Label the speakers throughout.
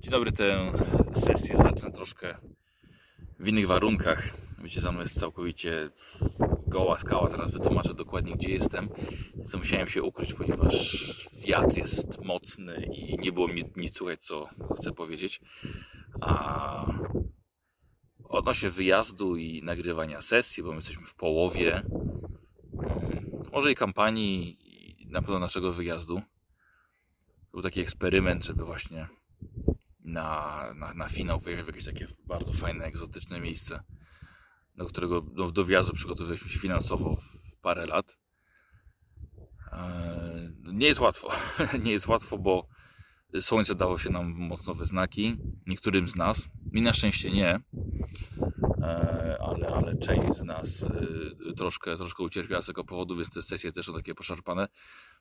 Speaker 1: Dzień dobry, tę sesję zacznę troszkę w innych warunkach. Wiecie, za mną jest całkowicie goła skała, zaraz wytłumaczę dokładnie gdzie jestem. Co musiałem się ukryć, ponieważ wiatr jest mocny i nie było mi nic słychać, co chcę powiedzieć. A odnośnie wyjazdu i nagrywania sesji, bo my jesteśmy w połowie mm, może i kampanii, i na pewno naszego wyjazdu. Był taki eksperyment, żeby właśnie na, na, na finał wyjechać w jakieś takie bardzo fajne, egzotyczne miejsce, do którego no, do, do wjazdu przygotowywaliśmy się finansowo w parę lat. Eee, Nie jest łatwo. Nie jest łatwo, bo słońce dało się nam mocno we znaki. Niektórym z nas, mi na szczęście nie, eee, ale, ale część z nas y, troszkę, troszkę ucierpiała z tego powodu, więc te sesje też są takie poszarpane.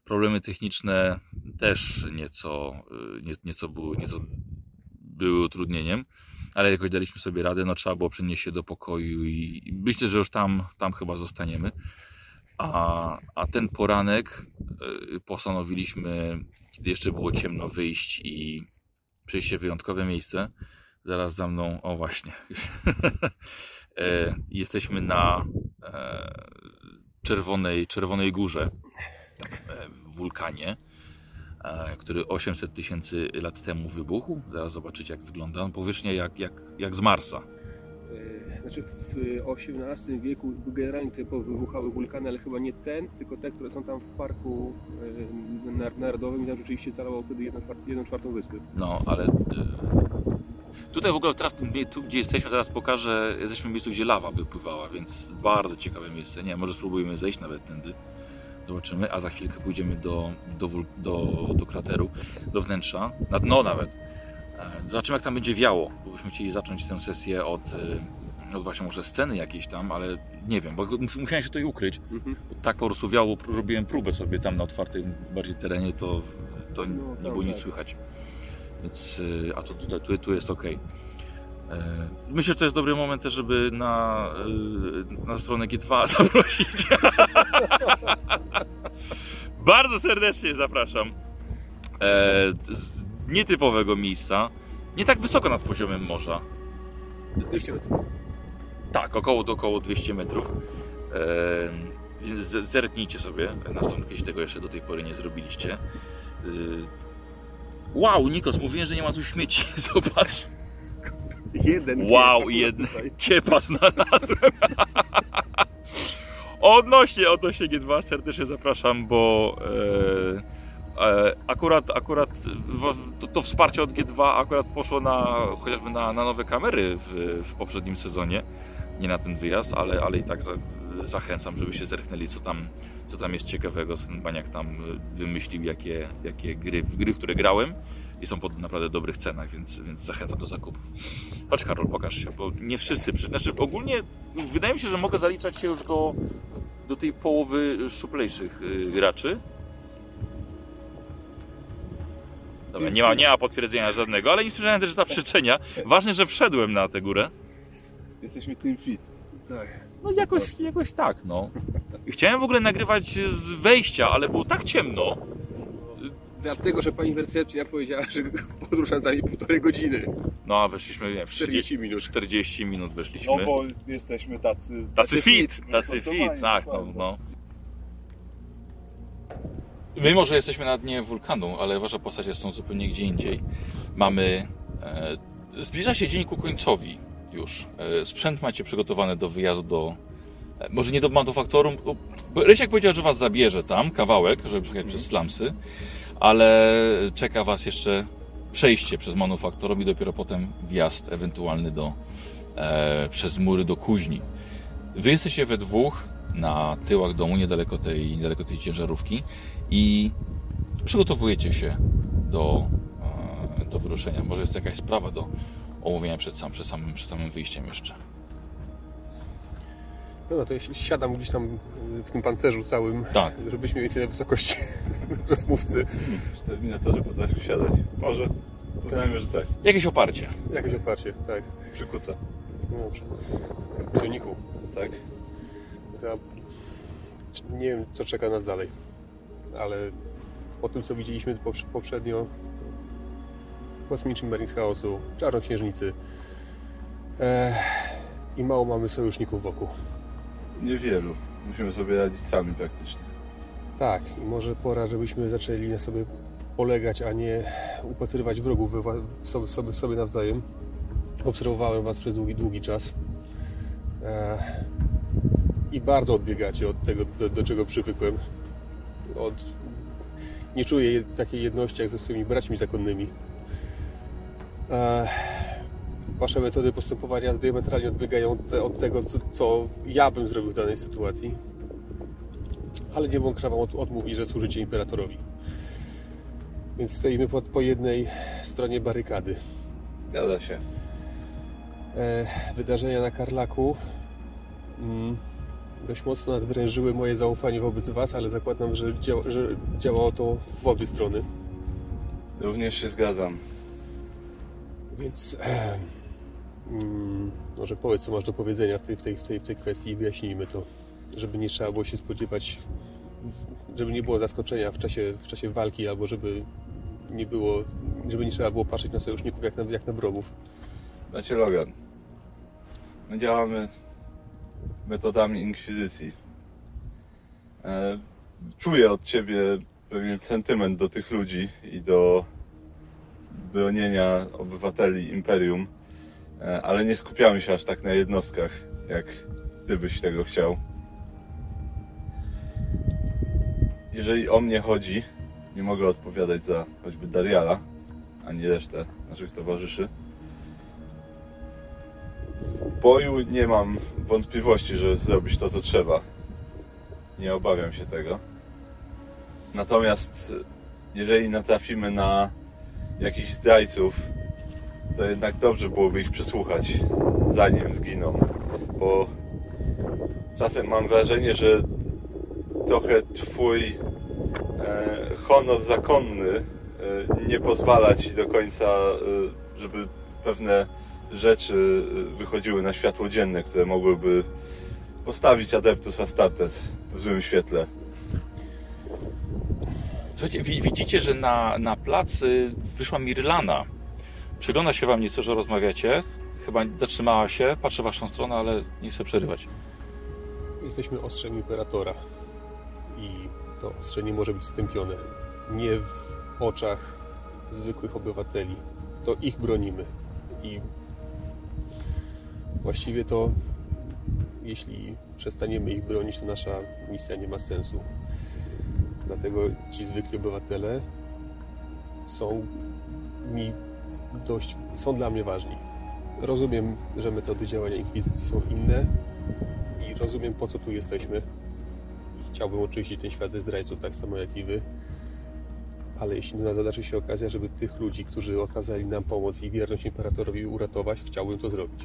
Speaker 1: Problemy techniczne też nieco, y, nie, nieco, były, nieco były utrudnieniem, ale jakoś daliśmy sobie radę, no trzeba było przenieść się do pokoju i i myślę, że już tam, tam chyba zostaniemy. A, a ten poranek y, postanowiliśmy, kiedy jeszcze było ciemno, wyjść i przejść się w wyjątkowe miejsce. Zaraz za mną, o właśnie. E, Jesteśmy na e, czerwonej, czerwonej górze e, w wulkanie e, który 800 tysięcy lat temu wybuchł. Zaraz zobaczycie, jak wygląda. On powierzchnia jak, jak, jak z Marsa.
Speaker 2: E, Znaczy w XVIII wieku generalnie typowo wybuchały wulkany, ale chyba nie ten, tylko te, które są tam w parku e, nar- narodowym i tam rzeczywiście zalało wtedy jedną, czwart- jedną czwartą wyspy.
Speaker 1: No, ale. e, Tutaj w ogóle teraz w tym mie- tu, gdzie jesteśmy, zaraz pokażę, jesteśmy w miejscu, gdzie lawa wypływała, więc bardzo ciekawe miejsce. Nie, może spróbujemy zejść nawet tędy. Zobaczymy, a za chwilkę pójdziemy do, do, wul- do, do krateru, do wnętrza, na dno nawet. E, Zobaczymy, jak tam będzie wiało, bo byśmy chcieli zacząć tę sesję od, e, od właśnie może sceny jakiejś tam, ale nie wiem, bo mus- musiałem się tutaj ukryć.
Speaker 2: Mhm.
Speaker 1: tak po prostu wiało, pró- robiłem próbę sobie tam na otwartym bardziej terenie, to, to
Speaker 2: No,
Speaker 1: nie
Speaker 2: tak,
Speaker 1: było nic
Speaker 2: tak.
Speaker 1: słychać. Więc, y, a tu, tu, tu, tu jest ok. Myślę, że to jest dobry moment też, żeby na, y, na stronę G2 zaprosić. Bardzo serdecznie zapraszam. E, Z nietypowego miejsca, nie tak wysoko nad poziomem morza.
Speaker 2: Oczywiście,
Speaker 1: Tak, około, około 200 metrów. Em, Więc z- zerknijcie sobie na stronę, jeśli tego jeszcze do tej pory nie zrobiliście. Y, Wow, Nikos, mówiłem, że nie ma tu śmieci. Zobacz,
Speaker 2: Jeden.
Speaker 1: Wow,
Speaker 2: kieł
Speaker 1: jeden.
Speaker 2: tutaj.
Speaker 1: kiepa znalazłem. Odnośnie, odnośnie G2 serdecznie zapraszam, bo e, e, akurat, akurat w- to, to wsparcie od G2 akurat poszło na, chociażby na, na nowe kamery w, w poprzednim sezonie. nie na ten wyjazd, ale, ale i tak za, zachęcam, żeby się zerknęli, co tam, co tam jest ciekawego, co ten Baniak tam y, wymyślił, jakie, jakie gry, w gry, w które grałem i są po naprawdę dobrych cenach, więc, więc zachęcam do zakupów. Chodź Karol, pokaż się, bo nie wszyscy, przy, znaczy ogólnie wydaje mi się, że mogę zaliczać się już do, do tej połowy szczuplejszych y, graczy. Dobra, nie ma, nie ma potwierdzenia żadnego, ale nie słyszałem też zaprzeczenia. Ważne, że wszedłem na tę górę.
Speaker 3: Jesteśmy team fit.
Speaker 2: Tak.
Speaker 1: No jakoś, jakoś tak, no. I Chciałem w ogóle nagrywać z wejścia, ale było tak ciemno.
Speaker 2: Dlatego, że pani recepcja powiedziała, że podróż zajmie półtorej godziny.
Speaker 1: No a weszliśmy, nie wiem, w 30,
Speaker 2: 40 minut.
Speaker 1: 40 minut
Speaker 3: No
Speaker 1: weszliśmy.
Speaker 3: bo jesteśmy tacy...
Speaker 1: Tacy fit,
Speaker 3: no
Speaker 1: tacy
Speaker 3: to
Speaker 1: fit,
Speaker 3: fajnie,
Speaker 1: tak, no,
Speaker 3: fajnie.
Speaker 1: no. Mimo, że jesteśmy na dnie wulkanu, ale wasza postacie są zupełnie gdzie indziej. Mamy... E, zbliża się dzień ku końcowi już. E, sprzęt macie przygotowany do wyjazdu do... E, może nie do manufaktorum, bo- bo Rysiek powiedział, że was zabierze tam kawałek, żeby przejechać przez slumsy, ale czeka was jeszcze przejście przez manufaktorum i dopiero potem wjazd ewentualny do... E, przez mury do kuźni. Wy jesteście we dwóch na tyłach domu, niedaleko tej, niedaleko tej ciężarówki i przygotowujecie się do, e, do wyruszenia. Może jest jakaś sprawa do omówienia przed, sam, przed, samym, przed samym wyjściem jeszcze.
Speaker 2: No, no to ja si- siadam gdzieś tam y, w tym pancerzu całym,
Speaker 1: Tak.
Speaker 2: żebyśmy mniej więcej na wysokości rozmówcy.
Speaker 3: Terminatorze potrafi siadać. Może. Uznajmy, że tak.
Speaker 1: Jakieś oparcie.
Speaker 2: Jakieś oparcie, tak.
Speaker 3: Przykuca.
Speaker 2: No dobrze. Psioniku.
Speaker 3: Tak?
Speaker 2: Ja c- nie wiem, co czeka nas dalej, ale po tym, co widzieliśmy poprz- poprzednio, kosmicznych Marines Chaosu, Czarnoksiężnicy. E, I mało mamy sojuszników wokół.
Speaker 3: Niewielu. Musimy sobie radzić sami praktycznie.
Speaker 2: Tak, i może pora, żebyśmy zaczęli na sobie polegać, a nie upatrywać wrogów we, wła- w sobie, sobie, sobie nawzajem. Obserwowałem Was przez długi, długi czas. E, I bardzo odbiegacie od tego, do, do czego przywykłem. Od... Nie czuję je- takiej jedności jak ze swoimi braćmi zakonnymi. E, wasze metody postępowania diametralnie odbiegają te, od tego, co, co ja bym zrobił w danej sytuacji ale nie Wąkra wam od, odmówi, że służycie imperatorowi. Więc stoimy po, po jednej stronie barykady.
Speaker 3: Zgadza się.
Speaker 2: E, wydarzenia na Karlaku mm, dość mocno nadwyrężyły moje zaufanie wobec Was, ale zakładam, że, dzia, że działało to w obie strony.
Speaker 3: Również się zgadzam.
Speaker 2: Więc e, mm, może powiedz, co masz do powiedzenia w tej, w tej, w tej, w tej kwestii i wyjaśnijmy to, żeby nie trzeba było się spodziewać, z- żeby nie było zaskoczenia w czasie, w czasie walki, albo żeby nie było, żeby nie trzeba było patrzeć na sojuszników jak na, jak na wrogów.
Speaker 3: Znacie Znaczy, Logan. My działamy metodami inkwizycji. E, czuję od ciebie pewien sentyment do tych ludzi i do bronienia obywateli imperium, e, ale nie skupiamy się aż tak na jednostkach, jak ty byś tego chciał. Jeżeli o mnie chodzi, nie mogę odpowiadać za choćby Dariala, ani resztę naszych towarzyszy boju nie mam wątpliwości, że zrobisz to, co trzeba. Nie obawiam się tego. Natomiast e, jeżeli natrafimy na jakichś zdrajców, to jednak dobrze byłoby ich przesłuchać, zanim zginą. Bo czasem mam wrażenie, że trochę twój e, honor zakonny e, nie pozwala ci do końca, e, żeby pewne rzeczy e, wychodziły na światło dzienne, które mogłyby postawić Adeptus Astartes w złym świetle.
Speaker 1: Słuchajcie, wi- widzicie, że na, na plac y, wyszła Mirlana. Przygląda się wam nieco, że rozmawiacie. Chyba zatrzymała się, patrzy w waszą stronę, ale nie chce przerywać.
Speaker 2: Jesteśmy ostrzem imperatora i to ostrze nie może być stępione. Nie w oczach zwykłych obywateli. To ich bronimy. I właściwie to, jeśli przestaniemy ich bronić, to nasza misja nie ma sensu. Dlatego ci zwykli obywatele są mi dość, są dla mnie ważni. Rozumiem, że metody działania inkwizycji są inne, i rozumiem po co tu jesteśmy. I chciałbym oczyścić ten świat ze zdrajców, tak samo jak i wy. Ale jeśli na- zadarzy się okazja, żeby tych ludzi, którzy okazali nam pomoc i wierność imperatorowi uratować, chciałbym to zrobić.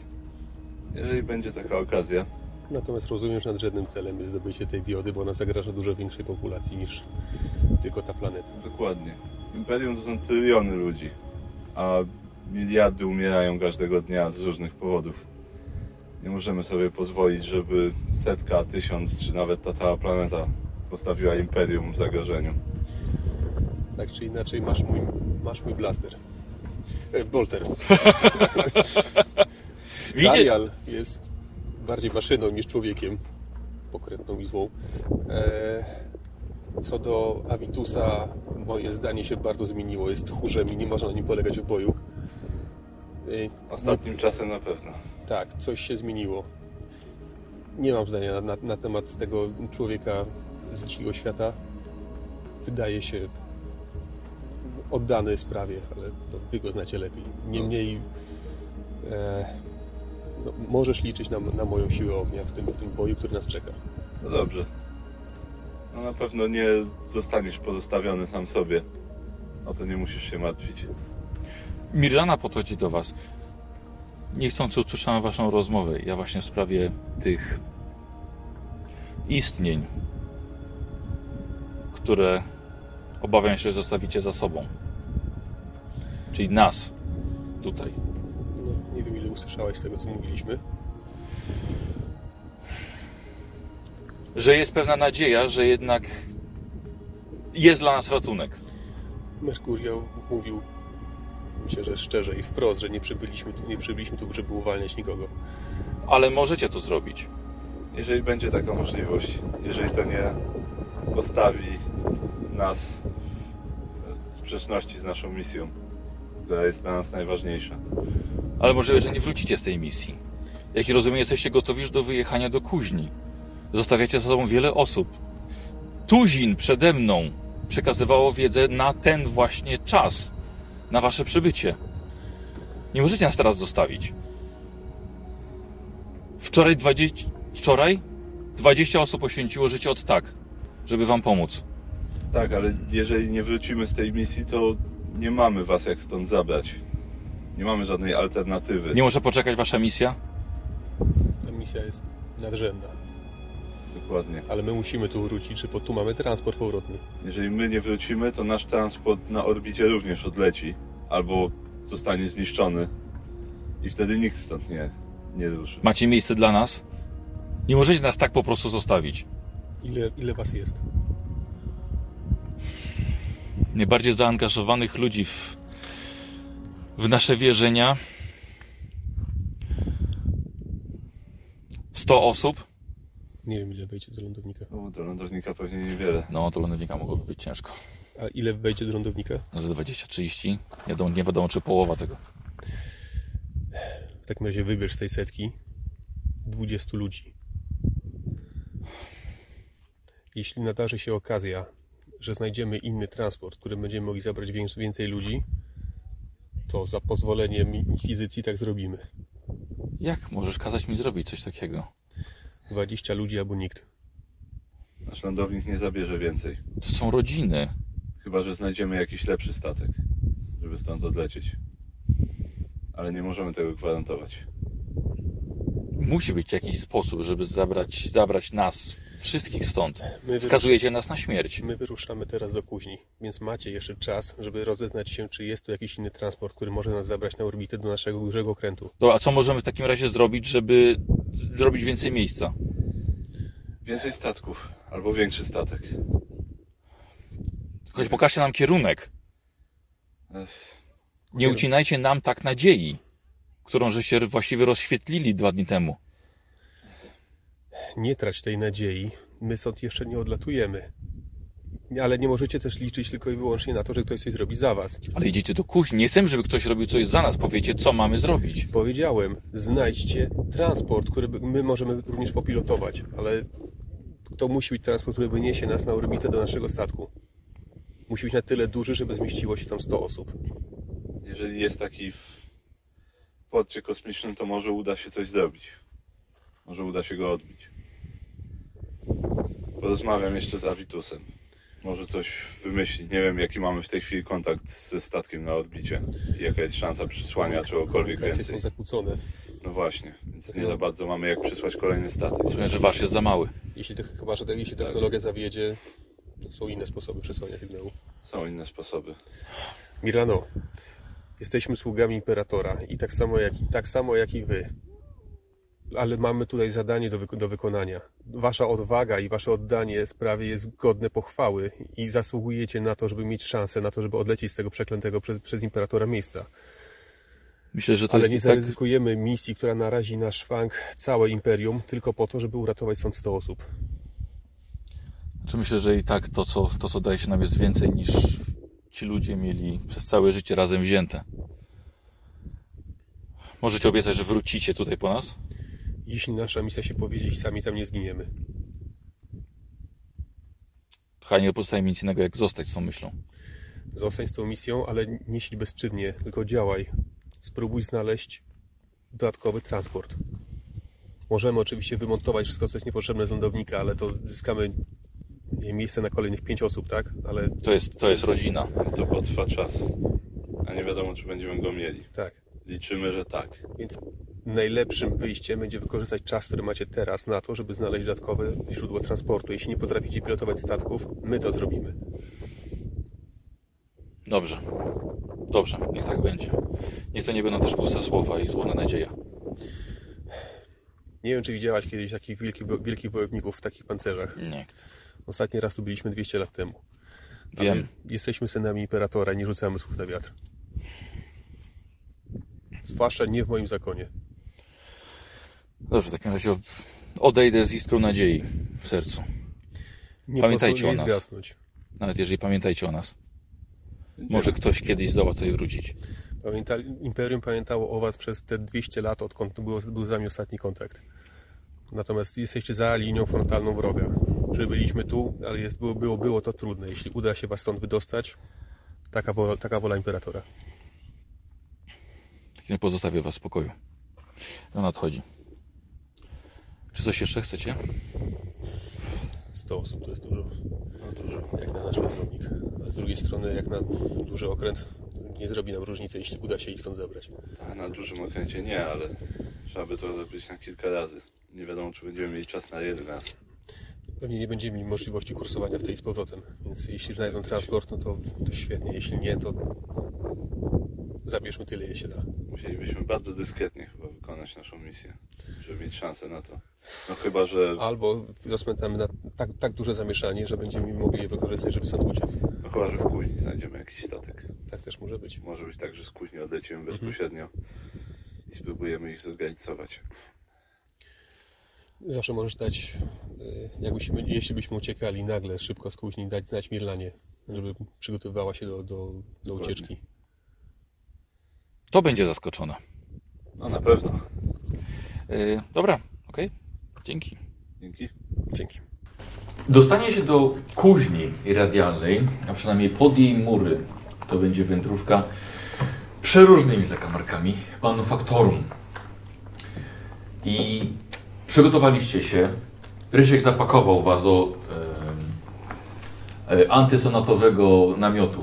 Speaker 3: Jeżeli będzie taka okazja,
Speaker 2: Natomiast rozumiem, że nadrzędnym celem jest zdobycie tej diody, bo ona zagraża dużo większej populacji niż tylko ta planeta.
Speaker 3: dokładnie. Imperium to są tryliony ludzi, a miliardy umierają każdego dnia z różnych powodów. Nie możemy sobie pozwolić, żeby setka, tysiąc, czy nawet ta cała planeta postawiła Imperium w zagrożeniu.
Speaker 2: Tak czy inaczej, masz mój, masz mój blaster. E, bolter.
Speaker 1: Widzicie,
Speaker 2: Daniel jest bardziej maszyną niż człowiekiem, pokrętną i złą. E, co do Avitusa, moje zdanie się bardzo zmieniło. Jest tchórzem i nie można na nim polegać w boju. E,
Speaker 3: Ostatnim czasem na pewno.
Speaker 2: tak, coś się zmieniło. Nie mam zdania na, na temat tego człowieka z dzikiego świata. Wydaje się oddany sprawie, ale to wy go znacie lepiej. Niemniej e, no, możesz liczyć na, na moją siłę ognia w tym, w tym boju, który nas czeka.
Speaker 3: No dobrze. No na pewno nie zostaniesz pozostawiony sam sobie. O to nie musisz się martwić.
Speaker 1: Mirlana podchodzi do was. Niechcący usłyszałem waszą rozmowę. Ja właśnie w sprawie tych istnień, które obawiam się, że zostawicie za sobą. Czyli nas tutaj.
Speaker 2: No, nie wiem, ile usłyszałeś z tego, co mówiliśmy.
Speaker 1: że jest pewna nadzieja, że jednak jest dla nas ratunek.
Speaker 2: Merkurio mówił Myślę, że szczerze i wprost, że nie przybyliśmy tu, nie przybyliśmy tu żeby uwalniać nikogo.
Speaker 1: Ale możecie to zrobić.
Speaker 3: Jeżeli będzie taka możliwość, jeżeli to nie postawi nas w sprzeczności z naszą misją, która jest dla nas najważniejsza.
Speaker 1: Ale możliwe, że nie wrócicie z tej misji. Jak rozumiem, jesteście gotowi już do wyjechania do kuźni. Zostawiacie za sobą wiele osób. Tuzin przede mną przekazywało wiedzę na ten właśnie czas, na wasze przybycie. Nie możecie nas teraz zostawić. Wczoraj 20, wczoraj 20 osób poświęciło życie od tak, żeby wam pomóc.
Speaker 3: Tak, ale jeżeli nie wrócimy z tej misji, to nie mamy was jak stąd zabrać. Nie mamy żadnej alternatywy.
Speaker 1: Nie może poczekać wasza misja?
Speaker 2: Ta misja jest nadrzędna,
Speaker 3: Dokładnie.
Speaker 2: ale my musimy tu wrócić, że po tu mamy transport powrotny.
Speaker 3: Jeżeli my nie wrócimy, to nasz transport na orbicie również odleci albo zostanie zniszczony i wtedy nikt stąd nie, nie ruszy.
Speaker 1: Macie miejsce dla nas? Nie możecie nas tak po prostu zostawić.
Speaker 2: Ile, ile was jest?
Speaker 1: najbardziej zaangażowanych ludzi w, w nasze wierzenia. 100 osób.
Speaker 2: Nie wiem, ile wejdzie do lądownika.
Speaker 3: No, do lądownika pewnie niewiele.
Speaker 1: No, to lądownika mogłoby być ciężko.
Speaker 2: A ile wejdzie do lądownika?
Speaker 1: No, Ze 20-30. Wiadomo, nie wiadomo, czy połowa tego.
Speaker 2: W takim razie wybierz z tej setki 20 ludzi. Jeśli nadarzy się okazja, że znajdziemy inny transport, którym będziemy mogli zabrać wię- więcej ludzi, to za pozwoleniem inkwizycji tak zrobimy.
Speaker 1: Jak możesz kazać mi zrobić coś takiego?
Speaker 2: 20 ludzi albo nikt.
Speaker 3: Nasz lądownik nie zabierze więcej.
Speaker 1: To są rodziny.
Speaker 3: Chyba, że znajdziemy jakiś lepszy statek, żeby stąd odlecieć. Ale nie możemy tego gwarantować.
Speaker 1: Musi być jakiś sposób, żeby zabrać, zabrać nas wszystkich stąd.
Speaker 2: My, wyrusz-
Speaker 1: Skazujecie nas na śmierć.
Speaker 2: my wyruszamy teraz do kuźni, więc macie jeszcze czas, żeby rozeznać się, czy jest tu jakiś inny transport, który może nas zabrać na orbitę do naszego dużego okrętu.
Speaker 1: Dobra, a co możemy w takim razie zrobić, żeby zrobić więcej miejsca?
Speaker 3: Więcej statków, albo większy statek.
Speaker 1: Choć pokażcie nam kierunek.
Speaker 3: Ech,
Speaker 1: Nie ucinajcie nam tak nadziei, którą żeście właściwie rozświetlili dwa dni temu.
Speaker 2: nie trać tej nadziei. My stąd jeszcze nie odlatujemy. Ale nie możecie też liczyć tylko i wyłącznie na to, że ktoś coś zrobi za was.
Speaker 1: Ale idziecie do kuźni. Nie chcę, żeby ktoś robił coś za nas. Powiecie, co mamy zrobić.
Speaker 2: Powiedziałem, znajdźcie transport, który by- my możemy również popilotować, ale to musi być transport, który wyniesie nas na orbitę do naszego statku. Musi być na tyle duży, żeby zmieściło się tam 100 osób.
Speaker 3: jeżeli jest taki w porcie kosmicznym, to może uda się coś zrobić. Może uda się go odbić. Porozmawiam jeszcze z Avitusem. Może coś wymyślić. Nie wiem, jaki mamy w tej chwili kontakt ze statkiem na odbicie. I jaka jest szansa przysłania czegokolwiek
Speaker 2: Komunikacje
Speaker 3: więcej.
Speaker 2: są zakłócone.
Speaker 3: No właśnie, więc nie za bardzo mamy jak przysłać kolejny statek.
Speaker 1: Rozumiem, że wasz jest za mały.
Speaker 2: Jeśli, te, chyba, że te, jeśli
Speaker 1: Tak.
Speaker 2: technologia zawiedzie, to są inne sposoby przesłania sygnału.
Speaker 3: Są inne sposoby.
Speaker 2: Milano, jesteśmy sługami imperatora i tak samo jak, i tak samo jak i wy. Ale mamy tutaj zadanie do, wyko- do wykonania. Wasza odwaga i wasze oddanie sprawie jest godne pochwały i zasługujecie na to, żeby mieć szansę na to, żeby odlecieć z tego przeklętego przez, przez imperatora miejsca.
Speaker 1: Myślę, że to
Speaker 2: Ale nie
Speaker 1: jest i tak...
Speaker 2: zaryzykujemy misji, która narazi na szwank całe imperium, tylko po to, żeby uratować stąd 100 osób.
Speaker 1: Czy myślę, że i tak to co, to, co daje się nam, jest więcej niż ci ludzie mieli przez całe życie razem wzięte. Możecie obiecać, że wrócicie tutaj po nas?
Speaker 2: Jeśli nasza misja się powiedzie i sami tam nie zginiemy.
Speaker 1: Chyba nie pozostaje mi nic innego, jak zostać z tą myślą.
Speaker 2: Zostań z tą misją, ale nie siedź bezczynnie, tylko działaj. Spróbuj znaleźć dodatkowy transport. Możemy oczywiście wymontować wszystko, co jest niepotrzebne z lądownika, ale to zyskamy nie, miejsce na kolejnych pięć osób, tak? Ale
Speaker 1: To jest, to jest rodzina.
Speaker 3: To potrwa czas. A nie wiadomo, czy będziemy go mieli.
Speaker 2: tak.
Speaker 3: Liczymy, że tak.
Speaker 2: Więc najlepszym wyjściem będzie wykorzystać czas, który macie teraz na to, żeby znaleźć dodatkowe źródło transportu. Jeśli nie potraficie pilotować statków, my to zrobimy.
Speaker 1: Dobrze. Dobrze, niech tak będzie. Niech to nie będą też puste słowa i złona nadzieja.
Speaker 2: Nie wiem, czy widziałaś kiedyś takich wielkich, wo- wielkich wojowników w takich pancerzach.
Speaker 1: Nie.
Speaker 2: Ostatni raz tu byliśmy 200 lat temu.
Speaker 1: Wiem.
Speaker 2: Ale Jesteśmy synami imperatora i nie rzucamy słów na wiatr. Zwłaszcza nie w moim zakonie.
Speaker 1: Dobrze, w takim razie od- odejdę z iskrą nadziei w sercu.
Speaker 2: Nie
Speaker 1: Pamiętajcie
Speaker 2: pozwól jej
Speaker 1: o nas.
Speaker 2: zgasnąć.
Speaker 1: Nawet jeżeli pamiętajcie o nas. Może ktoś kiedyś zdoła tutaj wrócić.
Speaker 2: Pamięta, Imperium pamiętało o Was przez te 200 lat, odkąd był, był z nami ostatni kontakt. Natomiast jesteście za linią frontalną wroga. Przybyliśmy tu, ale jest, było, było, było to trudne. Jeśli uda się Was stąd wydostać, taka, wo- taka wola imperatora.
Speaker 1: Takim pozostawię was w spokoju. On odchodzi. Czy coś jeszcze chcecie?
Speaker 2: 100 osób to jest dużo. Jak na nasz wędrownik. A z drugiej strony, jak na duży okręt, nie zrobi nam różnicy, jeśli uda się ich stąd zabrać.
Speaker 3: A na dużym okręcie nie, ale trzeba by to zrobić na kilka razy. Nie wiadomo, czy będziemy mieli czas na jeden raz.
Speaker 2: Pewnie nie będziemy mieli możliwości kursowania w tej z powrotem, więc jeśli znajdą transport, no to, to świetnie, jeśli nie, to zabierzmy tyle, ile się da.
Speaker 3: Musielibyśmy bardzo dyskretnie chyba wykonać naszą misję, żeby mieć szansę na to. No chyba, że,
Speaker 2: Albo rozpętamy na tak, tak duże zamieszanie, że będziemy mogli je wykorzystać, żeby stąd uciec.
Speaker 3: no chyba, że w kuźni znajdziemy jakiś statek.
Speaker 2: Tak też może być.
Speaker 3: Może być tak, że z kuźni odlecimy bezpośrednio i spróbujemy ich zorganizować.
Speaker 2: Zawsze możesz dać, y, jakbyśmy, jeśli byśmy uciekali nagle, szybko z kuźni, dać znać Mirlanie, żeby przygotowywała się do, do, do ucieczki.
Speaker 1: To będzie zaskoczone.
Speaker 3: No na pewno.
Speaker 1: Yy, dobra, okej. Dzięki.
Speaker 3: Dzięki.
Speaker 2: Dzięki.
Speaker 1: Dostanie się do kuźni radialnej, a przynajmniej pod jej mury, to będzie wędrówka przeróżnymi zakamarkami manufaktorum. I przygotowaliście się. Rysiek zapakował was do em, e, antysonatowego namiotu.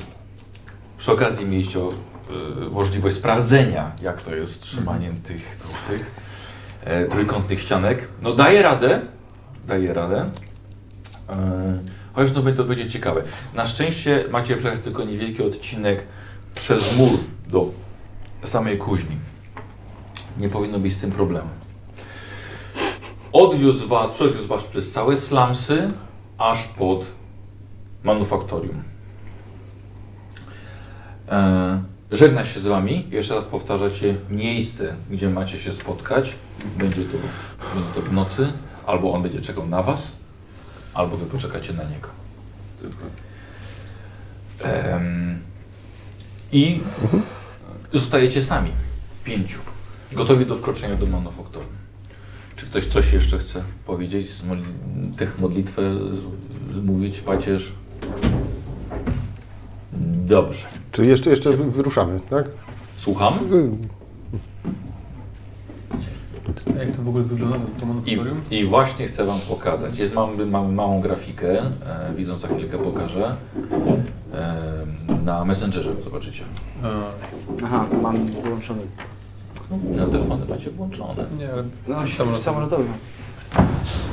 Speaker 1: Przy okazji mieliście o, e, możliwość sprawdzenia, jak to jest z trzymaniem tych, tych e, trójkątnych ścianek. No daje radę, daje radę. E, Chociaż no, będzie- to będzie ciekawe. Na szczęście macie przejechać tylko niewielki odcinek przez mur do samej kuźni. Nie powinno być z tym problemu. Odwiózł was, przewiózł was przez całe slumsy, aż pod manufaktorium. E, żegna się z wami. Jeszcze raz powtarzacie miejsce, gdzie macie się spotkać. Będzie to, będzie to w nocy, albo on będzie czekał na was albo wy poczekacie na niego. Em, I zostajecie sami, w pięciu, gotowi do wkroczenia do manufaktury. Czy ktoś coś jeszcze chce powiedzieć, z modli- tych modlitwę z- mówić, pacierz? Dobrze.
Speaker 4: Czy jeszcze, jeszcze wy- wyruszamy, tak?
Speaker 1: Słucham?
Speaker 5: Jak to w ogóle wygląda
Speaker 1: I,
Speaker 5: to monoporium?
Speaker 1: I właśnie chcę Wam pokazać. Jest, mamy, mamy małą grafikę, e, widzą za chwilkę pokażę. E, na Messengerze zobaczycie.
Speaker 5: E,
Speaker 6: Aha, mam wyłączony.
Speaker 1: Na telefony macie włączone.
Speaker 5: Nie, ale
Speaker 6: No,
Speaker 5: samolot.
Speaker 6: samolotowy.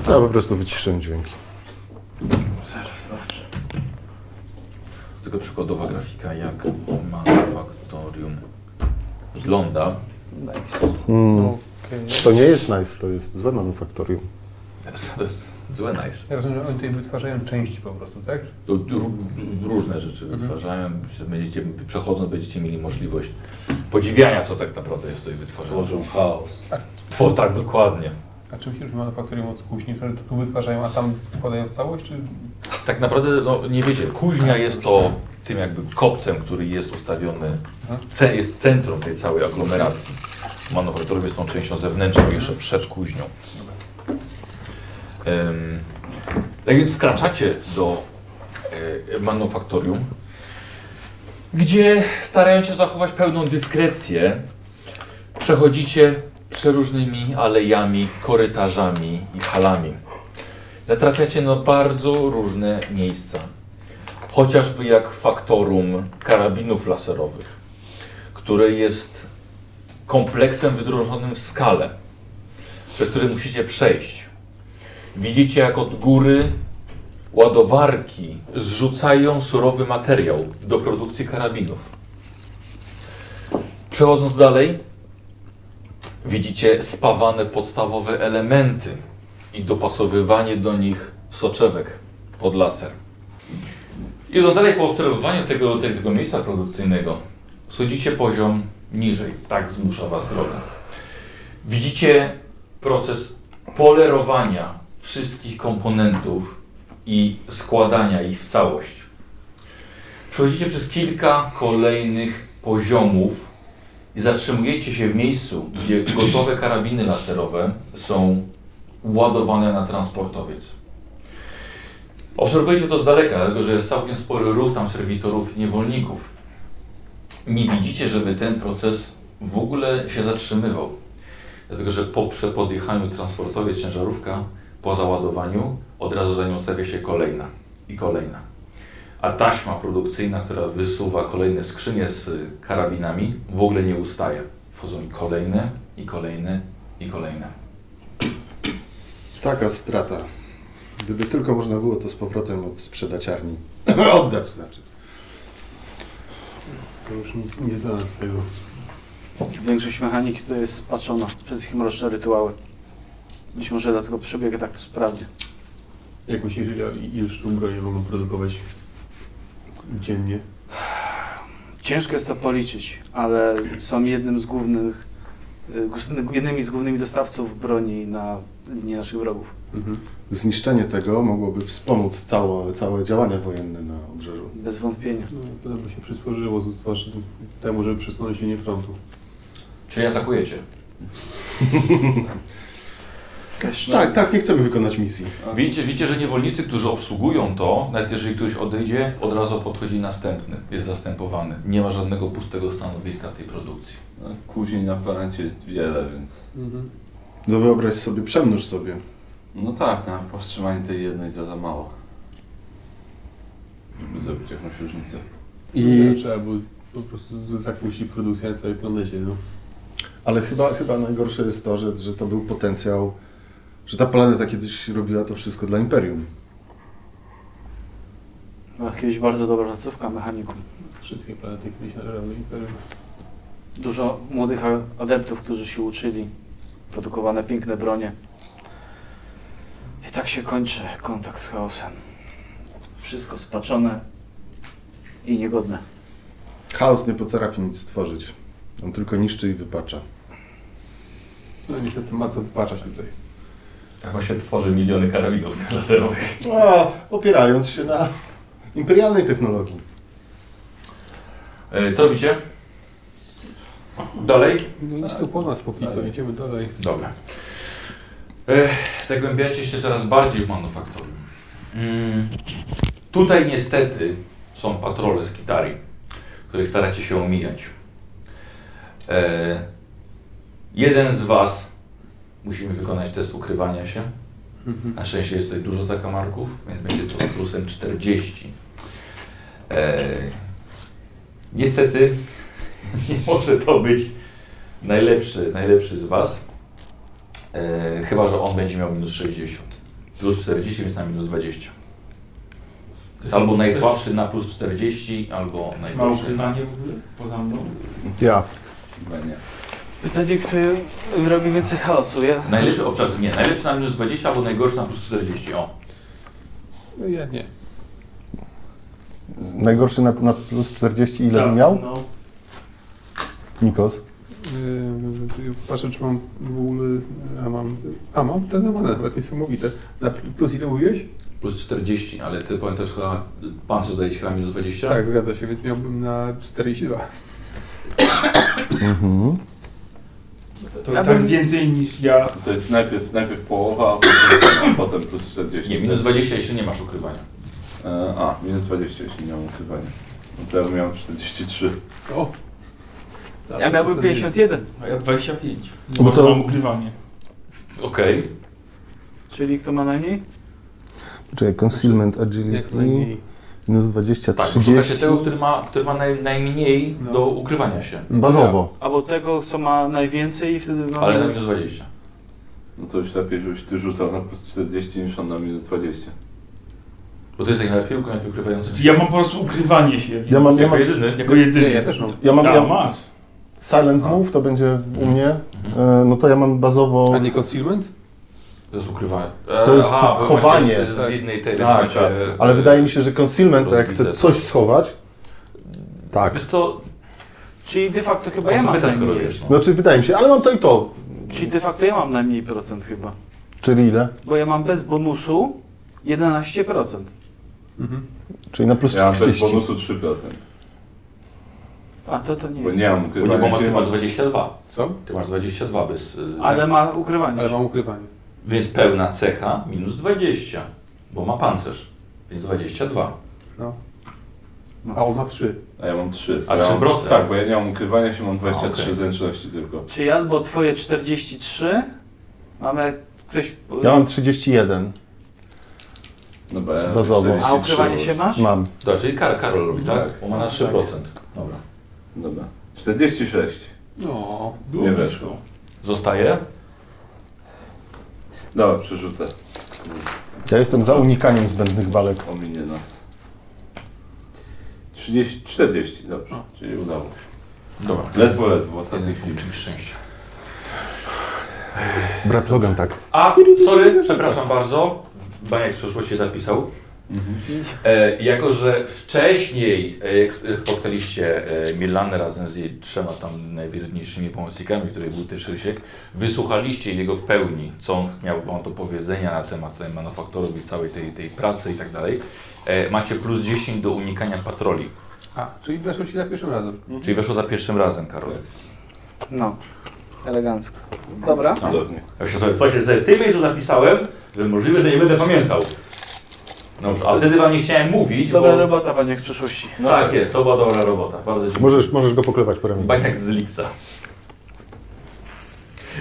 Speaker 4: Ja po prostu wyciszyłem dźwięki.
Speaker 6: Zaraz zobacz.
Speaker 1: Tylko przykładowa grafika, jak manufaktorium wygląda.
Speaker 6: Nice.
Speaker 5: Okej.
Speaker 4: To nie jest nice, to jest złe manufaktorium.
Speaker 1: To jest, to jest złe nice.
Speaker 5: Ja rozumiem, że oni tutaj wytwarzają części po prostu, tak?
Speaker 1: To ró- Różne rzeczy wytwarzają. że Będziecie, przechodząc będziecie mieli możliwość podziwiania, co tak naprawdę jest tutaj wytwarzane.
Speaker 3: Tworzą chaos.
Speaker 1: Tw- tak, dokładnie.
Speaker 5: A czym się różni manufaktorium od kuźni, które tu wytwarzają, a tam składają w całość, czy...
Speaker 1: Tak naprawdę, no nie wiecie, kuźnia jest to tym jakby kopcem, który jest ustawiony, w ce- jest centrum tej całej aglomeracji. Manufaktorium jest tą częścią zewnętrzną, jeszcze przed kuźnią. Em, tak więc wkraczacie do e, manufaktorium, gdzie starają się zachować pełną dyskrecję. Przechodzicie przeróżnymi alejami, korytarzami i halami. Natrafiacie na bardzo różne miejsca. Chociażby jak faktorum karabinów laserowych, które jest kompleksem wydrożonym w skale, przez który musicie przejść. Widzicie, jak od góry ładowarki zrzucają surowy materiał do produkcji karabinów. Przechodząc dalej, widzicie spawane podstawowe elementy i dopasowywanie do nich soczewek pod laser. I dalej po obserwowaniu tego, te- tego miejsca produkcyjnego Schodzicie poziom niżej, tak zmusza Was droga. Widzicie proces polerowania wszystkich komponentów i składania ich w całość. Przechodzicie przez kilka kolejnych poziomów i zatrzymujecie się w miejscu, gdzie gotowe karabiny laserowe są ładowane na transportowiec. Obserwujecie to z daleka, dlatego że jest całkiem spory ruch tam serwitorów i niewolników. Nie widzicie, żeby ten proces w ogóle się zatrzymywał. Dlatego, że po prze- podjechaniu transportowiec ciężarówka, po załadowaniu, od razu za nią stawia się kolejna i kolejna. A taśma produkcyjna, która wysuwa kolejne skrzynie z y, karabinami, w ogóle nie ustaje. Wchodzą i kolejne, i kolejne, i kolejne.
Speaker 4: Taka strata. Gdyby tylko można było to z powrotem od sprzedaciarni. Oddać znaczy. To już nic nie da z tego.
Speaker 7: Większość mechaniki tutaj jest spaczona przez ich mroczne rytuały. Być może dlatego przebiega tak to sprawnie.
Speaker 2: Jak myślisz, ile, ile sztuk broni mogą produkować dziennie?
Speaker 7: Ciężko jest to policzyć, ale są jednym z głównych, y, gust- jednymi z głównymi dostawców broni na linii naszych wrogów.
Speaker 4: Zniszczenie tego mogłoby wspomóc całe, całe działania wojenne na obrzeżu.
Speaker 7: Bez wątpienia.
Speaker 2: No, podobno się przysporzyło, zwłaszcza temu, że przesunął się nie frontu.
Speaker 1: Czyli atakujecie.
Speaker 4: Tak, tak, nie chcemy wykonać misji.
Speaker 1: Widzicie, widzicie, że niewolnicy, którzy obsługują to, nawet jeżeli któryś odejdzie, od razu podchodzi następny, jest zastępowany. Nie ma żadnego pustego stanowiska w tej produkcji.
Speaker 3: No, Kuźni na planecie jest wiele, więc...
Speaker 4: No wyobraź sobie, przemnóż sobie.
Speaker 3: No tak, na powstrzymanie tej jednej to za mało. Żeby zrobić jakąś różnicę.
Speaker 4: I,
Speaker 2: Trzeba było po prostu zakłócić produkcję na całej planecie. No.
Speaker 4: ale chyba, chyba najgorsze jest to, że, że to był potencjał, że ta planeta kiedyś robiła to wszystko dla Imperium.
Speaker 7: Była kiedyś bardzo dobra placówka mechanikum.
Speaker 2: Wszystkie planety kiedyś należały do Imperium.
Speaker 7: Dużo młodych a- adeptów, którzy się uczyli. Produkowane piękne bronie. I tak się kończy kontakt z chaosem. Wszystko spaczone i niegodne.
Speaker 4: Chaos nie potrafi nic stworzyć. On tylko niszczy i wypacza.
Speaker 5: No niestety ma co wypaczać tutaj.
Speaker 1: Jak Tak właśnie tworzy miliony karabinów laserowych.
Speaker 4: A, opierając się na imperialnej technologii.
Speaker 1: E, To robicie? Dalej?
Speaker 5: No
Speaker 2: Tak,
Speaker 5: nic tu po nas póki co, idziemy dalej.
Speaker 1: Dobra. E, Zagłębiacie się coraz bardziej w manufaktorium. Mm, Tutaj niestety są patrole z Kitari, których staracie się omijać. E, jeden z Was musimy wykonać test ukrywania się. Na szczęście jest tutaj dużo zakamarków, więc będzie to z plusem 40. E, niestety nie może to być najlepszy, najlepszy z Was. E, chyba, że on będzie miał minus 60. Plus 40, więc na minus 20. To jest albo najsłabszy na plus 40, albo najgorszy na...
Speaker 5: w ogóle? Poza mną?
Speaker 4: Ja.
Speaker 3: Chyba nie.
Speaker 7: Pytanie, kto robi więcej chaosu, ja?
Speaker 1: Najlepszy, o, przepraszam, nie, najlepszy na minus 20, albo najgorszy na plus 40, o.
Speaker 5: No ja nie.
Speaker 4: Najgorszy na, na plus 40 ile
Speaker 5: Tak,
Speaker 4: miał?
Speaker 7: No,
Speaker 4: Nikos.
Speaker 5: Yy, patrzę, czy mam w ogóle... A mam... A mam te namane, nawet niesamowite. Na pl- plus ile mówiłeś?
Speaker 1: Plus 40, ale ty pamiętasz chyba, pan co daje ci chyba minus 20?
Speaker 5: Tak, zgadza się, więc miałbym na 42.
Speaker 4: Mhm.
Speaker 8: To tak więcej niż ja.
Speaker 3: To jest najpierw, najpierw połowa, a potem, a potem plus 40.
Speaker 1: Nie, minus 20 jeszcze nie masz ukrywania.
Speaker 3: E, a, minus 20, jeśli nie mam ukrywania. No to ja miałem 43.
Speaker 5: O!
Speaker 7: ja miałbym 51,
Speaker 8: A ja 25.
Speaker 4: No bo to-
Speaker 8: Mam ukrywanie.
Speaker 1: Okej.
Speaker 7: czyli kto ma najmniej?
Speaker 4: Czyli concealment
Speaker 5: Jak najmniej.
Speaker 4: minus 20,
Speaker 1: Tak, szukacie tego, który ma, który ma naj, najmniej
Speaker 5: No.
Speaker 1: do ukrywania się.
Speaker 4: tak- Bazowo.
Speaker 7: Albo tego, co ma najwięcej i wtedy ma
Speaker 1: Ale na
Speaker 7: minus.
Speaker 1: minus 20.
Speaker 3: No to już lepiej, żebyś ty rzucał na plus 40 niż on na minus 20.
Speaker 1: Bo to jest tak najlepiej, najlepiej ukrywający się.
Speaker 8: Ja mam po prostu ukrywanie się. więc-
Speaker 4: Ja mam, ja
Speaker 1: Jako
Speaker 4: mam,
Speaker 1: jedyny.
Speaker 8: Jako jedyny.
Speaker 5: Nie, ja też mam.
Speaker 4: ja mam,
Speaker 8: A,
Speaker 4: ja mam
Speaker 8: masz.
Speaker 4: silent move, to będzie u mnie. E, No to ja mam
Speaker 5: A
Speaker 4: bazowo...
Speaker 5: nie concealment?
Speaker 1: To jest ukrywanie.
Speaker 4: To jest
Speaker 1: wy macie
Speaker 4: chowanie.
Speaker 1: Z, z
Speaker 5: Tak.
Speaker 1: jednej tej
Speaker 4: Tak,
Speaker 1: macie,
Speaker 4: tak.
Speaker 1: e,
Speaker 4: Ale wydaje mi się, że concealment, to jak chcę
Speaker 1: Rozbite.
Speaker 4: coś schować... Tak.
Speaker 1: Wiesz co,
Speaker 7: Czyli de facto chyba
Speaker 9: A
Speaker 7: ja
Speaker 9: co
Speaker 7: mam
Speaker 9: beta skoro
Speaker 7: najmniej.
Speaker 9: wiesz?
Speaker 4: No czy wydaje mi się, ale mam to i to.
Speaker 7: Czyli de facto ja mam najmniej procent chyba.
Speaker 4: Czyli ile?
Speaker 7: Bo ja mam bez bonusu 11%.
Speaker 4: Czyli na plus
Speaker 3: Ja mam bez
Speaker 4: 40.
Speaker 3: bonusu 3%.
Speaker 7: A to to nie
Speaker 3: Bo
Speaker 7: jest.
Speaker 3: nie mam
Speaker 1: Bo nie, bo
Speaker 3: ukrywania
Speaker 1: ma, ty
Speaker 3: się.
Speaker 1: masz 22.
Speaker 2: Co?
Speaker 1: Ty masz 22 bez. y,
Speaker 7: tak. Ale ma ukrywanie.
Speaker 2: Ale
Speaker 7: się.
Speaker 2: mam ukrywanie.
Speaker 1: Więc pełna cecha minus 20, bo ma pancerz. Więc 22.
Speaker 2: A on ma trzy.
Speaker 3: A ja mam 3.
Speaker 1: A
Speaker 3: ja mam-
Speaker 1: 3%?
Speaker 3: Tak, bo ja nie mam ukrywania się, mam 23
Speaker 1: A, okej.
Speaker 3: zręczności tylko.
Speaker 7: Czy ja, bo twoje 43 mamy ktoś.
Speaker 4: Ja mam 31.
Speaker 3: No bo ja
Speaker 4: Dozowo.
Speaker 7: A ukrywanie się masz?
Speaker 4: Mam.
Speaker 1: Dobra, czyli znaczy, Kar Karol robi, tak?
Speaker 3: Tak.
Speaker 1: Bo ma na 3%. Dobra.
Speaker 3: Dobra. 46.
Speaker 2: No.
Speaker 3: Nie weszło.
Speaker 1: Zostaje?
Speaker 3: Dobra, przerzucę.
Speaker 4: Ja jestem za unikaniem zbędnych walek.
Speaker 3: Ominie nas. 30, 40, dobrze.
Speaker 1: No.
Speaker 3: Czyli udało się.
Speaker 1: Dobra.
Speaker 3: Ledwo, ledwo, w ostatniej
Speaker 1: Jeden
Speaker 3: chwili.
Speaker 1: punkcik szczęścia.
Speaker 4: Brat Logan tak.
Speaker 1: A, sorry, przepraszam bardzo. Baniak w przeszłości zapisał. E, jako, że wcześniej e, jak sp- spotkaliście e, Milanę razem z jej trzema tam najwierniejszymi pomocnikami, który był też Rysiek, wysłuchaliście jego w pełni, co on miał wam do powiedzenia na temat tej manufaktorów i całej tej, tej pracy i tak dalej. E, macie plus 10 do unikania patroli,
Speaker 2: A, czyli weszło ci za pierwszym razem. Tak.
Speaker 1: czyli weszło za pierwszym razem, Karol.
Speaker 7: No. Elegancko. Dobra.
Speaker 3: Cudownie.
Speaker 1: Ja się sobie, właśnie sobie tym miejscu zapisałem, że możliwe, że nie będę pamiętał. Dobrze, a wtedy wam nie chciałem mówić,
Speaker 7: Dobra
Speaker 1: bo...
Speaker 7: robota, panie z przeszłości.
Speaker 1: No tak jest, to była dobra robota. Bardzo dziękuję.
Speaker 4: Możesz, możesz go poklepać po ramieniu.
Speaker 1: Baniak z Lipca.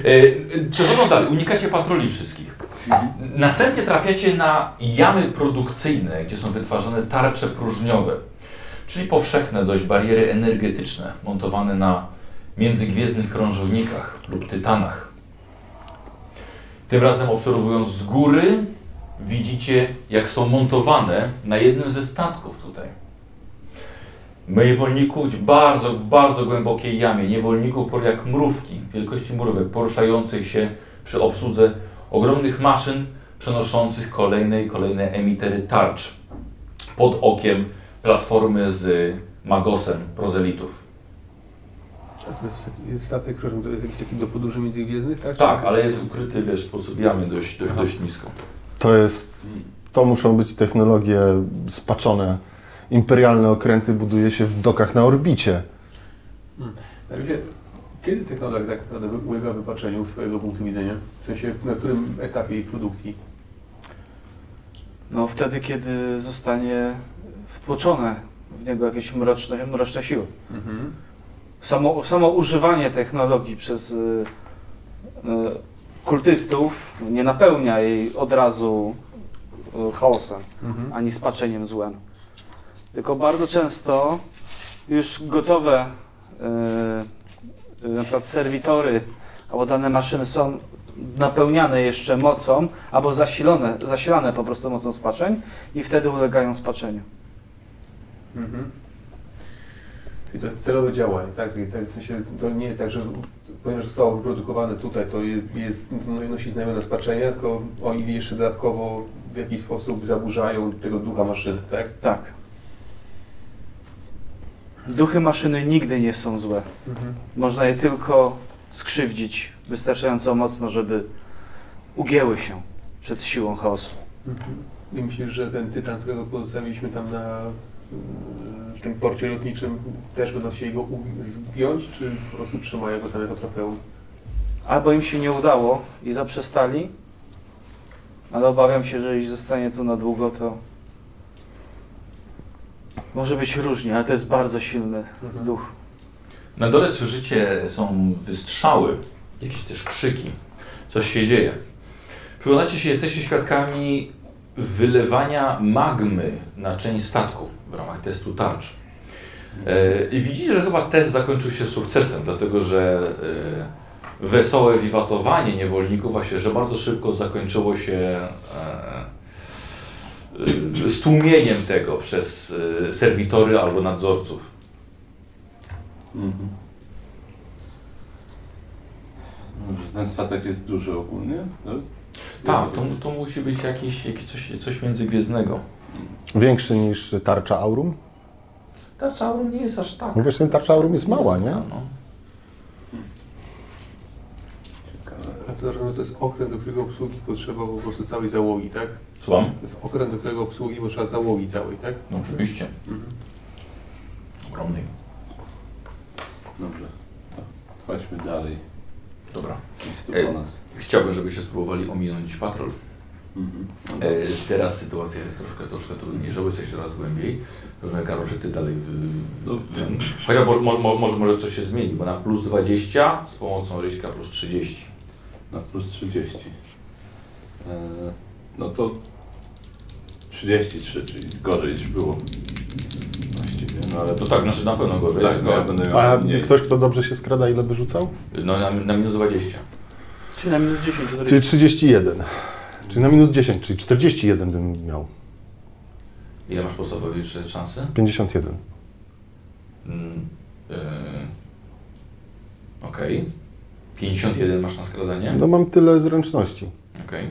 Speaker 1: E, e, Przechodzą dalej, unikacie patroli wszystkich. Następnie trafiacie na jamy produkcyjne, gdzie są wytwarzane tarcze próżniowe, czyli powszechne dość bariery energetyczne montowane na międzygwiezdnych krążownikach lub tytanach. Tym razem obserwując z góry, widzicie jak są montowane na jednym ze statków tutaj. Niewolników w bardzo, bardzo głębokiej jamie. Niewolników por jak mrówki, wielkości mrówek, poruszającej się przy obsłudze ogromnych maszyn przenoszących kolejne i kolejne emitery tarcz pod okiem platformy z y, magosem prozelitów.
Speaker 2: A to jest taki statek, przepraszam, to jest jakiś taki do podróży międzygwiezdnych, tak?
Speaker 1: Tak, ale jest ukryty, wiesz, po prostu w jamie dość, dość, dość nisko.
Speaker 4: To jest. To muszą być technologie spaczone. Imperialne okręty buduje się w dokach na orbicie.
Speaker 2: Ale wiecie, kiedy technologia tak naprawdę wy- ulega wypaczeniu z twojego punktu widzenia? W sensie, na którym etapie jej produkcji?
Speaker 7: No wtedy, kiedy zostanie wtłoczone w niego jakieś mroczne, mroczne siły.
Speaker 2: Mhm.
Speaker 7: Samo, samo używanie technologii przez y, y, kultystów nie napełnia jej od razu y, chaosem,
Speaker 2: Mhm.
Speaker 7: ani spaczeniem złem. Tylko bardzo często już gotowe y, y, na przykład serwitory albo dane maszyny są napełniane jeszcze mocą albo zasilone, zasilane po prostu mocą spaczeń i wtedy ulegają spaczeniu.
Speaker 2: Mhm. Czyli to jest celowe działanie, tak? Czyli tak w sensie to nie jest tak, że ponieważ zostało wyprodukowane tutaj, to je- jest, no, i nosi znamiona spaczenia, tylko oni jeszcze dodatkowo w jakiś sposób zaburzają tego ducha maszyny, tak?
Speaker 7: Tak. Duchy maszyny nigdy nie są złe.
Speaker 2: Mhm.
Speaker 7: Można je tylko skrzywdzić wystarczająco mocno, żeby ugięły się przed siłą chaosu.
Speaker 2: I myślisz, że ten tytan, którego pozostawiliśmy tam na y, tym porcie lotniczym, też będą chcieli go u- zgiąć, czy po prostu trzymają go tam jako trofeum?
Speaker 7: Albo im się nie udało i zaprzestali, ale obawiam się, że jeśli zostanie tu na długo, to może być różnie, ale to jest bardzo silny
Speaker 2: Mhm.
Speaker 7: duch.
Speaker 1: Na dole słyszycie są wystrzały, jakieś też krzyki. Coś się dzieje. Przyglądacie się, jesteście świadkami wylewania magmy na część statku w ramach testu tarcz. E, I widzicie, że chyba test zakończył się sukcesem, dlatego że e, wesołe wiwatowanie niewolników właśnie, że bardzo szybko zakończyło się e, e, stłumieniem tego przez e, serwitory albo nadzorców.
Speaker 3: Mhm. Dobrze, ten statek jest duży ogólnie, tak?
Speaker 1: Tak, to, to musi być jakieś, jakieś coś, coś międzygwiezdnego.
Speaker 4: Większy niż tarcza Aurum?
Speaker 5: Tarcza Aurum nie jest aż tak.
Speaker 4: No wiesz, ten tarcza aurum jest mała, nie?
Speaker 10: No.
Speaker 2: A to, że no, to jest okręt, do którego obsługi potrzeba po prostu całej załogi, tak?
Speaker 10: Słucham?
Speaker 2: To jest okręt, do którego obsługi potrzeba załogi całej, tak?
Speaker 10: No oczywiście. Ogromnej.
Speaker 3: Dobrze. To Chodźmy dalej.
Speaker 1: Dobra.
Speaker 3: Idź tu
Speaker 1: Ej.
Speaker 3: po nas.
Speaker 1: Chciałbym, żebyście spróbowali ominąć patrol.
Speaker 3: Mhm.
Speaker 1: E, teraz sytuacja jest troszkę, troszkę trudniejsza, bo jesteś coraz głębiej. Pewnie Karol, że ty dalej... W, no, chociaż mo, mo, mo, może, może coś się zmieni, bo na plus 20 z pomocą ryśka plus 30.
Speaker 3: Na plus 30. E, No to 33, czyli gorzej niż było. Właściwie, no ale to
Speaker 1: To tak, znaczy na pewno gorzej,
Speaker 3: tak, no,
Speaker 1: tylko
Speaker 3: ja będę miał
Speaker 4: A
Speaker 3: mniej.
Speaker 4: ktoś, kto dobrze się skrada, ile by rzucał?
Speaker 1: no, na, na minus 20.
Speaker 7: Czyli na minus 10 do
Speaker 4: Czyli 31. Czyli na minus 10, czyli 41 bym miał.
Speaker 1: Ile masz podstawowej sz- szansy?
Speaker 4: 51.
Speaker 1: Mm, e, Okej. 51 masz na skradanie?
Speaker 4: No mam tyle zręczności.
Speaker 1: Okej.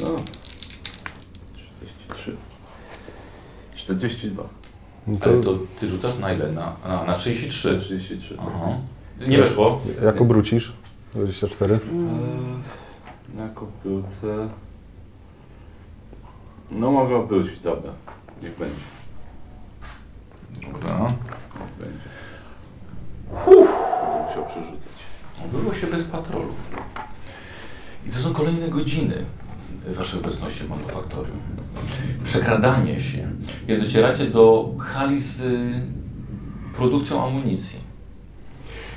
Speaker 3: No. 43. 42.
Speaker 4: No to
Speaker 1: Ale to ty rzucasz na ile? Na, na, na 33.
Speaker 3: 33. tak.
Speaker 1: Aha. Nie weszło.
Speaker 4: jak obrócisz? 24.
Speaker 3: Eee, E, Na kopiłce. No mogę obrócić, dobra. Niech będzie.
Speaker 1: Dobra.
Speaker 3: Niech będzie. Będę musiał przerzucać.
Speaker 1: Odbyło się bez patrolu. I to są kolejne godziny waszej obecności w manufaktorium. Przekradanie się. Jak docieracie do hali z y, produkcją amunicji.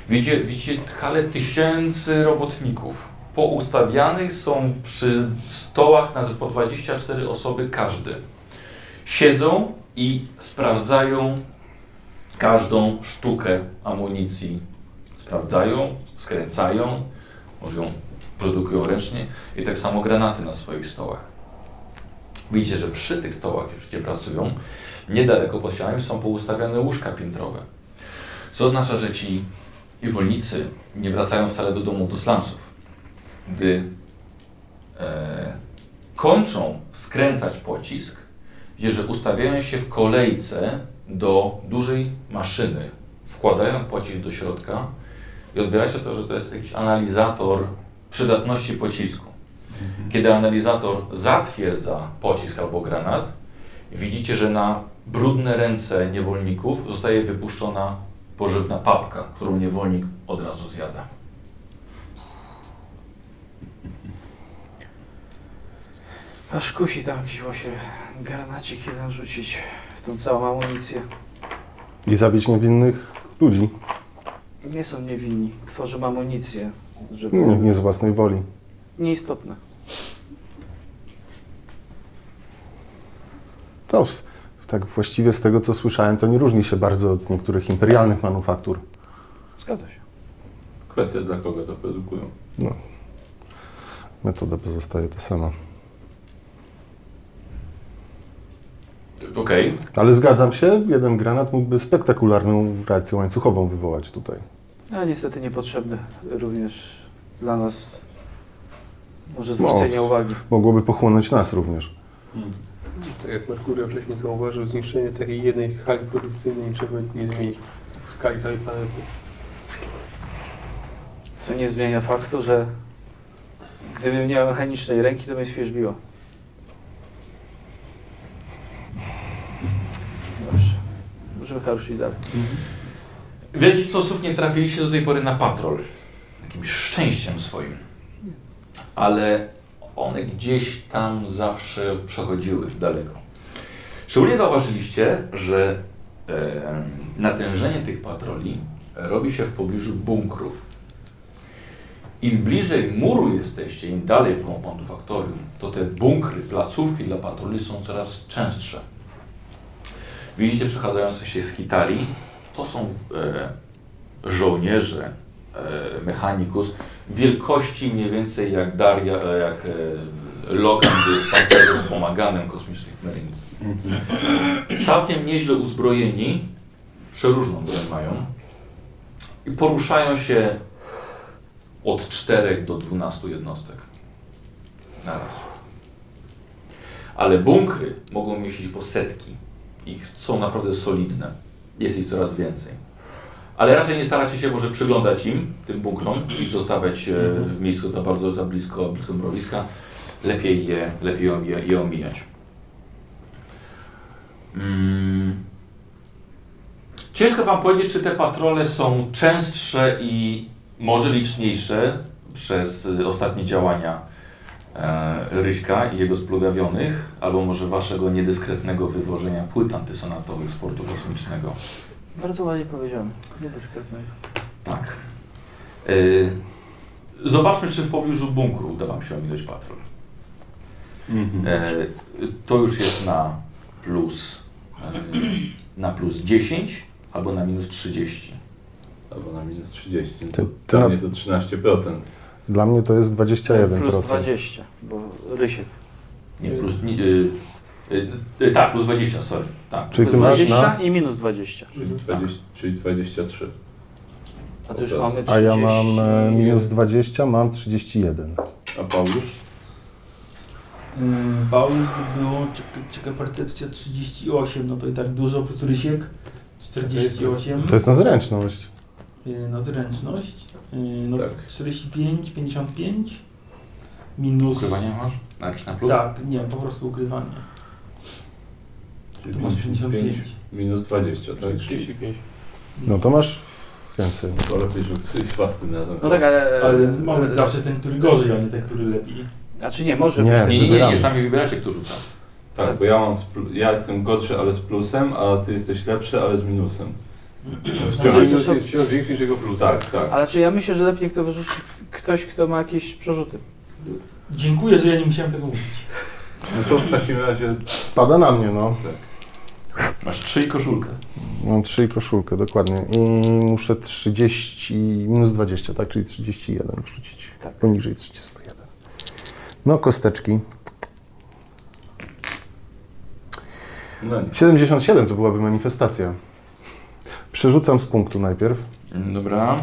Speaker 1: Widzicie, widzicie halę tysięcy robotników. Poustawianych są przy stołach nawet po 24 osoby każdy. Siedzą i sprawdzają każdą sztukę amunicji sprawdzają, skręcają, może ją produkują ręcznie i tak samo granaty na swoich stołach. Widzicie, że przy tych stołach już gdzie pracują, niedaleko pod ścianami są poustawiane łóżka piętrowe. Co oznacza, że ci niewolnicy nie wracają wcale do domu do slumsów. Gdy e, kończą skręcać pocisk, widzicie, że ustawiają się w kolejce do dużej maszyny. Wkładają pocisk do środka, i odbieracie to, że to jest jakiś analizator przydatności pocisku. Kiedy analizator zatwierdza pocisk albo granat, widzicie, że na brudne ręce niewolników zostaje wypuszczona pożywna papka, którą niewolnik od razu zjada.
Speaker 7: Aż kusi tam jakiś właśnie granacik jeden rzucić w tą całą amunicję.
Speaker 4: I zabić niewinnych ludzi.
Speaker 7: Nie są niewinni. Tworzymy amunicję, żeby...
Speaker 4: Nie, nie z własnej woli.
Speaker 7: Nieistotne.
Speaker 4: To w, tak właściwie z tego, co słyszałem, to nie różni się bardzo od niektórych imperialnych manufaktur.
Speaker 7: Zgadza się.
Speaker 3: Kwestia dla kogo to produkują.
Speaker 4: Metoda pozostaje ta sama.
Speaker 1: Okej,
Speaker 4: Ale zgadzam się, jeden granat mógłby spektakularną reakcję łańcuchową wywołać tutaj.
Speaker 7: Ale niestety niepotrzebne również dla nas. Może zwrócenie
Speaker 4: No.
Speaker 7: uwagi.
Speaker 4: Mogłoby pochłonąć nas również.
Speaker 2: Tak jak Merkurio wcześniej zauważył, zniszczenie takiej jednej hali produkcyjnej niczego nie zmieni w skali całej planety.
Speaker 7: Co nie zmienia faktu, że gdybym nie miał mechanicznej ręki, to bym świeżbiła. Dobrze. Możemy haruszyć dalej.
Speaker 1: W jakiś sposób nie trafiliście do tej pory na patrol. Jakimś szczęściem swoim. Ale one gdzieś tam zawsze przechodziły daleko. Szczególnie zauważyliście, że e, natężenie tych patroli robi się w pobliżu bunkrów. Im bliżej muru jesteście, im dalej w głąb manufaktorium, to te bunkry, placówki dla patroli są coraz częstsze. Widzicie przechadzające się z Hitarii, to są e, żołnierze e, Mechanicus wielkości mniej więcej jak Daria, e, jak e, Logan był pancerzu wspomaganym kosmicznych Marines. Całkiem nieźle uzbrojeni, przeróżną broń mają i poruszają się od 4 do 12 jednostek naraz. Ale bunkry mogą mieścić po setki. Ich są naprawdę solidne. Jest ich coraz więcej. Ale raczej nie staracie się może przyglądać im, tym bunkrom i zostawiać e, w miejscu za bardzo, za blisko, blisko mrowiska. Lepiej je, lepiej je, je, je omijać. Mm. Ciężko Wam powiedzieć, czy te patrole są częstsze i może liczniejsze przez y, ostatnie działania e, Ryśka i jego splugawionych, albo może Waszego niedyskretnego wywożenia płyt antysonatowych z portu kosmicznego.
Speaker 7: Bardzo ładnie powiedziałem. Niedyskretny.
Speaker 1: Tak. Y, Zobaczmy, czy w pobliżu bunkru uda Wam się ominąć patrol. E, To już jest na plus e, na plus 10 albo na minus 30.
Speaker 3: Albo na minus 30.
Speaker 4: Ty- ty
Speaker 3: Dla
Speaker 4: na-
Speaker 3: mnie to 13%.
Speaker 4: Dla mnie to jest 21%.
Speaker 7: Plus 20, bo Rysiek.
Speaker 1: Nie, plus. ni- Y, y, y, tak, plus 20, sorry. Tak.
Speaker 4: Czyli
Speaker 7: Plus
Speaker 4: ty masz
Speaker 7: 20
Speaker 4: na...
Speaker 7: i minus 20.
Speaker 3: Czyli, 20, czyli 23.
Speaker 7: A tu już
Speaker 3: Dobra.
Speaker 7: mamy 30.
Speaker 4: A ja mam e, minus 20, mam 31.
Speaker 3: A Paulusz?
Speaker 5: Yy, Paulus by było, czekaj, czeka percepcja 38, no to i tak dużo, plus Rysiek 48
Speaker 4: Tak, To jest na zręczność.
Speaker 5: yy, na zręczność, yy, no
Speaker 3: Tak.
Speaker 5: 45, 55 minus...
Speaker 1: Ukrywanie masz? Na jakiś na plus?
Speaker 5: Tak, nie, po prostu ukrywanie.
Speaker 3: Czyli
Speaker 5: To masz 55.
Speaker 3: minus 20, tak?
Speaker 11: 35.
Speaker 4: No to masz więcej.
Speaker 3: Ale byśmy któryś z was tym razem.
Speaker 7: No tak, ale... e,
Speaker 5: Ale mamy zawsze ten, który gorzej, a nie ten, który lepiej.
Speaker 7: Znaczy nie, może
Speaker 4: Nie.
Speaker 7: być.
Speaker 1: Nie, nie, nie, nie,
Speaker 4: Wybieramy.
Speaker 1: sami wybieracie, kto rzuca.
Speaker 3: Tak, bo ja mam z plu- ja jestem gorszy, ale z plusem, a ty jesteś lepszy, ale z minusem.
Speaker 5: Wciąż
Speaker 7: Znaczy, to są-
Speaker 3: wciąż większy niż jego plus. Tak, tak.
Speaker 7: Ale czy ja myślę, że lepiej kto wyrzuci ktoś, kto ma jakieś przerzuty.
Speaker 5: Dziękuję, że ja nie musiałem tego mówić.
Speaker 3: No to w takim razie
Speaker 4: Pada na mnie, no.
Speaker 1: Masz 3 i koszulkę.
Speaker 4: Mam 3 i koszulkę, dokładnie. I muszę 30, minus 20, tak? Czyli 31 wrzucić.
Speaker 7: Tak.
Speaker 4: Poniżej 31. No, kosteczki.
Speaker 3: no nie.
Speaker 4: 77 to byłaby manifestacja. Przerzucam z punktu najpierw.
Speaker 1: Dobra.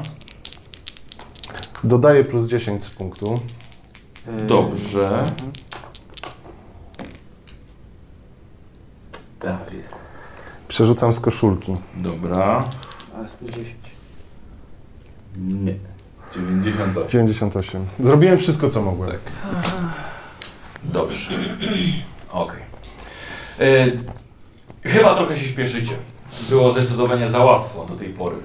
Speaker 4: Dodaję plus 10 z punktu.
Speaker 7: Yy,
Speaker 1: Dobrze.
Speaker 4: Przerzucam z koszulki.
Speaker 1: Dobra.
Speaker 7: Ale z plus 10.
Speaker 3: Nie. 90.
Speaker 4: 98. Zrobiłem wszystko, co mogłem.
Speaker 1: Dobrze. Okej. Y, Chyba trochę się śpieszycie. Było zdecydowanie za łatwo do tej pory.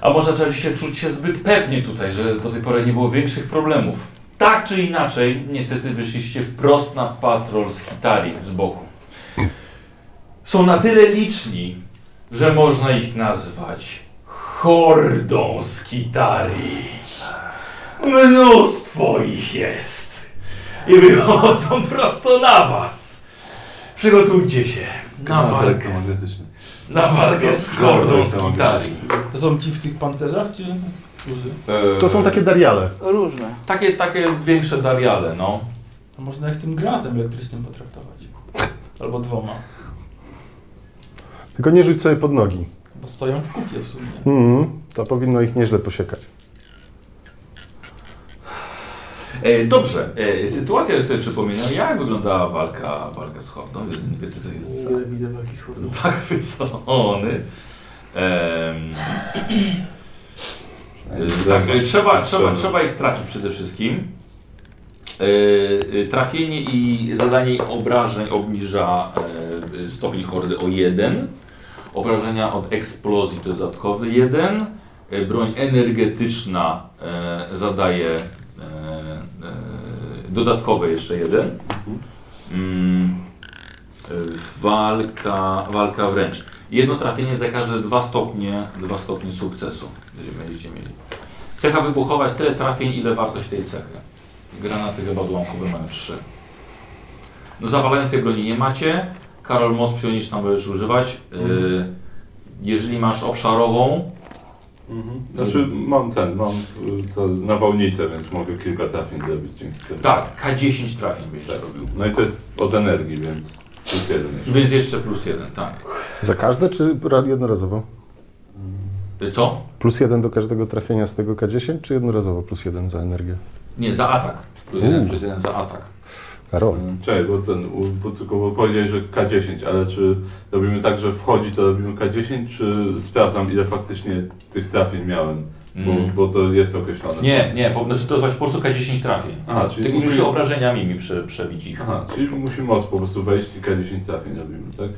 Speaker 1: A może zaczęliście czuć się zbyt pewnie tutaj, że do tej pory nie było większych problemów. Tak czy inaczej, niestety wyszliście wprost na patrol z Hitarii z boku. Są na tyle liczni, że można ich nazwać hordą z Hitarii. Mnóstwo ich jest i wychodzą prosto na was. Przygotujcie się na walkę, z-
Speaker 3: Magnetycznie.
Speaker 1: na walkę z hordą z Hitarii.
Speaker 5: To są ci w tych pancerzach, czy... Którzy?
Speaker 3: e,
Speaker 4: To są takie dariale.
Speaker 7: Różne.
Speaker 1: Takie, takie większe dariale, no.
Speaker 5: A można ich tym granatem elektrycznym potraktować. Albo dwoma.
Speaker 4: Tylko nie rzuć sobie pod nogi.
Speaker 5: Bo stoją w kupie w sumie.
Speaker 4: Mhm. To powinno ich nieźle posiekać.
Speaker 1: E, dobrze, e, sytuacja jest sobie przypominam, jak wyglądała walka, walka z hordą. Wiecie, co jest za-
Speaker 5: Nie widzę walki z hordą.
Speaker 1: zachwycony. Em, e,
Speaker 3: Dla
Speaker 1: tak,
Speaker 3: mnie.
Speaker 1: e, trzeba, trzeba,
Speaker 3: Strzelę.
Speaker 1: trzeba ich trafić przede wszystkim. E, e, Trafienie i zadanie obrażeń obniża e, stopień hordy o 1. Obrażenia od eksplozji to jest dodatkowy 1. E, Broń energetyczna e, zadaje e, e, dodatkowe jeszcze 1. Mm, e, walka, walka wręcz. Jedno trafienie za każde 2 stopnie, 2 stopnie sukcesu, jeżeli będziecie mieli. Cecha wybuchowa jest tyle trafień, ile wartość tej cechy. Granaty chyba odłamkowe mają 3. Do zawalającej broni nie macie. Karol, moc psioniczna możesz używać. Yy, jeżeli masz obszarową,
Speaker 3: Mhm. Znaczy mam ten, mam y, to nawałnicę, więc mogę kilka trafień zrobić dzięki temu.
Speaker 1: tak, K10 trafień będziesz robił.
Speaker 3: No i to jest od energii, więc plus jeden jeszcze.
Speaker 1: Więc jeszcze plus jeden, tak.
Speaker 4: Za każde czy ra- jednorazowo?
Speaker 1: Yy, Co?
Speaker 4: Plus jeden do każdego trafienia z tego K10, czy jednorazowo plus jeden za energię?
Speaker 1: Nie, za atak. Plus jeden, plus jeden za atak.
Speaker 4: Karol.
Speaker 3: Czekaj, bo ten, u- bo tylko bo powiedziałeś, że K10, ale czy robimy tak, że wchodzi, to robimy K10, czy sprawdzam, ile faktycznie tych trafień miałem? Bo,
Speaker 1: Mm.
Speaker 3: bo to jest określone.
Speaker 1: Nie, nie, po, znaczy to właśnie po prostu K10 trafi.
Speaker 3: Aha, czyli
Speaker 1: Tak, Tylko musi
Speaker 3: musimy-
Speaker 1: obrażeniami mi prze, przebić ich.
Speaker 3: Aha, czyli musimy moc po prostu wejść i K10 trafień robimy, tak?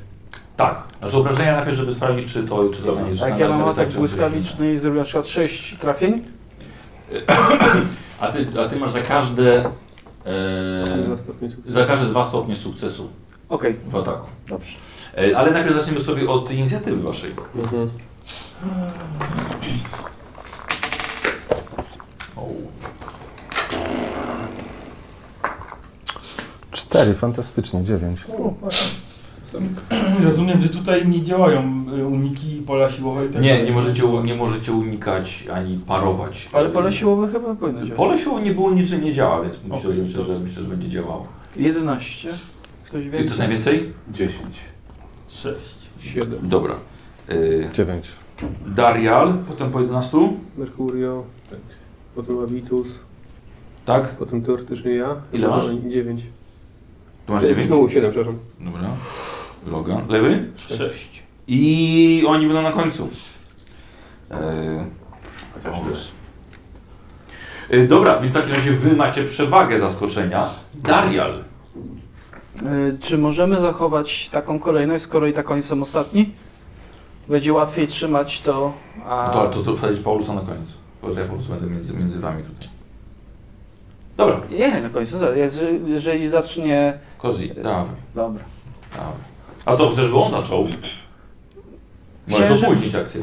Speaker 1: Tak, znaczy obrażenia najpierw, żeby sprawdzić, czy to, czy to
Speaker 3: Dobra.
Speaker 1: będzie.
Speaker 7: Tak,
Speaker 1: tak,
Speaker 7: Jak ja mam atak błyskawiczny i zrobię na przykład 6 trafień,
Speaker 1: A ty, a ty masz za każde. E,
Speaker 2: Dwa stopnie sukcesu.
Speaker 1: za każde dwa stopnie sukcesu
Speaker 7: okej,
Speaker 1: w ataku.
Speaker 7: dobrze.
Speaker 1: E, ale najpierw zaczniemy sobie od inicjatywy waszej.
Speaker 2: Mhm.
Speaker 1: O,
Speaker 4: Cztery, fantastycznie, dziewięć.
Speaker 5: Rozumiem, że tutaj nie działają y, uniki i pola siłowe i tak
Speaker 1: Nie,
Speaker 5: dalej.
Speaker 1: nie możecie, u- nie możecie unikać ani parować.
Speaker 7: Ale pole siłowe chyba powinno działać.
Speaker 1: Pole siłowe nie było, niczym nie działa, więc myślę,
Speaker 5: Okej,
Speaker 1: że, myślę, że,
Speaker 5: dobrze.
Speaker 1: myślę, że będzie działało.
Speaker 7: 11. Ktoś
Speaker 1: Ty to jest
Speaker 7: więcej?
Speaker 1: najwięcej?
Speaker 3: 10.
Speaker 5: Sześć.
Speaker 2: Siedem.
Speaker 1: Dobra. Y,
Speaker 4: Dziewięć.
Speaker 1: Darial, potem po 11,
Speaker 2: Merkurio.
Speaker 3: Tak.
Speaker 2: Potem Abitus.
Speaker 1: tak?
Speaker 2: Potem teoretycznie ja. no
Speaker 1: Ile masz?
Speaker 2: Dziewięć.
Speaker 1: Tu masz
Speaker 2: Ej,
Speaker 1: 9.
Speaker 2: Znowu siedem, przepraszam.
Speaker 1: Dobra. Logan, lewy?
Speaker 5: Sześć.
Speaker 1: I oni będą na końcu. E, Paulus. E, dobra, więc w takim razie wy macie przewagę zaskoczenia. Darial.
Speaker 7: Y, Czy możemy zachować taką kolejność, skoro i tak oni są ostatni? Będzie łatwiej trzymać to, a...
Speaker 1: No To, ale to, to wsadzisz Paulusa na koniec. Bo że ja po prostu będę między, między wami tutaj. Dobra,
Speaker 7: Nie, nie, na końcu, za- jeżeli- jeżeli zacznie...
Speaker 1: Kozi, dawaj,
Speaker 7: Dobra.
Speaker 1: dawaj. A co, chcesz, żeby on zaczął?
Speaker 7: Chciałem,
Speaker 1: Możesz
Speaker 7: że-
Speaker 1: opóźnić akcję.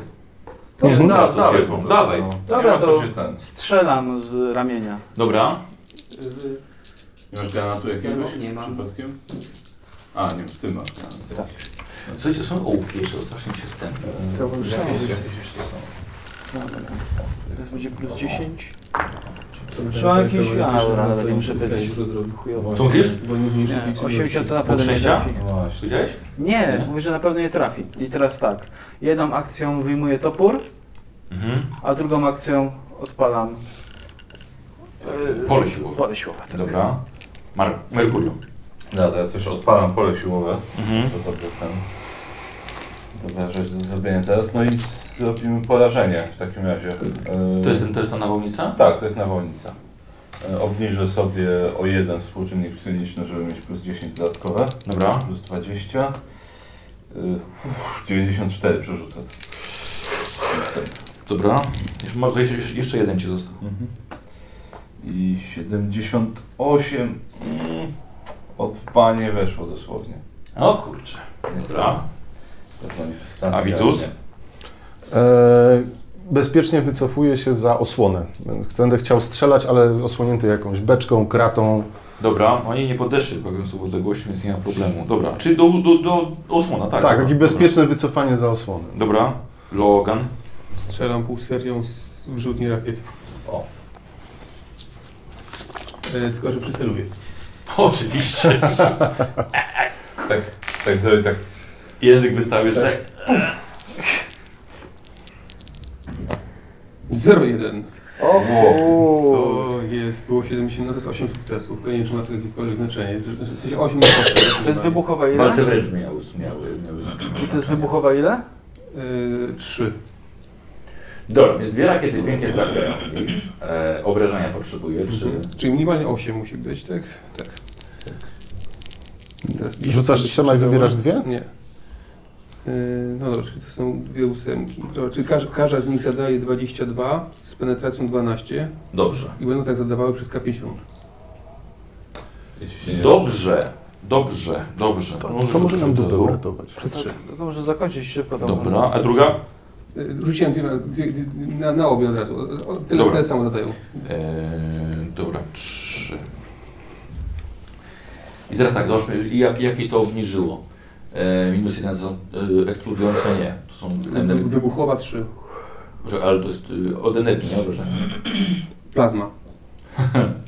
Speaker 7: To-
Speaker 1: Nie, no
Speaker 7: da-
Speaker 1: teraz
Speaker 7: dawaj.
Speaker 1: dawaj, dawaj. dawaj.
Speaker 3: No,
Speaker 7: Dobra,
Speaker 3: nie ma
Speaker 7: to-
Speaker 3: co się ten.
Speaker 7: Strzelam z ramienia.
Speaker 1: Dobra,
Speaker 3: Nie masz granatu jakiegoś?
Speaker 7: Nie mam.
Speaker 3: Przypadkiem? A, nie, w tym masz granat.
Speaker 1: słuchajcie, No są ołówki jeszcze, strasznie się stępy.
Speaker 2: To mam
Speaker 3: Jakieś-
Speaker 2: szansę.
Speaker 3: jakieś jeszcze są.
Speaker 7: Teraz będzie plus 10. Trzeba jakieś... A, dobra, dobra, nie muszę wyjść.
Speaker 1: Co mówisz?
Speaker 2: Bo nie zmniejszył
Speaker 7: Nie,
Speaker 2: liczby.
Speaker 7: 80 to na pewno nie
Speaker 1: Szczęścia?
Speaker 7: trafi.
Speaker 3: No właśnie.
Speaker 1: Widziałeś?
Speaker 7: Nie,
Speaker 1: Nie?
Speaker 7: mówię, że na pewno nie trafi. I teraz tak. Jedną akcją wyjmuję topór,
Speaker 1: Mhm.
Speaker 7: a drugą akcją odpalam... e,
Speaker 1: Pole siłowe.
Speaker 7: Pole siłowe. tak.
Speaker 1: Dobra. Mar- Merkurio.
Speaker 3: No, to ja też odpalam pole siłowe.
Speaker 1: Mhm.
Speaker 3: To dobrze ten. Dobra rzecz do zrobienia teraz. No i zrobimy porażenie w takim razie. Yy,
Speaker 1: To jest, ten, to jest ta nawałnica?
Speaker 3: Tak, to jest nawolnica. Yy, Obniżę sobie o jeden współczynnik psychiczny, żeby mieć plus 10 dodatkowe.
Speaker 1: Dobra.
Speaker 3: Plus 20. Yy, uff, 94 przerzucę.
Speaker 1: Dobra. Jeszcze, może jeszcze, jeszcze jeden ci został.
Speaker 3: I 78. Mm, O dwa nie weszło dosłownie.
Speaker 1: O kurczę.
Speaker 3: Niestety.
Speaker 1: Dobra.
Speaker 3: To jest manifestacja.
Speaker 1: A Vitus?
Speaker 3: ale nie.
Speaker 4: E, bezpiecznie wycofuję się za osłonę. Będę chciał strzelać, ale osłonięty jakąś beczką, kratą.
Speaker 1: Dobra. Oni nie podeszli, powiem sobie odległości, więc nie ma problemu. Dobra. Czyli do, do, do osłona, tak?
Speaker 4: Tak,
Speaker 1: dobra.
Speaker 4: takie bezpieczne wycofanie za osłonę.
Speaker 1: Dobra. Logan.
Speaker 2: Strzelam pół serią z wrzutni rakiet.
Speaker 3: O.
Speaker 2: E, tylko, że przyceluję.
Speaker 1: Oczywiście.
Speaker 3: Tak, tak zrobię tak.
Speaker 1: Język wystawisz, tak?
Speaker 2: 0-1.
Speaker 7: O,
Speaker 2: To jest, było 70, no to jest 8 sukcesów. To nie wiem, czy ma to jakiekolwiek znaczenie. W sensie 8 nie
Speaker 7: To jest wybuchowa ile?
Speaker 1: Tak. Walce wręcz miały, miały, miały znaczenie.
Speaker 7: I to jest wybuchowa ile?
Speaker 2: Yy, 3.
Speaker 1: Dobra, więc dwie rakiety pięknie trafiają. E, obrażenia potrzebuje, czy...
Speaker 2: Czyli minimalnie 8 musi być, tak? Tak. Teraz
Speaker 4: Rzucasz trzema i wybierasz dwie?
Speaker 2: Nie. Yy, No dobrze, czyli to są dwie ósemki. Dobra, czyli każ, każda z nich zadaje 22 z penetracją 12
Speaker 1: Dobrze.
Speaker 2: i będą tak zadawały przez K50.
Speaker 3: Jeśli się nie-
Speaker 1: Dobrze, dobrze, dobrze.
Speaker 4: To,
Speaker 1: No, Możesz
Speaker 4: to może nam
Speaker 1: od razu.
Speaker 4: dupę uratować.
Speaker 2: Przez 3.
Speaker 7: To może zakończyć szybko tą
Speaker 1: Dobra, a druga?
Speaker 2: E, Rzuciłem dwie, na- dwie, dwie- na, na obie od razu. O, o, Tyle,
Speaker 1: Dobra.
Speaker 2: tyle samo zadają.
Speaker 1: Eee, dobra, trzy. I teraz tak, zobaczmy, jak, jakie to obniżyło. Eee, minus jeden za e, ekskludujące nie. To są
Speaker 2: Wy-
Speaker 1: energie.
Speaker 2: Wybuchowa 3.
Speaker 1: Ale to jest e, od energii, nie obrażenia.
Speaker 2: Plazma.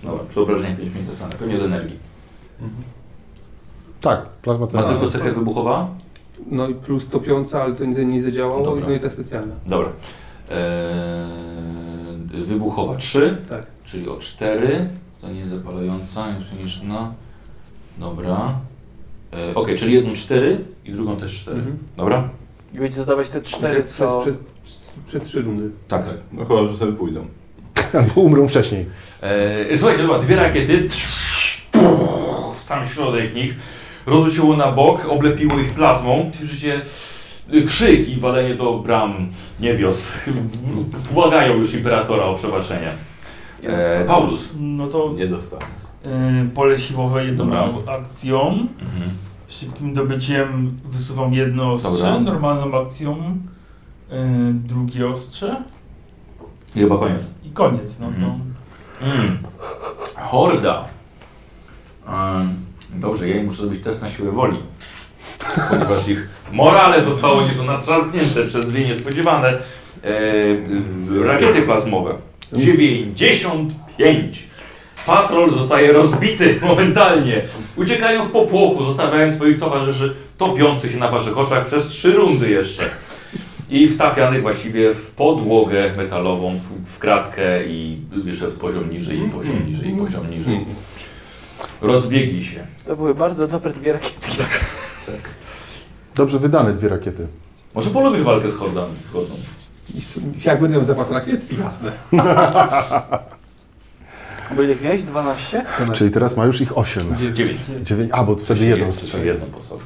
Speaker 1: Dobra, przy obrażeniu 5 minut zostanę. Pewnie od energii.
Speaker 4: Tak, plazma
Speaker 1: Ma
Speaker 4: to
Speaker 1: tylko cechę wybuchowa?
Speaker 2: No i plus topiąca, ale to nic nie zadziałało.
Speaker 1: Dobra.
Speaker 2: No i ta specjalna.
Speaker 1: Dobra. Eee, wybuchowa 3.
Speaker 2: Tak.
Speaker 1: Czyli o 4, to nie zapalająca, niepsuniczna. Dobra. E, Okej, czyli jedną cztery i drugą też cztery.
Speaker 2: Mhm.
Speaker 1: Dobra?
Speaker 7: I będziecie zdawać te cztery,
Speaker 2: Przez,
Speaker 7: co...
Speaker 2: przez, przez, przez trzy rundy.
Speaker 1: Tak.
Speaker 11: No chyba, że sobie pójdą.
Speaker 4: Albo umrą wcześniej.
Speaker 1: E, słuchajcie, dobra, dwie rakiety. puch, W sam środek nich. Rozrzuciło na bok, oblepiło ich plazmą. Słyszycie y, krzyk i walenie do bram niebios. Błagają już imperatora o przebaczenie.
Speaker 7: Ja
Speaker 1: E, Paulus.
Speaker 5: No to
Speaker 11: Nie dostaną.
Speaker 5: e, pole siłowe jedną
Speaker 1: Dobra.
Speaker 5: akcją.
Speaker 1: Mhm.
Speaker 5: Szybkim dobyciem wysuwam jedno ostrze,
Speaker 1: Dobra.
Speaker 5: normalną akcją e, drugie ostrze
Speaker 1: I chyba koniec.
Speaker 5: i koniec. No to...
Speaker 1: Mhm. Mm. Horda. Em, Dobrze, ja im muszę zrobić test na siłę woli. Ponieważ ich morale zostało nieco nadszarpnięte przez dwie niespodziewane e, e, rakiety plazmowe. 95. Patrol zostaje rozbity momentalnie. Uciekają w popłochu, zostawiając swoich towarzyszy topiących się na waszych oczach przez trzy rundy jeszcze. I wtapiany właściwie w podłogę metalową, w- w kratkę i jeszcze w poziom niżej, i poziom niżej, i poziom niżej. Rozbiegli się.
Speaker 7: To były bardzo dobre dwie rakietki.
Speaker 4: Dobrze wydane dwie rakiety.
Speaker 1: Może polubisz walkę z hordami. Hodną.
Speaker 2: Jak będę miał zapas rakiet? Jasne.
Speaker 7: Bo ile ich miałeś? 12?
Speaker 4: Czyli teraz ma już ich 8.
Speaker 1: Dziewięć.
Speaker 4: Dziewięć. A, bo wtedy jedną
Speaker 1: Jeszcze
Speaker 4: strzeli.
Speaker 1: jedną posadzkę.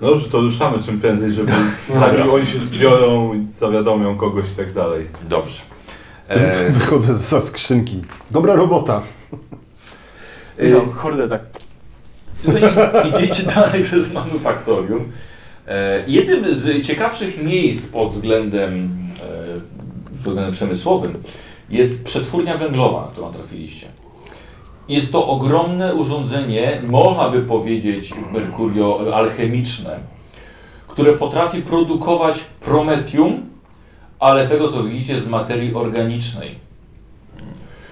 Speaker 11: No dobrze, to ruszamy czym prędzej, żeby zanim oni się zbiorą i zawiadomią kogoś i tak dalej.
Speaker 1: Dobrze.
Speaker 4: Wy-
Speaker 1: E,
Speaker 4: Wychodzę za skrzynki. Dobra robota.
Speaker 7: No, hordę tak.
Speaker 1: Idziecie dalej przez manufaktorium. E, Jednym z ciekawszych miejsc pod względem, e, pod względem przemysłowym jest przetwórnia węglowa, na którą trafiliście. Jest to ogromne urządzenie, można by powiedzieć, Merkurio, alchemiczne, które potrafi produkować prometium, ale z tego co widzicie, z materii organicznej.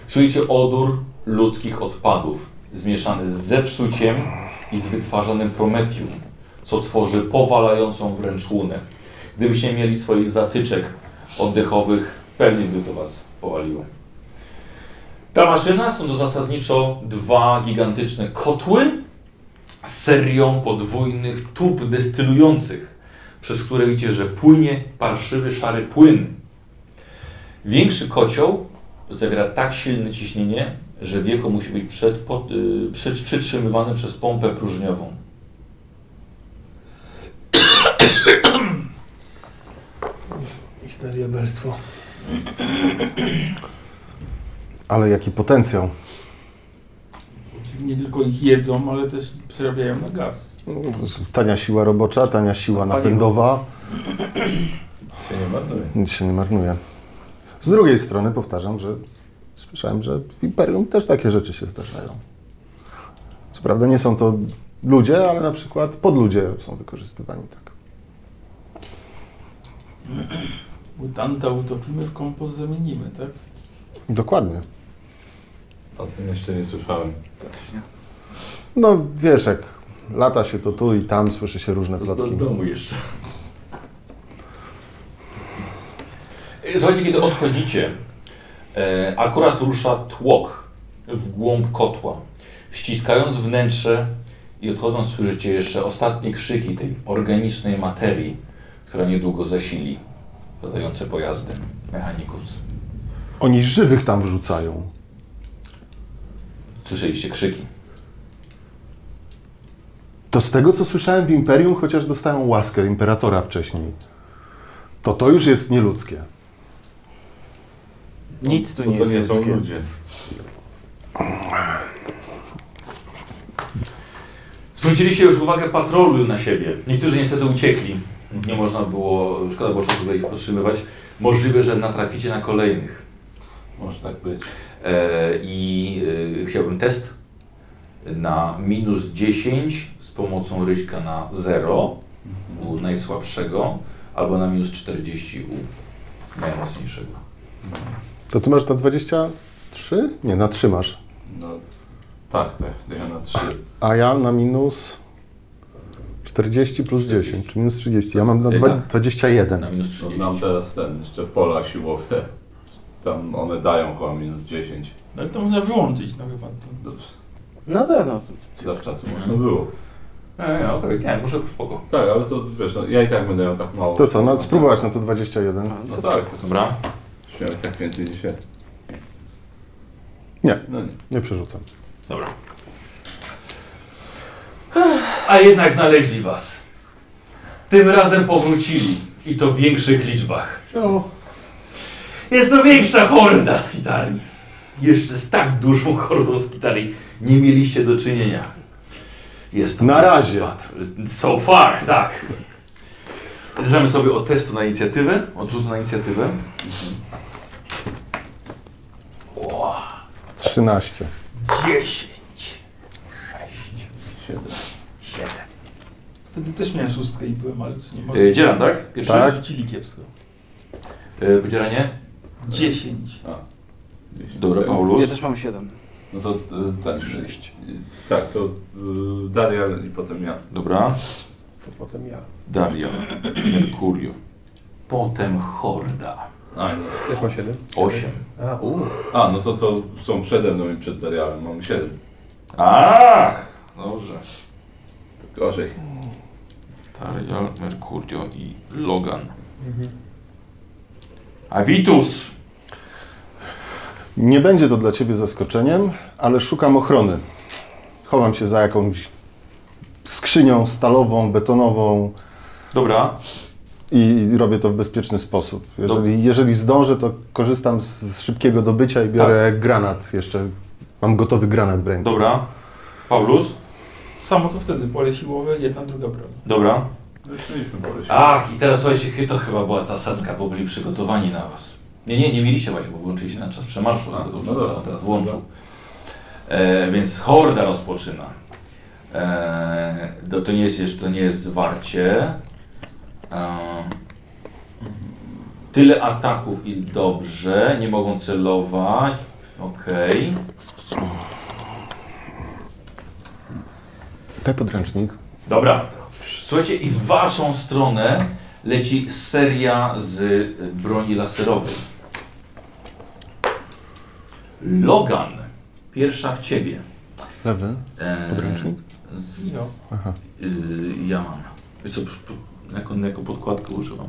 Speaker 1: Czujecie odór ludzkich odpadów zmieszany z zepsuciem i z wytwarzanym prometium, co tworzy powalającą wręcz łunę. Gdybyście nie mieli swoich zatyczek oddechowych, pewnie by to was powaliło. Ta maszyna są to zasadniczo dwa gigantyczne kotły z serią podwójnych tub destylujących, przez które widzicie, że płynie parszywy szary płyn. Większy kocioł zawiera tak silne ciśnienie, że wieko musi być przed, pod, y, przy, przytrzymywane przez pompę próżniową.
Speaker 5: Istne diabelstwo.
Speaker 4: Ale jaki potencjał.
Speaker 5: Czyli nie tylko ich jedzą, ale też przerabiają na gaz.
Speaker 4: Tania siła robocza, tania siła napędowa.
Speaker 11: Nic się nie marnuje.
Speaker 4: Nic się nie marnuje. Z drugiej strony powtarzam, że słyszałem, że w Imperium też takie rzeczy się zdarzają. Co prawda nie są to ludzie, ale na przykład podludzie są wykorzystywani tak.
Speaker 5: Mutanta utopimy, w kompost zamienimy, tak?
Speaker 4: Dokładnie.
Speaker 11: O tym jeszcze nie słyszałem.
Speaker 4: No wiesz, jak lata się to tu i tam, słyszy się różne plotki.
Speaker 1: jeszcze. Słuchajcie, kiedy odchodzicie, e, akurat rusza tłok w głąb kotła, ściskając wnętrze i odchodząc słyszycie jeszcze ostatnie krzyki tej organicznej materii, która niedługo zasili latające pojazdy mechanikus.
Speaker 4: Oni żywych tam wrzucają.
Speaker 1: Słyszeliście krzyki.
Speaker 4: To z tego, co słyszałem w Imperium, chociaż dostałem łaskę Imperatora wcześniej, to to już jest nieludzkie.
Speaker 7: Nic tu
Speaker 11: Bo
Speaker 7: nie
Speaker 11: No to
Speaker 7: jest
Speaker 11: nie są
Speaker 7: ludzkie.
Speaker 11: ludzie.
Speaker 1: Zwróciliście już uwagę patrolu na siebie. Niektórzy niestety uciekli. Nie można było, szkoda było czasu, by ich powstrzymywać. Możliwe, że natraficie na kolejnych.
Speaker 11: Może tak być.
Speaker 1: E, I e, chciałbym test na minus 10 z pomocą ryśka na 0
Speaker 11: Mhm.
Speaker 1: u najsłabszego, albo na minus 40 u najmocniejszego.
Speaker 4: To ty masz na 23? Nie, na 3 masz.
Speaker 11: No tak, tak. Ja na trzy.
Speaker 4: A ja na minus 40 plus 10, czy minus 30. Ja mam na
Speaker 1: Ty
Speaker 4: dwa,
Speaker 1: na-
Speaker 4: 21.
Speaker 1: Na minus
Speaker 11: No,
Speaker 1: 30.
Speaker 11: nam teraz ten, jeszcze pola siłowe. Tam one dają chyba minus 10.
Speaker 5: No Ale to można wyłączyć, no chyba. To.
Speaker 11: Dobrze.
Speaker 7: No tak, no.
Speaker 11: Zawczasu można było.
Speaker 1: E, nie, okej, nie, może spoko.
Speaker 11: Tak, ale to wiesz, no, ja i tak będę miał tak mało.
Speaker 4: To co, no spróbować na to 21.
Speaker 11: No tak, to
Speaker 1: Dobra.
Speaker 11: śmiałem tak więcej dzisiaj.
Speaker 4: Nie.
Speaker 11: No nie.
Speaker 4: Nie przerzucam.
Speaker 1: Dobra. A jednak znaleźli was. Tym razem powrócili i to w większych liczbach. Jest to większa horda skitali. Jeszcze z tak dużą hordą skitali nie mieliście do czynienia. Jest to
Speaker 4: Na
Speaker 1: pierwszy
Speaker 4: razie.
Speaker 1: patrol. So far, tak. Zaczynamy sobie od testu na inicjatywę, od rzutu na inicjatywę.
Speaker 4: 13.
Speaker 1: 10, 6, 7, 7.
Speaker 5: Wtedy też miałem szóstkę i byłem, ale to nie
Speaker 1: Yy,
Speaker 5: mogę.
Speaker 1: dzielam, tak? Pierwszy?
Speaker 4: Tak.
Speaker 5: Rzucili kiepsko.
Speaker 1: Yy, wydzieranie?
Speaker 5: Dziesięć.
Speaker 1: Dobra,
Speaker 4: E,
Speaker 7: Ja
Speaker 1: Paulus.
Speaker 7: też mam 7.
Speaker 11: No to y, ten. Sześć. Tak, to y, Darian i potem ja.
Speaker 1: Dobra.
Speaker 2: To potem ja.
Speaker 1: Dario. Mercurio. Potem Horda.
Speaker 11: A, nie.
Speaker 2: Też ma 7.
Speaker 1: 8.
Speaker 2: A, u.
Speaker 11: A, no to, to są przede mną i przed Darianem. Mam 7.
Speaker 1: Ach! Dobrze.
Speaker 11: Gorzej.
Speaker 1: Dario, Mercurio i Logan. Avitus!
Speaker 4: Nie będzie to dla ciebie zaskoczeniem, ale szukam ochrony. Chowam się za jakąś skrzynią stalową, betonową
Speaker 1: Dobra.
Speaker 4: i robię to w bezpieczny sposób. Jeżeli, jeżeli zdążę, to korzystam z- z szybkiego dobycia i biorę granat jeszcze. Mam gotowy granat w ręku.
Speaker 1: Dobra. Paulus?
Speaker 5: Samo co wtedy, pole siłowe, jedna, druga broń.
Speaker 1: Dobra.
Speaker 11: Zaczęliśmy Boryś.
Speaker 1: Ach, i teraz słuchajcie, chy- to chyba była zasadzka, bo byli przygotowani na was. Nie, nie, nie mieliście właśnie, bo włączyliście na czas przemarszu,
Speaker 11: A,
Speaker 1: no,
Speaker 11: no
Speaker 1: dobrze,
Speaker 11: dobra.
Speaker 1: on teraz włączył. E, więc horda rozpoczyna. E, to, to nie jest jeszcze, to nie jest zwarcie. E, tyle ataków i dobrze, nie mogą celować. Okej.
Speaker 4: Daj podręcznik.
Speaker 1: Dobra. Słuchajcie, i w waszą stronę leci seria z y, broni laserowej. Logan, pierwsza w ciebie.
Speaker 4: Lewy.
Speaker 1: E,
Speaker 4: Podręcznik?
Speaker 1: Z,
Speaker 5: Jo.
Speaker 4: Aha.
Speaker 1: y, ja mam. Wiesz co, przy- po- jako, jako podkładkę używam.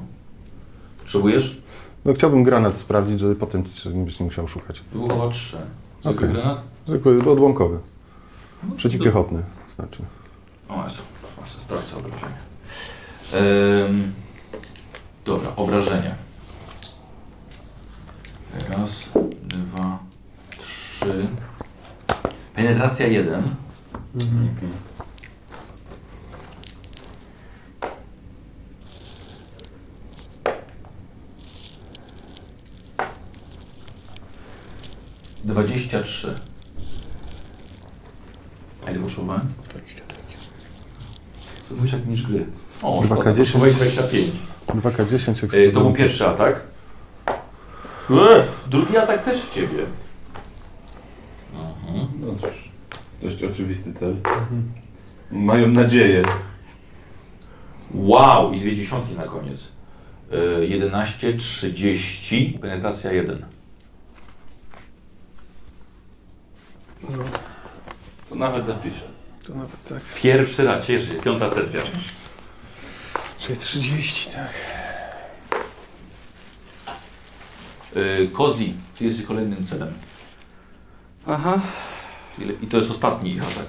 Speaker 1: Potrzebujesz?
Speaker 4: No chciałbym granat sprawdzić, żeby potem byś nie musiał szukać.
Speaker 1: Było chyba trzy. Zwykły
Speaker 4: Okej.
Speaker 1: granat?
Speaker 4: Zwykły odłamkowy.
Speaker 1: No,
Speaker 4: Przeciwpiechotny znaczy.
Speaker 1: O Jezu, muszę sprawdzić obrażenia. Ehm, dobra, obrażenia. Raz, dwa, trzy. Penetracja jeden. Mhm. Dwadzieścia trzy. A ile potrzebowałem? To mówisz jak niż gry. O,
Speaker 4: 2K10.
Speaker 1: szkoda, potrzebowałeś 25.
Speaker 4: 2K10
Speaker 1: E, to był
Speaker 4: eksplodujący.
Speaker 1: pierwszy atak. E, drugi atak też w ciebie. Mhm.
Speaker 11: No cóż, dość oczywisty cel.
Speaker 3: Mhm.
Speaker 11: Mają nadzieję.
Speaker 1: Wow, i dwie dziesiątki na koniec. E, 11, 30, penetracja 1.
Speaker 11: To nawet zapiszę.
Speaker 2: To nawet tak.
Speaker 1: Pierwszy raz, cieszę się, piąta sesja.
Speaker 2: Czyli 30, tak.
Speaker 1: E, Kozi, ty jesteś kolejnym celem.
Speaker 7: Aha.
Speaker 1: Ile- I to jest ostatni ich atak.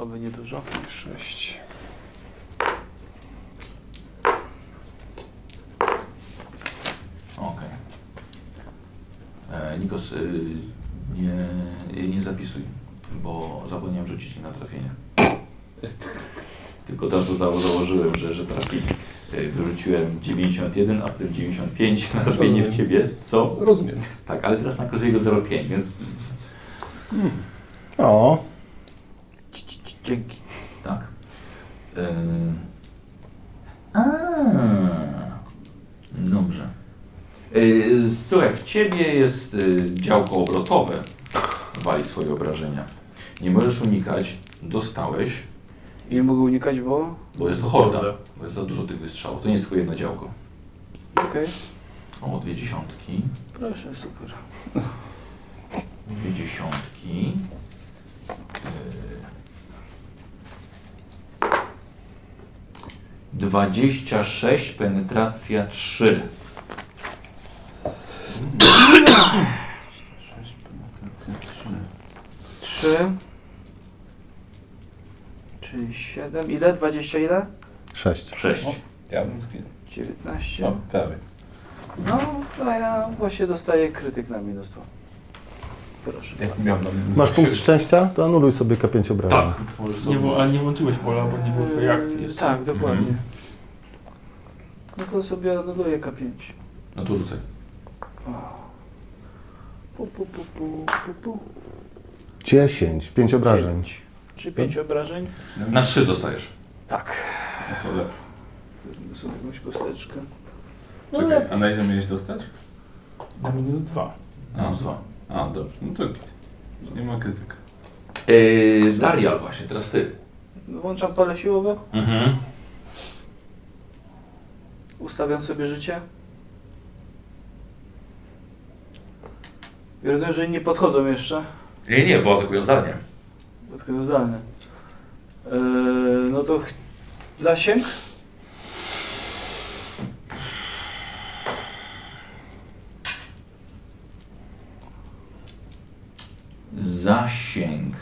Speaker 7: Oby nie dużo.
Speaker 2: 6.
Speaker 1: Okej. E, Nikos, y, nie, nie zapisuj, bo zapomniałem rzucić na trafienie. Tylko tam to zało- założyłem, że, że trafi. Y, Wyrzuciłem 91, a potem 95 na trafienie w ciebie. Co?
Speaker 2: Rozumiem.
Speaker 1: Tak, ale teraz na Koziego 05, więc
Speaker 4: O,
Speaker 7: Ci- ci- ci- Dzięki.
Speaker 1: tak. Y, A, dobrze. Y, Słuchaj, w ciebie jest y, działko obrotowe. Wali swoje obrażenia. Nie możesz unikać, dostałeś,
Speaker 7: Nie mogę unikać, bo...
Speaker 1: bo jest to horda, bo jest za dużo tych wystrzałów. To nie jest twoje jedno działko.
Speaker 7: Okej.
Speaker 1: O, dwie dziesiątki.
Speaker 7: Proszę, super.
Speaker 1: Dwie dziesiątki. Yy. Dwadzieścia sześć, penetracja trzy.
Speaker 7: Trzy, Czyli siedem, Ile? Dwadzieścia ile?
Speaker 4: Sześć.
Speaker 1: Sześć.
Speaker 12: Ja bym zginął.
Speaker 7: 19.
Speaker 12: No,
Speaker 1: tak.
Speaker 12: prawie.
Speaker 7: No, a ja właśnie dostaję krytyk na minus dwa. Proszę.
Speaker 12: Jak miał na mnie
Speaker 4: Masz punkt szczęścia, to anuluj sobie K5 obrażeń.
Speaker 1: Tak. no, Możesz
Speaker 5: Nie,
Speaker 1: sobie-
Speaker 5: wo- ale nie włączyłeś pola, bo nie było twojej akcji
Speaker 7: Eee,
Speaker 5: jeszcze. Mhm.
Speaker 7: Tak, dokładnie. No to sobie anuluję K5.
Speaker 1: No to rzucaj.
Speaker 7: Pu, pu, pu, pu, pu, pu.
Speaker 4: 10, 5 obrażeń.
Speaker 7: Dziewięć. Czy pięć obrażeń?
Speaker 1: Na trzy zostajesz.
Speaker 7: Tak.
Speaker 12: No to lepiej.
Speaker 7: Weźmy sobie jakąś kosteczkę. No
Speaker 3: Czekaj, a na ile miałeś dostać?
Speaker 5: Na minus dwa.
Speaker 1: Minus No, dwa.
Speaker 3: A, dobrze, no to git. Nie ma krytyka.
Speaker 1: Yy, Darial właśnie, teraz ty.
Speaker 7: le- Włączam pole siłowe,
Speaker 1: Mhm.
Speaker 7: ustawiam sobie życie. I rozumiem, że inni podchodzą jeszcze.
Speaker 1: Nie, nie, bo atakują zdalnie.
Speaker 7: Dodatkowo zdalne. Yy, no to ch- zasięg?
Speaker 1: Zasięg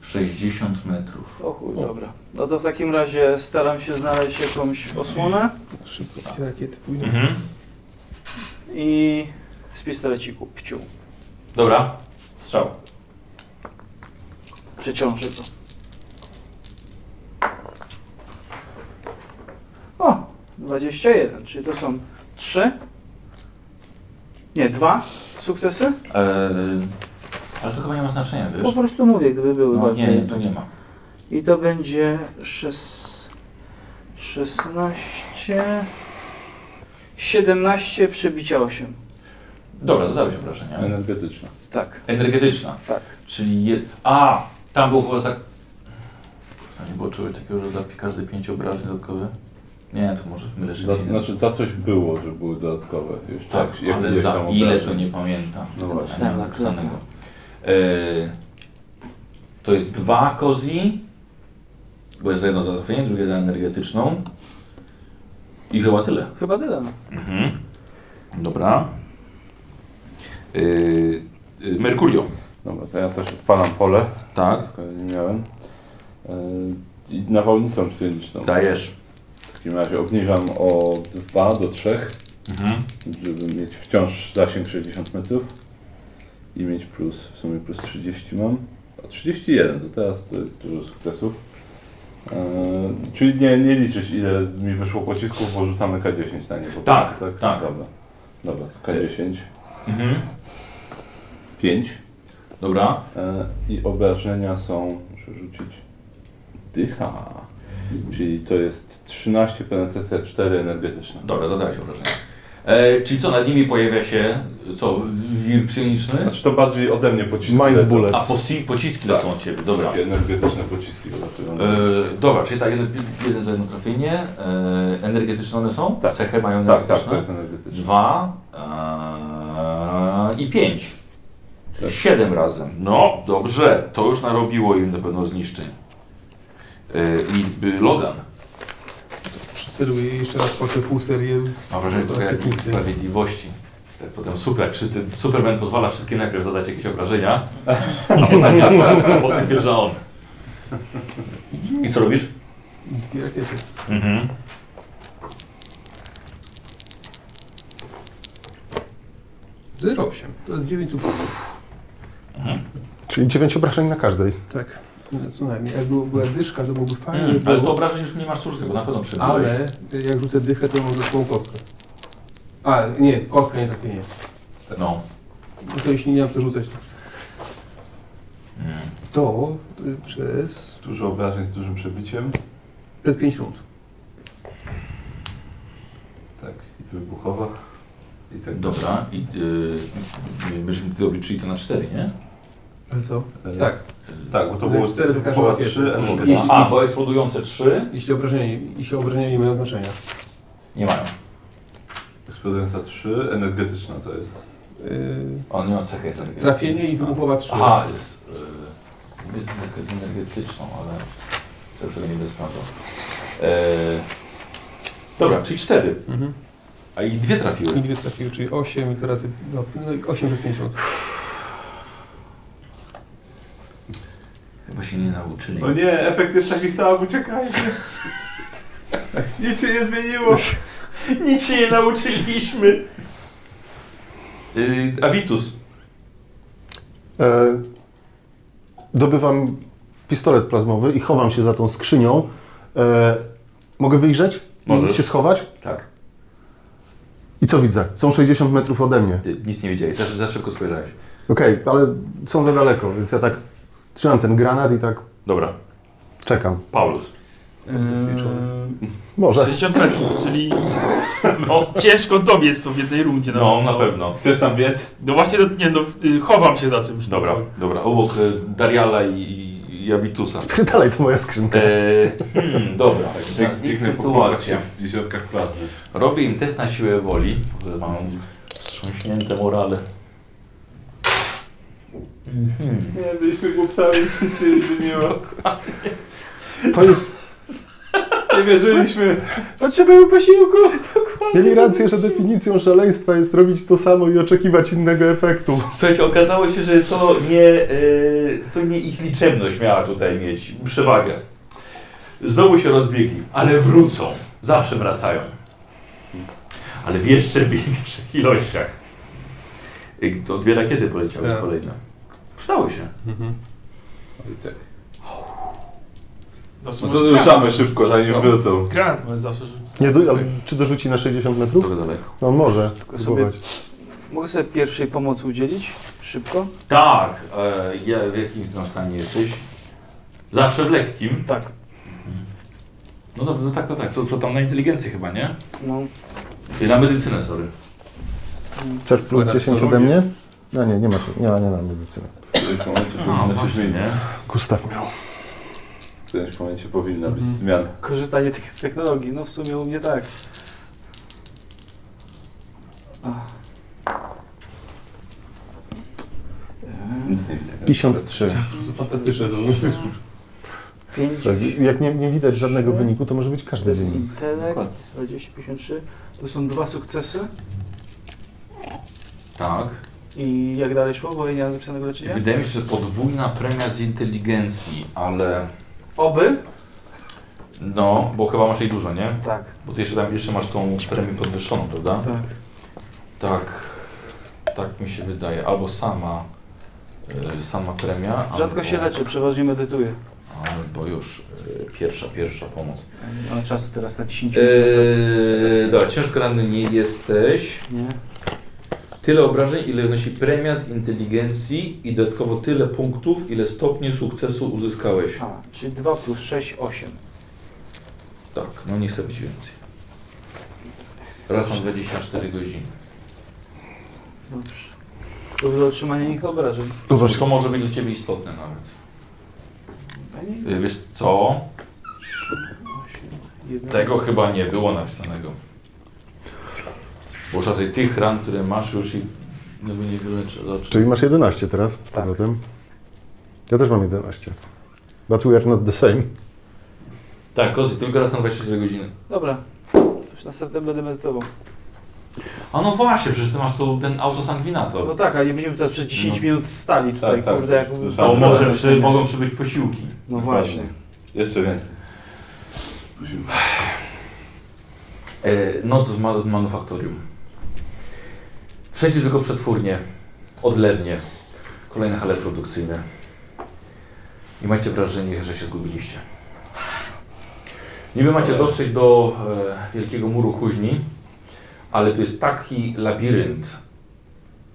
Speaker 1: 60 metrów.
Speaker 7: O chuj, dobra. No to w takim razie staram się znaleźć jakąś osłonę
Speaker 2: Szybkie rakiety pójdą.
Speaker 1: Mhm.
Speaker 7: i z pistoleciku pciu.
Speaker 1: Dobra. Strzał.
Speaker 7: Przeciążę to. O! 21, czyli to są 3. Nie, 2 sukcesy?
Speaker 1: Eee, ale to chyba nie ma znaczenia,
Speaker 7: Po
Speaker 1: wiesz?
Speaker 7: prostu mówię, gdyby były
Speaker 1: No, nie,
Speaker 7: ważne.
Speaker 1: nie, to nie ma.
Speaker 7: I to będzie 6, 16, 17 przebicia 8.
Speaker 1: Dobra, zadałeś obrażenia.
Speaker 3: Energetyczna.
Speaker 7: Tak.
Speaker 1: Energetyczna.
Speaker 7: Tak.
Speaker 1: Czyli. Je... A! Tam było chyba za. To nie było czegoś takiego, że zapi każde pięć obrażeń dodatkowe? Nie, to może mylę się.
Speaker 3: Za, znaczy za coś było, że były dodatkowe. Już
Speaker 1: tak,
Speaker 3: tak, jak
Speaker 1: ale
Speaker 3: gdzieś
Speaker 1: za
Speaker 3: tam
Speaker 1: ile
Speaker 3: obrażeń.
Speaker 1: to nie pamiętam.
Speaker 3: No
Speaker 1: Ja
Speaker 3: właśnie.
Speaker 1: nie mam
Speaker 7: Tak,
Speaker 1: zapisanego. Eee, to jest dwa kozi, bo jest za jedno za trafienie, drugie za energetyczną. I chyba tyle.
Speaker 7: Chyba tyle. no.
Speaker 1: Mhm. Dobra. Yy, yy, Mercurio.
Speaker 3: Dobra, to ja też odpalam pole,
Speaker 1: Tak.
Speaker 3: tylko nie miałem. Yy, I nawałnicą psychiczną.
Speaker 1: Dajesz.
Speaker 3: W takim razie obniżam o 2 do 3,
Speaker 1: Mhm.
Speaker 3: żeby mieć wciąż zasięg 60 metrów i mieć plus, w sumie plus 30 mam. O, 31 to teraz to jest dużo sukcesów. Yy, czyli nie, nie liczysz ile mi wyszło pocisków, bo rzucamy K10 na nie. po prostu,
Speaker 1: Tak, tak.
Speaker 3: Dobra. Dobra, to K10.
Speaker 1: mhm.
Speaker 3: 5.
Speaker 1: Dobra.
Speaker 3: E, I obrażenia są, muszę rzucić, dycha. Czyli to jest 13 penetracja, 4 energetyczne.
Speaker 1: Dobra, zadałeś obrażenia. E, czyli co, nad nimi pojawia się, co, wir psioniczny?
Speaker 3: Znaczy to bardziej ode mnie pociski
Speaker 4: Mind
Speaker 3: lecą.
Speaker 4: bullet.
Speaker 1: A posi- pociski
Speaker 3: Tak.
Speaker 1: lecą od ciebie, dobra.
Speaker 3: Takie energetyczne pociski wylatują.
Speaker 1: E, dobra, czyli tak, jeden, jeden za jedno trafienie. E, energetyczne one są?
Speaker 3: Tak.
Speaker 1: Cechę mają
Speaker 3: tak,
Speaker 1: energetyczne?
Speaker 3: tak, to jest energetyczne.
Speaker 1: Dwa a, i pięć. Czyli
Speaker 3: Tak.
Speaker 1: siedem razem. No, dobrze, to już narobiło im na pewno zniszczeń. E, I y, Logan.
Speaker 2: Przeceluję i jeszcze raz poszedł pół serię.
Speaker 1: Mam wrażenie, że trochę jak w sprawiedliwości. Tak potem super, jak wszyscy, Superman pozwala wszystkim najpierw zadać jakieś obrażenia, a potem, a potem wie, że on. I co robisz?
Speaker 2: Dwie rakiety.
Speaker 1: Mhm.
Speaker 2: Zero osiem. To jest 9 sukcesów.
Speaker 4: Czyli 9 obrażeń na każdej.
Speaker 2: Tak. No, Co najmniej. Jak było- była dyszka, to byłoby fajnie.
Speaker 11: Hmm,
Speaker 1: Mm, ale
Speaker 2: było,
Speaker 1: to obrażeń już nie masz słusznych, bo na pewno przebiłeś.
Speaker 2: ale jak rzucę dychę, to mam dodatkową kostkę. A, nie, kostka nie takie nie.
Speaker 1: No.
Speaker 2: No to jeśli nie mam co rzucać,
Speaker 1: Mm.
Speaker 2: to y, przez,
Speaker 3: Dużo obrażeń z dużym przebiciem.
Speaker 2: przez 5 rund.
Speaker 3: Tak, i wybuchowa. I tak
Speaker 1: Dobra, i yy, myśmy ty obliczyli to na cztery, nie?
Speaker 2: Ale co?
Speaker 3: E,
Speaker 2: Tak.
Speaker 3: Tak, bo to
Speaker 2: Za
Speaker 3: było
Speaker 2: cztery za każdą
Speaker 3: wybuchowa
Speaker 2: rakietę.
Speaker 3: 3,
Speaker 2: Proszę,
Speaker 3: energetyczne.
Speaker 2: jeśli-
Speaker 1: A, bo eksplodujące trzy
Speaker 2: Jeśli obrażenia, jeśli obrażenia nie mają znaczenia.
Speaker 1: nie mają.
Speaker 11: Szkoda 3, energetyczna to jest.
Speaker 2: Yy,
Speaker 1: On nie ma cechy energetycznej.
Speaker 2: trafienie i wybuchowa 3.
Speaker 1: Aha, jest, y, jest energe- z energetyczną, ale to już tego nie będę sprawdzał. E, dobra, czyli cztery.
Speaker 2: Mhm.
Speaker 1: A i dwie trafiły.
Speaker 2: I dwie trafiły, czyli 8 i to razy. No, no i 8 to jest 50.
Speaker 1: Chyba się nie nauczyli.
Speaker 5: No
Speaker 11: O nie, efekt jest taki sam, uciekajcie. Nic się nie zmieniło.
Speaker 5: Nic się nie nauczyliśmy.
Speaker 1: Y, Avitus,
Speaker 4: E, dobywam pistolet plazmowy i chowam się za tą skrzynią. E, mogę wyjrzeć?
Speaker 1: Możesz.
Speaker 4: I się schować?
Speaker 1: tak,
Speaker 4: I co widzę? Są 60 metrów ode mnie.
Speaker 1: ty nic nie wiedziałeś, za, za szybko spojrzałeś.
Speaker 4: Okej, ale są za daleko, więc ja tak trzymam ten granat i tak
Speaker 1: Dobra,
Speaker 4: czekam.
Speaker 1: Paulus.
Speaker 4: Może.
Speaker 5: 60 Eee, metrów, czyli no, ciężko dobiec to w jednej rundzie.
Speaker 1: No, na pewno.
Speaker 11: Chcesz tam biec?
Speaker 5: No właśnie, no, nie, no, y, chowam się za czymś. Tak.
Speaker 1: Dobra, dobra, obok y, Dariala i, i Avitusa.
Speaker 4: Dalej to moja skrzynka.
Speaker 1: E, hmm, dobra,
Speaker 11: Jak
Speaker 1: tak,
Speaker 11: biegnę po kulach
Speaker 1: sytuacja.
Speaker 11: się w jeziorkach plazmy.
Speaker 1: Robię im test na siłę woli. bo Mam wstrząśnięte morale.
Speaker 11: Nie, byliśmy głupcami, nic się nie zmieniło.
Speaker 4: To jest...
Speaker 11: Nie wierzyliśmy.
Speaker 4: Potrzebują posiłku! Mieli rację, że definicją szaleństwa jest robić to samo i oczekiwać innego efektu.
Speaker 1: Słuchajcie, okazało się, że to nie, y, to nie ich liczebność miała tutaj mieć przewagę. Znowu się rozbiegli, ale wrócą. Zawsze wracają. Ale w jeszcze większych ilościach. Y, To dwie rakiety poleciały
Speaker 2: Tak.
Speaker 1: kolejne. Przydały się.
Speaker 5: Zawsze
Speaker 11: No to
Speaker 5: może
Speaker 11: ruszamy
Speaker 5: granat.
Speaker 11: szybko, zanim wrócą.
Speaker 5: Granat masz zawsze rzucić.
Speaker 4: Nie, do, ale czy dorzuci na 60 metrów?
Speaker 1: Trochę daleko.
Speaker 4: No może.
Speaker 7: sobie-
Speaker 4: Spróbować.
Speaker 7: Mogę sobie pierwszej pomocy udzielić? Szybko?
Speaker 1: Tak, e, ja, w jakim tam stanie jesteś? Zawsze w lekkim.
Speaker 7: Tak.
Speaker 1: No dobra, no tak, to tak. Co, co tam na inteligencję chyba, nie?
Speaker 7: No,
Speaker 1: Czyli na medycynę, sorry.
Speaker 4: Chcesz plus
Speaker 11: Teraz
Speaker 4: 10
Speaker 11: to
Speaker 4: ode
Speaker 11: lubię.
Speaker 4: mnie? No nie, nie masz, nie, nie mam medycyny.
Speaker 11: W którymś momencie
Speaker 3: no
Speaker 11: powinna się zmienić.
Speaker 4: Gustaw miał.
Speaker 11: W którymś momencie powinna być zmiana.
Speaker 7: korzystanie tych z technologii. No w sumie u mnie tak. Ach.
Speaker 11: Nic nie widzę.
Speaker 4: 53.
Speaker 2: Fantastyczne to.
Speaker 7: Pięć,
Speaker 4: Tak, Jak nie, nie widać żadnego wyniku, to może być
Speaker 7: to
Speaker 4: każdy
Speaker 7: jest
Speaker 4: wynik.
Speaker 7: intelekt, 20, 53. To są dwa sukcesy.
Speaker 1: Tak.
Speaker 7: I jak dalej szło, bo ja nie mam zapisanego
Speaker 1: I
Speaker 7: leczenia.
Speaker 1: Wydaje mi się, że podwójna premia z inteligencji, ale
Speaker 7: Oby?
Speaker 1: no, bo chyba masz jej dużo, nie?
Speaker 7: Tak,
Speaker 1: Bo ty jeszcze tam jeszcze masz tą premię podwyższoną, prawda?
Speaker 7: tak.
Speaker 1: Tak, tak mi się wydaje. Albo sama, y, sama premia.
Speaker 7: Rzadko
Speaker 1: albo,
Speaker 7: się leczę, przeważnie medytuję.
Speaker 1: Albo już y, pierwsza, pierwsza pomoc.
Speaker 7: Nie mam czasu teraz na 10 minut.
Speaker 1: Yy, dobra, ciężko ranny nie jesteś.
Speaker 7: Nie?
Speaker 1: Tyle obrażeń, ile wynosi premia z inteligencji i dodatkowo tyle punktów, ile stopni sukcesu uzyskałeś.
Speaker 7: A, czyli 2 plus 6, 8.
Speaker 1: Tak, no nie chcę być więcej. Raz na 24 godziny.
Speaker 7: Dobrze. To do utrzymania ich obrażeń.
Speaker 4: Uważ,
Speaker 1: Co może być dla Ciebie istotne nawet?
Speaker 7: A nie,
Speaker 1: Y, Wiesz co?
Speaker 7: osiem, jeden.
Speaker 1: Tego chyba nie było napisanego. Bo raczej tych ran, które masz już i no by nie wyleczy.
Speaker 4: czyli masz 11 teraz z powrotem. Ja też mam 11. But we are not the same.
Speaker 1: Tak, Kozy, tylko raz na 24 godziny.
Speaker 7: Dobra. Już następnym będę medytował.
Speaker 1: A no właśnie, przecież Ty masz tu ten
Speaker 7: No
Speaker 1: autosangwinator.
Speaker 7: tak, a nie będziemy teraz przez 10 minut stali tutaj,
Speaker 11: Tak, tak.
Speaker 7: kurde, jak
Speaker 11: No,
Speaker 1: Bo
Speaker 11: tak,
Speaker 1: może
Speaker 11: tak.
Speaker 1: przy, mogą przybyć posiłki.
Speaker 7: No właśnie.
Speaker 11: Jeszcze więcej.
Speaker 1: E, Noc w ma- manufaktorium. Wszędzie tylko przetwórnie, odlewnie, kolejne hale produkcyjne. I macie wrażenie, że się zgubiliście. Niby macie dotrzeć do e, wielkiego muru kuźni, ale tu jest taki labirynt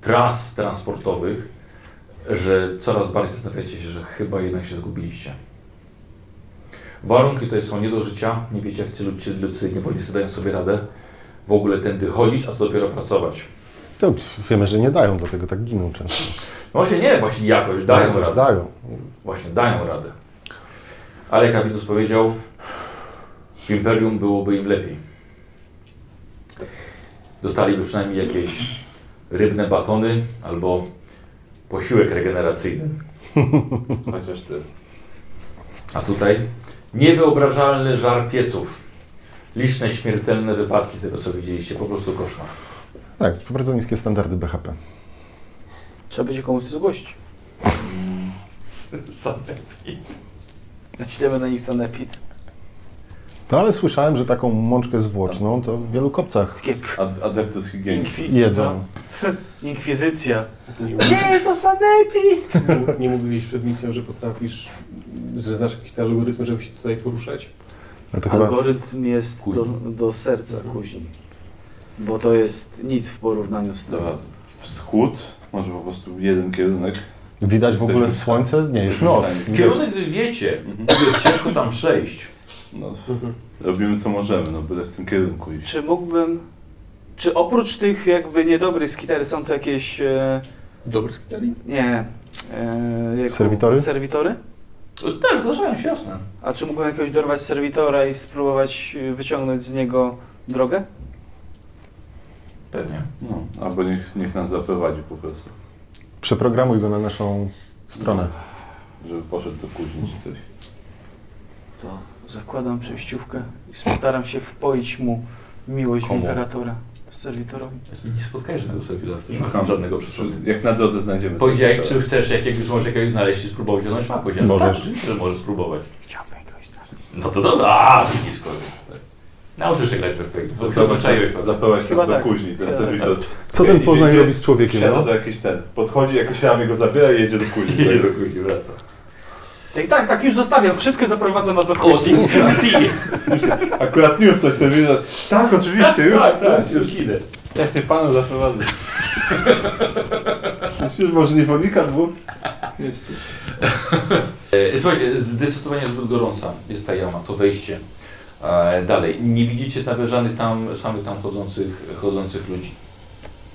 Speaker 1: tras transportowych, że coraz bardziej zastanawiacie się, że chyba jednak się zgubiliście. Warunki tutaj są nie do życia. Nie wiecie, jak ci ludzie, ludzie niewolnicy dają sobie radę w ogóle tędy chodzić, a co dopiero pracować.
Speaker 4: To pf, wiemy, że nie dają, dlatego tak giną często.
Speaker 1: No właśnie nie, właśnie jakoś dają
Speaker 4: Jakoś
Speaker 1: radę.
Speaker 4: dają.
Speaker 1: Właśnie dają radę. Ale jak Avidus powiedział, w Imperium byłoby im lepiej. dostaliby przynajmniej jakieś rybne batony albo posiłek regeneracyjny.
Speaker 11: Chociaż ty.
Speaker 1: A tutaj niewyobrażalny żar pieców. Liczne śmiertelne wypadki z tego, co widzieliście. Po prostu koszmar.
Speaker 4: Tak, bardzo niskie standardy BHP.
Speaker 7: Trzeba będzie komuś to zgłosić. Ślemy na nich sanepid.
Speaker 4: No ale słyszałem, że taką mączkę zwłoczną to w wielu kopcach
Speaker 11: Ad, adeptus higieniki.
Speaker 4: jedzą.
Speaker 7: no, Inkwizycja.
Speaker 2: Nie,
Speaker 7: Nie, to sanepid!
Speaker 2: mógł- nie mógłbyś przed misją, że potrafisz, że znasz jakiś algorytm, żeby się tutaj poruszać.
Speaker 4: No to chyba
Speaker 7: Algorytm jest do, do serca kuzi. Bo to jest nic w porównaniu z tym.
Speaker 11: Dobra, wschód, może po prostu jeden kierunek.
Speaker 4: widać w ogóle
Speaker 11: Jesteśmy-
Speaker 4: słońce? Nie, jest noc.
Speaker 1: Kierunek wy wiecie. Jest ciężko tam przejść.
Speaker 11: No,
Speaker 7: Mhm.
Speaker 11: robimy co możemy, no byle w tym kierunku iść.
Speaker 7: Czy mógłbym... Czy oprócz tych jakby niedobrych skiter są to jakieś... E,
Speaker 2: Dobry skitali?
Speaker 7: nie... E, jak-
Speaker 4: Serwitory?
Speaker 7: Serwitory?
Speaker 1: Tak, zdarzają się, jasne.
Speaker 7: A czy mógłbym jakiegoś dorwać serwitora i spróbować y, wyciągnąć z niego drogę?
Speaker 1: Pewnie.
Speaker 11: No, albo niech, niech nas zaprowadzi po prostu,
Speaker 4: Przeprogramuj go na naszą stronę.
Speaker 11: Tak. żeby poszedł do kuźni czy coś.
Speaker 7: To zakładam przejściówkę i staram się wpoić mu miłość
Speaker 1: Komu?
Speaker 7: imperatora serwitorowi.
Speaker 1: Nie spotkajesz żadnego serwidora w tym
Speaker 11: Szukam.
Speaker 1: żadnego przeszkody.
Speaker 11: Jak na drodze znajdziemy
Speaker 1: Powiedziałeś,
Speaker 11: coś,
Speaker 1: czy chcesz jakiegoś, może jakiegoś znaleźć i spróbować wziąć mapę. Powiedziałem,
Speaker 4: Możesz.
Speaker 1: No tak, oczywiście, że możesz spróbować.
Speaker 7: Chciałbym jakiegoś tam.
Speaker 1: No to dobra, a widzisz kogoś. Nauczysz się grać w RPG.
Speaker 11: to-
Speaker 1: Zobaczyłeś,
Speaker 11: Zaprowadź- Zaprowadź
Speaker 7: Chyba
Speaker 11: nas do
Speaker 7: tak.
Speaker 11: kuźni, ten
Speaker 7: Chyba
Speaker 11: serwis do...
Speaker 4: Co ten
Speaker 11: I
Speaker 4: Poznań
Speaker 11: idzie-
Speaker 4: robi z człowiekiem?
Speaker 11: Siada
Speaker 4: No?
Speaker 11: do jakiejś ten, podchodzi, jakoś ramię go zabiera i jedzie do kuźni.
Speaker 1: Jedzie do kuźni, wraca.
Speaker 7: Tak, tak, tak, już zostawiam. Wszystko zaprowadzam na
Speaker 1: O, si,
Speaker 7: zakładnik.
Speaker 1: si, si.
Speaker 11: Akurat news coś sobie widzę. Tak, oczywiście, już.
Speaker 1: Tak, tak, już idę.
Speaker 11: Ja się panu zaprowadzę. Już może nie wonika dwóch. Jeszcze.
Speaker 1: E, Słuchajcie, zdecydowanie zbyt gorąca jest ta jama, to wejście. E, Dalej, nie widzicie nawet żadnych tam, samych tam chodzących, chodzących ludzi.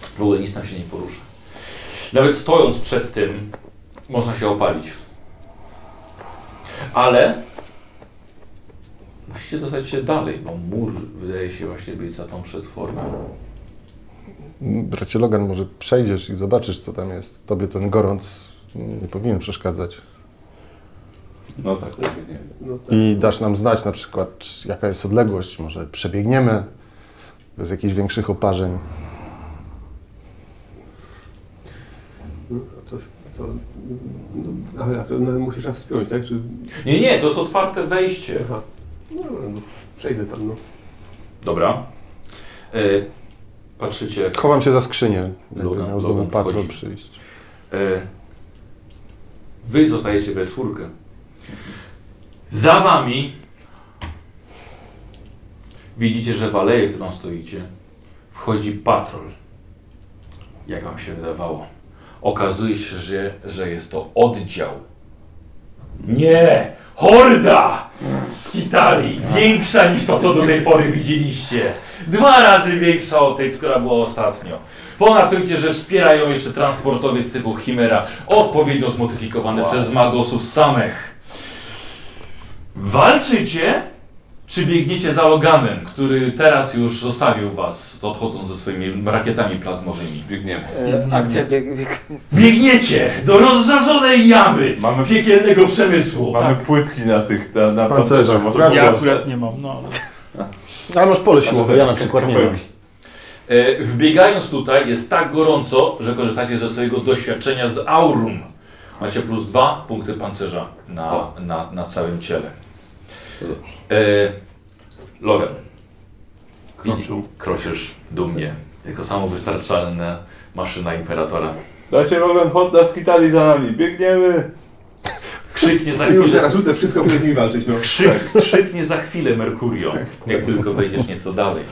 Speaker 1: W ogóle nic tam się nie porusza. Nawet stojąc przed tym, można się opalić. Ale musicie dostać się dalej, bo mur wydaje się właśnie być za tą przetworną.
Speaker 4: Bracie Logan, może przejdziesz i zobaczysz, co tam jest. Tobie ten gorąc nie powinien przeszkadzać.
Speaker 11: No tak, tak, nie wiem.
Speaker 2: No tak.
Speaker 4: I dasz nam znać na przykład, czy- jaka jest odległość. Może przebiegniemy bez jakichś większych oparzeń.
Speaker 2: To, to, no, ale na pewno musisz nas wspiąć, tak? Czy,
Speaker 1: Nie, nie, to jest otwarte wejście.
Speaker 2: aha. No, dobra, no, przejdę tam, no.
Speaker 1: Dobra. E, Patrzycie, jak
Speaker 4: Chowam się za skrzynię. Jakby
Speaker 1: Logan-
Speaker 4: miał znowu
Speaker 1: Logan
Speaker 4: patrol
Speaker 1: wchodzi.
Speaker 4: przyjść.
Speaker 1: E, Wy zostajecie we czwórkę. Za wami widzicie, że w aleję, w którą stoicie, wchodzi patrol. Jak wam się wydawało. Okazuje się, że, że jest to oddział. Nie! Horda! Z Kitalii! Większa niż to, co do tej pory widzieliście. Dwa razy większa od tej, która była ostatnio. Ponadto widzicie, że wspierają jeszcze transportowiec typu Chimera, odpowiednio zmodyfikowany przez magosów samych. Walczycie, czy biegniecie za Loganem, który teraz już zostawił was, odchodząc ze swoimi rakietami plazmowymi?
Speaker 11: Biegniemy.
Speaker 7: E, Akcja bieg, bieg.
Speaker 1: Biegniecie do rozżarzonej jamy
Speaker 11: Mamy-
Speaker 1: piekielnego przemysłu.
Speaker 11: Mamy płytki na tych, na, na
Speaker 4: Pancerzach,
Speaker 11: pancerzach,
Speaker 4: wraca.
Speaker 5: Ja
Speaker 11: może-
Speaker 5: akurat nie mam, no.
Speaker 4: Ale masz pole siłowe, ja na przykład nie mam.
Speaker 11: Kafelki.
Speaker 1: E, Wbiegając tutaj jest tak gorąco, że korzystacie ze swojego doświadczenia z aurum. Macie plus dwa punkty pancerza na, na, na całym ciele. E, Logan. Kroczył. Kroczysz dumnie. Jako samowystarczalna maszyna imperatora.
Speaker 11: Dajcie Logan, chodź na skitali za nami, biegniemy!
Speaker 1: Krzyknie za
Speaker 2: Już
Speaker 1: chwilę.
Speaker 2: teraz rzucę wszystko, by z nim walczyć, no.
Speaker 1: Krzyk, krzyknie za chwilę Merkurio, jak tylko wejdziesz nieco dalej.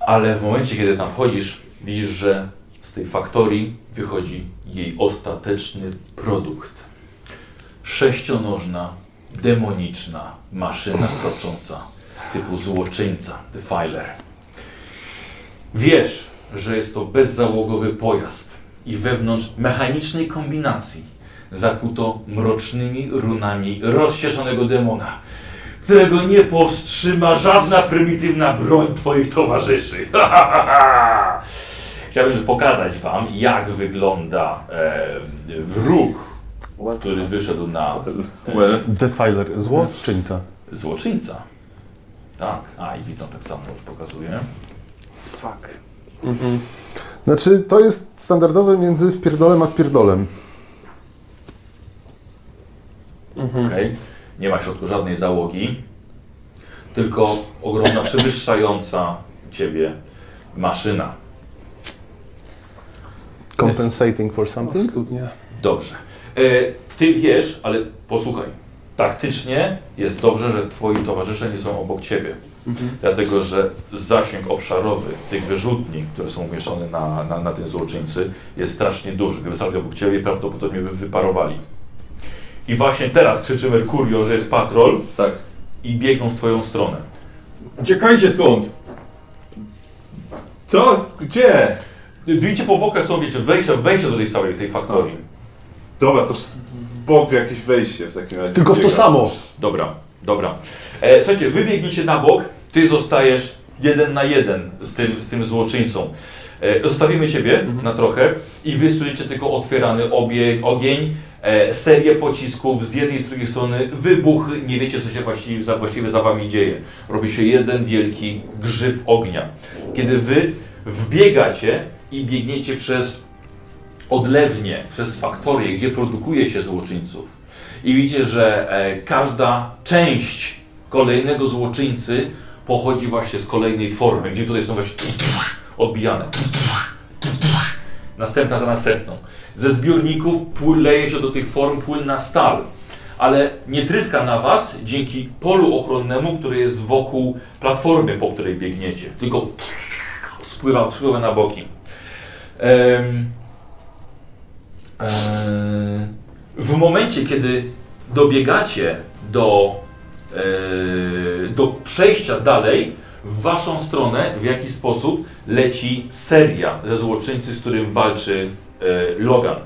Speaker 1: Ale w momencie, kiedy tam wchodzisz, widzisz, że z tej faktorii wychodzi jej ostateczny produkt. Sześcionożna, demoniczna maszyna krocząca typu złoczyńca, defiler. Wiesz, że jest to bezzałogowy pojazd i wewnątrz mechanicznej kombinacji zakuto mrocznymi runami rozśmieszonego demona, którego nie powstrzyma żadna prymitywna broń Twoich towarzyszy. Chciałbym pokazać Wam, jak wygląda e, wróg, który wyszedł na
Speaker 11: Well,
Speaker 4: Defiler, złoczyńca.
Speaker 1: złoczyńca. Tak, a i widzą tak samo, już pokazuję.
Speaker 7: Fuck.
Speaker 4: Znaczy, to jest standardowe między wpierdolem a wpierdolem.
Speaker 1: Okej. Nie ma w środku żadnej załogi, tylko ogromna, przewyższająca ciebie maszyna.
Speaker 4: Compensating for something?
Speaker 2: Studnia.
Speaker 1: Dobrze. E, ty wiesz, ale posłuchaj. Taktycznie jest dobrze, że twoi towarzysze nie są obok ciebie. Dlatego, że zasięg obszarowy tych wyrzutni, które są umieszczone na, na, na tym złoczyńcy, jest strasznie duży. Gdyby stali obok ciebie, prawdopodobnie by wyparowali. I właśnie teraz krzyczy Merkurio, że jest patrol
Speaker 11: tak.
Speaker 1: i biegną w twoją stronę.
Speaker 11: Uciekajcie stąd! Co? Gdzie?
Speaker 1: Widzicie po bokach są, wiecie, wejścia, wejścia do tej całej tej faktorii.
Speaker 11: Dobra, to w bok jakieś wejście w takim razie.
Speaker 4: Tylko w to
Speaker 11: Biega.
Speaker 4: samo!
Speaker 1: Dobra, dobra. E, słuchajcie, wybiegnijcie na bok, ty zostajesz jeden na jeden z tym, z tym złoczyńcą. E, zostawimy ciebie na trochę i wysuniecie tylko otwierany obie, ogień, e, serię pocisków z jednej i z drugiej strony, wybuchy, nie wiecie co się właściwie za, właściwie za wami dzieje. Robi się jeden wielki grzyb ognia. Kiedy wy wbiegacie i biegniecie przez odlewnie, przez faktorię, gdzie produkuje się złoczyńców i widzicie, że e, każda część kolejnego złoczyńcy pochodzi właśnie z kolejnej formy, gdzie tutaj są właśnie odbijane. Następna za następną. Ze zbiorników płyn leje się do tych form płyn na stal, ale nie tryska na was dzięki polu ochronnemu, które jest wokół platformy, po której biegniecie, tylko spływa, spływa na boki. Em, em, w momencie, kiedy dobiegacie do, e, do przejścia dalej, w waszą stronę w jakiś sposób leci seria ze złoczyńcy, z którym walczy e, Logan.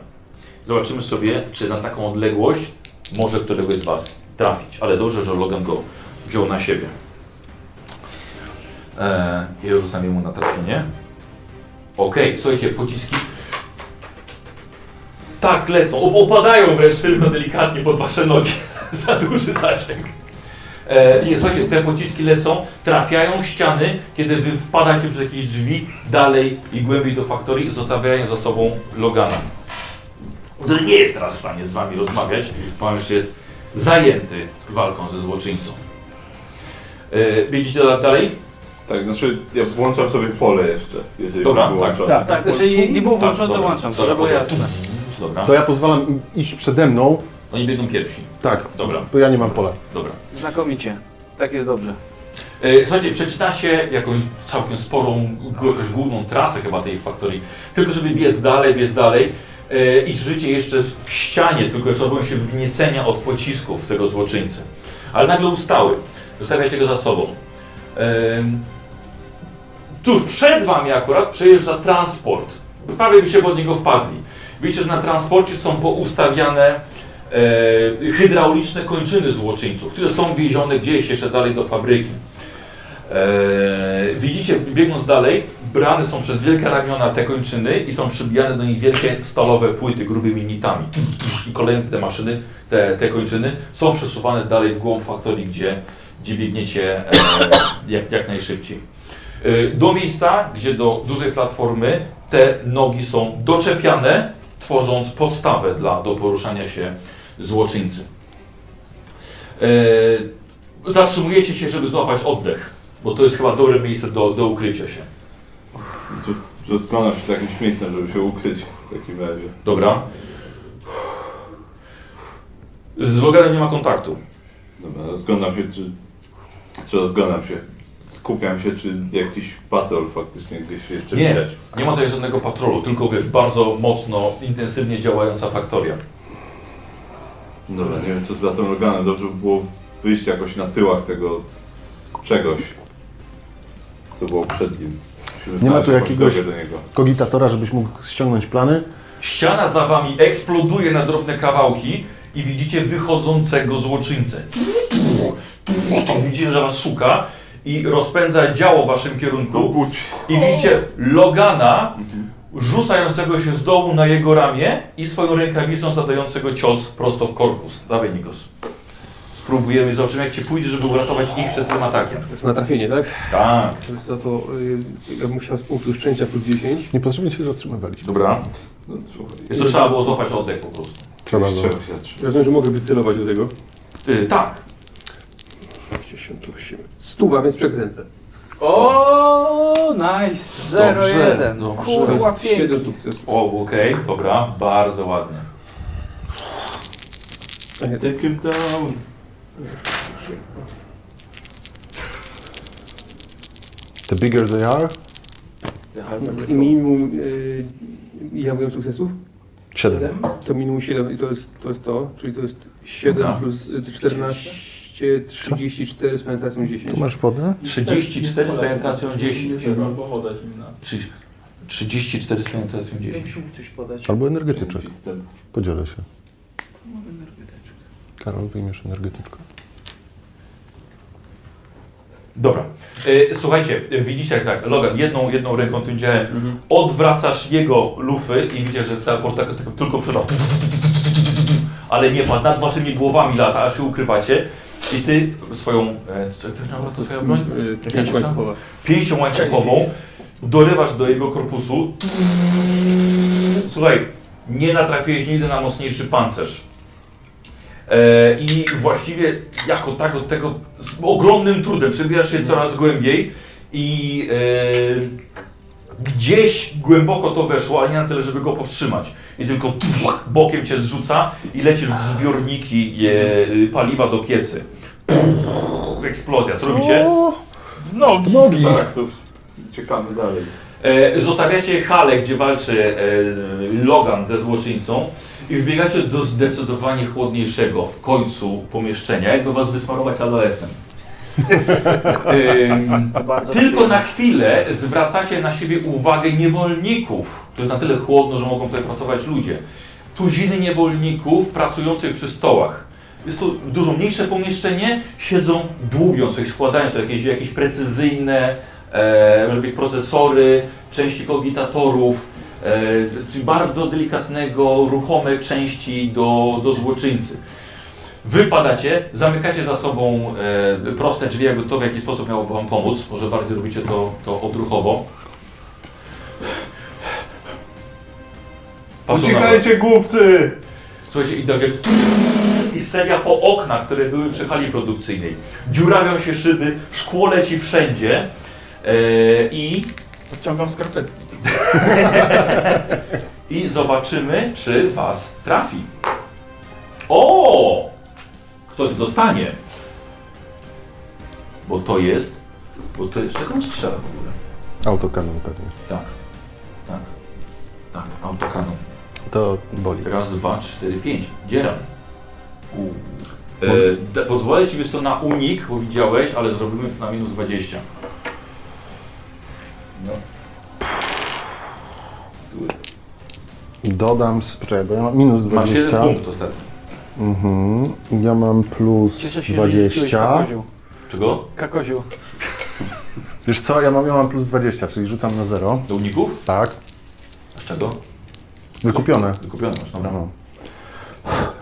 Speaker 1: Zobaczymy sobie, czy na taką odległość może któregoś z was trafić. Ale dobrze, że Logan go wziął na siebie. E, ja już rzucam mu na trafienie. Okej, słuchajcie, pociski tak lecą, Op- opadają wręcz tylko delikatnie pod wasze nogi. Za duży zasięg. E, nie, słuchajcie, te pociski lecą, trafiają w ściany, kiedy wy wpadacie przez jakieś drzwi dalej i głębiej do faktorii, zostawiają za sobą Logana. Który nie jest teraz w stanie z wami rozmawiać, ponieważ jest zajęty walką ze złoczyńcą. E, Widzicie dalej?
Speaker 11: Tak, znaczy ja włączam sobie pole jeszcze. Jeżeli
Speaker 1: Dobra,
Speaker 11: bym wyłączał.
Speaker 4: tak,
Speaker 7: Tak, znaczy nie, nie było włączone,
Speaker 1: dobra.
Speaker 7: dołączam, to
Speaker 1: Dobra,
Speaker 7: było
Speaker 1: dobra.
Speaker 7: jasne.
Speaker 1: Dobra,
Speaker 4: To ja pozwalam im iść przede mną.
Speaker 1: oni biegną pierwsi.
Speaker 4: Tak,
Speaker 1: Dobra,
Speaker 4: bo ja nie mam pola.
Speaker 1: dobra.
Speaker 7: Znakomicie. Tak jest dobrze.
Speaker 1: E, Słuchajcie, przeczytacie jakąś całkiem sporą, g- jakąś główną trasę chyba tej faktorii, tylko żeby biec dalej, biec dalej e, i słyszycie jeszcze w ścianie, tylko że robią się wgniecenia od pocisków tego złoczyńcy. Ale nagle ustały, zostawiacie go za sobą. Em, Tuż przed wami akurat przejeżdża transport, prawie by się pod niego wpadli. Widzicie, że na transporcie są poustawiane e, hydrauliczne kończyny złoczyńców, które są wiezione gdzieś jeszcze dalej do fabryki. Eee, widzicie, biegnąc dalej, brane są przez wielkie ramiona te kończyny i są przybijane do nich wielkie stalowe płyty grubymi nitami. Tuf, tuf, I kolejne te maszyny, te, te kończyny są przesuwane dalej w głąb faktorii, gdzie, gdzie biegniecie e, jak, jak najszybciej. E, do miejsca, gdzie do dużej platformy te nogi są doczepiane, tworząc podstawę dla, do poruszania się złoczyńcy. E, zatrzymujecie się, żeby złapać oddech, bo to jest chyba dobre miejsce do, do ukrycia się.
Speaker 11: Czy Rozglądam się za jakimś miejscem, żeby się ukryć w takim razie.
Speaker 1: Dobra. Z Loganem nie ma kontaktu.
Speaker 11: Dobra, rozglądam się, czy... Czy rozglądam się? Skupiam się, czy jakiś pacol faktycznie gdzieś jeszcze
Speaker 1: Nie.
Speaker 11: widać.
Speaker 1: Nie ma tutaj żadnego patrolu, tylko wiesz, bardzo mocno, intensywnie działająca faktoria.
Speaker 11: Dobra, nie wiem co z bratem Loganem. Dobrze by było wyjść jakoś na tyłach tego czegoś, co było przed nim. Musimy
Speaker 4: Nie ma
Speaker 11: znaleźć
Speaker 4: tu
Speaker 11: jakąś
Speaker 4: jakiegoś-
Speaker 11: drogę do niego.
Speaker 4: Kogitatora, żebyś mógł ściągnąć plany.
Speaker 1: Ściana za wami eksploduje na drobne kawałki i widzicie wychodzącego złoczyńcę. Widzisz, że was szuka i rozpędza działo w waszym
Speaker 11: No,
Speaker 1: kierunku. I widzicie Logana rzucającego się z dołu na jego ramię i swoją rękawicą zadającego cios prosto w korpus. Dawaj, Nikos. Spróbujemy, zobaczymy jak cię pójdzie, żeby uratować ich przed tym atakiem.
Speaker 2: To jest na trafienie, tak?
Speaker 1: Tak.
Speaker 2: To jest za to, y, ja bym chciał z punktu szczęścia plus 10.
Speaker 4: Niepotrzebnie się zatrzymywaliśmy.
Speaker 1: Dobra.
Speaker 2: No, słuchaj.
Speaker 1: Jest to trzeba było złapać oddech po prostu.
Speaker 4: Trzeba było.
Speaker 2: Rozumiem, że mogę wycelować do tego.
Speaker 1: Yy, tak.
Speaker 2: 68. Stuwa, więc przekręcę.
Speaker 7: O, nice! 0-1.
Speaker 2: To
Speaker 7: Kurwa,
Speaker 2: jest
Speaker 7: pięknie.
Speaker 2: 7 sukcesów.
Speaker 1: O, okej, dobra. Bardzo ładnie.
Speaker 2: Ty
Speaker 11: Take him down.
Speaker 4: The bigger they are,
Speaker 2: I minimum, y, ja mówiłem sukcesów,
Speaker 4: 7.
Speaker 2: to minimum 7 i to jest to, jest to czyli to jest 7
Speaker 1: Dobra.
Speaker 2: plus y, 14, 34 z penetracją 10.
Speaker 4: Tu masz wodę?
Speaker 1: 34 z penetracją 10.
Speaker 5: Nie trzeba powoda zimna.
Speaker 1: Trzy- 34 z penetracją 10.
Speaker 7: Jakbyś mógł coś podać.
Speaker 4: Albo energetyczek. Podzielę się. Karol, wyjmiesz energetyczkę.
Speaker 1: Dobra. E, słuchajcie, e, widzicie jak tak, Logan, jedną, jedną ręką tym działem odwracasz jego lufy i widzicie, że ta porta tylko, tylko przodem. Ale nie padł, nad waszymi głowami lata, aż się ukrywacie. I ty swoją, e, czy to była to twoja broń?
Speaker 2: Y, tak
Speaker 1: Jakaś
Speaker 2: jak łańcuchowa.
Speaker 1: Pięścią łańcuchową dorywasz do jego korpusu. Słuchaj, nie natrafiłeś nigdy na mocniejszy pancerz. E, I właściwie jako tak od tego z ogromnym trudem przebijasz się coraz głębiej i e, gdzieś głęboko to weszło, ale nie na tyle, żeby go powstrzymać. I tylko tuch, bokiem cię zrzuca i lecisz w zbiorniki e, paliwa do piecy. Puch, Eksplozja, co robicie? W nogi.
Speaker 4: Nogi!
Speaker 11: Tak, to ciekamy dalej.
Speaker 1: E, zostawiacie halę, gdzie walczy e, Logan ze złoczyńcą i wbiegacie do zdecydowanie chłodniejszego w końcu pomieszczenia, jakby was wysmarować aloesem. Ym,
Speaker 7: Bardzo
Speaker 1: tylko
Speaker 7: przyjemnie.
Speaker 1: na chwilę zwracacie na siebie uwagę niewolników. To jest na tyle chłodno, że mogą tutaj pracować ludzie. Tuziny niewolników pracujących przy stołach. Jest to dużo mniejsze pomieszczenie, siedzą dłubią coś, składają sobie jakieś, jakieś precyzyjne, e, może być procesory, części kogitatorów, e, czyli bardzo delikatnego, ruchome części do, do złoczyńcy. Wypadacie, zamykacie za sobą e, proste drzwi, jakby to w jakiś sposób miało wam pomóc. Może bardziej robicie to, to odruchowo. Patrzą na was.
Speaker 11: Uciekajcie, głupcy!
Speaker 1: Słuchajcie, i takie i seria po oknach, które były przy hali produkcyjnej. Dziurawią się szyby, szkło leci wszędzie e, i,
Speaker 5: Podciągam skarpetki.
Speaker 1: i zobaczymy, czy was trafi. O! Ktoś dostanie. Bo to jest... Bo to jest... Czego on strzela w ogóle?
Speaker 4: Autokanon pewnie.
Speaker 1: Tak. Tak. Tak, autokanon.
Speaker 4: To boli.
Speaker 1: Raz, dwa, cztery, pięć. Dzieram. E, da- pozwolę ci wiesz co na unik, bo widziałeś, ale zrobimy to na minus 20.
Speaker 4: Dodam, z- czekaj, bo ja mam minus
Speaker 1: Masz jeden
Speaker 4: 20.
Speaker 1: punkt ostatni.
Speaker 4: Mhm. Ja mam plus
Speaker 7: Cieszę się, że rzuciłeś
Speaker 4: 20.
Speaker 7: kakoziu.
Speaker 1: Czego?
Speaker 7: Kakoziu.
Speaker 4: Wiesz co, ja mam, ja mam plus 20, czyli rzucam na 0.
Speaker 1: Do uników?
Speaker 4: Tak.
Speaker 1: A z czego?
Speaker 4: Wykupione.
Speaker 1: Wykupiony masz, dobra.
Speaker 4: No.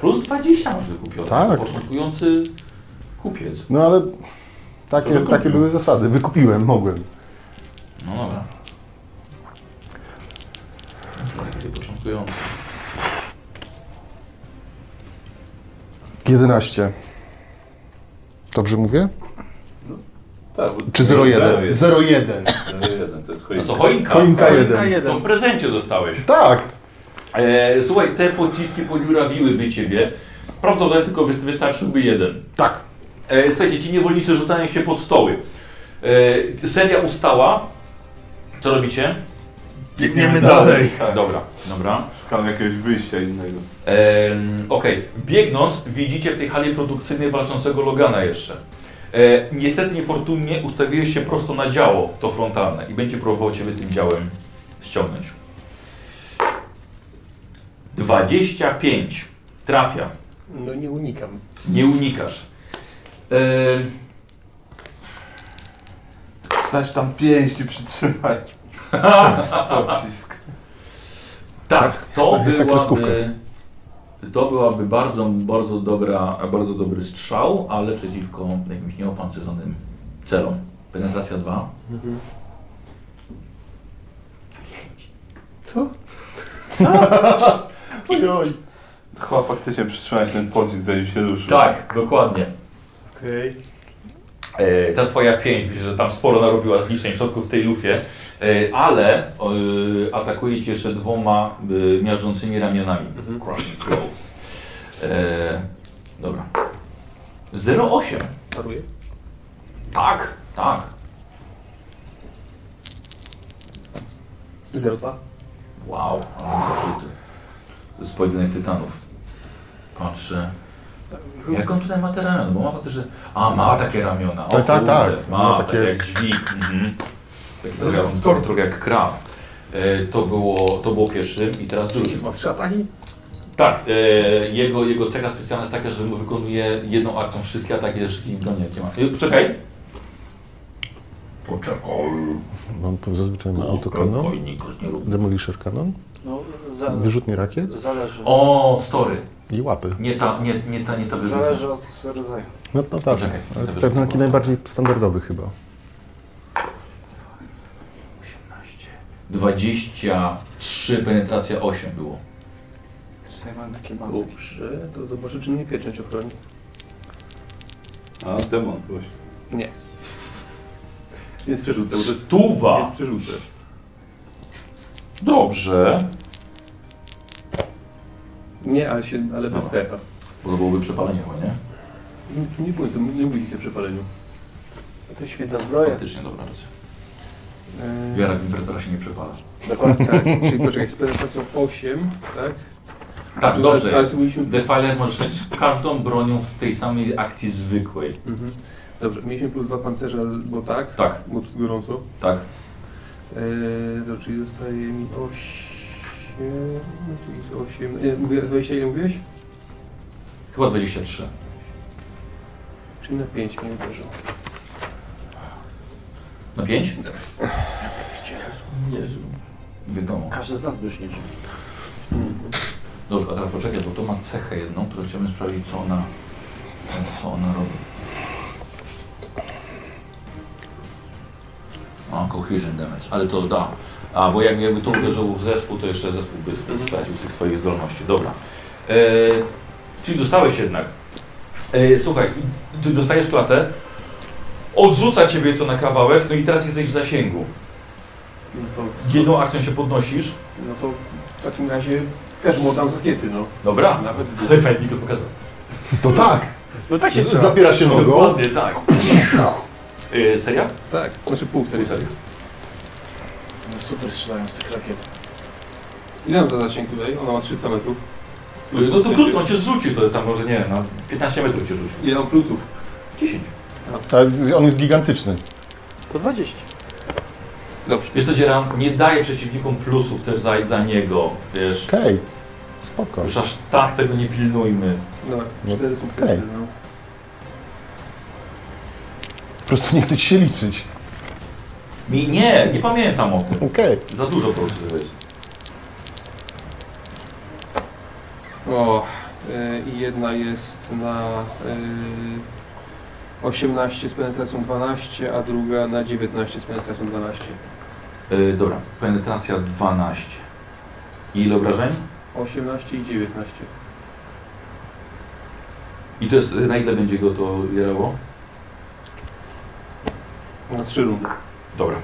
Speaker 1: Plus 20 masz wykupiony.
Speaker 4: Tak.
Speaker 1: To Początkujący kupiec.
Speaker 4: No ale
Speaker 1: To
Speaker 4: takie,
Speaker 1: wykupił.
Speaker 4: takie były zasady. Wykupiłem, mogłem.
Speaker 1: No dobra. Człowiek Początkujący.
Speaker 4: 11. Dobrze mówię?
Speaker 11: Tak, bo-
Speaker 4: Czy
Speaker 11: Zero
Speaker 4: 01?
Speaker 11: jest.
Speaker 4: 01.
Speaker 11: Zero jeden, to jest
Speaker 1: No to choinka.
Speaker 11: choinka.
Speaker 4: Choinka
Speaker 7: Na
Speaker 4: 1.
Speaker 1: To
Speaker 7: jeden.
Speaker 1: w prezencie dostałeś.
Speaker 4: Tak.
Speaker 1: E, słuchaj, te pociski podziurawiłyby ciebie. Prawdopodobnie tylko wy- wystarczyłby jeden. Tak. E, słuchajcie, ci niewolnicy rzucają się pod stoły. E, seria ustała. Co robicie?
Speaker 11: Biegniemy dalej.
Speaker 1: Dobra, dobra.
Speaker 11: Szukamy jakiegoś wyjścia innego.
Speaker 1: Em, Okej, biegnąc widzicie w tej hali produkcyjnej walczącego Logana jeszcze. E, niestety niefortunnie ustawiłeś się prosto na działo to frontalne i będzie próbował Ciebie tym działem ściągnąć. 25. Trafia.
Speaker 2: No nie unikam.
Speaker 1: Nie unikasz. E,
Speaker 11: Wsadź tam pięść i przytrzymaj. Odcisk.
Speaker 1: Tak, to
Speaker 4: tak, tak,
Speaker 1: byłaby.
Speaker 4: kreskówkę.
Speaker 1: To byłaby bardzo, bardzo, dobra, bardzo dobry strzał, ale przeciwko jakimś nieopancerzonym celom. Penetracja 2.
Speaker 4: Ojoj.
Speaker 11: Chyba faktycznie przytrzymać ten pocisk, zanim się ruszył.
Speaker 1: Tak, dokładnie.
Speaker 2: Okej.
Speaker 1: E, ta twoja pięć, myślę, że tam sporo narobiła zliczeń środków w tej lufie, e, ale e, atakuje cię jeszcze dwoma e, miażdżącymi ramionami. Crushing blows. E, dobra. 0,8.
Speaker 2: Paruje.
Speaker 1: Tak, tak.
Speaker 2: 0,2.
Speaker 1: Wow, żyty. To jest pojedynek tytanów. Patrzę. Jak on tutaj ma te ramiona? No Bo ma faktycznie, że... A, ma takie ramiona. O,
Speaker 4: Tak, tak,
Speaker 1: kurde,
Speaker 4: tak.
Speaker 1: Ma,
Speaker 4: Ma
Speaker 1: takie...
Speaker 4: takie-
Speaker 1: jak dźwig. Mhm. Tak trochę jak skor, trochę jak krab. E, to, było, to było pierwszym i teraz
Speaker 2: Czyli
Speaker 1: drugim.
Speaker 2: ma trzy ataki?
Speaker 1: Tak, e, jego, jego cecha specjalna jest taka, że mu wykonuje jedną aktą wszystkie ataki ze wszystkimi broni, jakie ma. E, Poczekaj. Poczekaj.
Speaker 4: Mam No, to zazwyczaj ma autokanon, demolisher kanon,
Speaker 7: No, za,
Speaker 4: wyrzutnie rakiet
Speaker 7: zależy.
Speaker 1: O, story.
Speaker 4: i łapy.
Speaker 1: Nie ta, nie, nie ta, nie ta wyrzutnia.
Speaker 7: Zależy od rodzaju.
Speaker 4: No, no tak,
Speaker 1: Poczekaj,
Speaker 4: ale
Speaker 1: to
Speaker 4: to
Speaker 1: wyszło.
Speaker 4: tak taki najbardziej standardowy chyba.
Speaker 1: 18. 23, penetracja 8 było.
Speaker 7: Tutaj mam takie macki.
Speaker 2: Dobrze, to zobaczę, czy mnie pieczęć ochroni.
Speaker 11: A, demon, właśnie.
Speaker 2: Nie. Więc przerzucę, bo to jest... Więc
Speaker 1: Stuwa!
Speaker 2: przerzucę.
Speaker 1: Dobrze.
Speaker 2: Nie, ale, się, ale bez pecha.
Speaker 1: Bo to byłoby przepalenie chyba, nie?
Speaker 2: Nie, nie bój, co- nie mówiliście o przepaleniu.
Speaker 7: To świetna zbroja.
Speaker 1: Faktycznie, dobra racja. Wiara w inwertora się nie przepala.
Speaker 2: E, Dokładnie tak. Czyli poczekaj, z penetracją 8, tak?
Speaker 1: Tak,
Speaker 2: Tu-
Speaker 1: dobrze.
Speaker 2: Ale mówiliśmy...
Speaker 1: Defiler możesz mieć każdą bronią w tej samej akcji zwykłej.
Speaker 2: Mhm. Dobrze, mieliśmy plus 2 pancerza, bo tak?
Speaker 1: Tak,
Speaker 2: Bo tu jest gorąco.
Speaker 1: tak.
Speaker 2: Eee, dobrze, czyli zostaje mi 8... Czyli jest 8... E, mówię, 20 ile mówiłeś?
Speaker 1: Chyba 23.
Speaker 2: Czyli na 5 mnie uderzył.
Speaker 1: Na 5?
Speaker 5: Nie żył.
Speaker 1: Wiadomo.
Speaker 7: Każdy z nas by już nie żył.
Speaker 1: Dobrze, a teraz poczekaj, bo to ma cechę jedną, którą chciałbym sprawdzić, co ona, co ona robi. A, cohesion damage, ale to da. A, bo jak, jakby to uderzyło w zespół, to jeszcze zespół by stracił z tych swoich zdolności. Dobra. E, czyli dostałeś jednak. E, słuchaj, ty dostajesz klatę, odrzuca ciebie to na kawałek, no i teraz jesteś w zasięgu.
Speaker 2: No to,
Speaker 1: Z jedną akcją się podnosisz.
Speaker 2: no to w takim razie też mu dam zakiety, no.
Speaker 1: Dobra.
Speaker 2: Nawet z
Speaker 1: Ale fajnie mi to pokazał.
Speaker 4: To tak!
Speaker 2: No tak
Speaker 4: Z- Zapiera się nogą.
Speaker 1: Dokładnie, tak. Yy, seria?
Speaker 2: Tak, znaczy pół serii.
Speaker 7: No super strzelają z tych rakiet.
Speaker 2: Ile mam za zasięg tutaj? Ona ma 300 metrów.
Speaker 1: No
Speaker 2: Plusów
Speaker 1: to
Speaker 2: w
Speaker 1: krótko,
Speaker 2: sensie.
Speaker 1: on cię zrzucił, to jest tam może, nie wiem, na 15 metrów cię rzucił.
Speaker 2: Ile mam plusów?
Speaker 1: 10.
Speaker 4: A On jest gigantyczny.
Speaker 7: Po 20.
Speaker 2: Dobrze.
Speaker 1: Wiesz co, Dzieram, nie daje przeciwnikom plusów też za, za niego, wiesz.
Speaker 4: Okej, spoko.
Speaker 1: Już aż tak tego nie pilnujmy.
Speaker 2: Dobra,
Speaker 4: No,
Speaker 2: 4 sukcesy,
Speaker 4: okej.
Speaker 2: no.
Speaker 4: Po prostu nie chce ci się liczyć.
Speaker 1: Mi, nie, nie pamiętam o tym.
Speaker 4: Okej.
Speaker 1: Za dużo plusów jest.
Speaker 2: O, y, i jedna jest na y, 18 z penetracją 12, a druga na 19 z penetracją 12.
Speaker 1: Yy, dobra, penetracja 12. I ile obrażeń?
Speaker 2: 18 i 19.
Speaker 1: I to jest, y, na ile będzie go to jarało?
Speaker 2: Na 3 rundy.
Speaker 1: Dobra.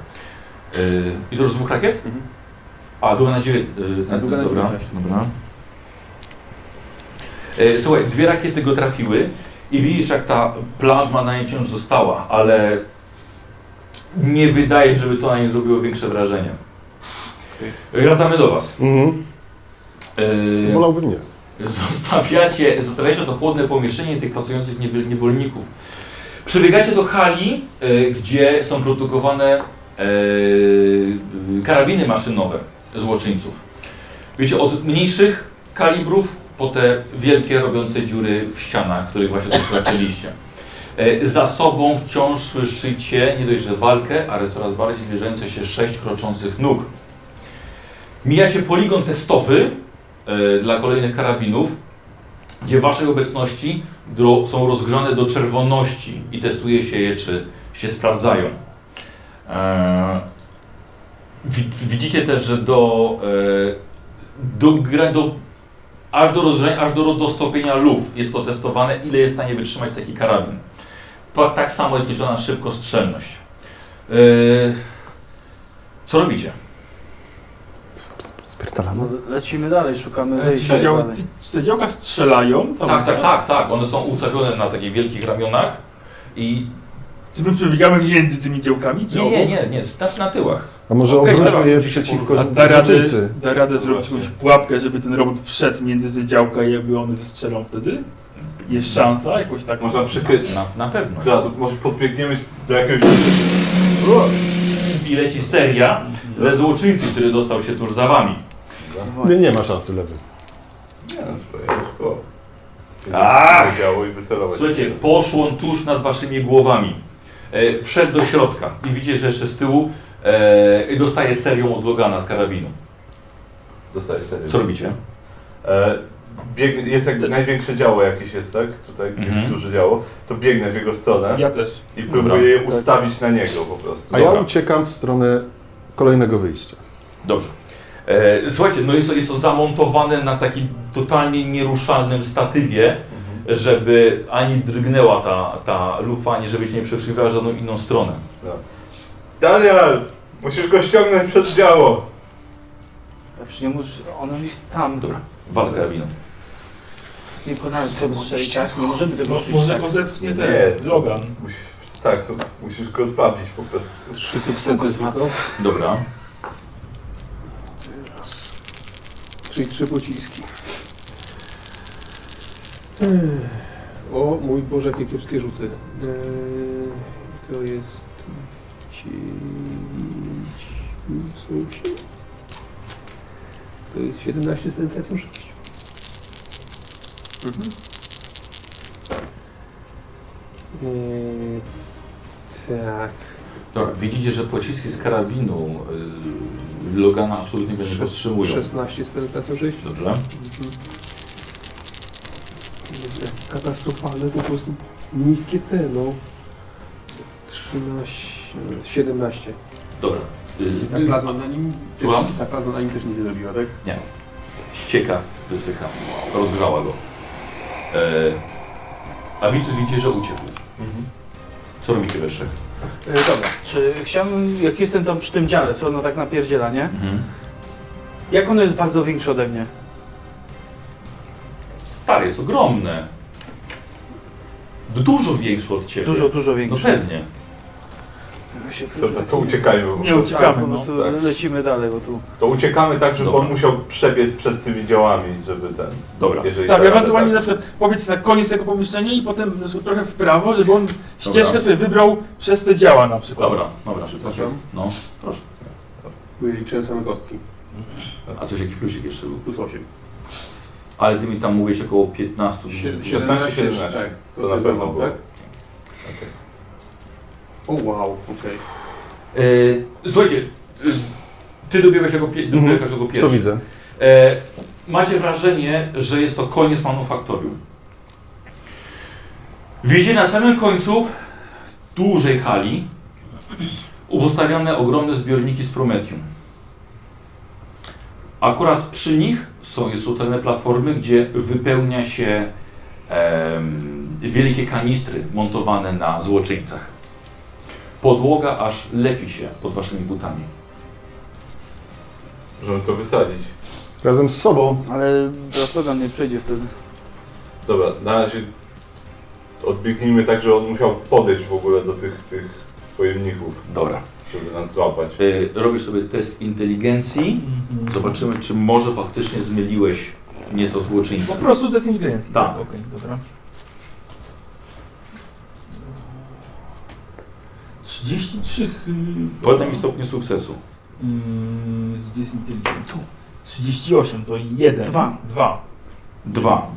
Speaker 1: Yy, I to już z dwóch rakiet?
Speaker 2: Mhm.
Speaker 1: A, długa na 9. Yy,
Speaker 2: A, długa na
Speaker 1: dobra,
Speaker 2: 19.
Speaker 1: dobra. Yy, słuchaj, dwie rakiety go trafiły i widzisz, jak ta plazma na niej wciąż została, ale nie wydaje, żeby to na niej zrobiło większe wrażenie. Y, Wracamy do Was.
Speaker 4: Mhm.
Speaker 1: Yy,
Speaker 4: Wolałbym nie.
Speaker 1: Zostawiacie, zostawiacie to chłodne pomieszczenie tych pracujących niewiel- niewolników. Przebiegacie do hali, e, gdzie są produkowane e, y, karabiny maszynowe złoczyńców. Wiecie, od mniejszych kalibrów po te wielkie robiące dziury w ścianach, których właśnie też zaczęliście. E, Za sobą wciąż słyszycie nie dość, że walkę, ale coraz bardziej zbliżające się sześć kroczących nóg. Mijacie poligon testowy e, dla kolejnych karabinów, gdzie w waszej obecności dro- są rozgrzane do czerwoności i testuje się je, czy się sprawdzają. E, wi- Widzicie też, że do, e, do, gra- do aż do rozgrzania, aż do, do stopienia luf jest to testowane, ile jest w stanie wytrzymać taki karabin. Pa- tak samo jest liczona szybkostrzelność. Yy, co robicie?
Speaker 4: Spiertalamy.
Speaker 7: No, lecimy dalej,
Speaker 4: No
Speaker 5: Ale
Speaker 7: szukamy
Speaker 5: ci
Speaker 7: wyjścia.
Speaker 4: tak
Speaker 5: te, dział,
Speaker 7: dalej.
Speaker 5: ci, ci te działka strzelają cały
Speaker 1: Tak,
Speaker 5: czas?
Speaker 1: tak, tak, tak. One są ustawione na takich wielkich ramionach i...
Speaker 5: Czy my przebiegamy między tymi działkami, czy
Speaker 1: Nie, nie,
Speaker 5: obok?
Speaker 1: nie, nie, stać na tyłach.
Speaker 4: A może
Speaker 5: Okej,
Speaker 4: obróćmy
Speaker 5: dobra,
Speaker 4: je
Speaker 1: gdzieś
Speaker 4: przeciwko
Speaker 5: A da radę,
Speaker 4: Zbójczycy?
Speaker 5: da radę zrobić jakąś pułapkę, żeby ten robot wszedł między te działka i jakby one wystrzelą wtedy? Jest szansa jakoś tak?
Speaker 11: Można przykryć.
Speaker 1: Na, na pewno.
Speaker 11: Da, to może podbiegniemy do jakiegoś...
Speaker 1: I leci seria ze złoczyńcy, który dostał się tuż za wami.
Speaker 4: Nie, nie ma szansy lewy.
Speaker 11: Nie, no, spoko.
Speaker 1: Ach!
Speaker 11: Działo i wycelować.
Speaker 1: Słuchajcie, poszło on tuż nad waszymi głowami. E, wszedł do środka i widzicie, że jeszcze z tyłu e, i dostaje serią od Logana z karabinu.
Speaker 11: Dostaję serio.
Speaker 1: Co robicie?
Speaker 11: E, bieg, jest jak największe działo jakieś jest, tak? Tutaj
Speaker 1: Mhm.
Speaker 11: jakieś duże działo. To biegnę w jego stronę
Speaker 5: Ja też.
Speaker 11: i próbuję je ustawić na niego po prostu.
Speaker 4: A ja
Speaker 1: Dobra.
Speaker 4: uciekam w stronę kolejnego wyjścia.
Speaker 1: Dobrze. E, słuchajcie, no jest, to- jest to zamontowane na takim totalnie nieruszalnym statywie, Mhm. żeby ani drgnęła ta, ta lufa, ani żeby się nie przekrzywiała w żadną inną stronę.
Speaker 11: Daniel! Musisz go ściągnąć przed działo!
Speaker 7: Lepszy nie mów, że on jest tam.
Speaker 1: Dobra, walka karabinu.
Speaker 7: Nie podaję tego strzelić.
Speaker 5: tak?
Speaker 7: Nie możemy tego
Speaker 5: Mo,
Speaker 7: strzelić.
Speaker 5: może
Speaker 7: tak.
Speaker 5: go zetknie
Speaker 11: Nie.
Speaker 5: ten Logan.
Speaker 11: Tak, to musisz go zwabić po prostu.
Speaker 2: Trzy substancje
Speaker 7: Tylko
Speaker 2: tylko.
Speaker 1: Dobra.
Speaker 2: Czyli trzy pociski. O mój Boże, jakie kiepskie rzuty. Eee, to jest 9 plus 8. To jest 17 z penetracją 6. Eee, tak.
Speaker 1: Dobra, widzicie, że pociski z karabinu y, Logana absolutnie go nie powstrzymują.
Speaker 2: 16 z penetracją 6.
Speaker 1: Dobrze.
Speaker 2: Jezu, jak Katastrofalne po prostu niskie te, no. 13, 17.
Speaker 1: Dobra.
Speaker 2: Ta
Speaker 1: Y,
Speaker 2: plazma na nim też,
Speaker 1: Słucham?
Speaker 2: ta plazma na nim też nic nie zrobiła, tak?
Speaker 1: ścieka, wysycha, rozgrzała go. E, a Vitus widzicie, że uciekł. Mhm. Co robicie we trzech?
Speaker 7: E, dobra, czy chciałbym, jak jestem tam przy tym dziale, co ono tak napierdziela, nie?
Speaker 1: Mhm.
Speaker 7: Jak ono jest bardzo większe ode mnie?
Speaker 1: Stary jest ogromne. Dużo większy od ciebie.
Speaker 7: Dużo, dużo
Speaker 1: No
Speaker 7: większe.
Speaker 1: pewnie.
Speaker 7: Ja się-
Speaker 11: Dobra, to uciekajmy.
Speaker 5: Nie
Speaker 7: Tak, po
Speaker 5: uciekamy, no.
Speaker 7: prostu
Speaker 11: tak.
Speaker 7: lecimy dalej, bo tu...
Speaker 11: To uciekamy tak, żeby
Speaker 1: Dobra.
Speaker 11: on musiał przebiec przed tymi działami, żeby ten...
Speaker 1: Dobra.
Speaker 11: Jeżeli
Speaker 5: Tak,
Speaker 11: da radę,
Speaker 5: ewentualnie na
Speaker 11: tak.
Speaker 5: przykład powiedz na koniec tego pomieszczenia i potem na przykład trochę w prawo, żeby on ścieżkę
Speaker 1: Dobra.
Speaker 5: sobie wybrał przez te działa na przykład.
Speaker 1: Dobra, dobra.
Speaker 2: Przepraszam.
Speaker 1: No, proszę.
Speaker 2: Bo ja liczyłem same kostki.
Speaker 1: A coś jakiś plusik jeszcze był.
Speaker 2: Plus 8.
Speaker 1: Ale ty mi tam mówisz około 15.
Speaker 11: 16, 17.
Speaker 2: Tak, to,
Speaker 11: To
Speaker 2: to
Speaker 11: na
Speaker 2: jest
Speaker 11: pewno
Speaker 2: zawał,
Speaker 11: było.
Speaker 2: tak? O wow, okej.
Speaker 1: Yy, słuchajcie, y, ty dobiegłeś jako, pie- dobiegłeś jako pierwszy.
Speaker 4: Co widzę?
Speaker 1: E, macie wrażenie, że jest to koniec manufaktorium. Widzicie na samym końcu dużej hali upostawione ogromne zbiorniki z prometium. Akurat przy nich są jest utene platformy, gdzie wypełnia się em, wielkie kanistry montowane na złoczyńcach. Podłoga aż lepi się pod waszymi butami.
Speaker 11: Możemy to wysadzić.
Speaker 4: Razem z sobą.
Speaker 7: Ale Raslogan nie przyjdzie wtedy.
Speaker 11: Dobra, na razie odbiegnijmy tak, że on musiał podejść w ogóle do tych, tych pojemników,
Speaker 1: Dobra.
Speaker 11: żeby nas złapać.
Speaker 1: Y, Robisz sobie test inteligencji.
Speaker 5: Mhm.
Speaker 1: Zobaczymy, czy może faktycznie zmyliłeś nieco złoczyńcę.
Speaker 5: Po prostu to jest ingrediencja.
Speaker 1: Tak.
Speaker 5: Okej, dobra. 33 yy,
Speaker 1: Polecam mi stopnie sukcesu.
Speaker 5: yy, gdzie jest inteligencja? 38 to 1.
Speaker 7: Dwa.
Speaker 5: 2. E,
Speaker 1: E, Dwa.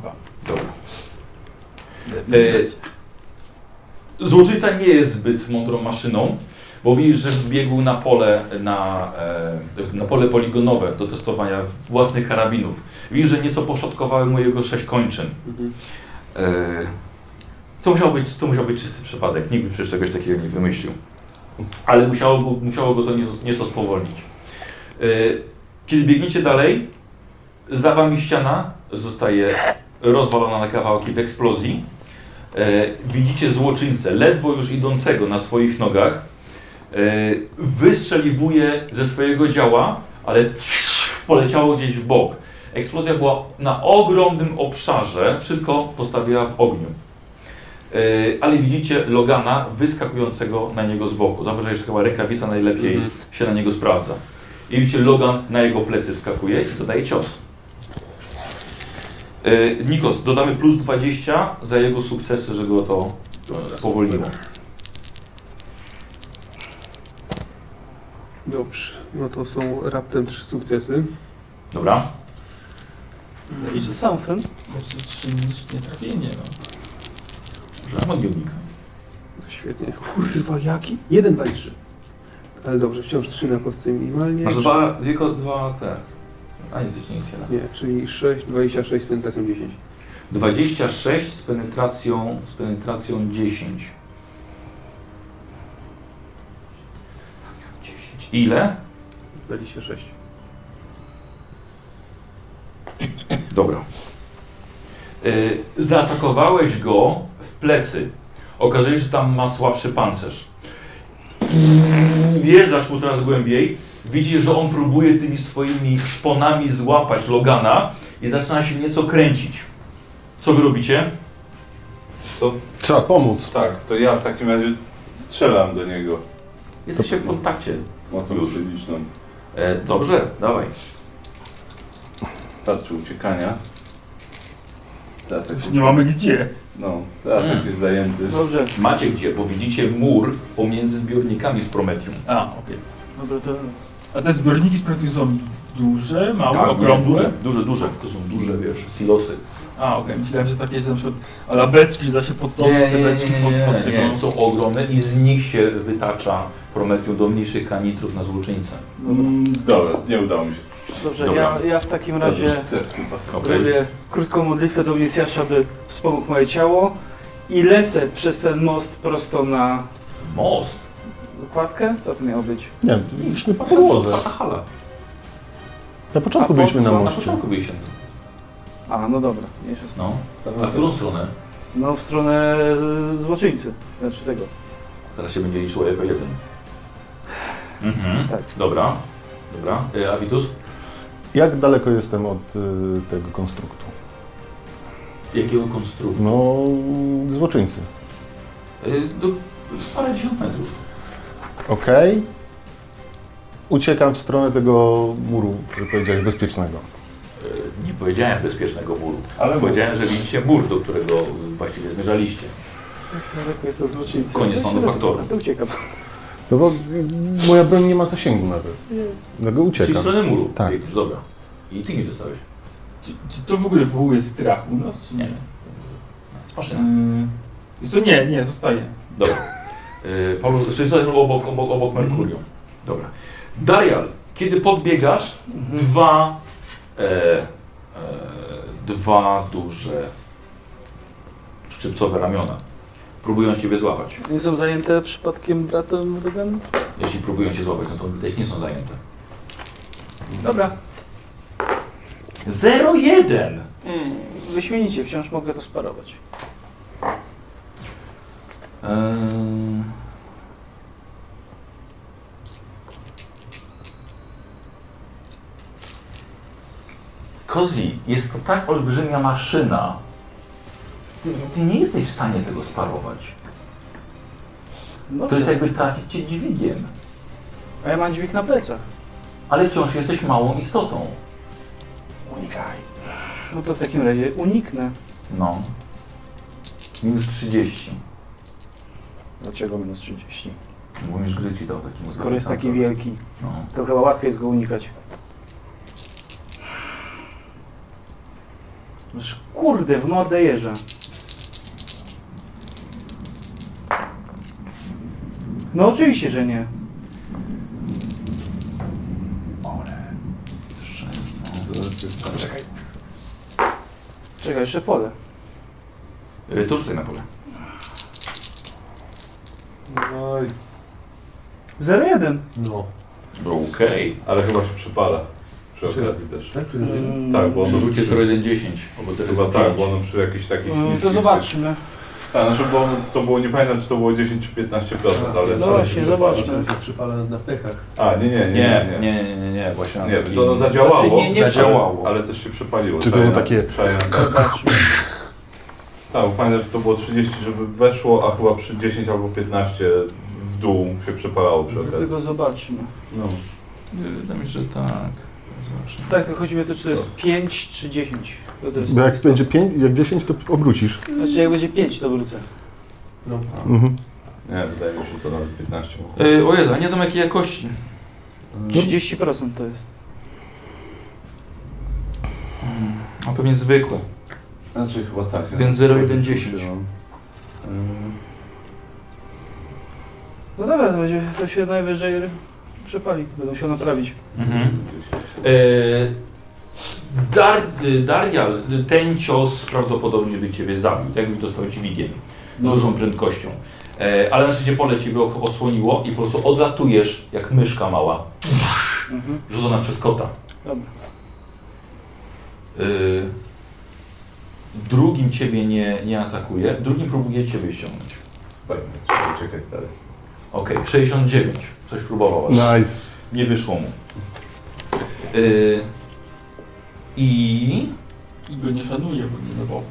Speaker 1: Dobra. Złoczyta E, nie jest zbyt mądrą maszyną, bo widzisz, że wbiegł na pole, na, e, na pole poligonowe do testowania własnych karabinów. Widzisz, że nieco poszatkowały mu jego sześć kończyn. E, to, musiał być, to musiał być czysty przypadek. Nikt by przecież czegoś takiego nie wymyślił. Ale musiało, go- musiało go to nieco, nieco spowolnić. E, kiedy biegniecie dalej, za wami ściana zostaje rozwalona na kawałki w eksplozji. E, widzicie złoczyńcę, ledwo już idącego na swoich nogach. E, wystrzeliwuje ze swojego działa, ale poleciało gdzieś w bok. Eksplozja była na ogromnym obszarze, wszystko postawiła w ogniu. E, ale widzicie Logana wyskakującego na niego z boku. Zawsze, że jeszcze chyba rękawica najlepiej
Speaker 2: Mhm.
Speaker 1: się na niego sprawdza. I widzicie, Logan na jego plecy wskakuje i zadaje cios. E, Nikos, dodamy plus 20 za jego sukcesy, że go to spowolniło.
Speaker 2: Dobrze, no to są raptem trzy sukcesy.
Speaker 1: Dobra.
Speaker 7: I sam film?
Speaker 5: Powstrzymać nietrafienie, no.
Speaker 1: Że on nie unika.
Speaker 2: Świetnie. Kurwa, jaki? Jeden, dwa i trzy. Ale dobrze, wciąż trzy na kostce minimalnie.
Speaker 1: Masz dwa, tylko dwa te. A nie, to ci nie jest jeden.
Speaker 2: Nie, czyli 6, 26 z penetracją 10.
Speaker 1: 26 z penetracją, z penetracją 10. 10. Ile?
Speaker 2: 26.
Speaker 1: Dobra. Y, zaatakowałeś go w plecy. Okazuje się, że tam ma słabszy pancerz. Wjeżdżasz mu coraz głębiej. Widzisz, że on próbuje tymi swoimi szponami złapać Logana i zaczyna się nieco kręcić. Co wy robicie?
Speaker 4: Trzeba pomóc.
Speaker 3: Tak, to ja w takim razie strzelam do niego
Speaker 1: Jesteście w kontakcie.
Speaker 3: mocą
Speaker 1: Już.
Speaker 3: psychiczną.
Speaker 1: E, dobrze, dawaj.
Speaker 3: Starczy uciekania. Teraz jak,
Speaker 5: Nie mamy gdzie.
Speaker 3: no, teraz jak jest zajęty.
Speaker 7: Dobrze,
Speaker 1: Macie gdzie, bo widzicie mur pomiędzy zbiornikami z Prometium.
Speaker 5: A, okej.
Speaker 7: dobra, to
Speaker 5: A te zbiorniki z pracą są duże, małe,
Speaker 1: Tak,
Speaker 5: okrągłe?
Speaker 1: Duże, duże, duże. To są duże, wiesz, silosy.
Speaker 5: A, okej, myślałem, że takie, że na przykład a labeczki, że da się podpiąć te beczki pod, pod tego.
Speaker 1: nie. Są ogromne i z nich się wytacza Prometium do mniejszych kanitrów na złoczyńcę.
Speaker 3: Mm, Dobra, nie udało mi się.
Speaker 7: dobrze.
Speaker 1: Dobra.
Speaker 7: Ja, ja w takim razie
Speaker 3: Stres chyba.
Speaker 7: robię krótką modlitwę do Mesjasza, by wspomógł moje ciało i lecę przez ten most prosto na
Speaker 1: Most.
Speaker 7: kładkę? Co to miało być?
Speaker 4: Nie, byliśmy w podłodze.
Speaker 1: Otwarta hala.
Speaker 4: Na początku byliśmy na
Speaker 1: Co? Na
Speaker 4: moście.
Speaker 1: początku byliśmy.
Speaker 7: A, no dobra, mniejsza z-
Speaker 1: No. A w którą stronę?
Speaker 7: No w stronę e, złoczyńcy, znaczy tego.
Speaker 1: Teraz się będzie liczyło jako jeden. Mhm.
Speaker 7: Tak.
Speaker 1: Dobra. Dobra. Y, Avitus?
Speaker 4: Jak daleko jestem od y, tego konstruktu?
Speaker 1: Jakiego konstruktu?
Speaker 4: No, złoczyńcy.
Speaker 1: Y, do parędziesiąt metrów.
Speaker 4: Okej. Uciekam w stronę tego muru, który powiedziałeś, bezpiecznego.
Speaker 1: Y, Nie powiedziałem bezpiecznego muru,
Speaker 3: Ale bo
Speaker 1: powiedziałem, że widzicie mur, do którego y, właściwie zmierzaliście.
Speaker 7: Daleko jest od złoczyńcy.
Speaker 1: Koniec
Speaker 7: Ja się
Speaker 1: manufaktury.
Speaker 7: robię, To uciekam.
Speaker 4: No bo moja broń nie ma zasięgu nawet. Dlatego
Speaker 1: Czyli w
Speaker 4: uciekam.
Speaker 1: stronę muru.
Speaker 4: Tak.
Speaker 1: biegniesz, Dobra. I ty nie zostałeś.
Speaker 5: Czy, czy to w ogóle wywołuje strach u nas, czy nie?
Speaker 1: Nie. Z maszyną.
Speaker 5: Yy, wiesz co, nie, nie, zostaje.
Speaker 2: Mhm.
Speaker 1: Y, Paulu, czyli co, obok, obok, obok Merkurium. Dobra. Darial, kiedy podbiegasz, dwa, e, e, dwa duże szczypcowe ramiona próbują Ciebie złapać.
Speaker 7: Nie są zajęte przypadkiem bratem Logan?
Speaker 1: Jeśli próbują Cię złapać, no to widać nie są zajęte.
Speaker 5: Dobra.
Speaker 1: 0-1!
Speaker 7: Wyśmienicie, wciąż mogę rozparować.
Speaker 1: Eee. Kozi, jest to tak olbrzymia maszyna. Ty, ty nie jesteś w stanie tego sparować.
Speaker 7: No
Speaker 1: To jest jakby trafić cię dźwigiem.
Speaker 7: A ja mam dźwig na plecach.
Speaker 1: Ale wciąż jesteś małą istotą.
Speaker 7: Unikaj. No to w takim razie uniknę.
Speaker 1: No. Minus 30.
Speaker 7: Dlaczego minus 30?
Speaker 1: Mówisz, gry ci dał taki
Speaker 7: Skoro jest taki
Speaker 1: wielki.
Speaker 7: wielki,
Speaker 1: No.
Speaker 7: to chyba łatwiej jest go unikać. Noż kurde, w mordę jeża. No oczywiście, że nie.
Speaker 11: Poczekaj.
Speaker 7: Czekaj, jeszcze pole.
Speaker 1: Y, To rzucaj na pole.
Speaker 7: 0,1.
Speaker 2: No.
Speaker 1: Okej.
Speaker 11: Ale chyba się przypala. Przy okazji też.
Speaker 2: Tak? Przy zrobieniu?
Speaker 11: Tak, bo ono,
Speaker 1: Może rzucie 0,1,10 albo
Speaker 11: chyba tak, bo
Speaker 1: 0,5.
Speaker 11: ono przy jakichś takich...
Speaker 7: Mm, to
Speaker 11: niskich-
Speaker 7: zobaczmy.
Speaker 11: Tak, znaczy, bo ono, to było, nie pamiętam, czy to było 10 czy 15%, ale...
Speaker 7: No
Speaker 11: coś
Speaker 7: właśnie,
Speaker 11: się
Speaker 7: zobaczmy.
Speaker 11: przypala.
Speaker 2: Czym się przypala na pechach.
Speaker 11: A, nie, nie, nie,
Speaker 1: Nie,
Speaker 11: nie. nie.
Speaker 1: nie, nie, nie, nie, właśnie na
Speaker 11: Nie,
Speaker 1: taki-
Speaker 11: to ono zadziałało,
Speaker 1: Znaczy, nie, tak, nie zadziałało.
Speaker 11: Ale, ale coś się przepaliło.
Speaker 4: Czy to było
Speaker 11: Trzeba
Speaker 4: takie-
Speaker 11: jednak- trzeba jednak-
Speaker 7: Zobaczmy.
Speaker 11: Tak, bo pamiętam, że to było 30, żeby weszło, a chyba przy 10 albo 15 w dół się przepalało przy okazji.
Speaker 7: Tylko zobaczmy.
Speaker 11: No.
Speaker 1: Nie, Wydaje mi się, że tak. Zobaczymy.
Speaker 7: Tak, wychodzi mi to, czy to jest 5 czy 10. To to jest.
Speaker 4: Bo jak będzie 5, jak 10, to obrócisz.
Speaker 7: Znaczy jak będzie 5, to wrócę.
Speaker 2: No.
Speaker 4: Mhm.
Speaker 11: Nie, wydaje mi się, że to nawet 15 było.
Speaker 1: Y, O Jezu, a nie wiadomo jakiej jakości.
Speaker 4: No.
Speaker 7: 30% to jest.
Speaker 1: A pewnie zwykłe.
Speaker 11: Znaczy chyba tak.
Speaker 1: Więc 0,1,10.
Speaker 7: No dobra, to, będzie, to się najwyżej przepali. Będą się naprawić.
Speaker 1: Mhm. Y, Dar, y, Darial, y, ten cios prawdopodobnie by Ciebie zabił, tak jakbyś dostał dźwigiem
Speaker 7: No.
Speaker 1: z dużą prędkością. E, ale na szczęście pole Ciebie och- osłoniło i po prostu odlatujesz jak myszka mała,
Speaker 7: Mhm.
Speaker 1: rzucona przez kota.
Speaker 7: Dobra.
Speaker 1: Y, drugim Ciebie nie, nie atakuje, drugim próbuje Ciebie ściągnąć.
Speaker 11: Fajnie, trzeba uciekać dalej.
Speaker 1: Okej, 69, coś próbował. ale-
Speaker 4: Nice.
Speaker 1: Nie wyszło mu. Y, I...
Speaker 5: I go nie szanuję, bo nie zabawu.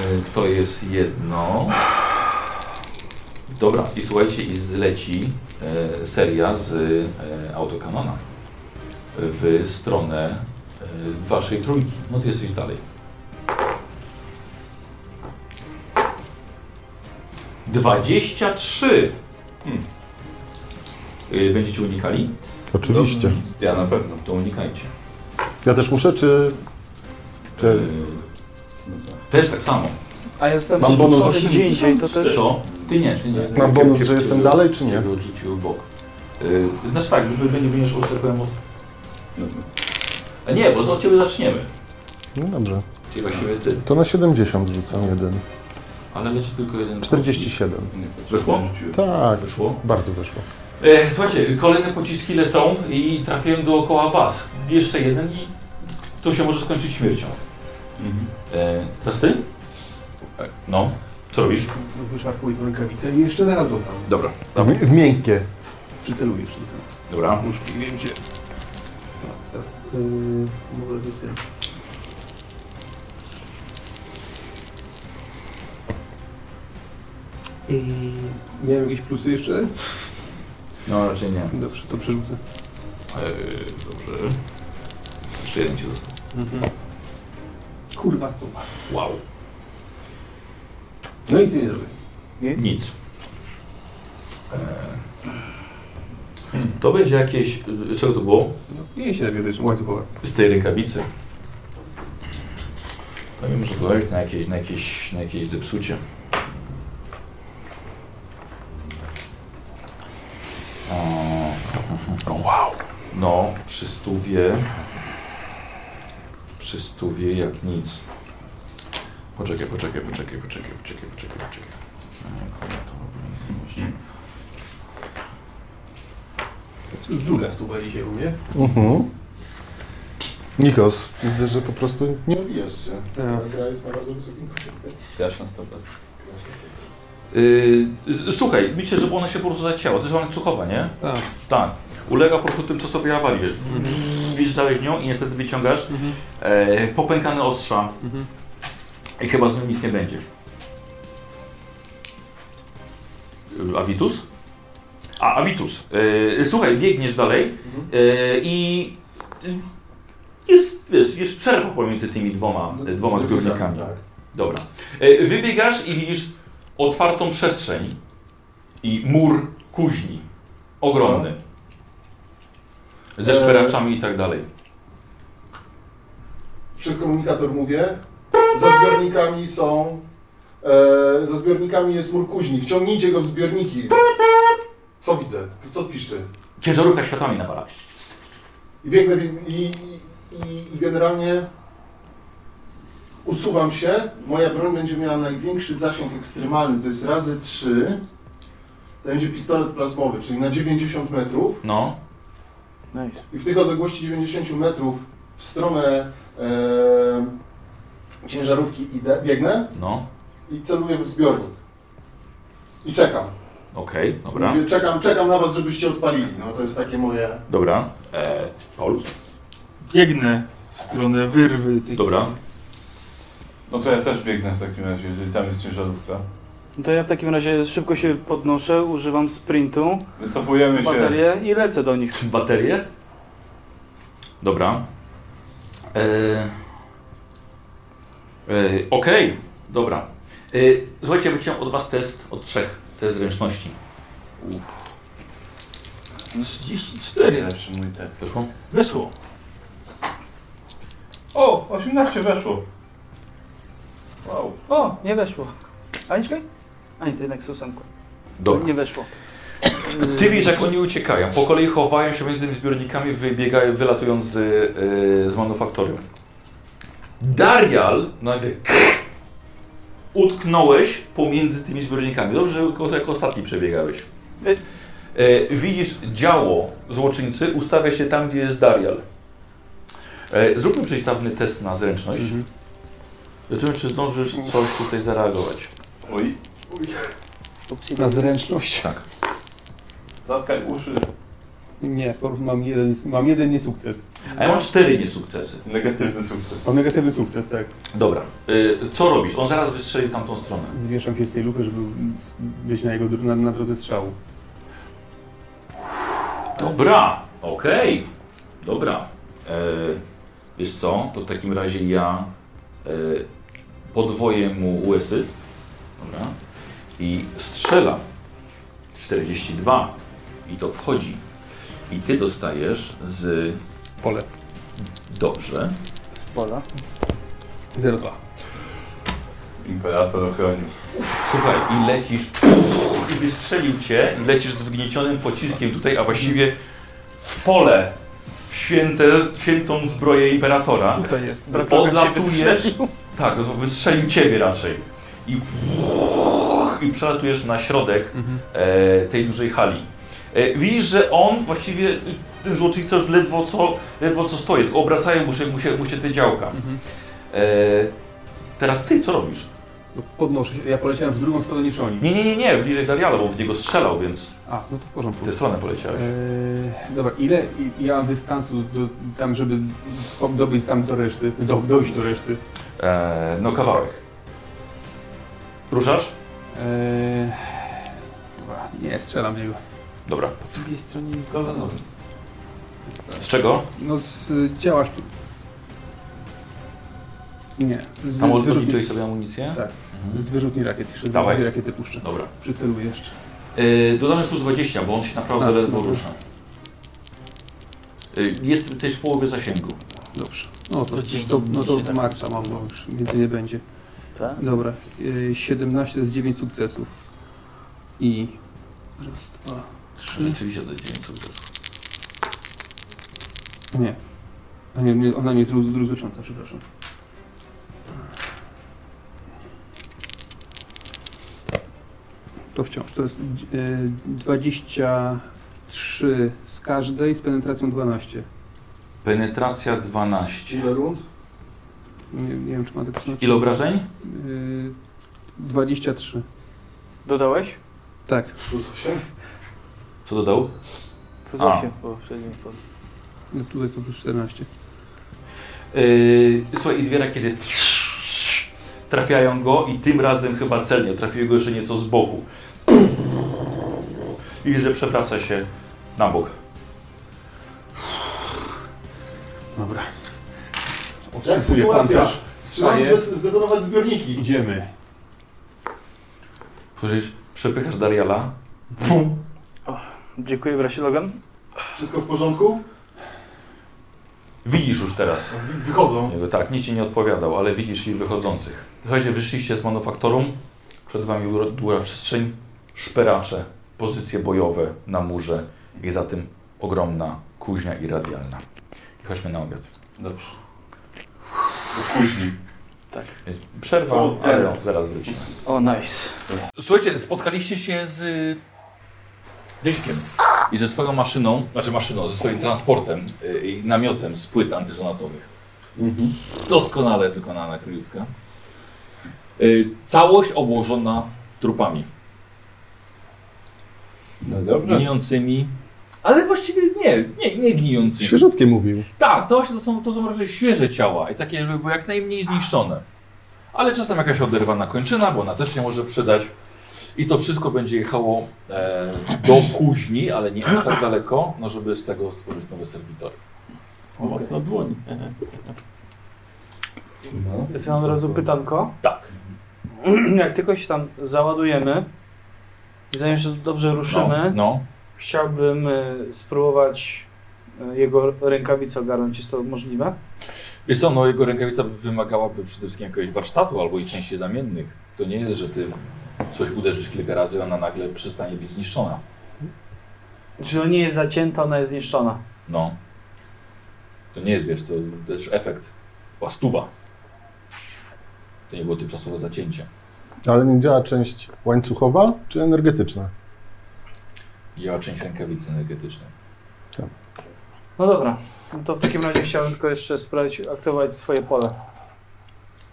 Speaker 1: Y, To jest jedno. Dobra, i słuchajcie, i zleci e, seria z e, autokanona w stronę e, waszej trójki. No ty jesteś dalej. Dwadzieścia trzy.
Speaker 11: Hmm.
Speaker 1: Y, Będziecie unikali?
Speaker 4: Oczywiście.
Speaker 11: Ja na pewno.
Speaker 1: To unikajcie.
Speaker 4: Ja też muszę, czy...
Speaker 1: Y,
Speaker 4: czy...
Speaker 1: Też tak samo.
Speaker 7: A ja jestem
Speaker 4: Mam bonus
Speaker 7: co- gdzie indziej, to też.
Speaker 1: Co? Ty nie, ty nie.
Speaker 4: Mam bonus, że jestem dalej, czy nie?
Speaker 1: Ciebie odrzucił w bok. Yy, znaczy tak, gdyby nie będziesz już tak powiem, os- A nie, bo to od ciebie zaczniemy.
Speaker 4: No dobrze.
Speaker 1: Czyli właściwie ty.
Speaker 4: To na 70 rzucam jeden.
Speaker 1: Ale leczy tylko jeden.
Speaker 4: 47.
Speaker 1: Wyszło?
Speaker 4: Tak.
Speaker 1: Wyszło.
Speaker 4: Bardzo wyszło.
Speaker 1: E, słuchajcie, kolejne pociski lecą i trafiają dookoła was. Jeszcze jeden i to się może skończyć śmiercią.
Speaker 11: Mhm.
Speaker 1: E, teraz ty? No. Co robisz?
Speaker 2: No, Wyszarpuj tą rękawicę i jeszcze raz go tam.
Speaker 1: Dobra.
Speaker 4: W, w miękkie.
Speaker 2: Przyceluję jeszcze do tego.
Speaker 1: Dobra.
Speaker 2: Muszki, wiem gdzie. A, teraz. Yy, może być ten. I miałem jakieś plusy jeszcze?
Speaker 1: No raczej nie.
Speaker 2: Dobrze, to przerzucę.
Speaker 1: dobrze. Jeszcze jeden ci został.
Speaker 2: Kurwa, stupa.
Speaker 1: Wow.
Speaker 2: No nic nie zrobię.
Speaker 1: Nic. E, To będzie jakieś. y, Czego to było?
Speaker 2: No, jej się nawiedzę, łańcuchowa.
Speaker 1: Z tej rękawicy. To nie muszę uważać na jakieś, na, jakieś, na jakieś zepsucie. O, mhm. O, wow. No, przy stówie. Przy stówie jak nic. Poczekaj, poczekaj, poczekaj, poczekaj, poczekaj, poczekaj, poczekaj. No,
Speaker 2: To już druga stupa dzisiaj u mnie.
Speaker 4: Mhm. Nikos, widzę, że po prostu nie odjesz się.
Speaker 2: Tak.
Speaker 4: gra jest na bardzo wysokim
Speaker 11: Grasz na 100%.
Speaker 1: Yy, z- słuchaj, myślę, że ona się po prostu zacięła. To jest łańcuchowa, nie?
Speaker 2: Tak.
Speaker 1: Tak. Ulega po prostu tymczasowej awarii. Wiesz, wjeżdżałeś w nią i niestety wyciągasz e, popękane ostrza
Speaker 2: Mhm.
Speaker 1: i chyba z nią nic nie będzie. Yy, Avitus? A, Avitus. Yy, słuchaj, biegniesz dalej yy, i yy, jest, wiesz, jest przerwa pomiędzy tymi dwoma,
Speaker 4: No,
Speaker 1: dwoma
Speaker 4: tak.
Speaker 1: zbiornikami. Dobra. E, Wybiegasz i widzisz otwartą przestrzeń i mur kuźni. Ogromny. Ze szperaczami i tak dalej.
Speaker 4: Przez komunikator mówię. Za zbiornikami są
Speaker 13: E, ze zbiornikami jest murkuźni. Wciągnijcie go w zbiorniki. Co widzę? Co piszczy?
Speaker 1: Ciężarówka światłami nawala.
Speaker 13: I biegnę biegnę- i, i, i generalnie usuwam się. Moja broń będzie miała największy zasięg ekstremalny, to jest razy 3. To będzie pistolet plazmowy, czyli na 90 metrów.
Speaker 1: No.
Speaker 7: Nice.
Speaker 13: I w tych odległości 90 metrów w stronę e, ciężarówki idę, biegnę
Speaker 1: No.
Speaker 13: i celuję w zbiornik. I czekam.
Speaker 1: Okej, dobra.
Speaker 13: Mówię, czekam, czekam na was, żebyście odpalili. No to jest takie moje...
Speaker 1: Dobra. E, Paulus?
Speaker 5: Biegnę w stronę wyrwy tych...
Speaker 1: Dobra.
Speaker 11: No to ja też biegnę w takim razie, jeżeli tam jest ciężarówka.
Speaker 7: No to ja w takim razie szybko się podnoszę, używam sprintu,
Speaker 11: Wycofujemy się.
Speaker 7: baterię i lecę do nich.
Speaker 1: Baterie? Dobra. E, e, Okej, dobra. E, słuchajcie, wyciąłem od was test, od trzech, test zręczności.
Speaker 5: 34.
Speaker 11: Lepszy mój test.
Speaker 1: Wyszło?
Speaker 5: Weszło.
Speaker 11: O, 18 weszło. Wow.
Speaker 7: O, nie weszło. Aniczkaj? A nie, to jednak z ósemką.
Speaker 1: Dobra.
Speaker 7: Nie weszło.
Speaker 1: Ty wiesz, jak oni uciekają. Po kolei chowają się między tymi zbiornikami, wybiegają, wylatują z, e, z manufaktorium. Darial nagle utknąłeś pomiędzy tymi zbiornikami. Dobrze, że jako- jako ostatni przebiegałeś. E, widzisz działo złoczyńcy, ustawia się tam, gdzie jest Darial. E, zróbmy przeciwstawny test na zręczność. Zobaczymy, czy zdążysz coś tutaj zareagować.
Speaker 11: Oj,
Speaker 4: Na zręczność.
Speaker 1: Tak.
Speaker 11: zatkaj uszy.
Speaker 2: Nie, po prostu mam jeden, mam jeden niesukces.
Speaker 1: A ja mam cztery niesukcesy.
Speaker 11: Negatywny sukces.
Speaker 2: Mam negatywny sukces, tak.
Speaker 1: Dobra, y, co robisz? On zaraz wystrzeli w tamtą stronę.
Speaker 2: Zwieszam się z tej lufy, żeby być na jego dro- na, na drodze strzału.
Speaker 1: Dobra, okej, dobra. E, wiesz co, to w takim razie ja e, podwoję mu łysy. Dobra. I strzelam. 42. I to wchodzi. I ty dostajesz z...
Speaker 2: Pole.
Speaker 1: Dobrze.
Speaker 7: Z pola.
Speaker 2: 0,2.
Speaker 11: Imperator ochronił.
Speaker 1: Słuchaj, i lecisz. I wystrzelił cię, i lecisz z wgniecionym pociskiem tutaj, a właściwie w pole. W święte, świętą zbroję imperatora.
Speaker 5: Tutaj jest.
Speaker 1: Odlatujesz. Tak, wystrzelił ciebie raczej. I, i przelatujesz na środek
Speaker 2: Mhm.
Speaker 1: e, tej dużej hali. E, widzisz, że on właściwie, y, ten złoczyńca już ledwo co, ledwo co stoi, tylko obracają mu się, mu się, mu się te działka. E, teraz ty co robisz?
Speaker 2: No, podnoszę się. Ja poleciałem w drugą stronę niż oni.
Speaker 1: Nie, nie, nie, nie, bliżej Dariala, bo w niego strzelał, więc
Speaker 2: A, no to w
Speaker 1: w
Speaker 2: porządku.
Speaker 1: tę stronę poleciałeś.
Speaker 2: Eee, dobra, ile i- ja mam dystansu do, tam, żeby po- dobyć tam do reszty, do, dojść do reszty?
Speaker 1: E, no kawałek. Ruszasz?
Speaker 2: Eee, dobra, nie, strzelam w niego.
Speaker 1: Dobra.
Speaker 2: Po drugiej stronie
Speaker 11: To
Speaker 2: nikogo.
Speaker 11: za nowy.
Speaker 1: Z czego?
Speaker 2: No, z, działasz tu. Nie, z,
Speaker 1: Tam
Speaker 2: z, wyrzutni,
Speaker 1: odliczyłeś sobie amunicję?
Speaker 2: Tak. z wyrzutni rakiet. Jeszcze
Speaker 1: Dawaj.
Speaker 2: dwie rakiety puszczę.
Speaker 1: Dobra.
Speaker 2: Przyceluję jeszcze.
Speaker 1: Yy, dodamy plus 20, bo on się naprawdę
Speaker 2: A,
Speaker 1: ledwo
Speaker 2: Tak, dobra.
Speaker 1: rusza. Yy, jest też w połowie zasięgu.
Speaker 2: Dobrze. No to,
Speaker 5: To
Speaker 2: to,
Speaker 5: dzięki
Speaker 2: to,
Speaker 5: mnie
Speaker 2: no
Speaker 5: się
Speaker 2: to
Speaker 5: tak
Speaker 2: maksa mam, bo już więcej nie będzie.
Speaker 7: Tak?
Speaker 2: Dobra, y, 17 to jest 9 sukcesów. I raz, dwa, trzy.
Speaker 1: Rzeczywiście to jest 9 sukcesów.
Speaker 2: Nie. A nie, nie ona nie jest roz- rozlicząca, przepraszam. To wciąż, to jest y, 23 z każdej, z penetracją 12.
Speaker 1: Penetracja 12.
Speaker 13: Ile rund?
Speaker 2: Nie, nie wiem, czy ma to znaczenie. E,
Speaker 1: Ile obrażeń?
Speaker 2: Y, 23.
Speaker 7: Dodałeś?
Speaker 2: Tak.
Speaker 13: Plus 8?
Speaker 1: Co dodał?
Speaker 7: Plus
Speaker 1: A.
Speaker 7: 8 po poprzednim polu.
Speaker 2: No tutaj to plus 14.
Speaker 1: Yy, słuchaj, i dwie rakiety trafiają go i tym razem chyba celnie. Trafiły go jeszcze nieco z boku. I że przewraca się na bok.
Speaker 2: Dobra.
Speaker 13: Jak
Speaker 2: Otrzymuję
Speaker 13: Tak, sytuacja?
Speaker 2: pancerz.
Speaker 13: Trzeba
Speaker 2: Wstaję.
Speaker 13: zdes- zdetonować zbiorniki.
Speaker 2: Idziemy.
Speaker 1: Przecież przepychasz Dariala.
Speaker 7: Dziękuję, Brasilogan.
Speaker 13: Wszystko w porządku?
Speaker 14: Widzisz już teraz.
Speaker 15: Wychodzą.
Speaker 14: Jego, tak, nikt ci nie odpowiadał, ale widzisz ich wychodzących. Słuchajcie, wyszliście z manufaktorum. Przed wami dura- dura przestrzeń, szperacze, pozycje bojowe na murze i za tym ogromna kuźnia i radialna. I chodźmy na obiad.
Speaker 11: Dobrze. Później.
Speaker 14: Przerwa,
Speaker 15: Tak. O,
Speaker 14: ale
Speaker 15: teraz.
Speaker 14: zaraz wrócimy.
Speaker 7: O, nice.
Speaker 1: Słuchajcie, spotkaliście się z y, Ryśkiem i ze swoją maszyną, znaczy maszyną, ze swoim transportem y, i namiotem z płyt antysonatowych. Mhm. Doskonale wykonana kryjówka. Y, Całość obłożona trupami
Speaker 11: No dobrze.
Speaker 1: gnijącymi, ale właściwie nie, nie, nie gnijącymi.
Speaker 4: Świeżutkie mówił.
Speaker 1: Tak, to właśnie to są, to są raczej świeże ciała i takie żeby były jak najmniej zniszczone. Ale czasem jakaś oderwana kończyna, bo ona też się może przydać. I to wszystko będzie jechało e, do kuźni, ale nie aż tak daleko, no żeby z tego stworzyć nowe serwitory.
Speaker 5: Mocno dłoń.
Speaker 11: No.
Speaker 7: Ja sobie mam od razu pytanko.
Speaker 1: Tak.
Speaker 7: Jak tylko się tam załadujemy i zanim się dobrze
Speaker 1: No,
Speaker 7: ruszymy,
Speaker 1: no.
Speaker 7: chciałbym y, spróbować y, jego rękawicę ogarnąć. Jest to możliwe?
Speaker 1: Wiesz co, no jego rękawica wymagałaby przede wszystkim jakiegoś warsztatu albo i części zamiennych. To nie jest, że ty coś uderzysz kilka razy i ona nagle przestanie być zniszczona.
Speaker 7: Czy ona Znaczy, no, nie jest zacięta, ona jest zniszczona.
Speaker 1: No. To nie jest, wiesz, to też efekt. Łastuwa. To nie było tymczasowe zacięcie.
Speaker 4: Ale nie działa część łańcuchowa czy energetyczna?
Speaker 1: Działa część rękawicy energetycznej.
Speaker 7: No dobra, no to w takim razie chciałbym tylko jeszcze sprawdzić, aktywować swoje pole.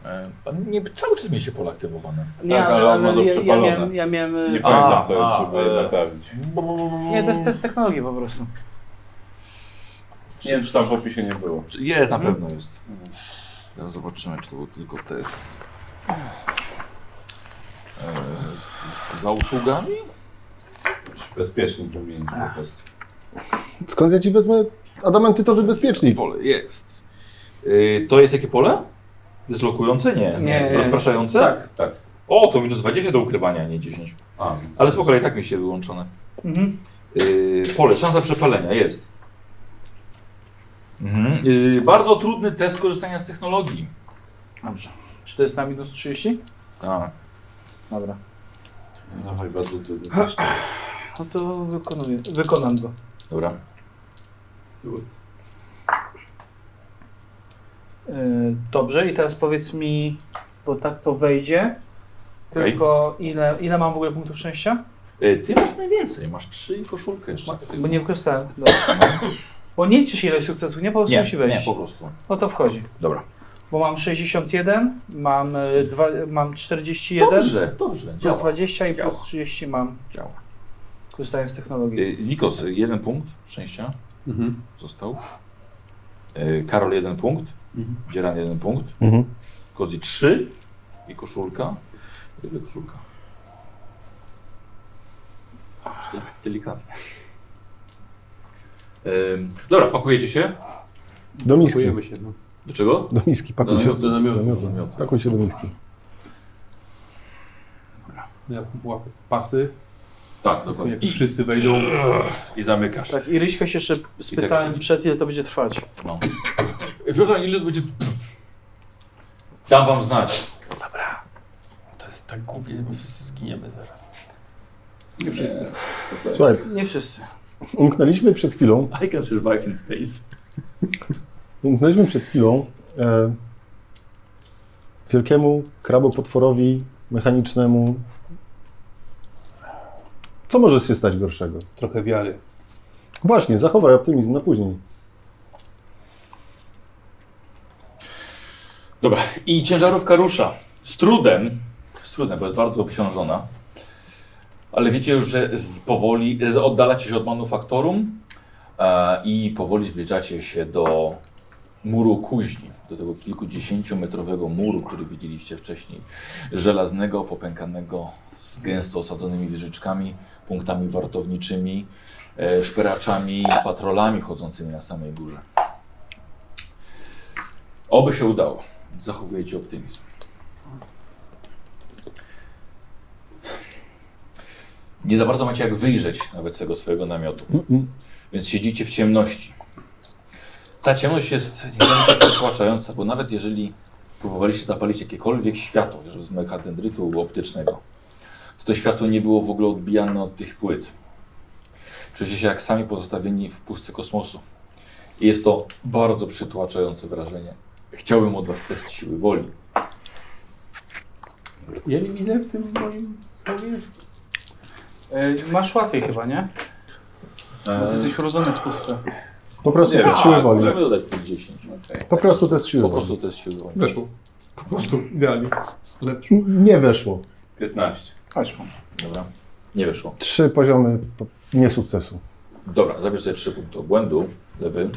Speaker 1: E, pan nie cały czas mi się pole aktywowane.
Speaker 7: Nie,
Speaker 11: Tak,
Speaker 7: ale,
Speaker 11: ale on ma
Speaker 7: ale
Speaker 11: to
Speaker 7: ja, ja
Speaker 11: przepalone.
Speaker 7: miałem... Ja miałem
Speaker 11: Nie
Speaker 7: y,
Speaker 1: A,
Speaker 11: pamiętam co jest,
Speaker 1: a,
Speaker 11: żeby
Speaker 1: e.
Speaker 11: naprawić.
Speaker 7: nie, to jest test technologii po prostu.
Speaker 11: Nie wiem, czy tam w opisie nie było.
Speaker 1: Czy- Je, na
Speaker 7: Mhm.
Speaker 1: pewno jest. Teraz zobaczymy, czy to był tylko test. E, za usługami?
Speaker 11: Bezpiecznie powinien po prostu.
Speaker 4: Skąd ja ci wezmę adamantytowy bezpiecznik?
Speaker 1: Pole jest. E, to jest jakie pole? Dyslokujące? Nie.
Speaker 7: Nie, nie.
Speaker 1: Rozpraszające?
Speaker 7: Tak.
Speaker 11: Tak.
Speaker 1: O, to minus 20 do ukrywania, nie 10.
Speaker 11: A,
Speaker 1: Ale spokojnie, tak mi się wyłączone.
Speaker 7: Mhm.
Speaker 1: Yy, pole, szansa przepalenia jest. Mhm. Yy, bardzo trudny test korzystania z technologii.
Speaker 7: Dobrze. Czy to jest na minus 30?
Speaker 1: Tak.
Speaker 7: Dobra.
Speaker 11: No Dawaj, bardzo trudno.
Speaker 7: No to wykonuję, wykonam go.
Speaker 1: Dobra.
Speaker 7: Y, Dobrze, i teraz powiedz mi, bo tak to wejdzie,
Speaker 1: Okej.
Speaker 7: tylko ile, ile mam w ogóle punktów szczęścia?
Speaker 1: Yy, ty masz najwięcej, masz trzy i koszulkę jeszcze.
Speaker 7: Bo nie wykorzystałem. Dobra. Bo nie liczy się ilość sukcesów, nie? Po prostu
Speaker 1: nie,
Speaker 7: musi wejść.
Speaker 1: nie, po prostu.
Speaker 7: No to wchodzi.
Speaker 1: Dobra.
Speaker 7: Bo mam 61, mam, y, dwa, mam 41,
Speaker 1: Dobrze, dobrze,
Speaker 7: plus
Speaker 1: działa.
Speaker 7: 20 i
Speaker 1: Działa.
Speaker 7: plus 30 mam,
Speaker 1: działa.
Speaker 7: korzystając z technologii.
Speaker 1: Yy, Nikos, yy, jeden punkt szczęścia
Speaker 16: Mhm.
Speaker 1: został. Yy, Karol, jeden punkt. Dzieran, jeden punkt.
Speaker 4: Mhm.
Speaker 1: Kozi, trzy i koszulka. Tyle koszulka. Delikatnie. Ym, dobra, pakujecie się.
Speaker 4: Do miski.
Speaker 16: Dziękujemy się. No.
Speaker 1: Do czego?
Speaker 4: Do miski, pakuj się.
Speaker 1: do namiotu.
Speaker 4: namiotu.
Speaker 1: Do namiotu.
Speaker 4: Pakuj się do miski.
Speaker 16: Ja łapię pasy,
Speaker 1: Tak, dokładnie.
Speaker 16: jak
Speaker 1: I,
Speaker 16: wszyscy wejdą.
Speaker 1: I zamykasz.
Speaker 7: Tak, i Ryśka się jeszcze spytałem
Speaker 1: się-
Speaker 7: przed, ile to będzie trwać.
Speaker 1: No. Ej, Przepraszam, ile to będzie... Dam wam znać.
Speaker 5: To jest tak głupie, my wszyscy zginiemy zaraz.
Speaker 16: Nie wszyscy.
Speaker 4: Słuchaj,
Speaker 7: Nie wszyscy.
Speaker 4: umknęliśmy przed chwilą,
Speaker 1: I can survive in space.
Speaker 4: umknęliśmy przed chwilą e, wielkiemu krabopotworowi mechanicznemu. Co może się stać gorszego?
Speaker 16: Trochę wiary.
Speaker 4: Właśnie, zachowaj optymizm na później.
Speaker 1: Dobra, i ciężarówka rusza. Z trudem. Z trudem, bo jest bardzo obciążona. Ale wiecie już, że z powoli e, oddalacie się od manufaktorum e, i powoli zbliżacie się do muru kuźni. Do tego kilkudziesięciometrowego muru, który widzieliście wcześniej. Żelaznego, popękanego, z gęsto osadzonymi wieżyczkami, punktami wartowniczymi, e, szperaczami, patrolami chodzącymi na samej górze. Oby się udało. Zachowujecie optymizm. Nie za bardzo macie jak wyjrzeć nawet z tego swojego namiotu,
Speaker 4: Mm-mm.
Speaker 1: więc siedzicie w ciemności. Ta ciemność jest niesamowicie przytłaczająca, bo nawet jeżeli próbowaliście zapalić jakiekolwiek światło, z mechadendrytu optycznego, to to światło nie było w ogóle odbijane od tych płyt. Czujecie się jak sami pozostawieni w pustce kosmosu. I jest to bardzo przytłaczające wrażenie. Chciałbym od Was test siły woli.
Speaker 2: Ja nie widzę w tym moim domie.
Speaker 7: E, Masz łatwiej chyba, nie? Bo ty jesteś urodzony w pustce.
Speaker 4: Po prostu to jest siły
Speaker 1: Tak,
Speaker 4: woli.
Speaker 1: Możemy dodać plus 10.
Speaker 4: Po prostu to jest siły
Speaker 1: Po
Speaker 4: woli.
Speaker 1: prostu test siły woli.
Speaker 2: Weszło. Po prostu, idealnie. Lepsze.
Speaker 4: Nie weszło.
Speaker 11: 15.
Speaker 7: Chodź mu.
Speaker 1: Dobra. Nie wyszło.
Speaker 4: Trzy poziomy po- niesukcesu.
Speaker 1: Dobra, zabierz sobie 3 punkty obłędu. Lewy.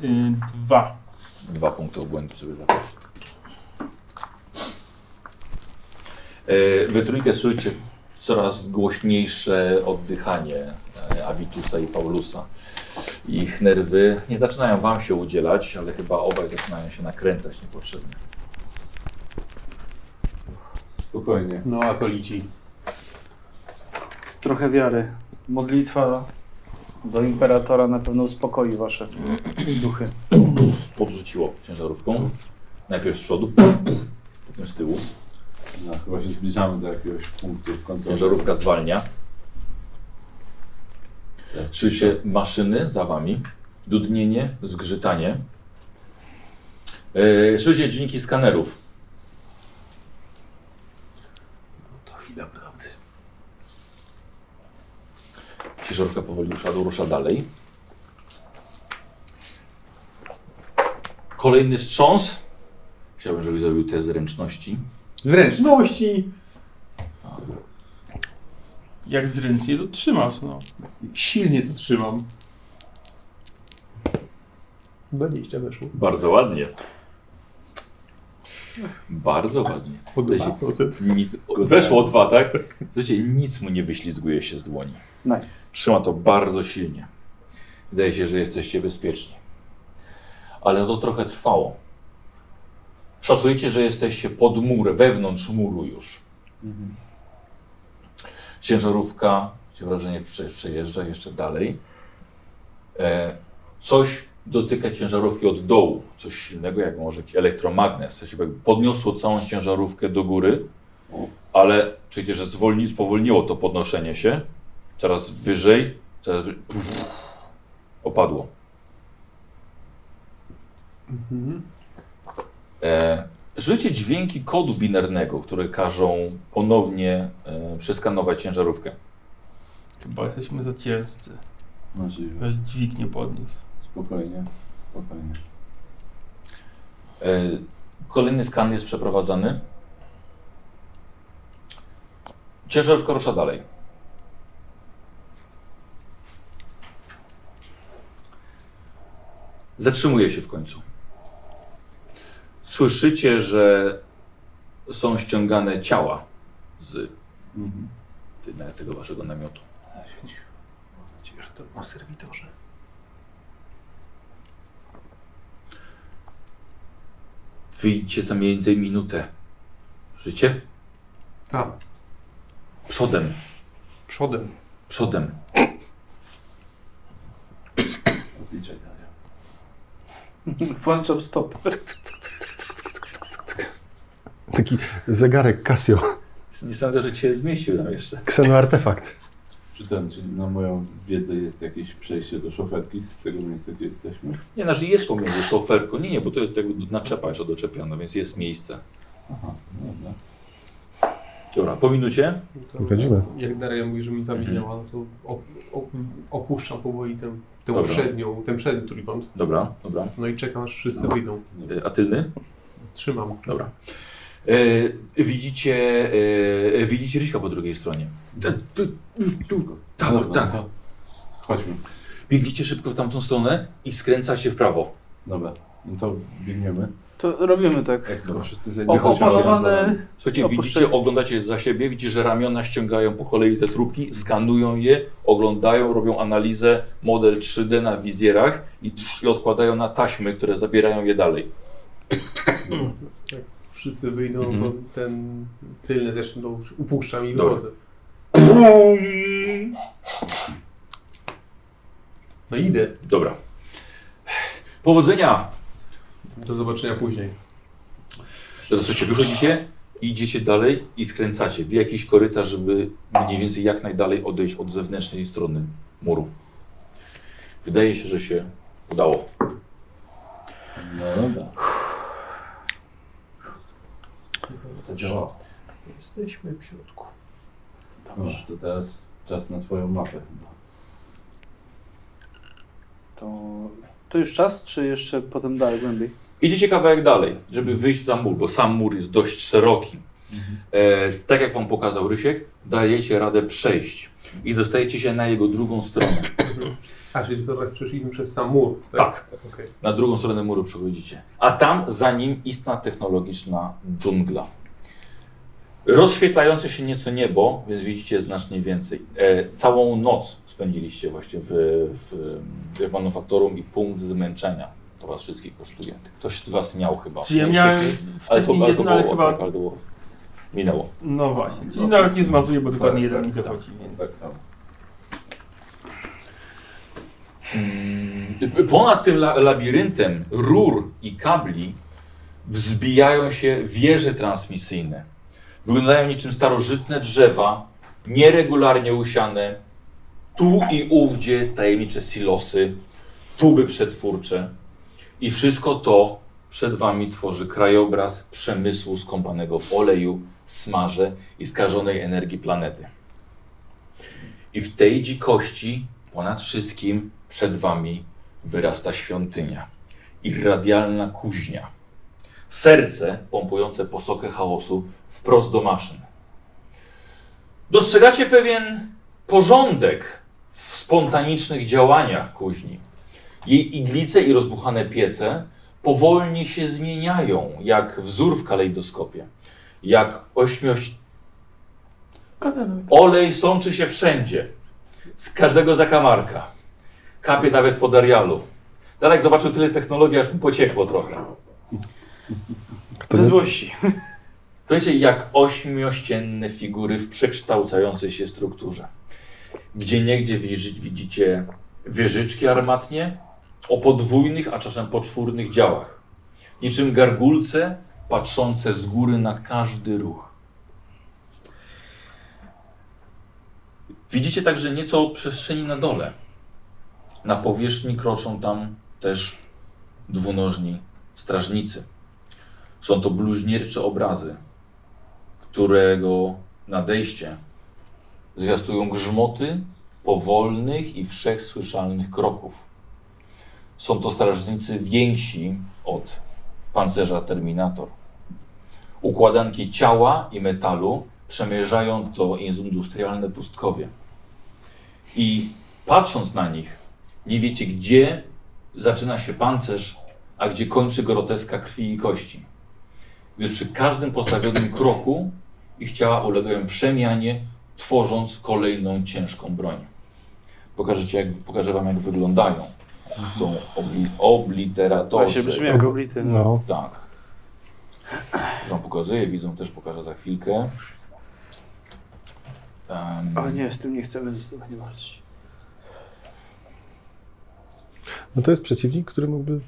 Speaker 5: Yy, dwa.
Speaker 1: Dwa punkty obłędu sobie zabierz. E, Wy trójkę słyszycie coraz głośniejsze oddychanie e, Avitusa i Paulusa. Ich nerwy nie zaczynają wam się udzielać, ale chyba obaj zaczynają się nakręcać niepotrzebnie.
Speaker 11: Spokojnie.
Speaker 2: No, akolici.
Speaker 7: Trochę wiary. Modlitwa do imperatora na pewno uspokoi wasze duchy.
Speaker 1: Podrzuciło ciężarówką. Najpierw z przodu, potem z tyłu.
Speaker 11: No, chyba się zbliżamy do jakiegoś punktu w końcu.
Speaker 1: Ciężarówka zwalnia. Słyszycie maszyny za wami, dudnienie, zgrzytanie. Yy, Słyszycie dźwięki skanerów.
Speaker 2: No To chwila prawdy.
Speaker 1: Ciężarówka powoli rusza, rusza dalej. Kolejny wstrząs. Chciałbym, żebyś zrobił test zręczności.
Speaker 2: Zręczności!
Speaker 5: Jak zręcznie to trzymasz, no.
Speaker 2: Silnie to trzymam. 20 weszło.
Speaker 1: Bardzo ładnie. Bardzo ładnie.
Speaker 2: Po
Speaker 1: Weź-
Speaker 2: 2%.
Speaker 1: Nic, weszło o dwa, tak? Słuchajcie, nic mu nie wyślizguje się z dłoni.
Speaker 7: Nice.
Speaker 1: Trzyma to bardzo silnie. Wydaje się, że jesteście bezpieczni. Ale no to trochę trwało. Szacujecie, że jesteście pod murem, wewnątrz muru już. Ciężarówka, macie wrażenie, prze- przejeżdża jeszcze dalej. E, coś dotyka ciężarówki od dołu. Coś silnego, jak może jakiś elektromagnes. W sensie jakby podniosło całą ciężarówkę do góry, ale czujecie, że zwolni, spowolniło to podnoszenie się coraz wyżej, coraz wy... opadło. E, życie dźwięki kodu binarnego, które każą ponownie e, przeskanować ciężarówkę.
Speaker 5: Chyba jesteśmy za cielscy.
Speaker 11: Możliwe.
Speaker 5: Weź dźwig nie podniósł.
Speaker 11: Spokojnie. Spokojnie.
Speaker 1: E, kolejny skan jest przeprowadzany. Ciężarówka rusza dalej. Zatrzymuje się w końcu. Słyszycie, że są ściągane ciała z ty- tego waszego namiotu.
Speaker 2: Nadzieję, że to ma serwitorze.
Speaker 1: Wyjdźcie za mniej więcej minutę. Życie?
Speaker 2: Tam,
Speaker 1: Przodem,
Speaker 2: przodem.
Speaker 1: przodem.
Speaker 11: Odliczaj dalej.
Speaker 7: Włączam stop.
Speaker 4: Taki zegarek Casio,
Speaker 1: Nie sądzę, że cię zmieścił tam jeszcze.
Speaker 4: ksenoartefakt.
Speaker 11: Czy ten, czy na moją wiedzę jest jakieś przejście do szoferki z tego miejsca, gdzie jesteśmy?
Speaker 1: Nie, znaczy jest pomiędzy soferką. Nie, nie, bo to jest jakby naczepa jeszcze doczepiana, więc jest miejsce. no,
Speaker 11: Aha, dobra.
Speaker 1: Dobra, po minucie.
Speaker 4: Wychodzimy.
Speaker 2: Jak Daria mówi, że mi tam
Speaker 1: Mhm.
Speaker 2: minęła, no to op- op- opuszczam powoli tę, tę
Speaker 1: Dobra.
Speaker 2: przednią, ten przedni trójkąt.
Speaker 1: Dobra, dobra.
Speaker 2: No i czekam, aż wszyscy wyjdą.
Speaker 1: E, A tylny?
Speaker 2: Trzymam.
Speaker 1: Dobra. E, widzicie, e, widzicie Ryśka po drugiej stronie. Da- tu- tu- tu. Tak,
Speaker 11: Dobra,
Speaker 1: tak.
Speaker 11: to Chodźmy.
Speaker 1: Biegnijcie szybko w tamtą stronę i skręcacie w prawo.
Speaker 11: Dobra, no to biegniemy.
Speaker 7: To robimy tak.
Speaker 11: Jak to wszyscy sobie
Speaker 7: O,
Speaker 11: wychodzimy razem.
Speaker 7: opanowane.
Speaker 1: Słuchajcie,
Speaker 7: Opuszczenie.
Speaker 1: widzicie, oglądacie za siebie, widzicie, że ramiona ściągają po kolei te trupki, skanują je, oglądają, robią analizę, model 3D na wizjerach i, trz- i odkładają na taśmy, które zabierają je dalej.
Speaker 2: Wszyscy wyjdą,
Speaker 1: Mhm.
Speaker 2: bo ten tylny też no, już upuszczam i
Speaker 1: Dobra.
Speaker 2: wychodzę. No idę.
Speaker 1: Dobra. Powodzenia!
Speaker 2: Do zobaczenia później.
Speaker 1: Dobra, Słuchajcie, wychodzicie, idziecie dalej i skręcacie w jakiś korytarz, żeby mniej więcej jak najdalej odejść od zewnętrznej strony muru. Wydaje się, że się udało.
Speaker 11: No dobra.
Speaker 2: Zadziałało. Jesteśmy w środku.
Speaker 11: Dobrze, to teraz czas na twoją mapę chyba.
Speaker 7: To, to już czas, czy jeszcze potem dalej głębiej?
Speaker 1: Idziecie kawałek dalej,
Speaker 5: Mhm.
Speaker 1: żeby wyjść za mur, bo sam mur jest dość szeroki. E, tak jak wam pokazał Rysiek, dajecie radę przejść i dostajecie się na jego drugą stronę.
Speaker 2: A, czyli tylko raz przeszliśmy przez sam mur.
Speaker 1: Tak.
Speaker 2: tak okej.
Speaker 1: Na drugą stronę muru przechodzicie. A tam za nim istna technologiczna dżungla. Rozświetlające się nieco niebo, więc widzicie znacznie więcej. E, całą noc spędziliście właśnie w, w, w manufaktorum i punkt zmęczenia. To was wszystkich kosztuje. Ktoś z was miał chyba.
Speaker 5: Czyli ja miałem wcześniej
Speaker 1: Albo-
Speaker 5: jeden,
Speaker 1: albo
Speaker 5: ale
Speaker 1: było,
Speaker 5: chyba...
Speaker 1: tak, albo było. Minęło.
Speaker 5: No właśnie, czyli nawet nie zmazuję, bo dokładnie jeden mi dochodzi,
Speaker 11: Tak
Speaker 5: więc...
Speaker 11: samo.
Speaker 1: Mm, Ponad tym la- labiryntem rur i kabli wzbijają się wieże transmisyjne. Wyglądają niczym starożytne drzewa, nieregularnie usiane, tu i ówdzie tajemnicze silosy, tuby przetwórcze. I wszystko to przed Wami tworzy krajobraz przemysłu skąpanego w oleju, smarze i skażonej energii planety. I w tej dzikości, ponad wszystkim, przed wami wyrasta świątynia. Irradialna kuźnia. Serce pompujące posokę chaosu wprost do maszyn. Dostrzegacie pewien porządek w spontanicznych działaniach kuźni. Jej iglice i rozbuchane piece powolnie się zmieniają, jak wzór w kalejdoskopie. Jak ośmioś... Olej sączy się wszędzie. Z każdego zakamarka. Kapie nawet po Darialu. Darek zobaczył tyle technologii, aż mu pociekło trochę.
Speaker 4: Kto
Speaker 7: Ze
Speaker 4: nie,
Speaker 7: złości.
Speaker 1: Słuchajcie, jak ośmiościenne figury w przekształcającej się strukturze. Gdzie niegdzie widzicie wieżyczki armatnie o podwójnych, a czasem poczwórnych działach. Niczym gargulce patrzące z góry na każdy ruch. Widzicie także nieco przestrzeni na dole. Na powierzchni kroczą tam też dwunożni strażnicy. Są to bluźniercze obrazy, którego nadejście zwiastują grzmoty powolnych i wszechsłyszalnych kroków. Są to strażnicy więksi od pancerza Terminator. Układanki ciała i metalu przemierzają to industrialne pustkowie. I patrząc na nich, nie wiecie, gdzie zaczyna się pancerz, a gdzie kończy groteska krwi i kości gdyż przy każdym postawionym kroku ich ciała ulegają przemianie, tworząc kolejną ciężką broń. Pokażę, ci, jak, pokażę Wam, jak wyglądają. Są obli
Speaker 7: Właśnie
Speaker 1: obliteratorzy.
Speaker 7: brzmi jak oblity. No.
Speaker 4: no,
Speaker 1: Tak. Już Wam pokazuję, widzą też pokażę za chwilkę. Em,
Speaker 7: Ale nie, z tym nie chcemy nic nie walczyć.
Speaker 4: no to jest przeciwnik, który mógłby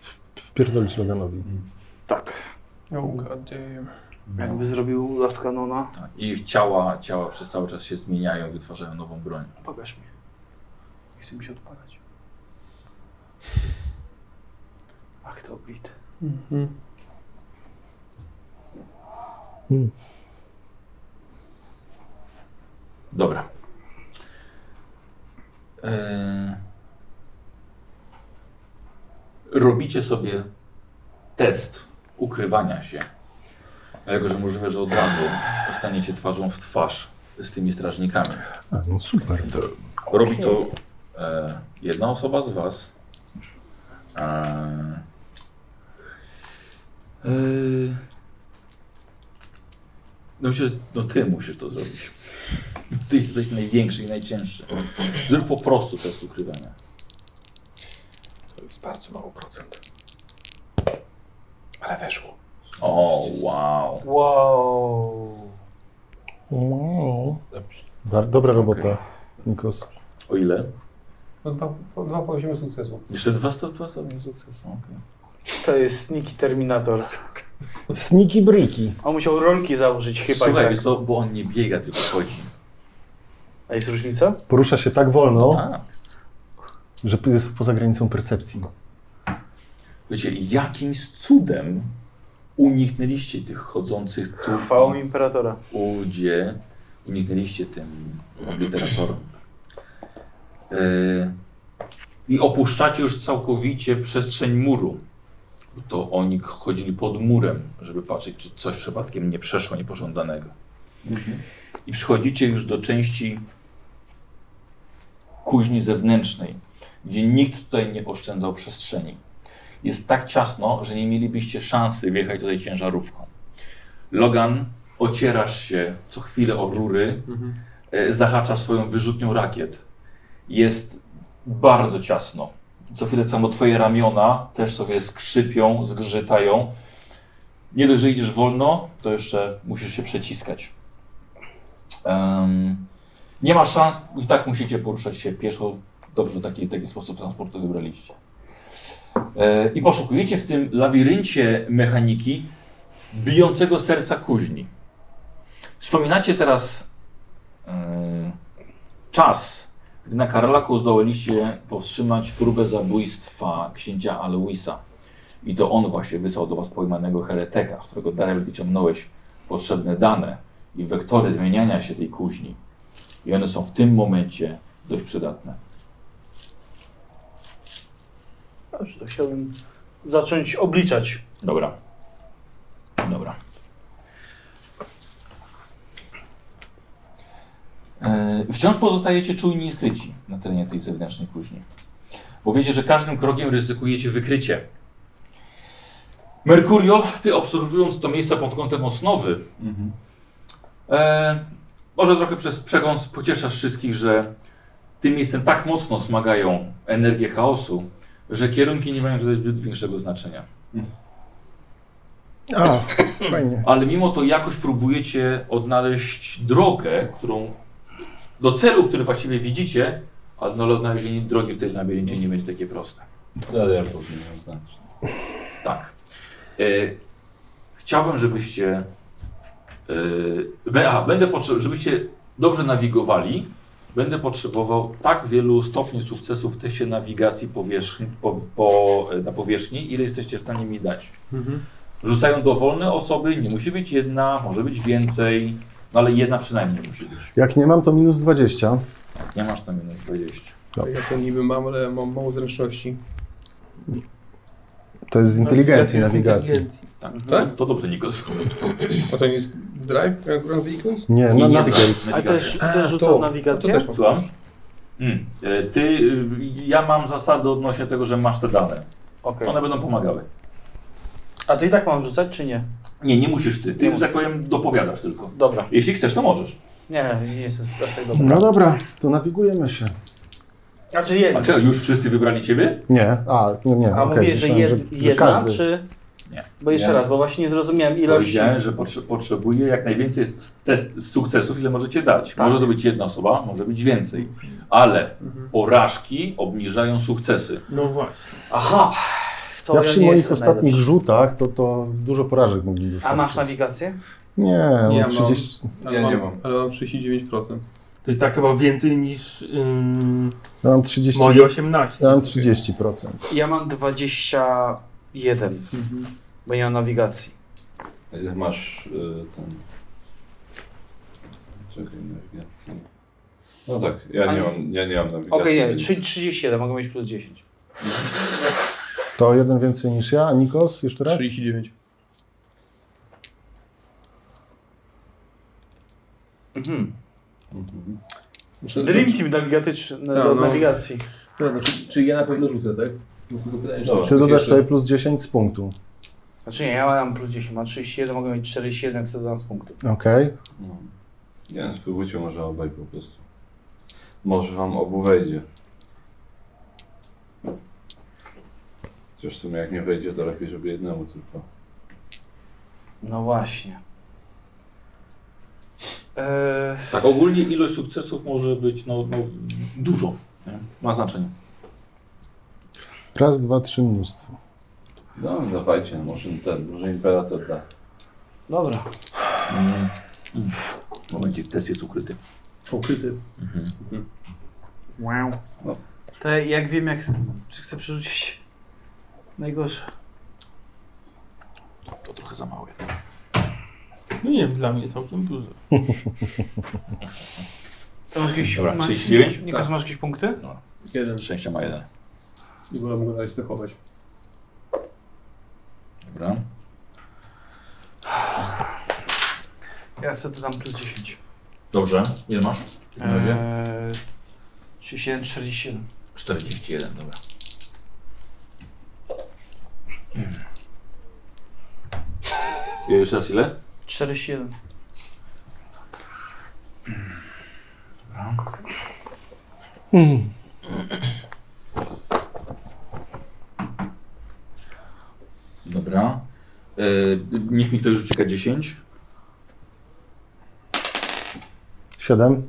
Speaker 4: w- wpierdolić Loganowi.
Speaker 7: Tak.
Speaker 2: Oh god damn.
Speaker 7: Jakby zrobił Laskanona,
Speaker 1: tak. I ich ciała, ciała przez cały czas się zmieniają, wytwarzają nową broń.
Speaker 7: pokaż mi. Nie chce mi się odpalać. Ach, to oblity.
Speaker 1: Dobra. E... Robicie sobie test ukrywania się. Dlatego, że możliwe, że od razu staniecie twarzą w twarz z tymi strażnikami.
Speaker 4: A, no super.
Speaker 1: Robi to e, jedna osoba z Was. E, e, no, myślę, że no ty musisz to zrobić. Ty jesteś największy i najcięższy. Zrób po prostu test ukrywania.
Speaker 2: To jest bardzo mało procent. Ale weszło.
Speaker 1: O, wow.
Speaker 7: Wow.
Speaker 4: Wow.
Speaker 2: Dobrze.
Speaker 4: Dobra robota, Nikos.
Speaker 1: O ile?
Speaker 2: No dwa, po- dwa poziomy sukcesu.
Speaker 1: Jeszcze dwa stopnie sukcesu. okej.
Speaker 7: To jest Sniki Terminator.
Speaker 17: Sniki briki.
Speaker 7: On musiał rolki założyć chyba. i
Speaker 1: Słuchaj,
Speaker 7: tak.
Speaker 1: wiesz co, bo on nie biega, tylko chodzi.
Speaker 7: A jest różnica?
Speaker 17: Porusza się tak wolno,
Speaker 1: Tak.
Speaker 17: że jest poza granicą percepcji.
Speaker 1: Wiecie, jakimś cudem uniknęliście tych chodzących tu
Speaker 7: Chwałą Imperatora.
Speaker 1: udzie, uniknęliście tym obliteratorem. E, I opuszczacie już całkowicie przestrzeń muru. To oni chodzili pod murem, żeby patrzeć, czy coś przypadkiem nie przeszło niepożądanego. I przychodzicie już do części kuźni zewnętrznej, gdzie nikt tutaj nie oszczędzał przestrzeni. Jest tak ciasno, że nie mielibyście szansy wjechać tutaj ciężarówką. Logan, ocierasz się co chwilę o rury, e, zahaczasz swoją wyrzutnią rakiet. Jest bardzo ciasno. Co chwilę samo twoje ramiona też sobie skrzypią, zgrzytają. Nie dość, że idziesz wolno, to jeszcze musisz się przeciskać. Em, nie ma szans, i tak musicie poruszać się pieszo. Dobrze, taki, taki sposób transportu wybraliście. E, I poszukujecie w tym labiryncie mechaniki bijącego serca kuźni. Wspominacie teraz e, czas, gdy na Karlaku zdołaliście powstrzymać próbę zabójstwa księcia Aloisa. I to on właśnie wysłał do was pojmanego hereteka, z którego Darel wyciągnąłeś potrzebne dane i wektory zmieniania się tej kuźni. I one są w tym momencie dość przydatne.
Speaker 7: Dobrze, to chciałbym zacząć obliczać.
Speaker 1: Dobra. Dobra. E, Wciąż pozostajecie czujni i skryci na terenie tej zewnętrznej kuźni. Bo wiecie, że każdym krokiem ryzykujecie wykrycie. Merkurio, ty obserwując to miejsce pod kątem osnowy, e, może trochę przez przegląd pocieszasz wszystkich, że tym miejscem tak mocno smagają energię chaosu, że kierunki nie mają tutaj zbyt większego znaczenia.
Speaker 17: A, fajnie.
Speaker 1: ale mimo to jakoś próbujecie odnaleźć drogę, którą do celu, który właściwie widzicie, ale no, odnalezienie drogi w tej labiryncie nie będzie takie proste.
Speaker 11: Ale No, ja powinienem znać.
Speaker 1: Tak. E, chciałbym, żebyście. E, be- aha, będę potrze- żebyście dobrze nawigowali. Będę potrzebował tak wielu stopni sukcesu w teście nawigacji powierzchni, po, po, e, na powierzchni, ile jesteście w stanie mi dać.
Speaker 2: Mhm.
Speaker 1: Rzucają dowolne osoby, nie musi być jedna, może być więcej, no ale jedna przynajmniej musi być.
Speaker 17: Jak nie mam, to minus 20.
Speaker 1: Nie masz tam minus 20.
Speaker 2: Ja to niby mam, ale mam mało zręczności.
Speaker 17: To jest z inteligencji nawigacji.
Speaker 2: Inteligencji.
Speaker 1: Tak.
Speaker 2: Tak?
Speaker 1: To dobrze, Nikos.
Speaker 2: A to nie jest drive, jak Grand Vehicles?
Speaker 17: Nie, no, na,
Speaker 7: A też też
Speaker 2: to-
Speaker 7: rzucał nawigację?
Speaker 2: To też mam.
Speaker 1: Słucham? Mm. E, Ty, y, ja mam zasady odnośnie tego, że masz te dane.
Speaker 7: Okej.
Speaker 1: One będą pomagały.
Speaker 7: A to i tak mam rzucać, czy nie?
Speaker 1: Nie, nie musisz ty. Ty,
Speaker 7: Nie
Speaker 1: że tak powiem, dopowiadasz tylko.
Speaker 7: Dobra.
Speaker 1: Jeśli chcesz, to możesz.
Speaker 7: Nie, nie jestem aż tak dobry.
Speaker 17: no dobra, to nawigujemy się.
Speaker 7: Znaczy
Speaker 1: A
Speaker 7: jedna.
Speaker 1: czego, już wszyscy wybrali ciebie?
Speaker 17: Nie, a, nie, nie.
Speaker 7: A
Speaker 17: okej,
Speaker 7: mówię, że
Speaker 17: myślałem,
Speaker 7: jed, jedna, czy...
Speaker 1: Nie.
Speaker 7: Bo jeszcze
Speaker 11: Nie.
Speaker 7: raz, bo właśnie nie zrozumiałem ilości.
Speaker 1: Powiedziałem, że potrze potrzebuję jak najwięcej s- test sukcesów, ile możecie dać.
Speaker 7: Tak.
Speaker 1: Może to być jedna osoba, może być więcej.
Speaker 7: Mhm.
Speaker 1: Ale porażki obniżają sukcesy.
Speaker 5: No właśnie.
Speaker 7: Aha! To
Speaker 17: Ja
Speaker 7: nie
Speaker 17: przy moich
Speaker 7: jestem
Speaker 17: ostatnich
Speaker 7: najlepszy.
Speaker 17: rzutach tak to, to dużo porażek mogli dostać.
Speaker 7: A masz tak- no. nawigację?
Speaker 17: Nie, no,
Speaker 2: Nie,
Speaker 17: mam
Speaker 2: mam.
Speaker 17: 30.
Speaker 2: Ale
Speaker 3: Ja
Speaker 2: mam,
Speaker 3: nie mam.
Speaker 2: Ale mam 39%.
Speaker 5: To i tak chyba więcej niż ym,
Speaker 17: Ja mam 30.
Speaker 5: moje 18.
Speaker 17: Ja mam 30%.
Speaker 7: Ja mam 21, bo nie mam nawigacji.
Speaker 11: Masz y, ten... Czekaj, nawigacji. No tak, ja nie
Speaker 7: A-
Speaker 11: mam, ja nie mam nawigacji.
Speaker 7: Okej, nie,
Speaker 11: więc-
Speaker 7: trzy- 37, mogę mieć plus 10.
Speaker 17: To jeden więcej niż ja. A Nikos, jeszcze raz?
Speaker 2: 39.
Speaker 7: Mhm.
Speaker 11: Mhm.
Speaker 2: Muszę-
Speaker 7: Dream Team nawigatyczny,
Speaker 2: Tak, no.
Speaker 7: nawigacji.
Speaker 2: Dobra, czy, czy ja na pewno rzucę, tak? Bo tylko pytanie, czy-
Speaker 11: Dobra.
Speaker 2: czy
Speaker 17: Ty dodasz
Speaker 2: jeszcze-
Speaker 17: sobie plus 10 z punktu.
Speaker 7: Znaczy nie, ja mam plus 10, mam 31, mogę mieć 47, jak sobie dam z punktu.
Speaker 17: Okej.
Speaker 11: No. Nie wiem, spróbujcie może obaj po prostu. Może wam obu wejdzie. Chociaż w sumie jak nie wejdzie, to lepiej, żeby jednemu tylko.
Speaker 7: No właśnie. Eee,
Speaker 1: Tak, ogólnie ilość sukcesów może być no, no, dużo. nie?
Speaker 18: Ma znaczenie.
Speaker 17: Raz, dwa, trzy, mnóstwo.
Speaker 11: No, dawajcie, może ten, może imperator da.
Speaker 18: Dobra.
Speaker 1: Mm. Momencik, test jest ukryty.
Speaker 18: Ukryty.
Speaker 7: Wow. To jak wiem, jak, czy chcę przerzucić najgorsze.
Speaker 1: To trochę za małe.
Speaker 5: No nie, dla mnie całkiem dużo.
Speaker 7: To masz jakieś...
Speaker 1: Dobra,
Speaker 7: ma-
Speaker 1: 39?
Speaker 7: Nikas,
Speaker 1: Tak.
Speaker 7: masz jakieś punkty?
Speaker 1: No.
Speaker 18: Jeden.
Speaker 1: Szczęście ma jeden.
Speaker 2: I wolę go dalej zachować.
Speaker 1: Dobra.
Speaker 7: Ja sobie dam plus 10.
Speaker 1: Dobrze. Ile masz? W takim razie?
Speaker 7: Eee, 37, 47.
Speaker 1: 41, dobra. I Jeszcze raz ile?
Speaker 7: 47.
Speaker 1: Dobra. E, niech mi ktoś rzuci K10.
Speaker 17: Siedem.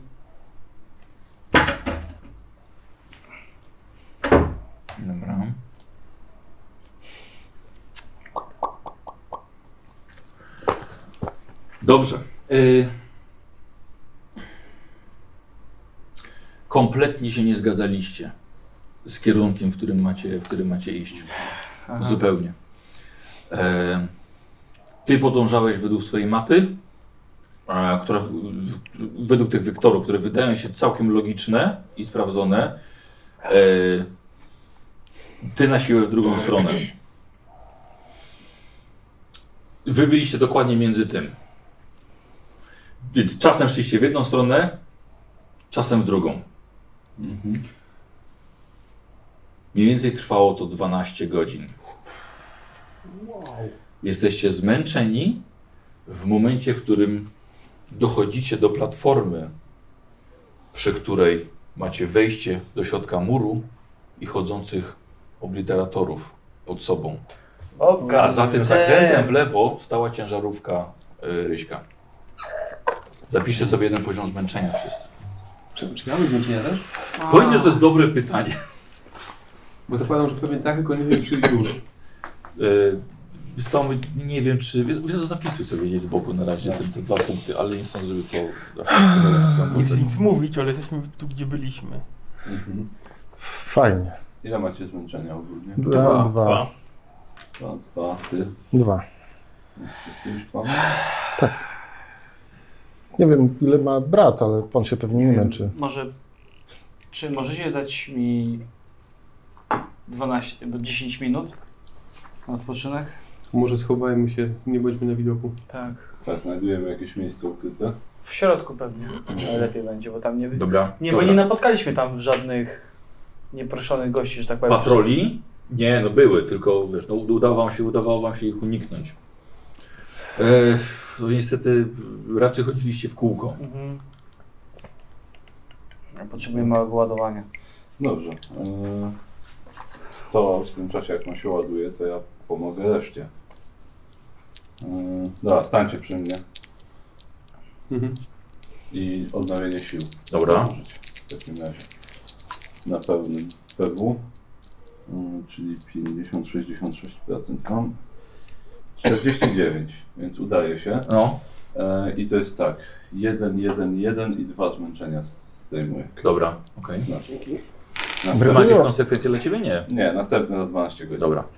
Speaker 1: Dobra. Dobrze. Y... Kompletnie się nie zgadzaliście z kierunkiem, w którym macie, w którym macie iść.
Speaker 7: Aha.
Speaker 1: Zupełnie. E... Ty podążałeś według swojej mapy, e, która w- w- według tych wektorów, które wydają się całkiem logiczne i sprawdzone. E... Ty na siłę w drugą stronę. Wy byliście dokładnie między tym. Więc czasem szliście w jedną stronę, czasem w drugą. Mniej więcej trwało to 12 godzin. Jesteście zmęczeni w momencie, w którym dochodzicie do platformy, przy której macie wejście do środka muru i chodzących obliteratorów pod sobą. A Tak, za tym
Speaker 7: E.
Speaker 1: zakrętem w lewo stała ciężarówka y, Ryśka. Zapiszę sobie jeden poziom zmęczenia wszyscy.
Speaker 2: Czekamy zmęczenia też?
Speaker 1: Powiedzcie, że to jest dobre pytanie.
Speaker 2: Bo zakładam, że pewnie tak, tylko nie wiem, czy już.
Speaker 1: Yy, wiesz co, my- nie wiem czy... Wiesz wiesz co, zapisuj sobie gdzieś z boku na razie te, te dwa punkty, ale nie sądzę, żeby to...
Speaker 5: Nie chcę nic mówić, ale jesteśmy tu, gdzie byliśmy.
Speaker 17: Fajnie.
Speaker 11: Ile macie zmęczenia ogólnie?
Speaker 17: Dwa, dwa.
Speaker 11: Dwa, dwa, dwa ty.
Speaker 17: Dwa.
Speaker 11: Wszyscy już dwa?
Speaker 17: Tak. Nie wiem, ile ma brat, ale on się pewnie nie męczy.
Speaker 7: Może... Czy możecie dać mi 12, bo 10 minut na odpoczynek?
Speaker 2: Może schowajmy się, nie bądźmy na widoku.
Speaker 7: Tak.
Speaker 11: Tak, znajdujemy jakieś miejsce ukryte.
Speaker 7: W środku pewnie, ale lepiej będzie, bo tam nie...
Speaker 1: Dobra,
Speaker 7: Nie,
Speaker 1: dobra.
Speaker 7: bo nie napotkaliśmy tam żadnych nieproszonych gości, że tak powiem.
Speaker 1: Patroli? Nie, no były, tylko wiesz, no, udało wam się, udawało wam się ich uniknąć. E, no niestety raczej chodziliście w kółko.
Speaker 7: Mhm. Ja Potrzebuję małego ładowania.
Speaker 11: Dobrze. Eee, To w tym czasie, jak on się ładuje, to ja pomogę reszcie. Eee, Dobra, stańcie przy mnie.
Speaker 2: Mhm.
Speaker 11: I odnowienie sił.
Speaker 1: Dobra.
Speaker 11: W takim razie. Na pełnym PW. Mm, Czyli 50-66% mam. 49, więc udaje się.
Speaker 1: No.
Speaker 11: E, I to jest tak. 1, 1, 1 i 2 zmęczenia z- zdejmuję.
Speaker 1: Dobra, okej.
Speaker 11: Z nas.
Speaker 1: Czy ma jakieś konsekwencje dla ciebie? Nie.
Speaker 11: Nie, następne za 12 godzin.
Speaker 1: Dobra. Mhm.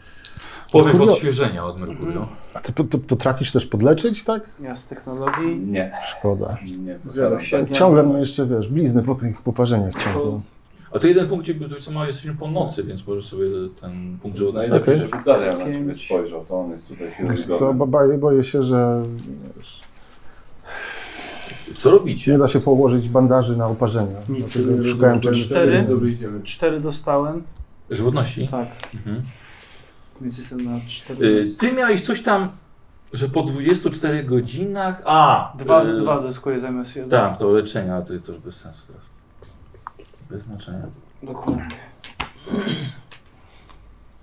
Speaker 1: Powiem
Speaker 17: Merkurio-
Speaker 1: odświeżenia od no. Merkurio.
Speaker 17: A ty po- po- potrafisz też podleczyć, tak?
Speaker 7: Ja z technologii...
Speaker 11: Nie.
Speaker 17: Szkoda.
Speaker 11: Nie,
Speaker 7: Zero siedem.
Speaker 17: tak, Ciągle mam jeszcze, wiesz, blizny po tych poparzeniach
Speaker 2: No,
Speaker 17: ciągle.
Speaker 1: A to jeden punkt, gdzie co ma, jesteśmy po nocy, więc możesz sobie ten punkt żołnierza
Speaker 11: Najlepiej,
Speaker 1: napisać.
Speaker 11: żeby Darian na ciebie spojrzał, to on jest tutaj
Speaker 17: Wiesz
Speaker 2: no,
Speaker 11: chirurgiem.
Speaker 17: co, bo boję, boję się, że wiesz,
Speaker 1: Co robicie?
Speaker 17: nie da się położyć bandaży na oparzenia.
Speaker 2: Nic
Speaker 17: Dlatego
Speaker 2: nie
Speaker 17: szukałem
Speaker 2: rozumiem,
Speaker 17: czegoś.
Speaker 2: cztery.
Speaker 17: innego.
Speaker 2: Dobry idziemy.
Speaker 7: Cztery dostałem,
Speaker 1: Żywotności?
Speaker 7: Tak.
Speaker 1: Mhm.
Speaker 7: więc jestem na cztery.
Speaker 1: Y, Ty miałeś coś tam, że po 24 godzinach... A!
Speaker 7: Dwa,
Speaker 1: y,
Speaker 7: dwa zyskuję zamiast jeden.
Speaker 1: Tak, to leczenie, ale to, to już bez sensu teraz. Bez znaczenia.
Speaker 7: Dokładnie.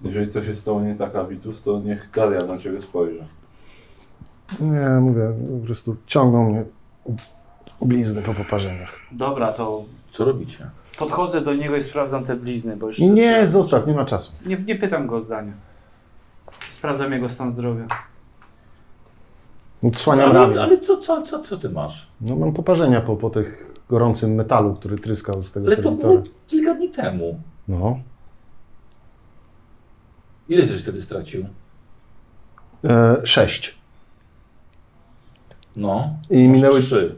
Speaker 11: Jeżeli coś jest z tobą nie tak, Abitus, to niech Darian na ciebie spojrzy.
Speaker 17: Nie, mówię, po prostu ciągną mnie blizny po poparzeniach.
Speaker 7: Dobra, to
Speaker 1: Co robicie?
Speaker 7: Podchodzę do niego i sprawdzam te blizny, bo już
Speaker 17: Nie, zostaw, nie ma czasu.
Speaker 7: nie, nie pytam go o zdanie. Sprawdzam jego stan zdrowia.
Speaker 17: Odsłaniam
Speaker 1: ale,
Speaker 17: No, ramię.
Speaker 1: ale co, co, co, co ty masz?
Speaker 17: No mam poparzenia po, po tych gorącym metalu, który tryskał z tego
Speaker 1: Ale to
Speaker 17: serwitora.
Speaker 1: było kilka dni temu.
Speaker 17: No.
Speaker 1: Ile tyś wtedy stracił?
Speaker 17: E, sześć.
Speaker 1: No.
Speaker 17: I
Speaker 1: Masz
Speaker 17: minęły...
Speaker 1: Trzy.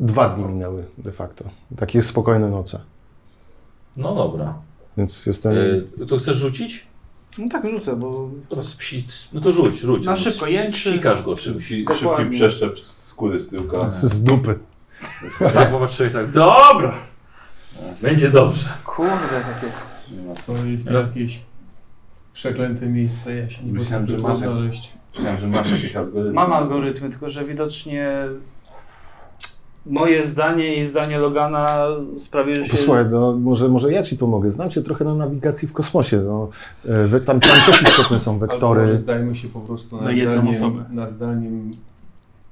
Speaker 17: Dwa dni minęły de facto. Takie spokojne noce.
Speaker 1: No dobra.
Speaker 17: Więc jestem...
Speaker 1: Y, to chcesz rzucić?
Speaker 7: No tak rzucę, bo...
Speaker 1: Z psi, no to rzuć, rzuć.
Speaker 7: Na szybko, jęczy.
Speaker 1: Sikasz go czymś.
Speaker 7: Dokładnie.
Speaker 11: Szybki przeszczep skóry z
Speaker 2: E,
Speaker 11: tyłka.
Speaker 17: Z z dupy.
Speaker 1: Tak popatrzyłeś tak, dobra! Będzie dobrze.
Speaker 7: Kurde, takie...
Speaker 11: Nie ma co.
Speaker 2: To jest
Speaker 1: Ale-
Speaker 2: jakieś przeklęte miejsce, ja się nie
Speaker 11: Myślałem, że
Speaker 2: potrafię
Speaker 11: masz-
Speaker 2: tu znaleźć.
Speaker 11: Myślałem, że masz jakieś
Speaker 1: Y.
Speaker 11: algorytmy.
Speaker 7: Mam algorytmy, tylko że widocznie moje zdanie i zdanie Logana sprawiły, że się...
Speaker 17: Posłuchaj, no, może, może ja ci pomogę. Znam cię trochę na nawigacji w kosmosie. No, E, we- tam, tam też istotne są
Speaker 2: Albo
Speaker 17: wektory.
Speaker 2: może zdajmy się po prostu na,
Speaker 18: Na jedną
Speaker 2: zdaniem,
Speaker 18: osobę.
Speaker 2: na zdaniem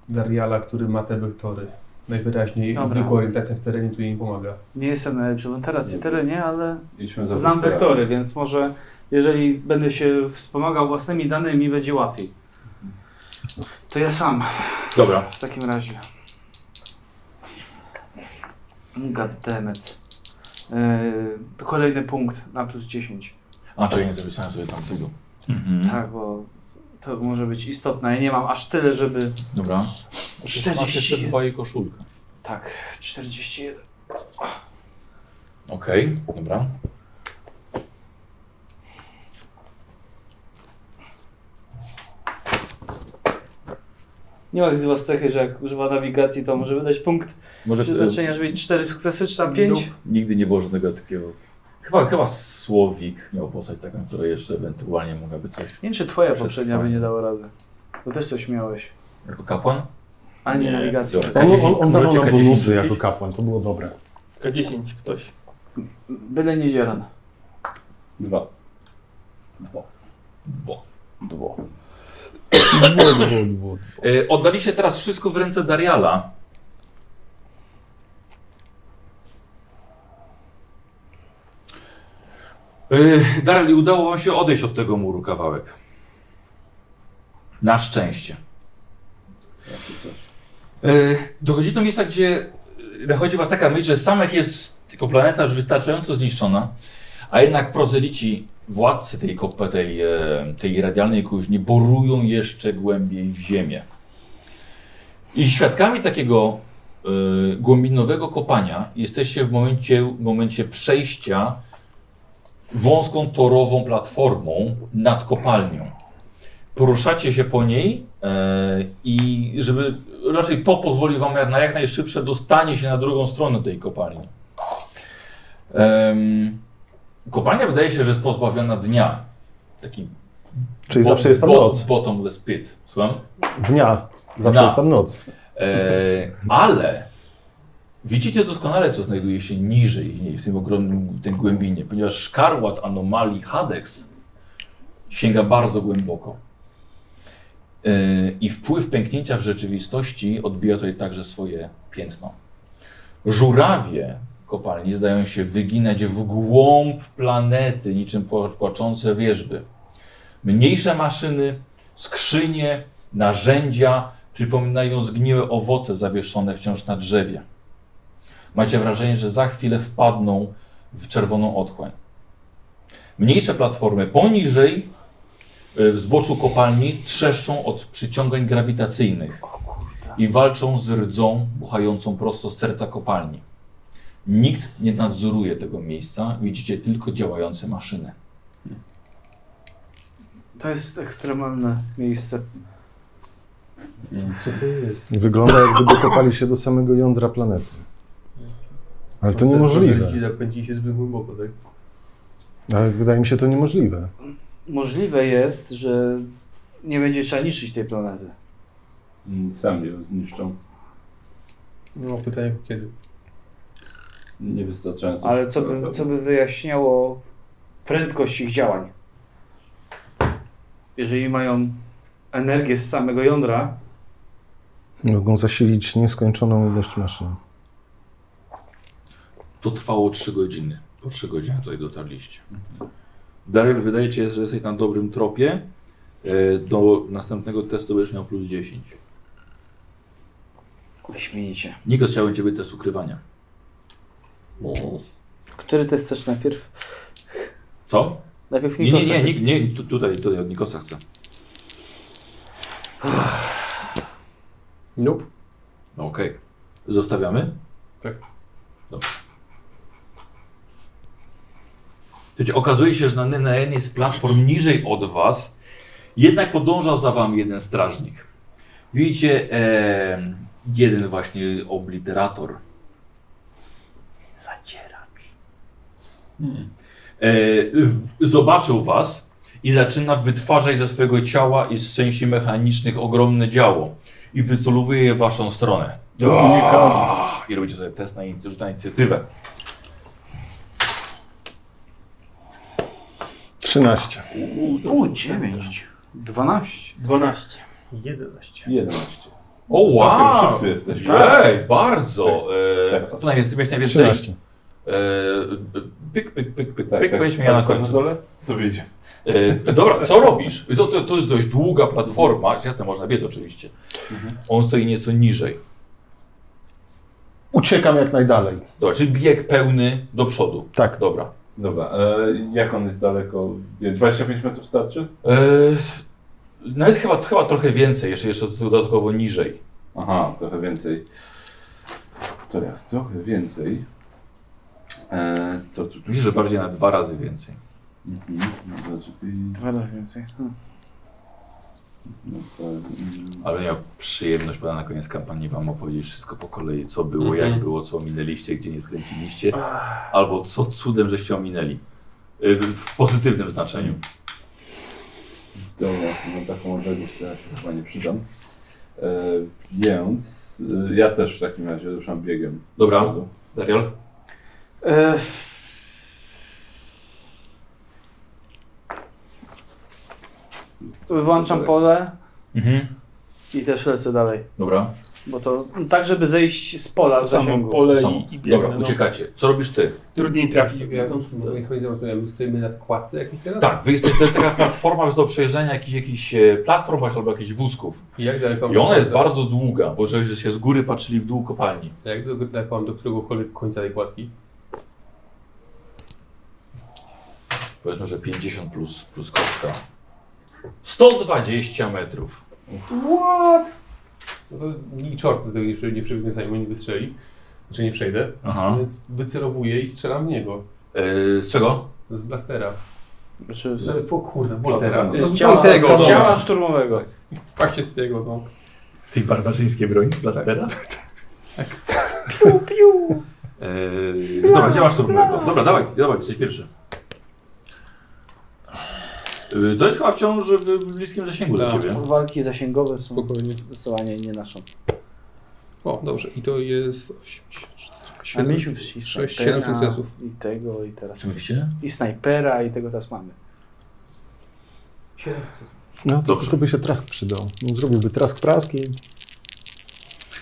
Speaker 2: Dariala, który ma te wektory. Najwyraźniej
Speaker 7: Dobra.
Speaker 2: zwykła orientacja w terenie tu jej nie pomaga.
Speaker 7: Nie jestem najlepszy w orientacji
Speaker 11: Nie.
Speaker 7: terenie, ale
Speaker 11: Idźmy za
Speaker 7: znam
Speaker 11: wektorem.
Speaker 7: wektory, więc może jeżeli będę się wspomagał własnymi danymi, będzie łatwiej. To ja sam
Speaker 1: Dobra.
Speaker 7: w takim razie. Goddammit. Yy, to kolejny punkt na plus 10.
Speaker 1: A, czekaj, nie zapisałem sobie tam cudu.
Speaker 7: Tak, bo to może być istotne. Ja nie mam aż tyle, żeby...
Speaker 1: Dobra. Masz jeszcze
Speaker 7: 41.
Speaker 1: chyba jej koszulkę.
Speaker 7: Tak, 41.
Speaker 1: Okej, dobra.
Speaker 7: Nie ma z was cechy, że jak używa nawigacji, to może wydać punkt
Speaker 1: Może
Speaker 7: przeznaczenia, żeby mieć 4 sukcesy, czy tam 5.
Speaker 1: Nigdy nie było żadnego takiego. Chyba, chyba Słowik miał postać taką, która jeszcze ewentualnie mogłaby coś.
Speaker 7: Nie wiem, czy twoja
Speaker 1: Przed
Speaker 7: poprzednia by nie dała rady. Bo też coś miałeś.
Speaker 1: Jako kapłan?
Speaker 7: A nie,
Speaker 1: Nie,
Speaker 7: nawigacja.
Speaker 1: dobra.
Speaker 17: On, on, on
Speaker 1: Możecie
Speaker 17: dawał nam
Speaker 1: K10
Speaker 17: bonusy
Speaker 1: rzucić?
Speaker 17: jako kapłan, to było dobre.
Speaker 18: K10 ktoś.
Speaker 7: Byle nie zielan.
Speaker 11: Dwa.
Speaker 1: Bo.
Speaker 11: Dwa.
Speaker 1: E, oddaliście teraz wszystko w ręce Dariala. E, Darial, i udało wam się odejść od tego muru kawałek. Na szczęście. E, dochodzi do miejsca, gdzie e, nachodzi was taka myśl, że samych jest tylko planeta już wystarczająco zniszczona, a jednak prozelici, władcy tej, kop- tej, e, tej radialnej kuźni borują jeszcze głębiej w ziemię. I świadkami takiego e, głębinowego kopania jesteście w momencie, w momencie przejścia wąską torową platformą nad kopalnią. Poruszacie się po niej e, i żeby raczej to pozwoli wam jak- na jak najszybsze dostanie się na drugą stronę tej kopalni. Em, kopalnia wydaje się, że jest pozbawiona dnia. Taki
Speaker 17: Czyli zawsze jest tam noc.
Speaker 1: Bottomless pit. Słucham?
Speaker 17: Dnia. Zawsze
Speaker 1: Dnia.
Speaker 17: jest tam noc.
Speaker 1: E, ale widzicie doskonale, co znajduje się niżej niej, w tym ogromnym, w tym głębinie, ponieważ szkarłat anomalii Hadex sięga bardzo głęboko. E, I wpływ pęknięcia w rzeczywistości odbija tutaj także swoje piętno. Żurawie kopalni zdają się wyginać w głąb planety, niczym pła- płaczące wierzby. Mniejsze maszyny, skrzynie, narzędzia przypominają zgniłe owoce zawieszone wciąż na drzewie. Macie wrażenie, że za chwilę wpadną w czerwoną otchłań. Mniejsze platformy poniżej, y, w zboczu kopalni, trzeszczą od przyciągań grawitacyjnych i walczą z rdzą buchającą prosto z serca kopalni. Nikt nie nadzoruje tego miejsca, widzicie tylko działające maszyny.
Speaker 7: To jest ekstremalne miejsce.
Speaker 2: Co to jest?
Speaker 17: Wygląda jakby dokopali się do samego jądra planety. Ale to niemożliwe.
Speaker 2: Ci zapędzi się zbyt głęboko, tak?
Speaker 17: Ale wydaje mi się to niemożliwe.
Speaker 7: Możliwe jest, że nie będzie trzeba niszczyć tej planety.
Speaker 11: Mm, Sami ją zniszczą.
Speaker 2: No pytanie kiedy.
Speaker 11: Niewystarczająco.
Speaker 7: Ale
Speaker 11: szybko
Speaker 7: co by,
Speaker 11: na pewno.
Speaker 7: co by wyjaśniało prędkość ich działań? Jeżeli mają energię z samego jądra,
Speaker 17: Mogą zasilić nieskończoną ilość maszyn.
Speaker 1: To trwało 3 godziny. Po 3 godziny tutaj dotarliście. Daryl, wydaje ci się, że jesteś na dobrym tropie. E, Do następnego testu będziesz miał plus 10.
Speaker 7: Wyśmienicie.
Speaker 1: Nikos chciałbym ciebie test ukrywania.
Speaker 7: Który test chcesz najpierw?
Speaker 1: Co?
Speaker 7: Najpierw
Speaker 1: nie, nie,
Speaker 7: Nikosa.
Speaker 1: nie, nie, nie, tu- tutaj, tutaj od Nikosa chcę.
Speaker 2: Nope.
Speaker 1: No Okej. Zostawiamy?
Speaker 2: Tak.
Speaker 1: Dobrze. Słuchajcie, okazuje się, że na, na jednej z platform niżej od was jednak podążał za wami jeden strażnik. Widzicie em, jeden właśnie obliterator. Zacieracz. E, w- zobaczył was i zaczyna wytwarzać ze swojego ciała i z części mechanicznych ogromne działo i wycelowuje je w waszą stronę.
Speaker 3: Unikam.
Speaker 1: I robicie sobie test na, inic- rzut na inicjatywę.
Speaker 19: 13.
Speaker 7: U, 9. 12.
Speaker 5: 12.
Speaker 7: 11.
Speaker 3: 11.
Speaker 1: O, wow!
Speaker 3: Całkiem szybcy jesteś.
Speaker 11: Tak,
Speaker 1: Ej, bardzo! E, to najwięcej, miałeś najwięcej.
Speaker 3: 13.
Speaker 1: E, pyk, pyk, pyk, pyk,
Speaker 3: Tak,
Speaker 1: pyk,
Speaker 3: tak.
Speaker 1: będziesz miała
Speaker 3: A
Speaker 1: na
Speaker 3: co tam
Speaker 1: końcu.
Speaker 3: na dole? Co wyjdzie?
Speaker 1: E, dobra, co robisz? To, to, to jest dość długa platforma, jasne, można biec oczywiście. On stoi nieco niżej.
Speaker 19: Uciekam jak najdalej.
Speaker 1: Dobra, czyli bieg pełny do przodu. Tak. Dobra.
Speaker 3: Dobra, e, jak on jest daleko? Gdzie? 25 metrów starczy?
Speaker 1: E, nawet chyba, chyba trochę więcej, jeszcze, jeszcze dodatkowo niżej.
Speaker 3: Aha, trochę więcej. To jak trochę więcej. E, to tu, tu,
Speaker 1: Myślę, że bardziej na dwa razy więcej.
Speaker 3: Mhm, no to czyli-
Speaker 7: Dwa razy więcej. Hmm.
Speaker 3: no to, mm,
Speaker 1: Ale miał przyjemność poda na koniec kampanii wam opowiedzieć wszystko po kolei, co było,
Speaker 3: Mhm.
Speaker 1: jak było, co minęliście, gdzie nie skręciliście, albo co cudem żeście ominęli. E, W, w pozytywnym znaczeniu.
Speaker 3: Dobra, to na taką odległość to ja się chyba nie przydam. E, więc e, ja też w takim razie ruszam biegiem.
Speaker 1: Dobra, Darial?
Speaker 7: E... Wyłączam pole
Speaker 1: Mhm.
Speaker 7: i też lecę dalej.
Speaker 1: Dobra.
Speaker 7: Bo to no, tak, żeby zejść z pola
Speaker 5: To
Speaker 7: z
Speaker 5: samo
Speaker 7: zasięgu.
Speaker 5: pole
Speaker 1: Są.
Speaker 5: i biegnę,
Speaker 1: Dobra,
Speaker 5: no.
Speaker 1: uciekacie. Co robisz ty?
Speaker 5: Trudniej trafić.
Speaker 2: Ja tam my stoimy na kładce jakiejś teraz?
Speaker 1: Tak, wy jesteście, to jest taka platforma do przejeżdżania jakichś, jakichś e, platform właśnie albo jakichś wózków.
Speaker 2: I jak daleko
Speaker 1: I ona
Speaker 2: mam
Speaker 1: jest
Speaker 2: do-
Speaker 1: bardzo długa, bo żeście się z góry patrzyli w dół kopalni.
Speaker 2: A Jak do, jak mam do którego kole- końca tej kładki?
Speaker 1: Powiedzmy, że 50 plus, plus kostka. 120 metrów.
Speaker 2: What? No to ni czort do tego nie, przy- nie przebiegnie zanim nie wystrzeli. Znaczy nie przejdę.
Speaker 1: Aha.
Speaker 2: Więc wycelowuję i strzelam w niego.
Speaker 1: E, z czego?
Speaker 2: Z blastera.
Speaker 7: Znaczy,
Speaker 2: z... O kurde, boltera.
Speaker 7: Z ciała- z ciała szturmowego.
Speaker 2: Właśnie z tego, no.
Speaker 1: Z tej barbarzyńskiej broni,
Speaker 3: Tak.
Speaker 1: z blastera?
Speaker 7: Piu, piu.
Speaker 1: Eee, dobra, gdzie masz turbonego? Dobra, dawaj, dawaj, jesteś pierwszy. Eee, to jest chyba wciąż w bliskim zasięgu
Speaker 3: No.
Speaker 1: dla ciebie.
Speaker 7: Walki zasięgowe są zdecydowanie nie naszą.
Speaker 2: O, dobrze. I to jest 84.
Speaker 7: A
Speaker 2: siedem-
Speaker 7: mieliśmy wcześniej
Speaker 2: sześć,
Speaker 7: snajpera
Speaker 2: siedem sukcesów.
Speaker 7: I tego, i teraz.
Speaker 1: Co mieliście?
Speaker 7: I snajpera, i tego teraz mamy.
Speaker 19: No to,
Speaker 1: Dobrze.
Speaker 19: to by się trask przydał. No, Zrobiłby trask prask i...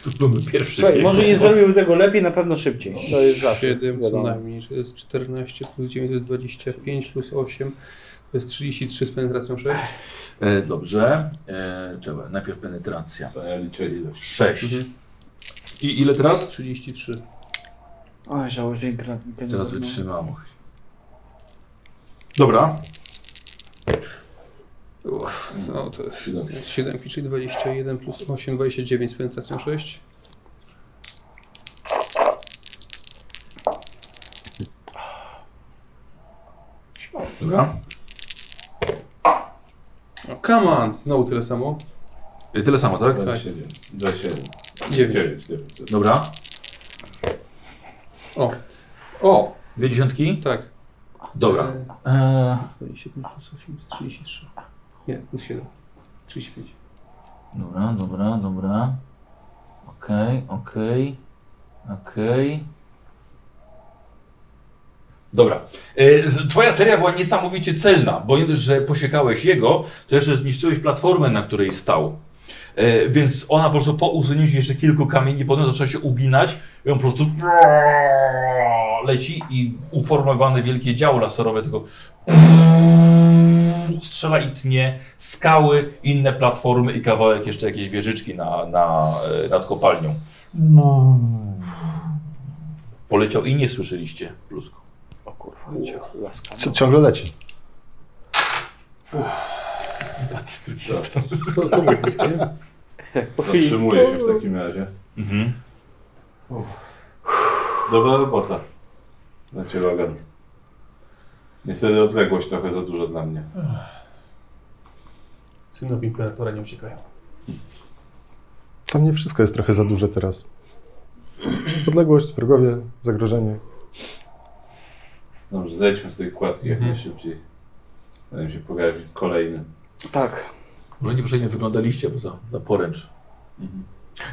Speaker 1: To byłby pierwszy.
Speaker 7: Słuchaj,
Speaker 1: bieg.
Speaker 7: może nie zrobiłby tego lepiej, na pewno szybciej. To jest zawsze.
Speaker 2: 7 co
Speaker 7: wiadomo.
Speaker 2: najmniej, to jest 14 plus 9 to jest 25 plus 8 to jest 33 z penetracją 6.
Speaker 1: Eee, dobrze. Eee, dobra, najpierw penetracja.
Speaker 3: To ja E, liczę ilość. Mhm.
Speaker 1: 6. I ile teraz?
Speaker 2: 33.
Speaker 7: Oj, żałodzień gra.
Speaker 1: Teraz
Speaker 7: no.
Speaker 1: wytrzymało. Dobra.
Speaker 2: Uch, no to jest 7, czyli 21 plus 8, 29 z penetracją 6.
Speaker 1: Dobra.
Speaker 2: No, come on! Znowu tyle samo.
Speaker 1: Eee, Tyle samo, tak?
Speaker 3: 27. 27.
Speaker 2: 9.
Speaker 3: 9, 9.
Speaker 1: Dobra.
Speaker 2: O! O!
Speaker 1: Dwie dziesiątki?
Speaker 2: Tak.
Speaker 1: Dobra.
Speaker 2: Eee, 27 plus 8 to jest 33. Nie, plus 7. 35.
Speaker 1: Dobra, dobra, dobra. Okej, okej. Okej. Dobra. E, z- Twoja seria była niesamowicie celna, bo nie dość, że posiekałeś jego, to jeszcze zniszczyłeś platformę, na której stał. E, Więc ona po prostu po usunięciu jeszcze kilku kamieni, potem zaczęła się uginać i on po prostu leci i uformowane wielkie działo laserowe tylko strzela i tnie skały, inne platformy i kawałek jeszcze jakiejś wieżyczki na, na, e, nad kopalnią.
Speaker 5: No.
Speaker 1: Poleciał i nie słyszeliście plusku. O kurwa,
Speaker 17: Co ciągle leci.
Speaker 2: To, to było bliskie.
Speaker 11: Zatrzymuję się w takim razie.
Speaker 1: Mhm.
Speaker 11: Dobra robota. Na cię Logan. Niestety odległość trochę za dużo dla mnie.
Speaker 2: Synowi imperatora nie uciekają.
Speaker 17: Dla mnie wszystko jest trochę za duże teraz. Odległość, wrogowie, zagrożenie.
Speaker 11: Dobrze, zejdźmy z tej kładki jak
Speaker 1: Mhm.
Speaker 11: najszybciej. Zanim się pojawi kolejny.
Speaker 1: Tak. Może niepotrzebnie wyglądaliście, bo za, za poręcz. Mhm.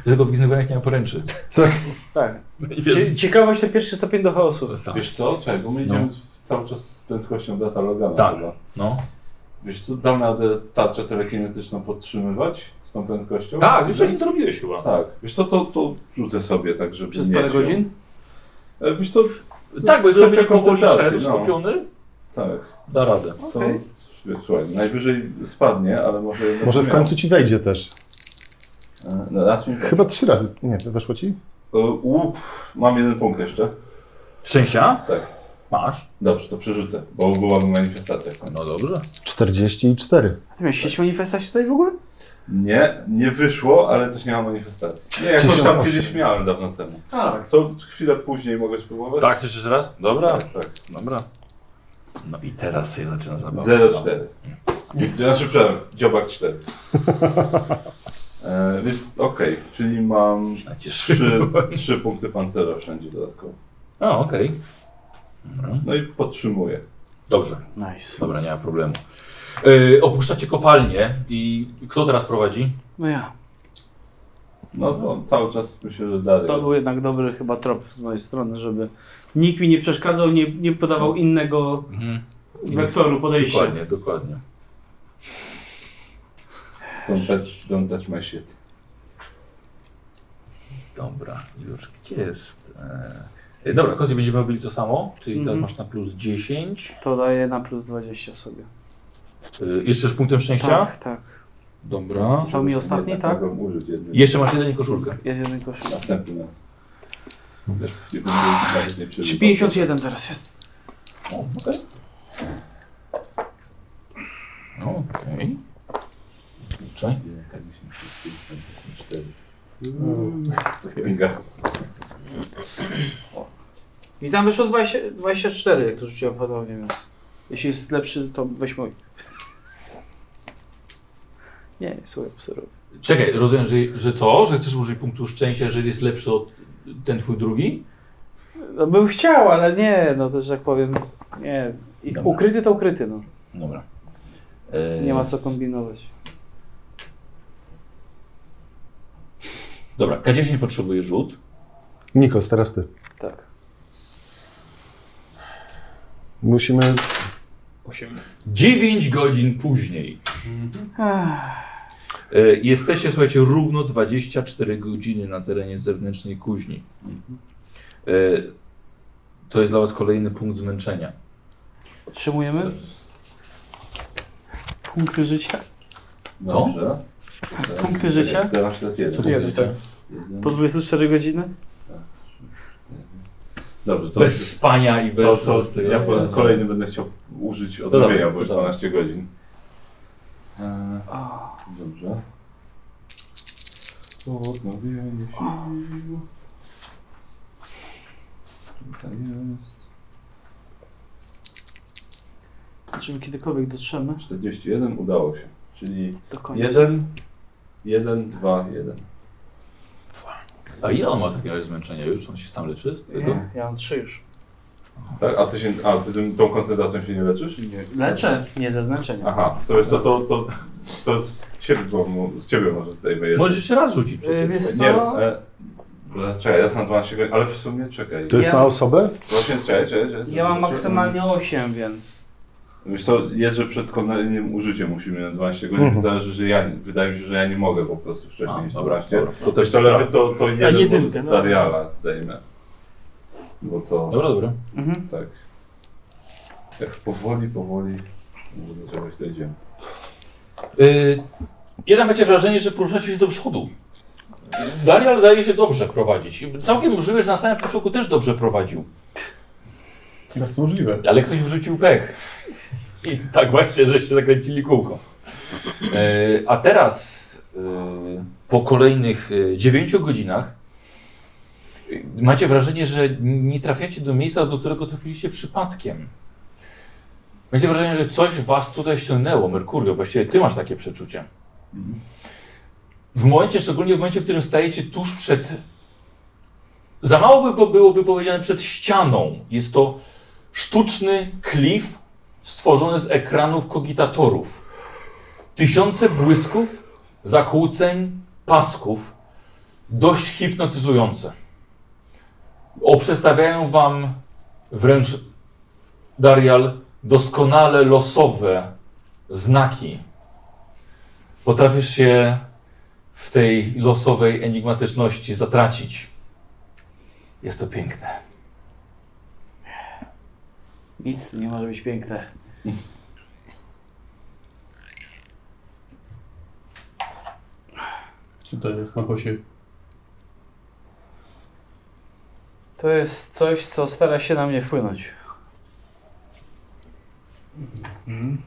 Speaker 1: Dlatego w Gwiznych Wojnach nie ma poręczy.
Speaker 17: Tak.
Speaker 7: Tak.
Speaker 1: Nie wiem.
Speaker 7: Cie- Ciekawość to pierwszy stopień do chaosu.
Speaker 11: Wiesz co? Czekaj, bo my idziemy z- cały czas z prędkością data Logana.
Speaker 1: No. Tak,
Speaker 11: chyba.
Speaker 1: no.
Speaker 11: Wiesz co, dam radę tarczę telekinetyczną podtrzymywać z tą prędkością?
Speaker 1: Tak, już wcześniej to robiłeś chyba.
Speaker 11: Tak. Wiesz co, to, to rzucę sobie tak, żeby
Speaker 1: Przez
Speaker 11: mieć
Speaker 1: parę
Speaker 11: ją.
Speaker 1: godzin?
Speaker 11: E, Wiesz co...
Speaker 1: Tak, bo
Speaker 11: kwestia
Speaker 1: jeżeli powoli
Speaker 11: koncentracji,
Speaker 1: szedł,
Speaker 11: no.
Speaker 1: skupiony,
Speaker 11: Tak.
Speaker 1: da radę.
Speaker 11: To, Słuchaj, najwyżej spadnie, ale może... jednak
Speaker 17: Może w
Speaker 11: miał.
Speaker 17: końcu ci wejdzie też.
Speaker 11: E, No, raz mi
Speaker 17: Chyba trzy razy. Nie, weszło ci?
Speaker 11: E, Łup, mam jeden punkt jeszcze.
Speaker 1: Szczęścia?
Speaker 11: Tak.
Speaker 1: Masz?
Speaker 11: Dobrze, to przerzucę, bo byłaby manifestacja.
Speaker 1: No dobrze.
Speaker 17: 44.
Speaker 7: A ty miałeś sieć manifestacji tutaj w ogóle?
Speaker 11: Nie, nie wyszło, ale też nie ma manifestacji. Nie, jakoś tam
Speaker 1: 58.
Speaker 11: kiedyś miałem dawno temu.
Speaker 13: Tak.
Speaker 11: To chwilę później mogę spróbować?
Speaker 1: Tak, chcesz jeszcze raz? Dobra.
Speaker 11: Tak, tak.
Speaker 1: Dobra. No i teraz się zaczyna zabawa.
Speaker 11: 0,4. Znaczy, przepraszam, dziobak 4. E, więc okej, czyli mam 3, trzy punkty pancerza wszędzie dodatkowo.
Speaker 1: A, okej.
Speaker 11: No i podtrzymuję.
Speaker 1: Dobrze.
Speaker 7: Nice.
Speaker 1: Dobra, nie ma problemu. Yy, opuszczacie kopalnię i kto teraz prowadzi?
Speaker 7: No ja.
Speaker 11: No to cały czas myślę, że dalej.
Speaker 7: To był jednak dobry chyba trop z mojej strony, żeby nikt mi nie przeszkadzał, nie, nie podawał innego wektoru podejścia.
Speaker 1: Dokładnie, dokładnie.
Speaker 11: Don't touch, don't touch my shit.
Speaker 1: Dobra, już gdzie jest? E, dobra, Kozie będziemy robili to samo, czyli teraz
Speaker 7: Mhm.
Speaker 1: masz na plus 10.
Speaker 7: To daje na plus 20 sobie.
Speaker 1: Yy, jeszcze z punktem szczęścia?
Speaker 7: Tak, tak.
Speaker 1: Dobra.
Speaker 7: Są mi ostatni, tak?
Speaker 11: Mogę użyć jednej.
Speaker 1: Jeszcze masz jeden i koszulkę.
Speaker 7: Ja jeden koszul.
Speaker 11: Następny raz. Lecz nie będę nawet nie
Speaker 7: Czy
Speaker 11: przerywał.
Speaker 7: 51 teraz jest?
Speaker 1: O, okej. Okej. Okay.
Speaker 11: Pinga.
Speaker 7: I tam wyszło 20, 24, jak to rzuciłem podobnie, więc jeśli jest lepszy, to weź mój. Nie, słuchaj, pseru.
Speaker 1: Czekaj, rozumiem, że, że co? Że chcesz użyć punktu szczęścia, jeżeli jest lepszy od ten twój drugi?
Speaker 7: No bym chciał, ale nie, no też tak powiem, nie. I
Speaker 1: Dobra.
Speaker 7: ukryty to ukryty, no.
Speaker 1: Dobra. E,
Speaker 7: Nie ma co kombinować.
Speaker 1: Dobra, K10 potrzebuje rzut.
Speaker 17: Nikos, teraz ty.
Speaker 7: Tak.
Speaker 17: Musimy...
Speaker 20: 8.
Speaker 1: 9 godzin później.
Speaker 11: Mhm.
Speaker 1: E, Jesteście, słuchajcie, równo 24 godziny na terenie zewnętrznej kuźni.
Speaker 11: Mhm.
Speaker 1: E, To jest dla Was kolejny punkt zmęczenia.
Speaker 7: Otrzymujemy punkty życia.
Speaker 1: Co?
Speaker 11: Dobrze. Teraz-
Speaker 7: Punkty życia?
Speaker 11: Teraz teraz jeden.
Speaker 1: Co punkty życia?
Speaker 11: Jeden.
Speaker 7: Po 24 godziny?
Speaker 11: Dobrze,
Speaker 1: Bez spania i bez-
Speaker 11: To,
Speaker 1: bez
Speaker 11: to,
Speaker 1: tego.
Speaker 11: ja po raz kolejny będę chciał użyć odnowienia,
Speaker 1: dobra,
Speaker 11: bo
Speaker 1: to
Speaker 11: już
Speaker 1: dobra.
Speaker 11: 12 godzin.
Speaker 7: E,
Speaker 11: Eee, Dobrze. Odnowienie się. Tutaj jest.
Speaker 7: Czy Znaczy, kiedykolwiek dotrzemy?
Speaker 11: 41 udało się. Czyli
Speaker 7: Do końca.
Speaker 11: 1, 1, 2, 1.
Speaker 1: A ile on ma takiego razie zmęczenia już? On się sam leczy?
Speaker 7: Nie, ja mam 3 już.
Speaker 11: Tak? A ty, się, a ty tym, tą koncentracją się nie leczysz? Nie.
Speaker 7: Leczę, nie ze E, znaczenia.
Speaker 11: Aha, to wiesz co, to, to, to z, ciebie, bo, mu- z ciebie może zdejmę jeden.
Speaker 1: Możesz jeszcze raz rzucić
Speaker 7: Yy,
Speaker 1: przecież.
Speaker 7: wiesz co?
Speaker 11: Nie, e, bo- czekaj, ja sam 12 godzin, ale w sumie czekaj.
Speaker 17: To jest
Speaker 7: Ja-
Speaker 17: na osobę?
Speaker 11: Właśnie, czekaj, czekaj, czekaj.
Speaker 7: Ja mam
Speaker 11: zobaczę.
Speaker 7: maksymalnie 8, więc.
Speaker 11: Wiesz co, jest, że przed kolejnym użyciem musimy na 12 godzin,
Speaker 17: Mhm.
Speaker 11: zależy, że ja, wydaje mi się, że ja nie mogę po prostu wcześniej
Speaker 1: A,
Speaker 11: niż
Speaker 1: dobra,
Speaker 11: 12.
Speaker 1: dobra, to
Speaker 11: To
Speaker 1: też
Speaker 11: też to, lewy
Speaker 1: sprawdzę.
Speaker 11: to, to
Speaker 1: A
Speaker 11: jeden może
Speaker 1: jedynkę,
Speaker 11: z
Speaker 1: no.
Speaker 11: Dariala zdejmę. Bo to...
Speaker 1: Dobra, dobra.
Speaker 11: Tak. Tak powoli, powoli, może do czegoś dojdziemy.
Speaker 1: Yy, jednak macie wrażenie, że poruszacie się do przodu. Darial daje się dobrze prowadzić. I Całkiem możliwe, że na samym początku też dobrze prowadził.
Speaker 4: Bardzo możliwe.
Speaker 1: Ale ktoś wrzucił pech. I tak właśnie, żeście zakręcili kółko. E, a teraz, e, po kolejnych e, 9 godzinach, e, macie wrażenie, że nie trafiacie do miejsca, do którego trafiliście przypadkiem. Macie wrażenie, że coś was tutaj ściągnęło, Merkurio. Właściwie ty masz takie przeczucie. W momencie, szczególnie w momencie, w którym stajecie tuż przed. Za mało by po- byłoby powiedziane przed ścianą. Jest to sztuczny klif stworzony z ekranów kogitatorów. Tysiące błysków, zakłóceń, pasków. Dość hipnotyzujące. Oprzestawiają wam wręcz, Darial, doskonale losowe znaki. Potrafisz się w tej losowej enigmatyczności zatracić. Jest to piękne.
Speaker 7: Nic nie może być piękne.
Speaker 21: Co to jest, Makosie?
Speaker 7: To jest coś, co stara się na mnie wpłynąć.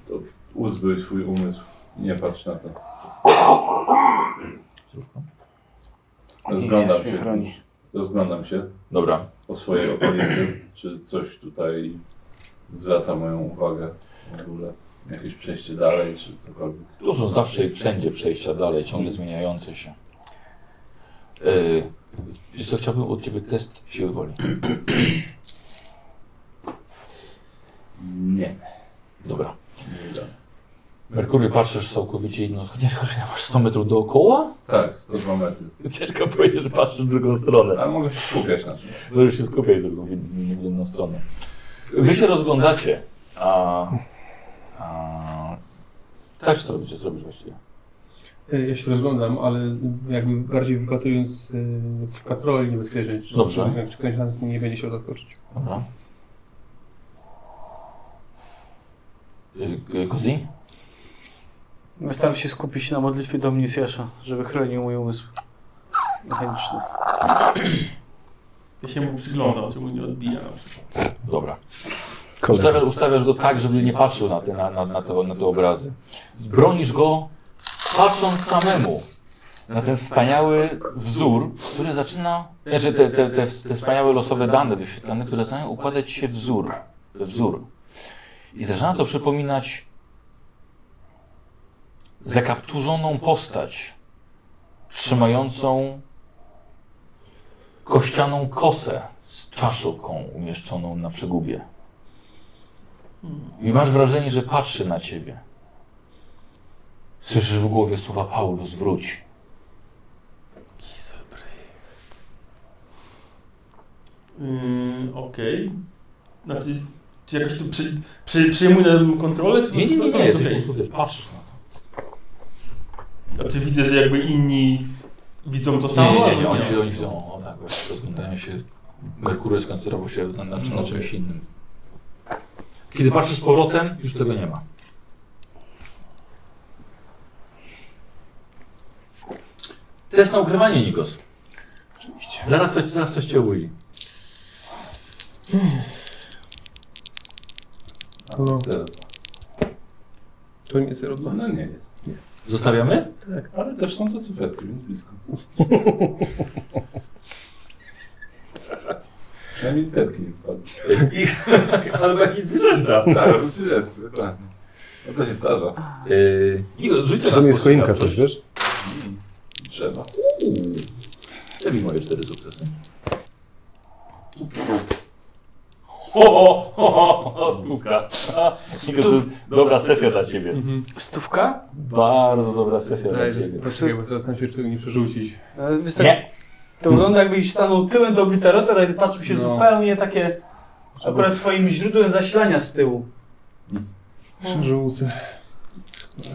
Speaker 11: To uzbrój swój umysł i nie patrz na to. Rozglądam
Speaker 7: Niech się
Speaker 11: się.
Speaker 7: chroni.
Speaker 11: Rozglądam się.
Speaker 1: Dobra.
Speaker 11: Po swojej okolicy. Czy coś tutaj zwraca moją uwagę w ogóle? Jakieś przejście dalej, czy cokolwiek.
Speaker 1: Tu są zawsze i wszędzie przejścia dalej, ciągle zmieniające się. Yy, wiesz co, chciałbym od Ciebie test siły woli.
Speaker 11: Nie.
Speaker 1: Dobra. Merkury, patrzysz całkowicie inno. Chociaż chociaż masz 100 metrów dookoła?
Speaker 11: Tak, 102 metry.
Speaker 1: Ciężko powiedzieć, że patrzysz w drugą stronę.
Speaker 11: A mogę się skupiać na czymś.
Speaker 1: Możesz się skupiać w drugą, w jedną stronę. Wy się rozglądacie, a... a tak, co robicie, co robisz właściwie?
Speaker 2: E, Ja się rozglądam, ale jakby bardziej wypatrując e, jakichś patroli niebezpieczeństw. czy-
Speaker 1: Dobrze.
Speaker 2: Czy, czy ktoś nas nie będzie chciał zaskoczyć.
Speaker 1: Dobra. Yy, Kozi?
Speaker 7: Wystarczy się skupić na modlitwie do Mnisjasza, żeby chronił mój umysł mechaniczny.
Speaker 5: Ja się mu przyglądam, czemu nie odbija na przykład.
Speaker 1: Dobra. Ustawiasz, ustawiasz go tak, żeby nie patrzył na te, na, na, na, te, na te obrazy. Bronisz go patrząc samemu na ten wspaniały wzór, który zaczyna. Znaczy te, te, te, te wspaniałe losowe dane wyświetlane, które zaczynają układać się w wzór. w wzór. I zaczyna to przypominać zakapturzoną postać trzymającą kościaną kosę z czaszką umieszczoną na przegubie. I masz wrażenie, że patrzy na ciebie. Słyszysz w głowie słowa Paulus, wróć.
Speaker 5: Yy, Okej. Znaczy, czy jakoś tu przy, przy, przejmuję kontrolę? Czy
Speaker 1: Nie, nie, nie, nie, jesteś
Speaker 5: jest
Speaker 1: po
Speaker 5: okej?
Speaker 1: prostu, wiesz, patrzysz na
Speaker 5: Znaczy widzę, że jakby inni widzą to samo?
Speaker 1: Nie, nie, nie,
Speaker 5: albo
Speaker 1: oni, się- oni są, o tak, właśnie, rozglądają się. Merkury skoncentrował się na, na, czym- na czymś innym. Kiedy patrzysz z powrotem, już tego nie ma. Test na ukrywanie, Nikos. Oczywiście. Zaraz, to, zaraz coś cię obudzi.
Speaker 2: No. To nie 0,2.
Speaker 11: No nie jest.
Speaker 1: Zostawiamy?
Speaker 11: Tak, ale też są to cyferki, więc blisko. Przynajmniej literki nie wpadły.
Speaker 1: Albo jakieś zwierzęta.
Speaker 11: Tak, albo zwierzęta, dokładnie. No to się zdarza.
Speaker 1: Yy, Nikos, rzuć teraz
Speaker 4: Czasami jest
Speaker 1: spostrzegawczość.
Speaker 4: choinka coś, wiesz?
Speaker 11: Drzewa.
Speaker 1: Uuu. Zabij moje cztery sukcesy. Ho, ho, ho, ho, ho, stówka. A, Nikos, to jest dobra sesja dla ciebie.
Speaker 7: Stówka?
Speaker 1: Bardzo dobra sesja dla
Speaker 2: Daj, że-
Speaker 1: ciebie.
Speaker 2: Poczekaj, bo teraz nam się tego nie przerzucić.
Speaker 7: E, Wystarczy...
Speaker 1: Nie.
Speaker 7: To wygląda jakbyś stanął tyłem do obliteratora i patrzył się
Speaker 2: No.
Speaker 7: zupełnie takie... Akurat swoim źródłem zasilania z tyłu.
Speaker 2: Żółce.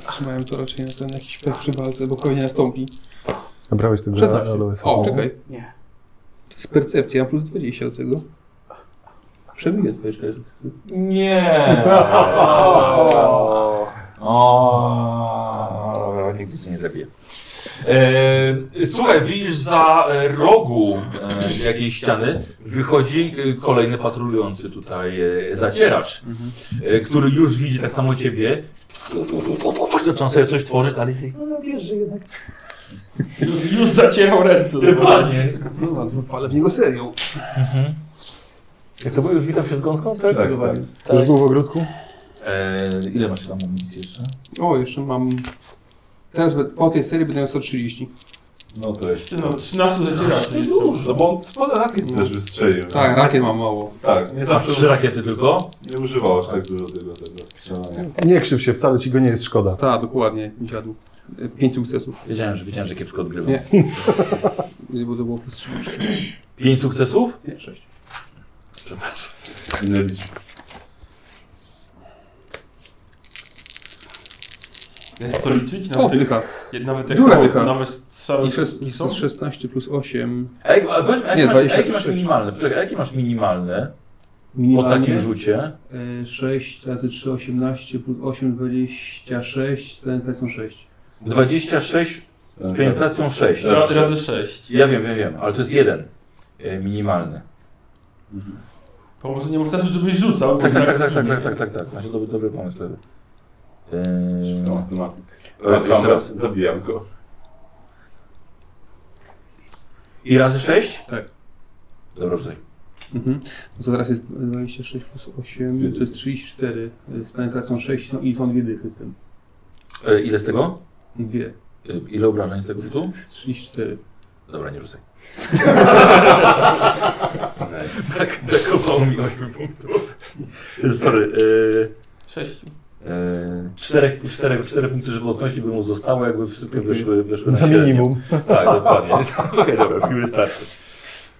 Speaker 2: Trzymałem to raczej na ten jakiś pech przy walce, bo pewnie nastąpi.
Speaker 4: Nabrałeś tego
Speaker 2: 16.
Speaker 4: aloe sofa?
Speaker 2: O, czekaj.
Speaker 7: Nie.
Speaker 2: To jest percepcja, mam plus 20 do tego.
Speaker 22: Przebiję twoje 400.
Speaker 1: Nie. O. O. Nigdy cię nie zabiję. E, słuchaj, widzisz za e, rogu e, jakiejś ściany wychodzi e, kolejny patrolujący tutaj e, zacieracz, e, który już widzi tak samo ciebie. Zaczął sobie coś tworzyć, ale
Speaker 5: No wiesz, że jednak... Już, już zacierał ręce.
Speaker 1: Panie.
Speaker 2: No, ale w niego serią.
Speaker 1: Mhm.
Speaker 22: Jak to było? Już witam się z gąską?
Speaker 2: Tak, tak.
Speaker 4: Już był w ogródku?
Speaker 1: E, ile masz tam amunicji jeszcze?
Speaker 2: O, jeszcze mam... Teraz be- po tej serii będę miał 130.
Speaker 11: No to jest.
Speaker 5: No, 13 zacierasz.
Speaker 11: Nie dużo, No bo on spada rakiet też wystrzelił.
Speaker 2: Tak, rakiet mam mało.
Speaker 11: Tak, nie zawsze.
Speaker 1: Trzy rakiety tylko?
Speaker 11: Nie używałaś tak dużo tego, tego strzelania.
Speaker 4: Nie krzyw się, wcale ci go nie jest szkoda.
Speaker 2: Tak, dokładnie, dziadu. E, Pięć sukcesów.
Speaker 1: Wiedziałem, że wiedziałem, że kiepsko odgrywam.
Speaker 2: Nie. Nie, bo to było plus 30.
Speaker 1: Pięć sukcesów?
Speaker 2: Nie, sześć.
Speaker 1: Przepraszam.
Speaker 11: Inne liczby.
Speaker 5: Jest co liczyć?
Speaker 2: O, dycha.
Speaker 5: Je- Nawet jak
Speaker 2: Dura
Speaker 5: są,
Speaker 2: dycha.
Speaker 5: nawet strzały
Speaker 2: I szes-
Speaker 5: nie są?
Speaker 2: jest 16 plus 8.
Speaker 1: A jak, a powiedz mi, a jaki,
Speaker 2: Nie,
Speaker 1: masz, a jaki masz
Speaker 2: 26.
Speaker 1: minimalny? Poczekaj, a jaki masz minimalny? Po
Speaker 2: Minimalnie?
Speaker 1: takim rzucie?
Speaker 2: E, 6 razy 3, 18 plus 8, 26, z penetracją 6.
Speaker 1: 26 z penetracją 6.
Speaker 5: Ra- razy sześć.
Speaker 1: Ja wiem, ja wiem, ale to jest jeden e, minimalny.
Speaker 5: Bo może nie ma sensu, żebyś rzucał. bo
Speaker 1: Tak, tak,
Speaker 5: i
Speaker 1: tak, tak, tak,
Speaker 5: zginie.
Speaker 1: tak, tak, tak, tak. Masz dobry, dobry pomysł. Dobry. Eee,
Speaker 11: Matematyk.
Speaker 1: E, jeszcze raz.
Speaker 11: Zabijam go.
Speaker 1: I razy 6?
Speaker 2: Tak.
Speaker 1: Dobra, rzucaj.
Speaker 2: Mhm. No to teraz jest 26 plus 8, to jest 34 e, z penetracją 6 są, i są dwie dychy w tym.
Speaker 1: E, ile z tego?
Speaker 2: Dwie.
Speaker 1: E, ile obrażeń z tego rzutu?
Speaker 2: 34.
Speaker 1: Dobra, nie rzucaj. Brak, Tak, brakowało mi 8 punktów. Sorry.
Speaker 5: Sześciu.
Speaker 1: E, e, 4, 4, 4 punkty żywotności by mu zostało, jakby wszystkie wyszły, wyszły na
Speaker 4: Na
Speaker 1: średnią.
Speaker 4: minimum.
Speaker 1: Tak, dokładnie. Okej, dobra, już mi wystarczy.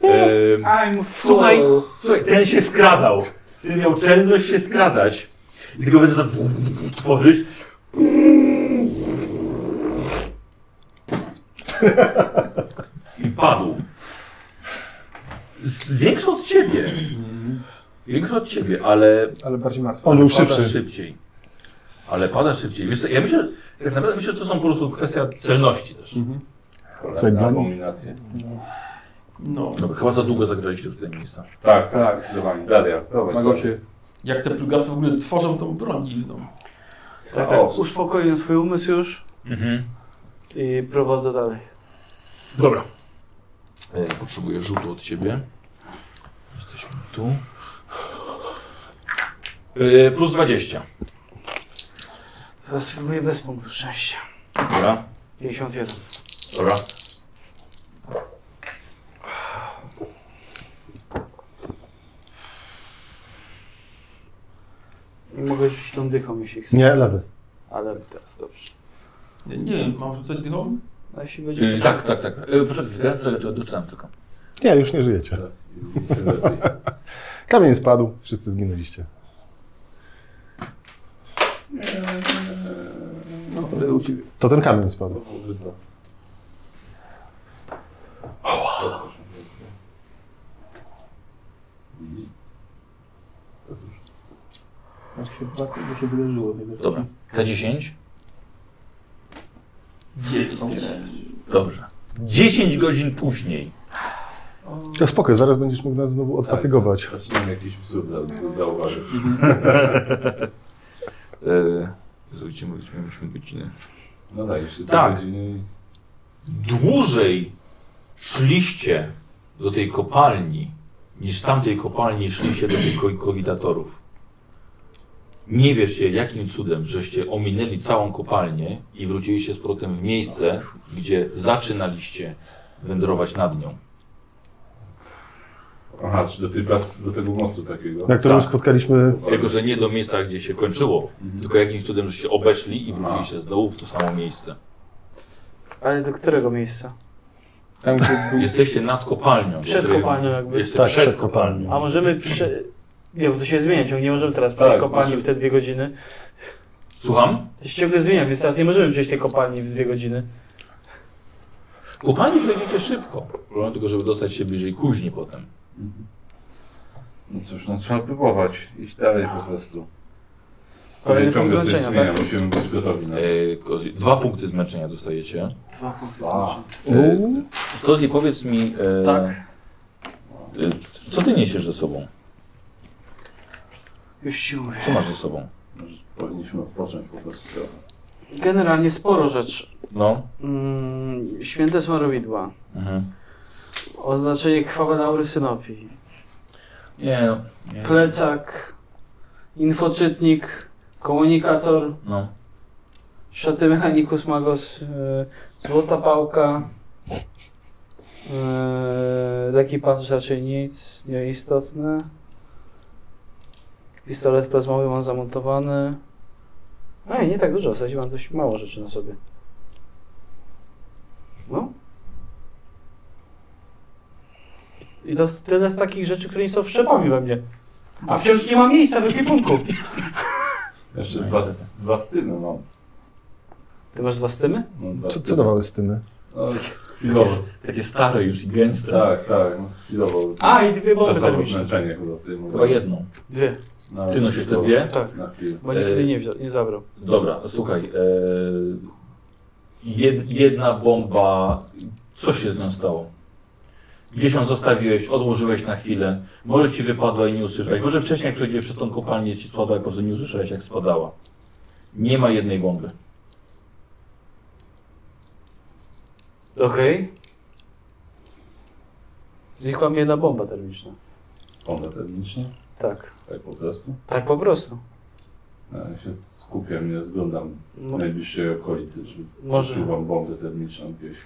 Speaker 1: E,
Speaker 7: I'm
Speaker 1: Słuchaj,
Speaker 7: full.
Speaker 1: słuchaj, ten się skradał. Ten miał czelność się skradać. I tylko będzie tak tworzyć. I padł. Z- Większy od ciebie. Większy od ciebie, ale
Speaker 2: Ale bardziej martwy.
Speaker 4: On
Speaker 1: ale
Speaker 4: był
Speaker 1: pada
Speaker 4: szybszy.
Speaker 1: szybciej. Ale pada szybciej. Wiesz co, ja myślę, tak naprawdę myślę, że to są po prostu kwestia celności też.
Speaker 4: Słuchaj,
Speaker 11: Kolejne
Speaker 4: dla-
Speaker 11: abominacje.
Speaker 5: No.
Speaker 1: No, chyba za długo zagraliście już w te miejsca.
Speaker 11: Tak, tak, zdecydowanie. Daria, prowadź.
Speaker 2: Magosie.
Speaker 5: Jak te plugasy w ogóle tworzą tą broń dziwną.
Speaker 7: Tak,
Speaker 11: O.
Speaker 7: tak. Uspokoiłem swój umysł już
Speaker 1: Mhm.
Speaker 7: i prowadzę dalej.
Speaker 1: Dobra. E, potrzebuję rzutu od ciebie. Jesteśmy tu. E, plus 20.
Speaker 7: Teraz spróbuję bez punktu szczęścia.
Speaker 1: Dobra.
Speaker 7: 51.
Speaker 1: Dobra.
Speaker 7: I mogę rzucić tą dychą, jeśli chcę.
Speaker 4: Nie, lewy.
Speaker 7: Ale teraz dobrze.
Speaker 5: Nie, nie wiem, mam rzucać dychą?
Speaker 7: A jeśli będzie.
Speaker 1: E, tak, tak, tak. E, poczekaj chwilkę, poczekaj, czekaj, doczytam tylko.
Speaker 4: Nie, już nie żyjecie. Kamień spadł, wszyscy zginęliście.
Speaker 2: No, ale u ciebie.
Speaker 4: To ten kamień spadł.
Speaker 2: Tak się bardzo dużo wydarzyło. Nie wiem.
Speaker 1: Dobra. K10?
Speaker 2: Dobrze.
Speaker 1: Dobrze. 10 godzin później.
Speaker 4: No spoko, zaraz będziesz mógł nas znowu odfatygować.
Speaker 11: Tak, Zaczynam jakiś wzór za- zauważyć.
Speaker 1: E, Zobaczcie, mówić, mieliśmy godzinę.
Speaker 11: No tak, jeszcze dwie
Speaker 1: Tak.
Speaker 11: godziny i-
Speaker 1: Dłużej szliście do tej kopalni, niż z tamtej kopalni szliście do tych ko- kogitatorów. Nie wiesz się, jakim cudem, żeście ominęli całą kopalnię i wróciliście z powrotem w miejsce, gdzie zaczynaliście wędrować nad nią.
Speaker 11: Aha, czy do, tej, plat- do tego mostu takiego.
Speaker 4: Na którym
Speaker 1: Tak.
Speaker 4: spotkaliśmy
Speaker 1: Tylko, że nie do miejsca, gdzie się kończyło, tylko jakimś cudem, żeście obeszli i wróciliście znowu w to samo miejsce.
Speaker 7: Ale do którego miejsca?
Speaker 2: Tam, gdzie był...
Speaker 1: Jesteście nad kopalnią.
Speaker 7: Przed
Speaker 1: której-
Speaker 7: kopalnią jakby.
Speaker 1: Jesteście
Speaker 4: Tak,
Speaker 1: przed,
Speaker 4: przed
Speaker 1: kopalnią.
Speaker 7: A możemy prze... Nie, bo to się zmienia, ciągle nie możemy teraz przejść
Speaker 11: Tak,
Speaker 7: kopalni
Speaker 11: proszę.
Speaker 7: w te dwie godziny.
Speaker 1: Słucham?
Speaker 7: To się ciągle zmienia, więc teraz nie możemy przejść tej kopalni w dwie godziny.
Speaker 1: Kopalni przejdziecie szybko. Problem tylko, żeby dostać się bliżej kuźni potem.
Speaker 11: No cóż, no trzeba próbować. Iść dalej po prostu.
Speaker 1: Kolejny punkt
Speaker 11: ciągle coś
Speaker 1: zmęczenia,
Speaker 11: zmienia,
Speaker 1: tak?
Speaker 11: musimy być gotowi na to.
Speaker 1: Yy, Kozi, dwa punkty zmęczenia dostajecie.
Speaker 7: Dwa punkty
Speaker 1: Dwa.
Speaker 7: zmęczenia.
Speaker 1: Yy, Kozi, powiedz mi, yy,
Speaker 7: Tak.
Speaker 1: yy, co ty niesiesz ze sobą?
Speaker 7: Już siłuję.
Speaker 1: Co masz ze sobą?
Speaker 11: Powinniśmy odpocząć po prostu trochę.
Speaker 7: Generalnie sporo rzeczy.
Speaker 1: No.
Speaker 7: Mm, święte smarowidła.
Speaker 1: Mhm.
Speaker 7: Oznaczenie krwawe laury synopii.
Speaker 1: Nie, no, nie.
Speaker 7: Plecak. Infoczytnik. Komunikator.
Speaker 1: No.
Speaker 7: Szaty Mechanicus Magos. e, Złota pałka. e, Taki pas raczej nic nieistotne. Pistolet plazmowy mam zamontowany. No i nie tak dużo, w zasadzie mam dość mało rzeczy na sobie. No. I to tyle z takich rzeczy, które nie są wszczepami we mnie. A wciąż nie ma miejsca w ekwipunku.
Speaker 11: Jeszcze dwa, dwa stymy mam.
Speaker 7: Ty masz dwa stymy?
Speaker 11: No, dwa
Speaker 4: Co, co
Speaker 11: stymy.
Speaker 4: dawały z tym?
Speaker 11: No,
Speaker 1: Takie, takie stare już i gęste.
Speaker 11: Tak, tak. No, chwilowo.
Speaker 7: A, i dwie bomby
Speaker 11: Czasowo
Speaker 7: termiczne.
Speaker 11: zmęczenie chyba sobie mówię.
Speaker 1: Chyba jedną.
Speaker 7: Dwie.
Speaker 11: No,
Speaker 1: Ty nosisz te
Speaker 11: to-
Speaker 1: dwie?
Speaker 7: Tak.
Speaker 11: Na chwilę.
Speaker 7: Bo nikt mnie nie, wziął, nie zabrał.
Speaker 1: Dobra, słuchaj. e, jed, jedna bomba. Co się z nią stało? Gdzieś ją zostawiłeś, odłożyłeś na chwilę. Może ci wypadła i nie usłyszałeś. Może wcześniej, jak przejdzie przez tą kopalnię, ci spadła i po prostu nie usłyszałeś, jak spadała. Nie ma jednej bomby.
Speaker 7: Okej. Znikła mi jedna bomba termiczna.
Speaker 11: Bomba termiczna?
Speaker 7: Tak.
Speaker 11: Tak po prostu? No,
Speaker 7: Tak po prostu.
Speaker 11: Ja się skupiam, nie zglądam
Speaker 7: No.
Speaker 11: najbliższej okolicy, czy
Speaker 7: Może.
Speaker 11: czuwam bombę termiczną gdzieś.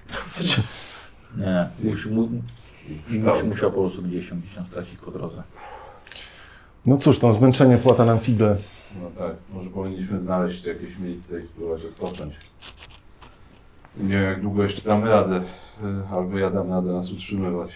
Speaker 1: Nie, musi, mu, musi, musiał po prostu gdzieś ją, gdzieś ją stracić po drodze.
Speaker 4: No cóż, to zmęczenie płata nam figle.
Speaker 11: No tak, może powinniśmy znaleźć jakieś miejsce i spróbować odpocząć. Nie wiem, jak długo jeszcze damy radę, y, albo ja dam radę nas utrzymywać.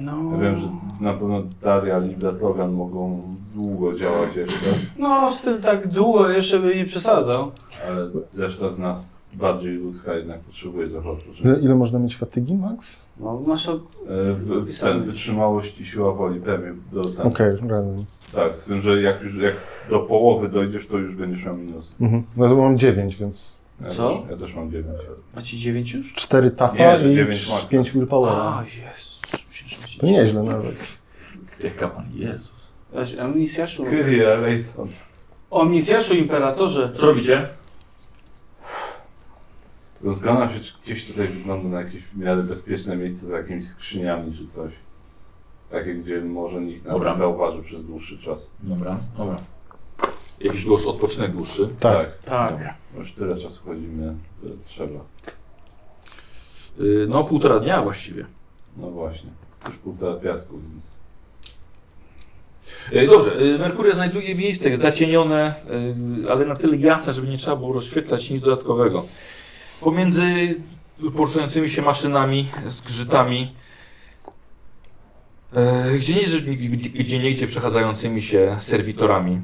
Speaker 7: No.
Speaker 11: Ja wiem, że na pewno Daria i Blatogan mogą długo działać jeszcze,
Speaker 7: No, z tym tak długo jeszcze by nie przesadzał.
Speaker 11: ale reszta z nas bardziej ludzka jednak potrzebuje zachodu.
Speaker 4: Ile, ile można mieć fatygi, Max?
Speaker 7: No, masz od...
Speaker 11: E, w- Ten, wytrzymałość i siła woli premium. do ten-
Speaker 4: Okej, razem.
Speaker 11: Tak, z tym, że jak już jak do połowy dojdziesz, to już będziesz miał minus.
Speaker 4: Mhm. No to mam 9, więc
Speaker 11: Ja
Speaker 7: Co?
Speaker 11: Też, ja też mam 9.
Speaker 7: Macie dziewięć już?
Speaker 4: 4
Speaker 11: Nie,
Speaker 4: tafa
Speaker 11: że
Speaker 4: i
Speaker 11: dziewięć max.
Speaker 4: 5 willpowera.
Speaker 7: A, jest.
Speaker 4: To nieźle nawet.
Speaker 1: Jaka pan Jezus.
Speaker 7: Omnisjaszu.
Speaker 11: Kyrie Eleison.
Speaker 7: Omnisjaszu, imperatorze.
Speaker 1: Co robicie?
Speaker 11: Rozglądam się, czy gdzieś tutaj wygląda na jakieś w miarę bezpieczne miejsce z jakimiś skrzyniami czy coś. Takie, gdzie może nikt nas
Speaker 1: Dobra.
Speaker 11: nie zauważy przez dłuższy czas.
Speaker 1: Dobra, dobra. Jakiś dłuższy odpoczynek dłuższy?
Speaker 11: Tak.
Speaker 7: Tak.
Speaker 1: Dobra.
Speaker 11: Już tyle czasu chodzimy, że trzeba.
Speaker 1: Y, No półtora dnia właściwie.
Speaker 11: No właśnie. Już półtora piasku, więc...
Speaker 1: E, Dobrze, e, Merkuria znajduje miejsce zacienione, e, ale na tyle jasne, żeby nie trzeba było rozświetlać nic dodatkowego. Pomiędzy poruszającymi się maszynami, zgrzytami, e, gdzie nie- gdzie- gdzie niegdzie przechadzającymi się serwitorami,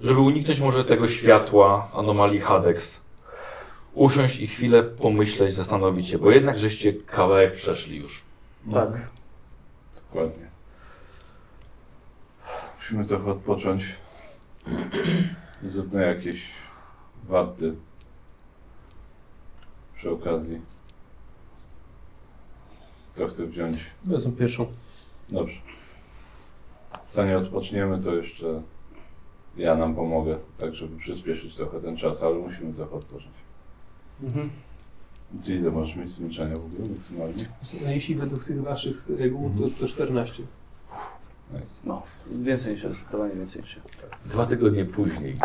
Speaker 1: żeby uniknąć może tego światła w anomalii Hadex, usiąść i chwilę pomyśleć, zastanowić się, bo jednak żeście kawałek przeszli już.
Speaker 7: Tak.
Speaker 11: Dokładnie. Musimy trochę odpocząć. Zróbmy jakieś warty. Przy okazji. Kto chce wziąć?
Speaker 2: Wezmę pierwszą.
Speaker 11: Dobrze. Zanim odpoczniemy, No to jeszcze ja nam pomogę, tak żeby przyspieszyć trochę ten czas, ale musimy trochę odpocząć.
Speaker 2: Mhm.
Speaker 11: Ty ile możesz mieć zmęczenia w ogóle maksymalnie?
Speaker 2: No, jeśli według tych waszych reguł, to, to 14.
Speaker 11: Nice.
Speaker 7: No, więcej niż zdecydowanie więcej niż
Speaker 1: Dwa tygodnie później.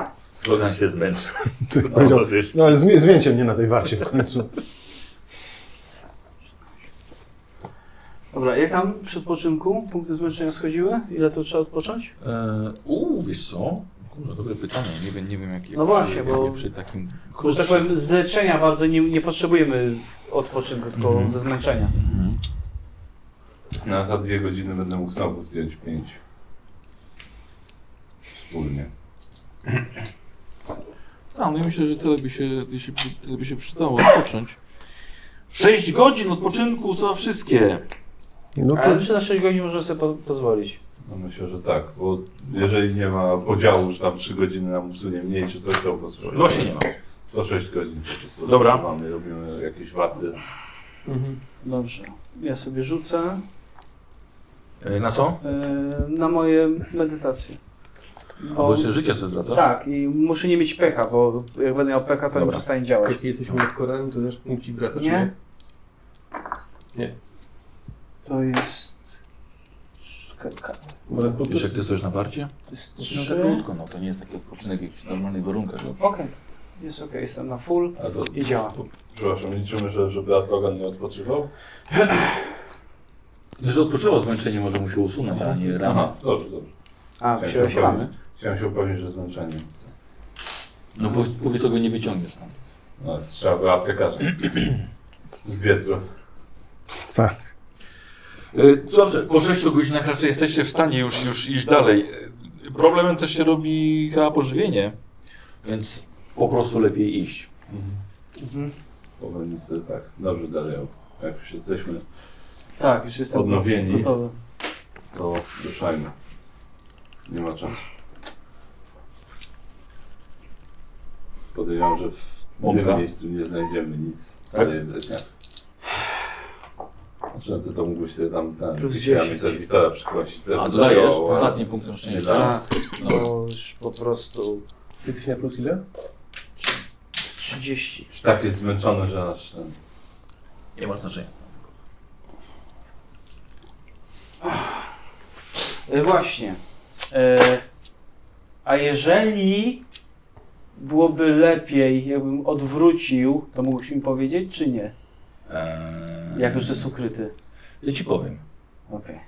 Speaker 1: Logan się zmęczył.
Speaker 4: Ty powiedział, no ale zmię- zmieńcie mnie na tej warcie w końcu.
Speaker 7: Dobra, jak tam przy odpoczynku punkty zmęczenia schodziły? Ile tu trzeba odpocząć?
Speaker 1: Eee, Uuu, wiesz co? Kurde, dobre pytanie. Nie wiem, nie wiem jak, jak
Speaker 7: No właśnie,
Speaker 1: przy,
Speaker 7: bo-
Speaker 1: jak przy takim...
Speaker 7: Że tak powiem, z leczenia bardzo nie, nie potrzebujemy odpoczynku, tylko
Speaker 1: Mhm.
Speaker 7: ze zmęczenia.
Speaker 11: Na No, za dwie godziny będę mógł znowu zdjąć pięć. Wspólnie.
Speaker 23: A, no ja myślę, że tyle by się, tyle się, tyle by się przydało odpocząć. 6 godzin odpoczynku za wszystkie.
Speaker 4: No
Speaker 1: No
Speaker 7: Ale przy na 6 godzin możemy sobie po, pozwolić.
Speaker 11: No myślę, że tak, bo jeżeli nie ma podziału, że tam 3 godziny nam usunie mniej czy coś, to po prostu...
Speaker 1: No się nie ma.
Speaker 11: To 6 godzin po prostu.
Speaker 1: Dobra.
Speaker 11: dożywamy, Robimy jakieś waty.
Speaker 7: Dobrze. Ja sobie rzucę.
Speaker 1: E, Na co?
Speaker 7: e, Na moje medytacje.
Speaker 1: Bo jeszcze życie sobie zwracasz?
Speaker 7: Tak, i muszę nie mieć pecha, bo jak będę miał pecha, to nie
Speaker 2: Dobra.
Speaker 7: przestanie działać.
Speaker 2: Jak jesteśmy lekkorami, to też punkci wraca, czy
Speaker 7: Nie.
Speaker 2: nie? Nie.
Speaker 7: To jest... Czekaj,
Speaker 2: Może krótko?
Speaker 1: Wiesz, jak ty stoisz na warcie?
Speaker 7: To jest
Speaker 1: No
Speaker 7: trzy.
Speaker 1: tak krótko, no to nie jest taki odpoczynek jak w normalnych warunkach. No.
Speaker 7: Okej, jest okej, jestem na full
Speaker 11: A to-
Speaker 7: i działa.
Speaker 11: Przepraszam, liczymy, że, żeby Atrogan nie odpoczywał?
Speaker 1: Że odpoczyło zmęczenie, może mu się usunąć, a nie rana.
Speaker 11: Aha, dobrze, dobrze.
Speaker 7: A,
Speaker 1: Tak,
Speaker 11: Chciałem
Speaker 7: się osilamy.
Speaker 11: upewnić- Chciałem się upewnić, że zmęczenie.
Speaker 1: No bo póki co go nie wyciągniesz tam.
Speaker 11: No, trzeba by aptekarza. Z Wiedru.
Speaker 4: Tak.
Speaker 24: Y, Dobrze, po 6 godzinach raczej jesteście w stanie już, już iść dalej. Y, Problemem też się robi chyba pożywienie,
Speaker 1: więc po prostu lepiej iść.
Speaker 11: Powolnicy, tak. Dobrze, Dario. Jak już jesteśmy
Speaker 7: Tak, już jestem
Speaker 11: odnowieni,
Speaker 7: gotowy.
Speaker 11: to ruszajmy. Nie ma czasu. Podejrzewam, że w
Speaker 1: Mąka.
Speaker 11: tym miejscu nie znajdziemy nic
Speaker 1: Tak?
Speaker 11: do jedzenia. Znaczy, ty to mógłbyś sobie tam ten,
Speaker 7: Plus
Speaker 11: piśmiami
Speaker 7: 10.
Speaker 11: serwitora przykłosić. To
Speaker 1: A,
Speaker 11: by
Speaker 1: dodajesz?
Speaker 11: dawało, ale
Speaker 1: Ostatni punkt na szczęście.
Speaker 11: nie da.
Speaker 1: Tak.
Speaker 7: No bo już po prostu...
Speaker 2: Jesteś na plus ile?
Speaker 7: 30.
Speaker 11: Już Tak jest zmęczony, że aż ten...
Speaker 1: Nie ma znaczenia.
Speaker 7: E, Właśnie. E, a jeżeli byłoby lepiej, jakbym odwrócił, to mógłbyś mi powiedzieć, czy nie?
Speaker 24: Eee,
Speaker 7: Jak już jest ukryty.
Speaker 1: Ja ci powiem.
Speaker 7: Okej.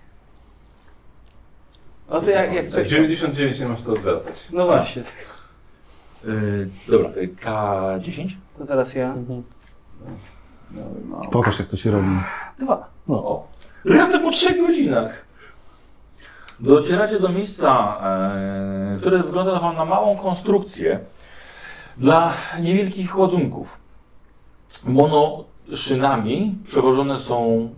Speaker 7: No to jak, jak coś...
Speaker 24: E,
Speaker 11: 99 nie masz co odwracać.
Speaker 7: No właśnie,
Speaker 1: Y, dobra,
Speaker 24: e,
Speaker 1: y, K10?
Speaker 7: to teraz ja.
Speaker 4: Pokaż jak to się robi.
Speaker 7: Dwa.
Speaker 4: No.
Speaker 1: O. Raptem po trzech godzinach docieracie do miejsca, e, które wygląda wam na małą konstrukcję dla niewielkich ładunków. Monoszynami przewożone są...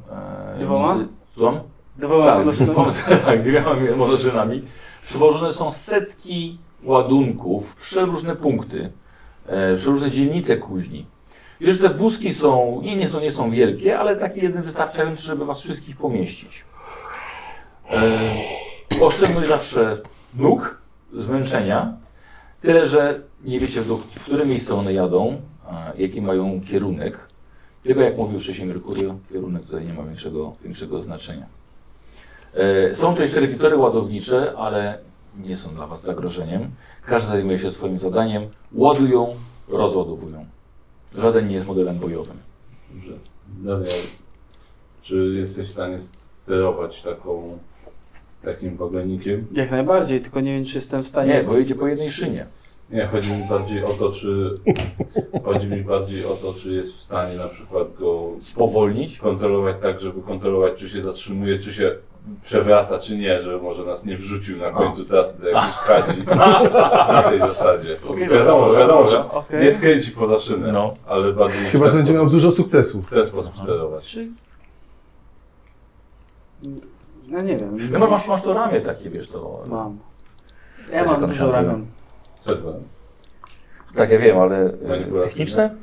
Speaker 1: E,
Speaker 7: Dwoma?
Speaker 1: między- Są?
Speaker 7: Dwoma
Speaker 1: tak,
Speaker 7: monoszynami.
Speaker 1: dwoma, tak, dwiema monoszynami. Przewożone są setki ładunków, w przeróżne punkty, e, przeróżne dzielnice kuźni. Wiesz, te wózki są, nie, nie są, nie są wielkie, ale taki jeden wystarczający, żeby was wszystkich pomieścić. E, oszczędność zawsze nóg, zmęczenia. Tyle, że nie wiecie, do, w które miejsce one jadą, a jaki mają kierunek. Tylko jak mówił wcześniej Merkurio, kierunek tutaj nie ma większego, większego znaczenia. E, Są tutaj serwitory ładownicze, ale nie są dla Was zagrożeniem. Każdy zajmuje się swoim zadaniem. Ładują, rozładowują. Żaden nie jest modelem bojowym.
Speaker 11: Dobrze. Daria, czy jesteś w stanie sterować taką, takim wagonikiem?
Speaker 7: Jak najbardziej, tylko nie wiem, czy jestem w stanie...
Speaker 1: Nie, bo jedzie po jednej szynie.
Speaker 11: Nie, chodzi mi bardziej o to, czy chodzi mi bardziej o to, czy jest w stanie na przykład go
Speaker 1: spowolnić,
Speaker 11: kontrolować tak, żeby kontrolować, czy się zatrzymuje, czy się przewraca, czy nie, żeby może nas nie wrzucił na końcu trasy do jakiejś kadzi. Na tej zasadzie.
Speaker 1: Okej,
Speaker 11: wiadomo,
Speaker 1: dobra,
Speaker 11: wiadomo, że
Speaker 1: dobra, okej.
Speaker 11: nie skręci poza szynę, ale bardziej
Speaker 4: Chyba,
Speaker 11: w
Speaker 4: że
Speaker 11: ten
Speaker 4: będzie
Speaker 11: sposób-
Speaker 4: miał dużo sukcesów.
Speaker 11: W ten sposób sterować.
Speaker 7: No nie wiem.
Speaker 1: No bo masz, masz to ramię takie, wiesz, to...
Speaker 7: Mam.
Speaker 1: Jak
Speaker 7: Ja
Speaker 1: się
Speaker 7: mam
Speaker 1: pan
Speaker 7: dużo
Speaker 1: nazywa?
Speaker 7: ramion.
Speaker 1: Tak, ja wiem, ale e,
Speaker 11: Manipulacyjne?
Speaker 1: techniczne?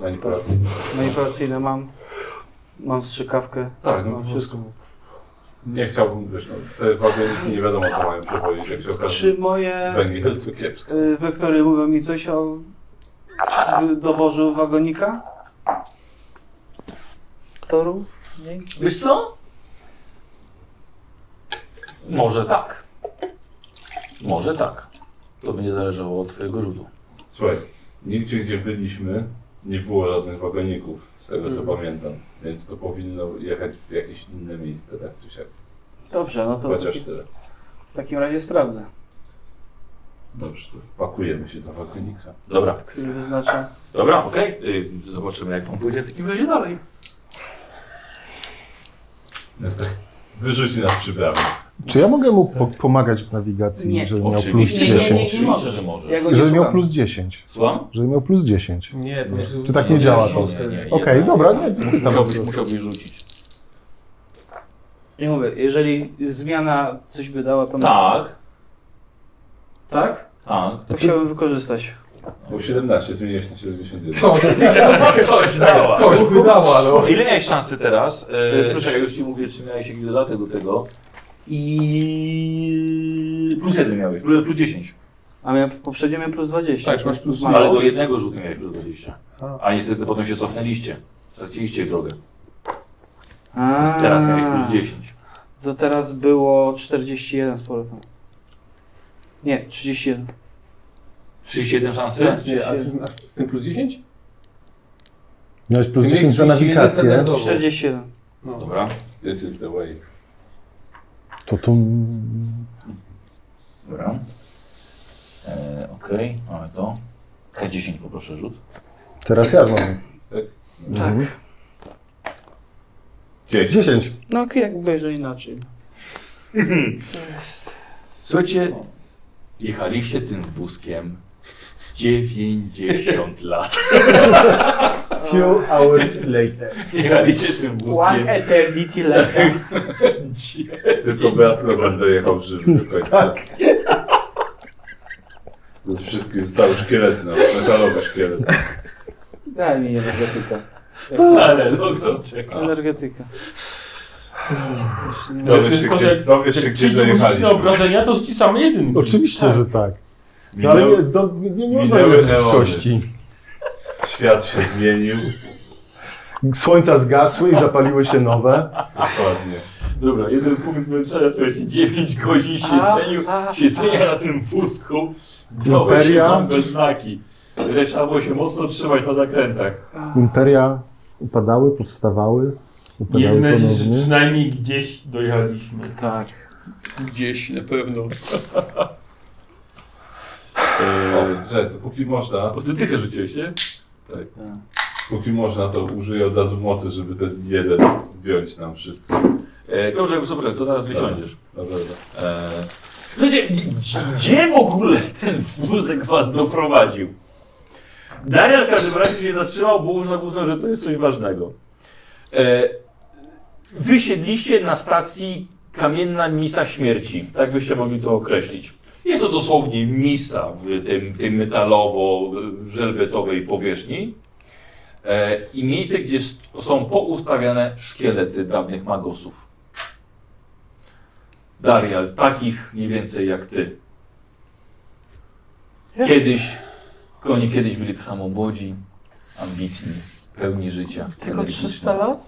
Speaker 11: Manipulacyjne.
Speaker 7: Manipulacyjne mam. Mam strzykawkę.
Speaker 11: Tak, no
Speaker 7: mam
Speaker 11: po prostu. Nie chciałbym, wiesz, no, te wagoniki nie wiadomo co mają przewozić, jak się okaże.
Speaker 7: Czy moje
Speaker 11: Węgiel to kiepsko.
Speaker 7: y, wektory mówią mi coś o w- doborzu wagonika? Toru? Nie?
Speaker 1: Wiesz co? Może tak. Może tak. To będzie zależało od Twojego rzutu.
Speaker 11: Słuchaj, nigdzie gdzie byliśmy nie było żadnych wagoników, z tego co
Speaker 7: Mhm.
Speaker 11: pamiętam. Więc to powinno jechać w jakieś inne miejsce, tak czy siak.
Speaker 7: Dobrze, no to
Speaker 11: Chociaż
Speaker 7: taki-
Speaker 11: tyle.
Speaker 7: W takim razie sprawdzę,
Speaker 11: Dobrze, to pakujemy się do wagonika.
Speaker 1: Dobra.
Speaker 7: który wyznacza.
Speaker 1: Dobra, okej. Y, Zobaczymy, jak Wam pójdzie w takim razie dalej.
Speaker 11: Więc tak wyrzuci nas przy bramie.
Speaker 4: Czy ja mogę mu po pomagać w nawigacji,
Speaker 11: Nie,
Speaker 4: żeby miał plus
Speaker 11: oczywiście. Nie, nie, nie, nie
Speaker 4: 10?
Speaker 11: możesz, że możesz. Ja go nie
Speaker 4: żeby miał
Speaker 11: słucham.
Speaker 4: plus 10.
Speaker 1: Słucham?
Speaker 4: Żeby miał plus 10.
Speaker 2: Nie, to może-
Speaker 4: Czy tak nie,
Speaker 2: nie, nie,
Speaker 4: działa
Speaker 2: nie,
Speaker 4: to?
Speaker 2: nie, nie,
Speaker 4: Okej,
Speaker 2: nie, nie.
Speaker 4: dobra, nie.
Speaker 1: Musiałbyś, musiałbyś rzucić.
Speaker 7: Nie mówię, jeżeli zmiana coś by dała, to
Speaker 1: Tak.
Speaker 7: Tak?
Speaker 1: Tak.
Speaker 7: To chciałbym wykorzystać.
Speaker 11: Bo 17 zmieniłeś na 71.
Speaker 1: Coś dała.
Speaker 11: Coś by dała, no.
Speaker 1: Ile miałeś szansy teraz? E,
Speaker 7: E,
Speaker 1: proszę,
Speaker 7: proszę.
Speaker 1: ja już ci mówię, czy miałeś jakiś dodatek do tego. I... Plus jeden miałeś, plus plus 10.
Speaker 7: A miałem, poprzednio miałem plus 20.
Speaker 1: Tak, masz plus
Speaker 7: Mam.
Speaker 1: Ale do jednego rzutu miałeś plus 20. A niestety potem się cofnęliście. Straciliście drogę.
Speaker 7: A,
Speaker 1: Teraz miałeś plus 10.
Speaker 7: To teraz było 41 z powrotem. Nie, 31.
Speaker 1: 31 szansy?
Speaker 7: Tak,
Speaker 2: Nie, a czy- a z tym plus 10?
Speaker 4: Miałeś plus
Speaker 2: Ty
Speaker 4: 10 za
Speaker 2: miałeś 31
Speaker 4: nawigację.
Speaker 2: standardowo.
Speaker 7: 41.
Speaker 1: Dobra.
Speaker 11: This is the way.
Speaker 4: To tu...
Speaker 1: Dobra. E, Okej, mamy to. K10 poproszę rzut.
Speaker 4: Teraz ja znowu.
Speaker 11: Tak.
Speaker 4: Mhm.
Speaker 11: 10.
Speaker 7: No jakby, że inaczej.
Speaker 1: Słuchajcie, jechaliście tym wózkiem 90 lat.
Speaker 25: Few hours later.
Speaker 1: Jechaliście tym wózkiem.
Speaker 7: One eternity later.
Speaker 11: Tylko Beat Logan dojechał żywy do końca. Tak. To jest wszystko zostały szkielety, no, metalowy szkielet.
Speaker 7: Daj mi energetyka.
Speaker 1: Ale no co czeka?
Speaker 7: Energetyka.
Speaker 11: Dowiesz się,
Speaker 5: Wszystko,
Speaker 11: gdzie,
Speaker 5: jak-
Speaker 11: dowiesz się,
Speaker 5: jak
Speaker 11: gdzie
Speaker 5: przyjdzie muzyczne
Speaker 11: dojechaliśmy.
Speaker 5: obrażenia, to wpisamy jedynki.
Speaker 4: Oczywiście, że tak. No, ale
Speaker 11: Minęły-
Speaker 4: nie, do, nie, nie można
Speaker 11: minęły
Speaker 4: robić
Speaker 11: neony.
Speaker 4: kości.
Speaker 11: Świat się zmienił.
Speaker 4: Słońca zgasły i zapaliły się nowe.
Speaker 11: Dokładnie.
Speaker 1: Dobra, jeden punkt zmęczenia, słuchajcie, 9 godzin siedzeniu, siedzenia na tym wózku. Dało się
Speaker 4: Imperia.
Speaker 1: wam we znaki. Wreszcie Trzeba było się mocno trzymać na zakrętach.
Speaker 4: Imperia upadały, powstawały, upadały
Speaker 5: Miejmy nadzieję, że
Speaker 4: ponownie.
Speaker 5: przynajmniej gdzieś dojechaliśmy.
Speaker 7: Tak.
Speaker 5: Gdzieś na pewno.
Speaker 11: Eee, że, to póki można.
Speaker 1: Bo ty dychę rzuciłeś, nie?
Speaker 11: Tak. Póki można, to użyję od razu mocy, żeby ten jeden zdjąć nam wszystkim.
Speaker 1: E, dobrze, super, to teraz wysiądziesz.
Speaker 11: Dobra, dobra.
Speaker 1: E, słuchajcie, g- gdzie w ogóle ten wózek was doprowadził? Darial w każdym razie się zatrzymał, bo uznał, uznał że to jest coś ważnego. E, wysiedliście na stacji Kamienna Misa Śmierci, tak byście mogli to określić. Jest to dosłownie misa w tym, tym metalowo-żelbetowej powierzchni. E, I miejsce, gdzie s- są poustawiane szkielety dawnych magosów. Darial, takich mniej więcej jak ty. Kiedyś, oni kiedyś byli tak samo młodzi, ambitni, pełni życia.
Speaker 7: Tylko
Speaker 1: energiczni.
Speaker 7: 300 lat?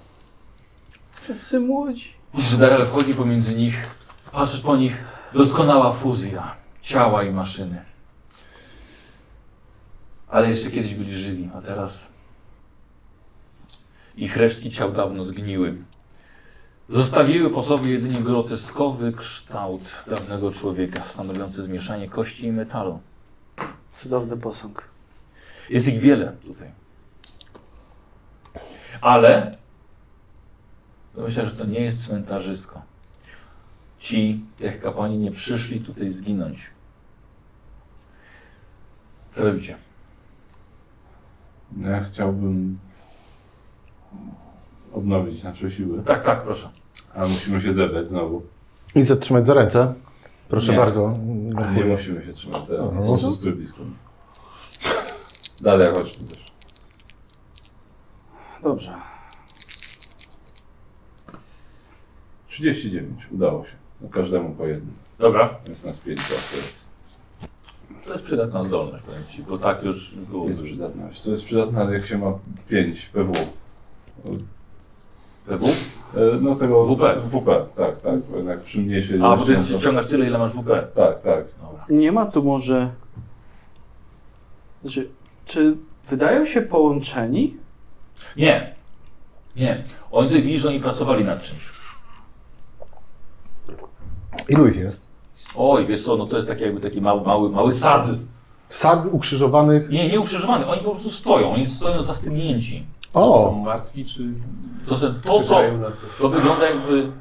Speaker 7: Wszyscy młodzi.
Speaker 1: Widzisz, że Daryl wchodzi pomiędzy nich, patrzysz po nich, doskonała fuzja ciała i maszyny. Ale jeszcze kiedyś byli żywi, a teraz ich resztki ciał dawno zgniły. Zostawiły po sobie jedynie groteskowy kształt dawnego człowieka, stanowiący zmieszanie kości i metalu.
Speaker 7: Cudowny posąg.
Speaker 1: Jest ich wiele tutaj. Ale myślę, że to nie jest cmentarzysko. Ci tych kapłani nie przyszli tutaj zginąć. Co robicie?
Speaker 11: No, Ja chciałbym odnowić nasze siły.
Speaker 1: Tak, tak, proszę.
Speaker 11: A musimy się zebrać znowu.
Speaker 4: I zatrzymać za ręce. Proszę
Speaker 11: Nie.
Speaker 4: bardzo. No.
Speaker 11: A nie musimy się trzymać teraz.
Speaker 4: Aha.
Speaker 11: Po prostu stój blisko. mnie. Dalej, chodź tu też.
Speaker 7: Dobrze.
Speaker 11: 39, udało się. No, każdemu po jednym.
Speaker 1: Dobra.
Speaker 11: Jest nas 5 akurat.
Speaker 1: To jest przydatna zdolność, powiem ci, bo tak już było.
Speaker 11: Jest przydatna. Wiesz, Co jest przydatne, jak się ma 5 PW?
Speaker 1: PW?
Speaker 11: E, No tego
Speaker 1: WP.
Speaker 11: WP, tak, tak. Bo jednak przy mnie się...
Speaker 1: A, bo ty ciągasz tyle, ile masz WP.
Speaker 11: Tak, tak.
Speaker 7: Nie ma tu może... Znaczy, czy wydają się połączeni?
Speaker 1: Nie. Nie. Oni tutaj widzisz, że oni pracowali nad czymś.
Speaker 4: Ilu ich jest?
Speaker 1: Oj, wiesz co, no to jest taki jakby taki mały, mały, mały sad.
Speaker 4: Sad ukrzyżowanych.
Speaker 1: Nie, nie ukrzyżowany, oni po prostu stoją, oni stoją zastygnięci.
Speaker 4: O!
Speaker 2: Martwi czy...
Speaker 1: To, że to co,
Speaker 2: Czekają na coś.
Speaker 1: to wygląda jakby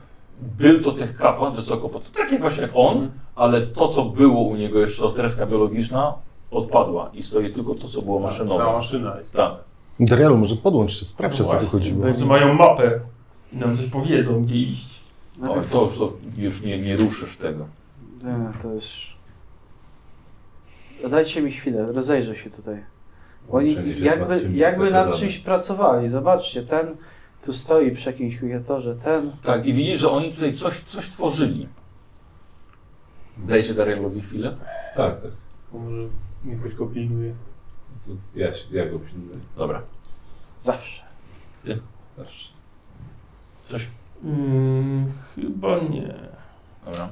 Speaker 1: był to tych kapłan wysoko, pod- tak jak właśnie jak on, ale to co było u niego jeszcze, strefka biologiczna, odpadła i stoi tylko to co było maszynowe.
Speaker 5: Tak, cała maszyna jest.
Speaker 1: Tak.
Speaker 4: Darialu, może podłącz się, sprawdź o co tu
Speaker 5: Właśnie,
Speaker 4: chodziło.
Speaker 5: Może mają mapę i nam coś powiedzą, gdzie iść.
Speaker 4: No
Speaker 1: O,
Speaker 4: tak.
Speaker 1: to już, to już nie, nie ruszysz tego.
Speaker 7: Nie, to jest... Dajcie mi chwilę, rozejrzę się tutaj. Oni
Speaker 1: Łączenie się z
Speaker 7: jakby,
Speaker 1: matkiem
Speaker 7: jakby
Speaker 1: jest
Speaker 7: nad
Speaker 1: zakazane.
Speaker 7: czymś pracowali. Zobaczcie, ten tu stoi przy jakimś kwiatorze, ten...
Speaker 1: Tak, i widzisz, że oni tutaj coś, coś tworzyli. Dajcie Darielowi chwilę.
Speaker 11: Tak, tak.
Speaker 2: Może niech ktoś go pilnuje.
Speaker 11: Co- Ja, się- ja go pilnuję.
Speaker 1: Dobra.
Speaker 7: Zawsze.
Speaker 1: Ty?
Speaker 11: Zawsze.
Speaker 1: Coś?
Speaker 26: Mm, chyba nie.
Speaker 1: Dobra.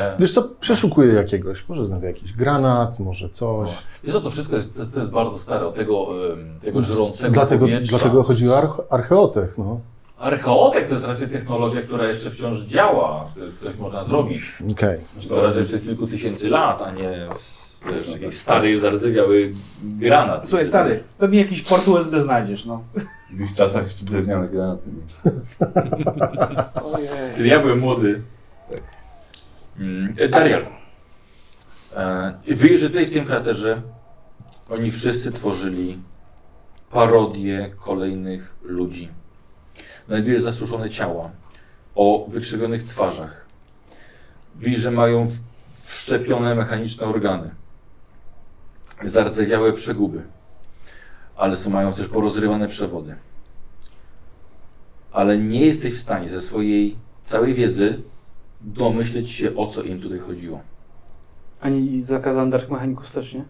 Speaker 1: E,
Speaker 4: Wiesz co, przeszukuję jakiegoś, może znajdę jakiś granat, może coś.
Speaker 1: Wiesz co, to wszystko jest, to, to jest bardzo stare, od tego, em, tego żrącego
Speaker 4: Dlatego,
Speaker 1: powietrza.
Speaker 4: dlatego chodzi o arche- archeotech, no.
Speaker 1: Archeotek to jest raczej technologia, która jeszcze wciąż działa, że coś można zrobić.
Speaker 4: Okej.
Speaker 1: Znaczy, To raczej przed kilku tysięcy lat, a nie z- wiesz, jakiś stary, zardzewiały granat.
Speaker 7: Słuchaj, stary, pewnie jakiś port USB znajdziesz, no.
Speaker 11: W ich czasach jeszcze drewniane granaty mieli.
Speaker 1: Kiedy ja byłem młody. Mm, e, Darial. E, Wiesz, że tutaj w tym kraterze oni wszyscy tworzyli parodie kolejnych ludzi. Znajdujesz zasuszone ciała o wykrzywionych twarzach. Widzisz, że mają w- wszczepione mechaniczne organy. Zardzewiałe przeguby. Ale są, mają też porozrywane przewody ale nie jesteś w stanie ze swojej całej wiedzy domyśleć się, o co im tutaj chodziło.
Speaker 7: Ani zakazany Dark Mechanicus też, nie?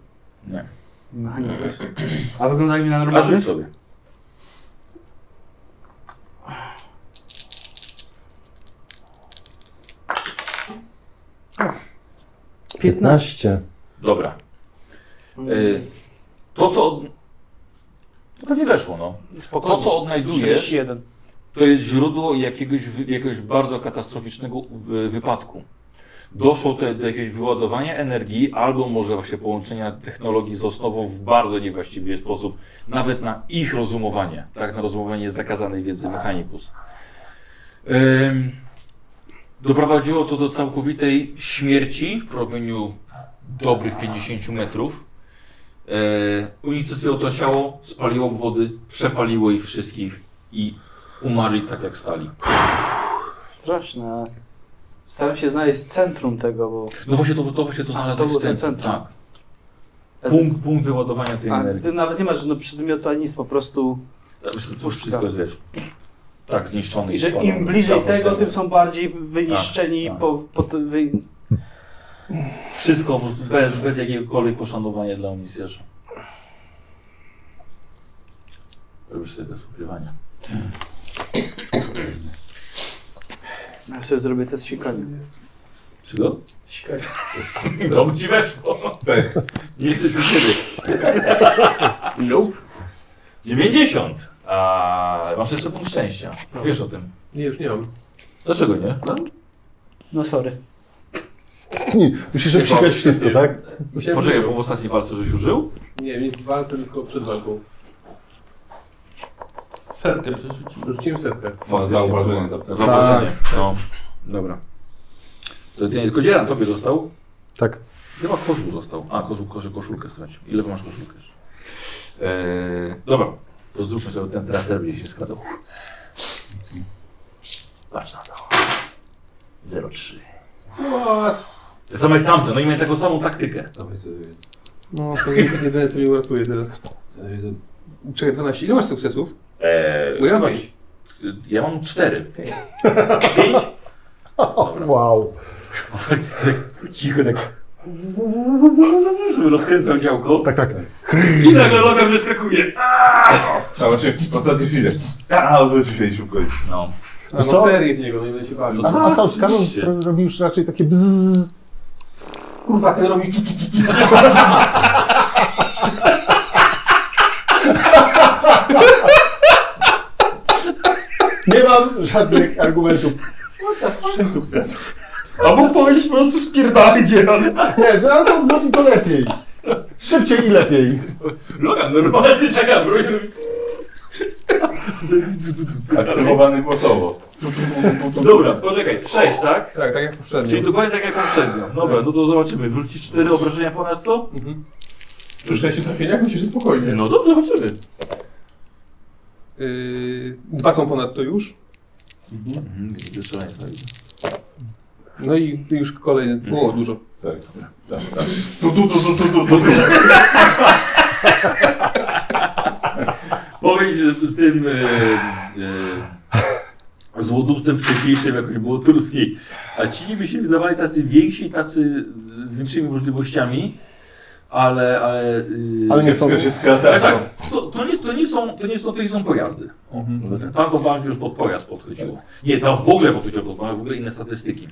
Speaker 1: Nie.
Speaker 7: Mechanicus. A wyglądają mi na normalny?
Speaker 1: A rzuć sobie. Dobra. Y, to, co. Od... To pewnie weszło, no.
Speaker 7: Spokojnie.
Speaker 1: To, co odnajdujesz,
Speaker 7: 41.
Speaker 1: to jest źródło jakiegoś, wy- jakiegoś bardzo katastroficznego y, wypadku. Doszło tutaj do jakiegoś wyładowania energii, albo może właśnie połączenia technologii z osnową w bardzo niewłaściwy sposób, nawet na ich rozumowanie, tak, na rozumowanie zakazanej wiedzy mechanikus. Ym, doprowadziło to do całkowitej śmierci w promieniu dobrych 50 metrów. E, unicestwiło to ciało, spaliło obwody, przepaliło ich wszystkich i umarli tak jak stali.
Speaker 7: Straszne. Staram się znaleźć centrum tego, bo...
Speaker 1: No właśnie to, to właśnie to znalazłeś
Speaker 7: to było ten
Speaker 1: w centrum,
Speaker 7: centrum.
Speaker 1: Tak. Punkt, punkt wyładowania tej
Speaker 7: A
Speaker 1: energii.
Speaker 7: ty nawet nie masz no, przedmiotu ani nic, po prostu...
Speaker 1: To już wszystko jest, wiesz, tak zniszczone i
Speaker 7: I że
Speaker 1: spalone. tak.
Speaker 7: im bliżej
Speaker 1: Dawno
Speaker 7: tego,
Speaker 1: temu.
Speaker 7: tym są bardziej wyniszczeni
Speaker 1: tak.
Speaker 7: po... po tym wy...
Speaker 1: Wszystko po prostu bez, bez jakiegokolwiek poszanowania dla omnisjasza. Robisz sobie to z ukrywania.
Speaker 7: Ja sobie zrobię test sikania.
Speaker 1: Czego? No ci weszło. Nie jesteś już siebie. Nope. 90. A masz jeszcze punkt szczęścia. Wiesz o tym.
Speaker 2: Nie, już nie mam.
Speaker 1: Dlaczego nie?
Speaker 7: No sorry.
Speaker 4: Nie, musisz obsikać wszystko, tak?
Speaker 1: Poczekaj, bo w ostatniej walce żeś użył?
Speaker 2: Nie, nie w walce, tylko przed walką.
Speaker 26: Setkę przerzucił.
Speaker 2: Rzuciłem setkę. Tak.
Speaker 11: Zauważenie.
Speaker 1: Zauważenie. No. Dobra. To ty, tylko Dzieran tobie został?
Speaker 4: Tak.
Speaker 1: Chyba koszul został. A, koszul, koszul, koszulkę stracił. Ile masz koszulkę? jeszcze? Eee, dobra, to zróbmy sobie ten trater, gdzie się składał. Patrz na to. 03.
Speaker 2: What?
Speaker 1: Tak samo jak tamten, oni mają taką samą taktykę.
Speaker 2: Dawaj sobie jeden. No, to jedyne co mi uratuje teraz. E, Czekaj, 12. Ile masz sukcesów?
Speaker 1: Eee,
Speaker 2: Bo ja mam
Speaker 1: chyba-
Speaker 2: pięć.
Speaker 1: Ja mam 4. 5?
Speaker 4: Wow.
Speaker 1: Cicho tak. Żeby rozkręcał działko.
Speaker 4: Tak, tak.
Speaker 1: I nagle Logan wyskakuje.
Speaker 11: A właśnie w ostatniej chwili. A, odwrócił się i szybko iść.
Speaker 1: No.
Speaker 2: A no
Speaker 4: Co?
Speaker 2: serię w niego, no i będę się bawił.
Speaker 4: A, a sam kanon robi już raczej takie bzzz.
Speaker 2: Kurwa, ten robi ci, ci, ci, ci.
Speaker 4: Nie mam żadnych argumentów.
Speaker 2: Trzy sukcesów.
Speaker 1: A mógł powiedzieć po prostu spierdalaj dzieran.
Speaker 4: Nie, no, ale on zrobi to lepiej. Szybciej i lepiej.
Speaker 1: Logan, normalnie taka broń.
Speaker 11: Aktywowany głosowo.
Speaker 1: Dobra, poczekaj, 6, tak?
Speaker 2: Tak, tak jak poprzednio.
Speaker 1: Czyli dokładnie tak jak poprzednio. Dobra, no to zobaczymy. Wrzucić 4 obrażenia ponad to?
Speaker 2: Mhm. Przy sześciu trafieniach myślę, że spokojnie. E,
Speaker 1: No dobrze, zobaczymy.
Speaker 2: Yy, dwa są ponad to już.
Speaker 1: Mhm. Szaleństwo.
Speaker 2: No i już kolejne było
Speaker 1: Mhm.
Speaker 2: dużo.
Speaker 11: Tak, więc tak, tak.
Speaker 2: Tu, tu, tu, tu, tu, tu, tu.
Speaker 1: Powiedz, że z tym e, e, złodówcem wcześniejszym jakoś było turskiej, a ci niby się wydawali tacy więksi, tacy z większymi możliwościami, ale... Ale, e,
Speaker 11: Ale nie są- Wszystko się skradają.
Speaker 1: Tak, to, to, nie, to, nie są, to nie są, to nie są pojazdy. No O,
Speaker 11: Mhm.
Speaker 1: Tam to bardziej już pod pojazd podchodziło. Nie, tam w ogóle podchodziło pod pojazd, w ogóle inne statystyki.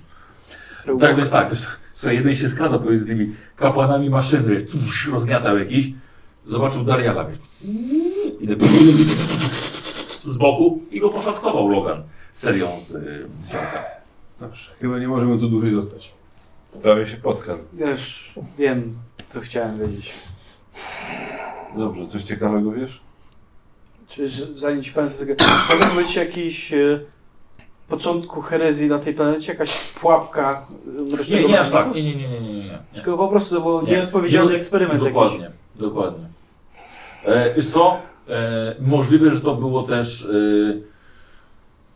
Speaker 1: Tak, więc tak, więc- słuchaj, jeden się skradał pomiędzy tymi kapłanami maszyny, tuż, rozgniatał jakiś, zobaczył Dariala, wiesz, idę z boku i go poszatkował Logan serią z y, działka.
Speaker 2: Dobrze, chyba nie możemy tu dłużej zostać.
Speaker 11: Prawie się potkam.
Speaker 7: Ja już wiem, co chciałem wiedzieć.
Speaker 11: Dobrze, coś ciekawego wiesz?
Speaker 7: Czy z- zanim ci powiem co tego, powinien być jakiś e, początku herezji na tej planecie, jakaś pułapka e, mrocznego
Speaker 1: Nie, nie aż tak, nie,
Speaker 7: magnusa?
Speaker 1: nie, nie, nie, nie, nie, nie.
Speaker 7: Tylko po prostu to był nieodpowiedzialny
Speaker 1: Nie,
Speaker 7: eksperyment
Speaker 1: Dokładnie,
Speaker 7: jakiś.
Speaker 1: dokładnie. E, wiesz co, e, możliwe, że to było też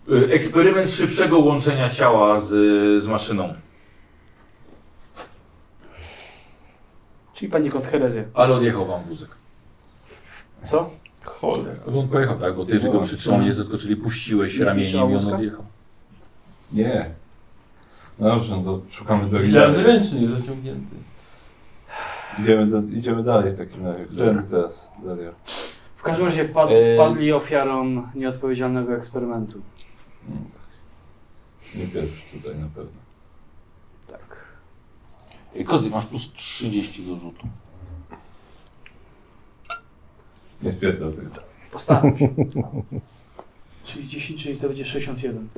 Speaker 1: e, e, eksperyment szybszego łączenia ciała z, z maszyną.
Speaker 7: Czyli panikąd herezję.
Speaker 1: Ale odjechał wam wózek.
Speaker 7: Co?
Speaker 1: Cholera. On pojechał, tak, bo ty że go przytrzymał, nie zaskoczyli, puściłeś
Speaker 11: Nie
Speaker 1: ramieniem
Speaker 11: puściła
Speaker 1: i on
Speaker 11: wózka?
Speaker 1: odjechał.
Speaker 11: Nie. Dobrze, no to szukamy do
Speaker 27: Myślałem, że ręczny zaciągnięty.
Speaker 11: Idziemy, do, idziemy dalej w takim razie. Którędy teraz, Dario?
Speaker 7: W każdym razie pad,
Speaker 11: E,
Speaker 7: padli ofiarą nieodpowiedzialnego eksperymentu.
Speaker 11: Nie pierwszy tutaj na pewno.
Speaker 7: Tak.
Speaker 1: Ej, Kozdy, E, masz plus 30 do rzutu.
Speaker 11: Nie spierdol tego.
Speaker 7: Postaram się. Czyli 10, czyli to będzie 61.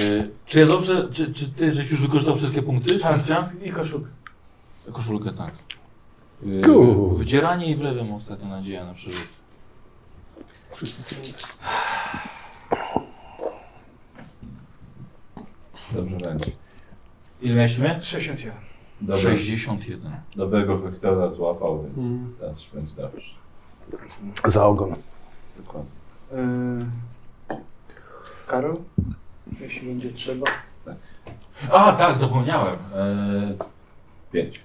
Speaker 1: Y, czy ja dobrze, czy, czy ty żeś już wykorzystał wszystkie punkty szczęścia?
Speaker 7: I koszulkę.
Speaker 1: Koszulkę, tak. Y,
Speaker 27: Kur-
Speaker 1: Wdzieranie i w lewym ostatnia nadzieja na przerzut.
Speaker 11: Dobrze będzie.
Speaker 1: Ile mieliśmy?
Speaker 7: 61.
Speaker 11: Dobra.
Speaker 1: 61.
Speaker 11: Dobrego wektora złapał, więc
Speaker 1: Mm.
Speaker 7: Mhm.
Speaker 11: teraz już będzie dobrze.
Speaker 28: Za ogon.
Speaker 11: Dokładnie.
Speaker 7: Yy, E, Karol? Jeśli będzie trzeba.
Speaker 1: A, tak, zapomniałem. E...
Speaker 11: Pięć.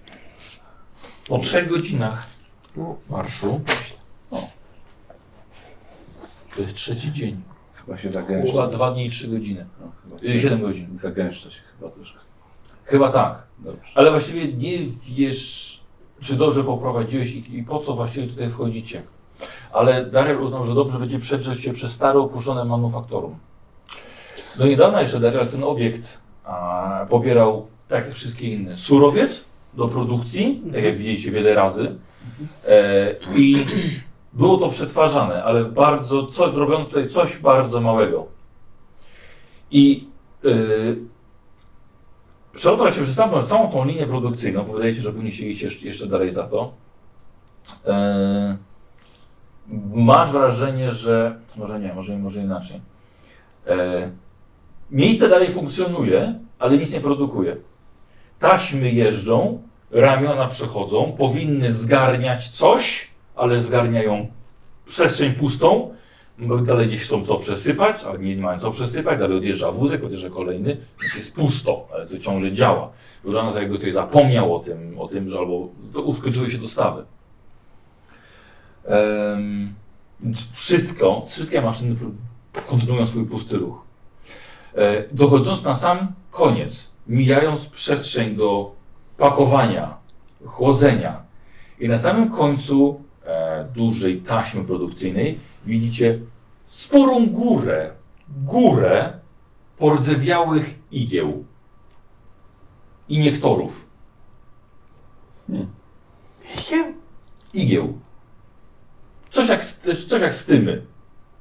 Speaker 1: Po trzech godzinach No, marszu. O. To jest trzeci dzień.
Speaker 11: Chyba się zagęszcza.
Speaker 1: Była dwa dni i trzy godziny.
Speaker 11: No, chyba
Speaker 1: Y,
Speaker 11: się-
Speaker 1: Siedem godzin.
Speaker 11: Zagęszcza się chyba troszkę.
Speaker 1: Chyba tak.
Speaker 11: Dobrze.
Speaker 1: Ale właściwie nie wiesz, czy dobrze poprowadziłeś i, i po co właściwie tutaj wchodzicie. Ale Dariel uznał, że dobrze będzie przedrzeć się przez stare opuszczone manufaktorum. Do niedawna jeszcze Dariel ten obiekt a, pobierał, tak jak wszystkie inne, surowiec do produkcji, tak jak widzieliście wiele razy. E, I było to przetwarzane, ale w bardzo, co, robiono tutaj coś bardzo małego. I yy, przechodząc się przez samą, całą tą linię produkcyjną, bo wydaje się, że powinniście iść jeszcze, jeszcze dalej za to, e, masz wrażenie, że może nie, może, może inaczej. E, miejsce dalej funkcjonuje, ale nic nie produkuje. Taśmy jeżdżą, ramiona przechodzą, powinny zgarniać coś, ale zgarniają przestrzeń pustą. bo Dalej gdzieś chcą co przesypać, ale nie mają co przesypać, dalej odjeżdża wózek, odjeżdża kolejny, Znaczy, jest pusto, ale to ciągle działa. Wygląda tak, jakby ktoś zapomniał o tym, o tym że albo uskoczyły się dostawy. Em, wszystko, wszystkie maszyny pró- kontynuują swój pusty ruch. E, Dochodząc na sam koniec, mijając przestrzeń do pakowania, chłodzenia i na samym końcu e, dużej taśmy produkcyjnej widzicie sporą górę, górę pordzewiałych igieł i niektorów.
Speaker 7: Igieł?
Speaker 1: Igieł. Coś jak, z- coś jak stymy,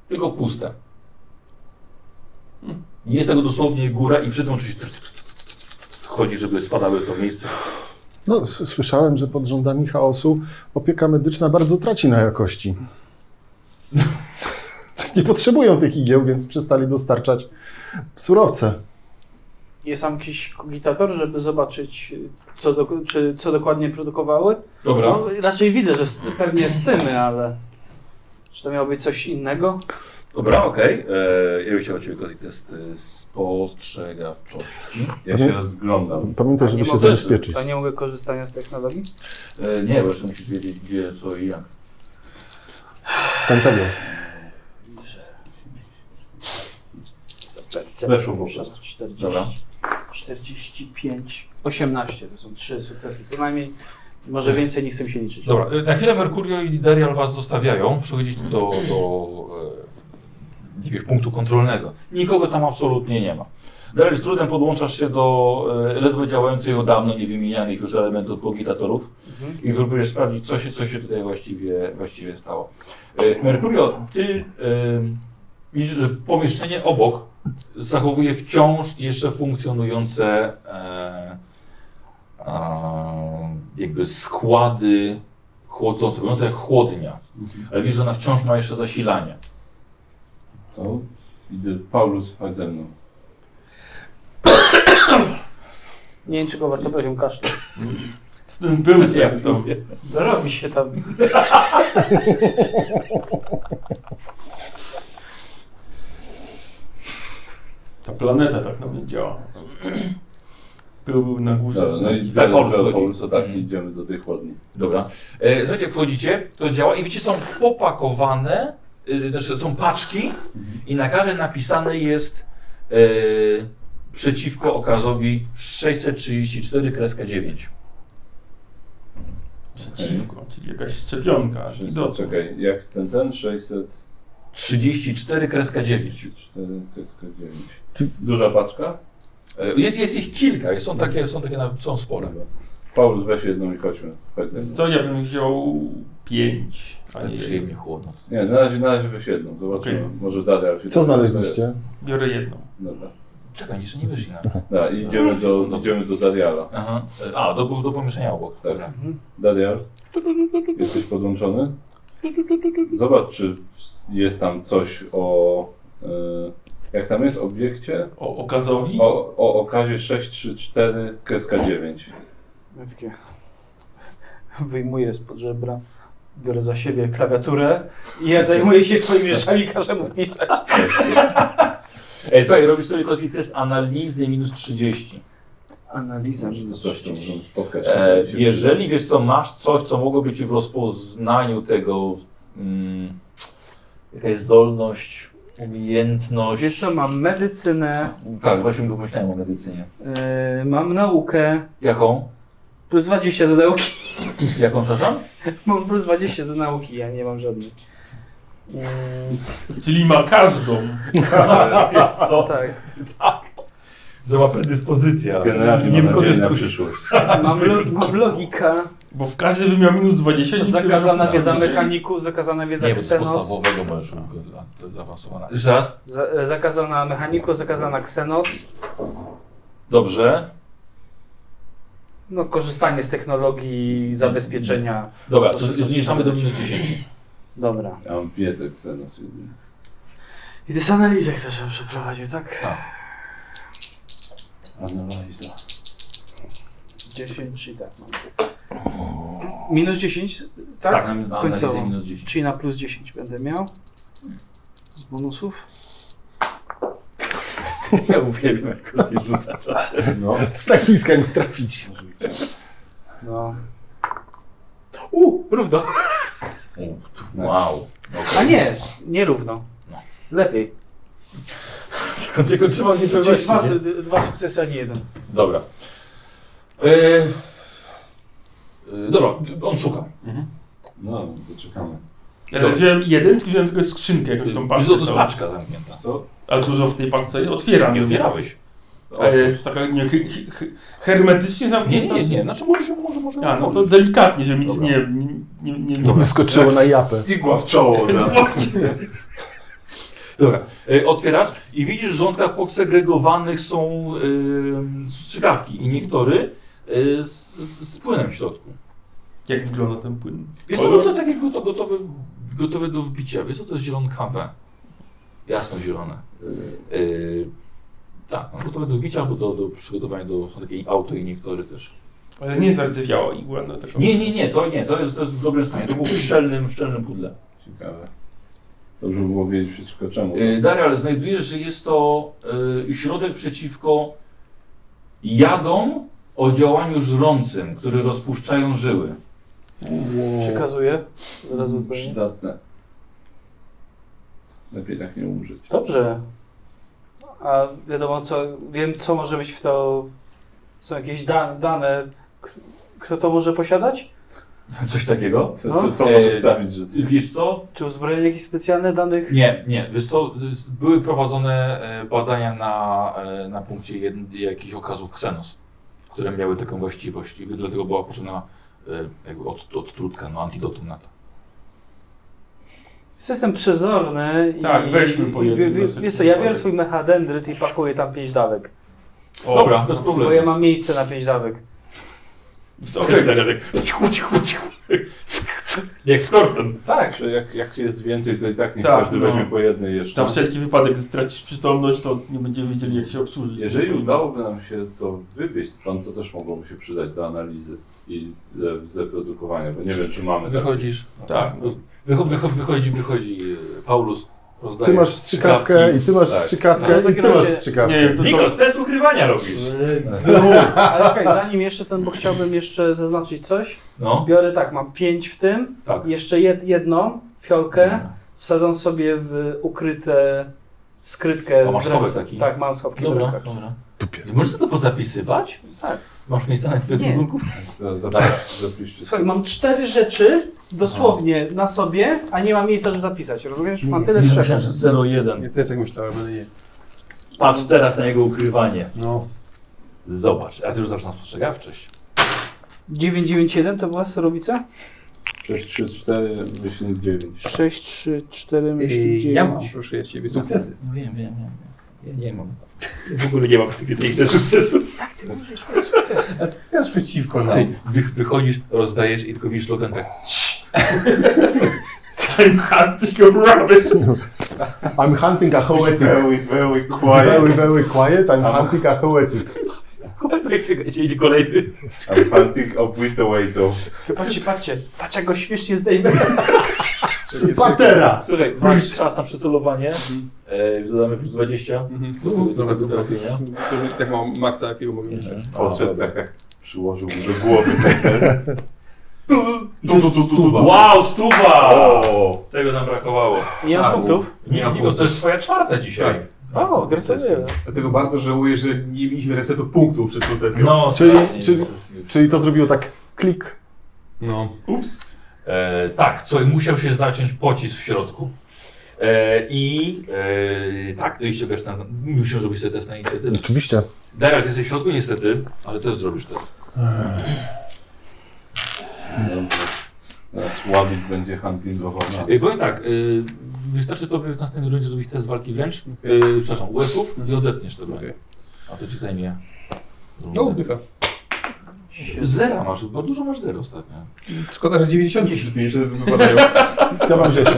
Speaker 1: tylko puste. Jest tego dosłownie góra i przy tym oczywiście chodzi, żeby spadały w to miejsce.
Speaker 4: No, s- słyszałem, że pod rządami chaosu opieka medyczna bardzo traci na jakości. Nie potrzebują tych igieł, więc przestali dostarczać surowce.
Speaker 7: Jest tam jakiś kogitator, żeby zobaczyć, co, do, czy, co dokładnie produkowały?
Speaker 1: Dobra.
Speaker 7: No, raczej widzę, że z, pewnie z tym, ale... Czy to miało być coś innego?
Speaker 1: Dobra, okej. E, Ja bym chciał od Ciebie kogoś test e, spostrzegawczości.
Speaker 11: Ja
Speaker 4: Mhm.
Speaker 11: się rozglądam.
Speaker 4: Pamiętaj, żeby się zabezpieczyć.
Speaker 7: A nie mogę korzystania z technologii?
Speaker 1: E, Nie, bo jeszcze musisz wiedzieć gdzie, co i jak.
Speaker 4: Tamtego.
Speaker 11: Weszło w obszar.
Speaker 7: 40,
Speaker 11: Dobra.
Speaker 7: 45, 18 to są trzy sukcesy co najmniej. Może więcej nie chcę się liczyć.
Speaker 1: Dobra, e, na chwilę Merkurio i Darial Was zostawiają. Przechodzicie do, do e, jakiegoś punktu kontrolnego. Nikogo tam absolutnie nie ma. Darial, z trudem podłączasz się do e, ledwo działającej od dawno niewymienianych już elementów kogitatorów
Speaker 7: Mhm.
Speaker 1: i próbujesz sprawdzić, co się, co się tutaj właściwie, właściwie stało. E, Merkurio, ty e, widzisz, że pomieszczenie obok zachowuje wciąż jeszcze funkcjonujące e, e, jakby składy chłodzące. Wygląda jak chłodnia,
Speaker 5: Mhm.
Speaker 1: ale widzisz, że ona wciąż ma jeszcze zasilanie.
Speaker 11: To idę, Paulus, chodź ze mną.
Speaker 7: Nie wiem, czy go warto powiedzieć kaszle.
Speaker 1: Był z jak to.
Speaker 7: Robi się tam.
Speaker 5: Ta planeta tak na mnie działa. Był, był na górze.
Speaker 11: Dobra,
Speaker 5: to
Speaker 11: no
Speaker 5: taki-
Speaker 11: i
Speaker 5: Tak, Paulus
Speaker 11: Paulus,
Speaker 5: wchodzi.
Speaker 11: Paulus, tak, idziemy do tej chłodni.
Speaker 1: Dobra. E, słuchajcie, wchodzicie, to działa i widzicie, są popakowane, e, znaczy są paczki i na każdej napisane jest e, przeciwko okazowi 634-9.
Speaker 5: Przeciwko, czyli jakaś szczepionka.
Speaker 11: Do, czekaj, jak ten, ten 600...
Speaker 1: 34 kreska 9.
Speaker 11: 4 kreska 9. Duża paczka?
Speaker 1: E, Jest, jest ich kilka, i są takie, są takie, na- są spore.
Speaker 11: Paulus, weź jedną i chodźmy. Chodź ze
Speaker 5: Wiesz
Speaker 11: mną.
Speaker 5: Co, ja bym wziął 5.
Speaker 1: Ale przyjemnie chłodno.
Speaker 11: Nie, na razie, na razie weź jedną, zobaczymy.
Speaker 5: Okej.
Speaker 11: Może dalej. się
Speaker 4: Co
Speaker 11: to-
Speaker 4: znaleźliście?
Speaker 5: Biorę jedną.
Speaker 11: Dobra.
Speaker 1: Czekaj, jeszcze nie wiesz ile.
Speaker 11: Da, i idziemy do, idziemy do Dariala.
Speaker 1: Aha. E, A, do, do pomieszczenia obok. Dobra.
Speaker 11: Darial, jesteś podłączony? Zobacz, czy w- jest tam coś o... e, jak tam jest? Obiekcie?
Speaker 5: O okazowi?
Speaker 11: O, o okazie 634 kreska 9.
Speaker 7: Ja takie wyjmuję spod żebra, biorę za siebie klawiaturę i ja zajmuję się swoimi rzeczami, każę mu pisać.
Speaker 1: Ej, E, słuchaj, robisz sobie kotli test analizy minus 30.
Speaker 7: Analiza minus
Speaker 11: Coś tam możemy spotkać.
Speaker 1: E, jeżeli wiesz co, masz coś, co mogłoby ci w rozpoznaniu tego, mm, jakaś zdolność, umiejętność.
Speaker 7: Wiesz co, mam medycynę,
Speaker 1: Tak, właśnie pomyślałem o medycynie.
Speaker 7: yy, mam naukę,
Speaker 1: Jaką?
Speaker 7: plus 20 do nauki.
Speaker 1: Jaką, przepraszam?
Speaker 7: Mam plus 20 do nauki, ja nie mam żadnej. E,
Speaker 5: Czyli ma każdą. Wiesz co?
Speaker 7: Tak.
Speaker 5: Że ma predyspozycja.
Speaker 11: Generalnie
Speaker 5: nie
Speaker 11: mam nadzieję
Speaker 5: wykorzystuj.
Speaker 11: na przyszłość.
Speaker 7: Mam, lo mam logikę,
Speaker 5: Bo w każdym by miał minus 20. nikt by miał
Speaker 7: zakazana
Speaker 5: plus
Speaker 7: wiedza
Speaker 5: 20.
Speaker 7: mechaników, zakazana wiedza
Speaker 1: Nie, bez
Speaker 7: ksenos.
Speaker 1: podstawowego możesz, a to jest zaawansowana. Jeszcze raz.
Speaker 7: Za, e, zakazana mechaniku, zakazana ksenos.
Speaker 1: Dobrze.
Speaker 7: No, korzystanie z technologii zabezpieczenia.
Speaker 1: Dobra,
Speaker 7: To
Speaker 1: to
Speaker 7: wszystko
Speaker 1: zmniejszamy do
Speaker 7: wszystko.
Speaker 1: minus 10.
Speaker 7: Dobra.
Speaker 11: Ja mam wiedzę Xenos jedynie.
Speaker 7: I to jest analizę chcesz żebym przeprowadził, tak?
Speaker 11: Analiza.
Speaker 7: 10, czyli tak mam. Minus 10, tak?
Speaker 1: Tak, na- na analizę
Speaker 7: Końcowo.
Speaker 1: minus 10.
Speaker 7: Czyli na plus 10 będę miał. Z bonusów.
Speaker 1: Ja uwielbiam, jak kotli rzuca czasem.
Speaker 11: No.
Speaker 4: Z tak bliska nie trafić.
Speaker 7: No.
Speaker 1: U, równo. Wow.
Speaker 7: A nie, nierówno. Lepiej.
Speaker 1: Tylko trzeba No nie
Speaker 7: Czyli dwa, su- dwa sukcesy, a nie jeden.
Speaker 1: Dobra. E, e, dobra, on szuka.
Speaker 11: No, doczekamy.
Speaker 5: Ja nawet wziąłem jeden, tylko wziąłem tylko skrzynkę, jakby tą paczkę.
Speaker 1: Wiesz, to jest
Speaker 5: całą.
Speaker 1: paczka zamknięta.
Speaker 11: Co?
Speaker 5: A dużo w tej paczce jest? Otwieram.
Speaker 1: Nie
Speaker 5: ją.
Speaker 1: otwierałeś.
Speaker 5: A jest taka nie, he- he- hermetycznie
Speaker 1: Nie,
Speaker 5: zamknięta?
Speaker 1: nie, nie.
Speaker 5: czy-
Speaker 1: Znaczy możesz, może, może.
Speaker 5: A, no to delikatnie, żeby nic nie... nie, nie, nie
Speaker 4: Wyskoczyło na japę.
Speaker 11: Igła w czoło, tak. da.
Speaker 1: Dobra. E, otwierasz i widzisz, że w żonkach posegregowanych są e, strzykawki i niektóry e, z, z, z płynem w środku.
Speaker 5: Jak wygląda ten płyn?
Speaker 1: Jest no to, to takie goto- gotowe, gotowe do wbicia. Wiesz, co to jest zielonkawe. Jasno zielone. Yy, tak, no, gotowe do wbicia albo do, do przygotowania do są takie auto i niektóre też.
Speaker 5: Ale nie zardzewiała igła na taką...
Speaker 1: Nie, nie, nie, to nie, to jest, to jest w dobrym stanie. To było w szczelnym, w szczelnym pudle.
Speaker 11: Ciekawe. Dobrze by było wiedzieć przeciwko czemu.
Speaker 5: E,
Speaker 1: Y, Darial, znajdujesz, że jest to y, środek przeciwko jadom o działaniu żrącym, które rozpuszczają żyły.
Speaker 7: Przekazuję. Od razu odpowiem.
Speaker 11: Przydatne. Lepiej tak nie umrzeć.
Speaker 7: Dobrze. A wiadomo co, wiem co może być w to, są jakieś da, dane, K- kto to może posiadać?
Speaker 1: Coś takiego?
Speaker 7: Co-
Speaker 11: No,
Speaker 7: co-
Speaker 5: e,
Speaker 7: co może sprawić,
Speaker 11: że...
Speaker 1: Wiesz co?
Speaker 7: Czy uzbrojenie jakichś specjalnych danych?
Speaker 1: Nie, nie. Wiesz co, y, były prowadzone e, badania na, e, na punkcie jed, jakichś okazów Xenos, które miały taką właściwość i wy- dlatego była potrzebna e, jakby od, odtrutka, no antidotum na to.
Speaker 7: System przezorny i...
Speaker 1: Tak, weźmy po
Speaker 7: i-
Speaker 1: jednym
Speaker 7: i-
Speaker 1: dosyć
Speaker 7: Wiesz co, ja biorę
Speaker 1: przypadek.
Speaker 7: swój mechadendryt i pakuję tam 5 dawek.
Speaker 1: O, no, Dobra, bez problemu.
Speaker 7: Bo ja mam miejsce na 5 dawek.
Speaker 1: Okej, Daniel, tak. Cichu, cichu, cichu. Jak skorpion.
Speaker 11: Tak, że jak, jak jest więcej, to i tak nie
Speaker 5: Tak,
Speaker 11: każdy
Speaker 5: no.
Speaker 11: weźmie po jednej jeszcze.
Speaker 5: Na wszelki wypadek stracisz przytomność, to nie będziemy wiedzieli jak się obsłużyć.
Speaker 11: Jeżeli udałoby nam się to wywieźć stąd, to też mogłoby się przydać do analizy i ze- zeprodukowania, bo nie wiem, czy mamy.
Speaker 1: Wychodzisz. Tak. Wycho, wycho, wychodzi, wychodzi e, Paulus. Rozdaje
Speaker 4: Ty masz strzykawkę i ty masz strzykawkę i ty masz strzykawkę.
Speaker 1: Nikos, test ukrywania robisz.
Speaker 7: Ale czekaj, zanim jeszcze ten, bo chciałbym jeszcze zaznaczyć coś.
Speaker 1: No.
Speaker 7: Biorę tak, mam pięć w tym,
Speaker 1: Tak.
Speaker 7: jeszcze jed, jedną fiolkę, wsadzam sobie w ukryte skrytkę
Speaker 1: A masz
Speaker 7: w ręce.
Speaker 1: schowek taki?
Speaker 7: Tak, mam schowki w
Speaker 1: Dobra,
Speaker 7: rękach.
Speaker 1: dobra. Możesz sobie to pozapisywać?
Speaker 7: Tak.
Speaker 1: Masz miejsce na twoim
Speaker 7: Nie.
Speaker 1: budynku?
Speaker 7: Słuchaj, mam cztery rzeczy dosłownie na sobie, a nie mam miejsca, żeby zapisać, rozumiesz? Mam tyle
Speaker 29: Nie
Speaker 7: trzeba.
Speaker 29: myślałem, że 0,1.
Speaker 2: Ja też tak myślałem, ale nie.
Speaker 29: Patrz teraz na jego ukrywanie.
Speaker 2: No.
Speaker 1: Zobacz, a ty już zaczynasz spostrzegawczość.
Speaker 7: 991 to była serowica?
Speaker 11: 6, 3, 4, myślnik 9.
Speaker 7: 6, 3, 4,
Speaker 11: Ej,
Speaker 7: myśli 9.
Speaker 11: ja mam,
Speaker 2: proszę, ja ciebie
Speaker 1: Sukcesy. No wiem, wiem, wiem. Ja nie mam. W ogóle nie mam tych, tych sukcesów.
Speaker 7: Jak ty możesz mieć sukces?
Speaker 2: A ty też przeciwko nam.
Speaker 1: Ty wy, wychodzisz, rozdajesz i tylko widzisz Logan tak. I'm hunting a rabbit.
Speaker 4: I'm hunting a hoetic.
Speaker 11: Very, very
Speaker 1: quiet.
Speaker 4: Very, very quiet. I'm hunting a hoetic.
Speaker 1: Idzie kolejny.
Speaker 11: I'm hunting a Widowator.
Speaker 7: Patrzcie, patrzcie, patrz jak go śmiesznie zdejmę.
Speaker 4: Patera!
Speaker 1: Słuchaj, masz czas na przecelowanie. E, zadamy plus 20 do, do, do tego trafienia. Mhm.
Speaker 2: Jak tak mam maksa, jakiego mogę mieć.
Speaker 11: Odszedł tak, tak. Przyłożył mu do głowy ten.
Speaker 1: Tu, tu, tu, tu, Wow, stuwa! Tego nam brakowało.
Speaker 7: Nie ma punktów?
Speaker 1: Nie ma punktów. To jest twoja czwarta dzisiaj.
Speaker 7: O, gratuluję.
Speaker 2: Dlatego bardzo żałuję, że nie mieliśmy resetu punktów przed tą sesją.
Speaker 1: No,
Speaker 4: Czyli,
Speaker 1: strasznie.
Speaker 4: czyli, czyli to zrobiło tak klik.
Speaker 2: No. Ups.
Speaker 1: E, tak, co musiał się zaciąć pocisk w środku. E, I e, tak, no i ściągasz ten. Musisz zrobić sobie test na inicjatywę.
Speaker 4: Oczywiście.
Speaker 1: Darial, ty jesteś w środku niestety, ale też zrobisz test.
Speaker 11: No, Teraz łabić będzie huntingował nas.
Speaker 1: E, powiem tak, e, wystarczy tobie w następnym rundzie zrobić test walki wręcz. E, przepraszam, łezów i odetniesz to broń. A to ci zajmie.
Speaker 2: No, oddycha.
Speaker 1: Zera masz, bo dużo masz zer ostatnio.
Speaker 2: Szkoda, że 90 przytniejsze wypadają.
Speaker 4: Ja mam 10.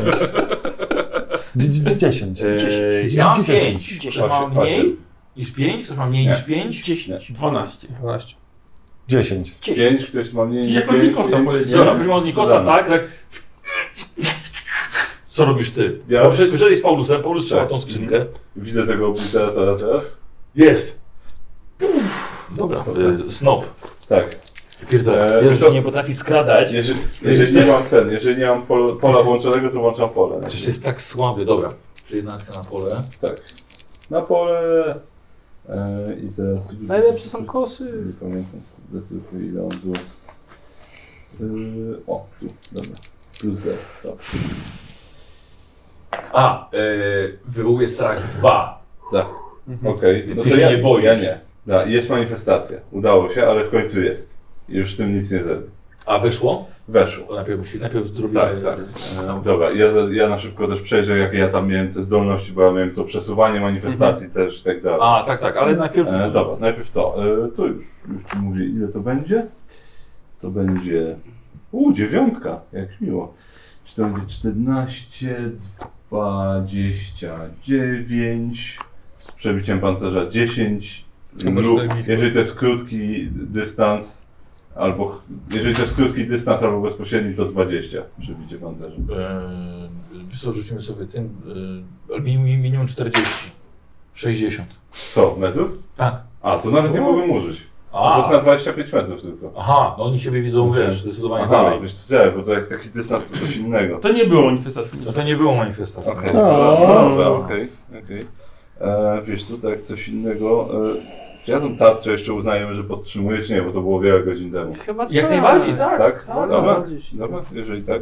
Speaker 4: 10.
Speaker 1: Eee, ja mam 5. Ktoś ma mniej niż 5? Ktoś ma mniej
Speaker 11: Nie.
Speaker 1: niż 5?
Speaker 7: 10.
Speaker 5: 12.
Speaker 2: 12.
Speaker 4: 10.
Speaker 11: 5, ktoś ma mniej
Speaker 5: Czyli
Speaker 11: niż
Speaker 5: jak od
Speaker 11: pięć,
Speaker 5: Nikosa
Speaker 11: pięć,
Speaker 5: powiedzieć.
Speaker 11: nie?
Speaker 1: Dobra, byśmy od Nikosa,
Speaker 11: Zamiast.
Speaker 1: tak? tak. Co robisz ty?
Speaker 11: Ja? Tak.
Speaker 1: Ja? Jeżeli z Paulusem, Paulus trzyma tą skrzynkę.
Speaker 11: Widzę tego obligatora teraz.
Speaker 4: Jest.
Speaker 1: Dobra, y, snop.
Speaker 11: Tak.
Speaker 1: Pierdolę,
Speaker 11: Eee,
Speaker 1: jeżeli
Speaker 11: to-
Speaker 1: nie potrafi skradać.
Speaker 11: Jeżeli, jeżeli nie mam ten, jeżeli nie mam polo, pola włączonego, to włączam pole. no,
Speaker 1: Coś jest tak słaby, dobra. Czyli jedna akcja na pole.
Speaker 11: Tak. Na pole. E, I teraz.
Speaker 7: Najlepsze są kosy.
Speaker 11: Nie pamiętam kurde, tylko ile on było. E, o, tu, dobra. Plus zero. dobra.
Speaker 1: A, y, wywołuje strach 2.
Speaker 11: Tak. Okej.
Speaker 1: Ty
Speaker 11: No to
Speaker 1: się
Speaker 11: ja,
Speaker 1: nie boisz.
Speaker 11: Ja nie. Da, jest manifestacja. Udało się, ale w końcu jest. Już z tym nic nie zrobię.
Speaker 1: A wyszło?
Speaker 11: Weszło.
Speaker 1: Bo najpierw, musi, najpierw zrobimy... no.
Speaker 11: Tak, tak. E, Dobra, ja, za- ja na szybko też przejrzę, jakie ja tam miałem te zdolności, bo ja miałem to przesuwanie manifestacji też i tak dalej.
Speaker 1: A, tak, tak, ale najpierw-
Speaker 11: E, dobra, najpierw to. E, to już, już ci mówię, ile to będzie. To będzie. U, dziewiątka, jak miło. Czy to będzie 14, 29 z przebiciem pancerza 10.
Speaker 2: To może
Speaker 11: Lub,
Speaker 2: tak blisko.
Speaker 11: jeżeli to jest krótki dystans, albo jeżeli to jest krótki dystans, albo bezpośredni, to 20 przebicie pancerza.
Speaker 1: Eee, Co rzucimy sobie tym? y, mi- mi- Minimum 40. 60.
Speaker 11: Co, metrów?
Speaker 1: Tak.
Speaker 11: A, to nawet nie mogłem użyć.
Speaker 1: A.
Speaker 11: To jest na 25 metrów tylko.
Speaker 1: Aha, no oni siebie widzą, wiesz, zdecydowanie
Speaker 11: Aha,
Speaker 1: dalej.
Speaker 11: wiesz co, nie, bo to jak taki dystans to coś innego.
Speaker 5: No To nie było manifestacji.
Speaker 1: No to nie było manifestacji.
Speaker 11: Okej, dobra, dobra, okej, okej. E, Wiesz co, tak coś innego. E, Czy ja tą tarczę jeszcze uznajemy, że podtrzymujesz? Nie, bo to było wiele godzin temu.
Speaker 7: Chyba
Speaker 1: Jak tak. najbardziej, tak,
Speaker 11: Tak?
Speaker 1: tak,
Speaker 11: dobra,
Speaker 1: najbardziej się
Speaker 11: dobra, jeżeli tak.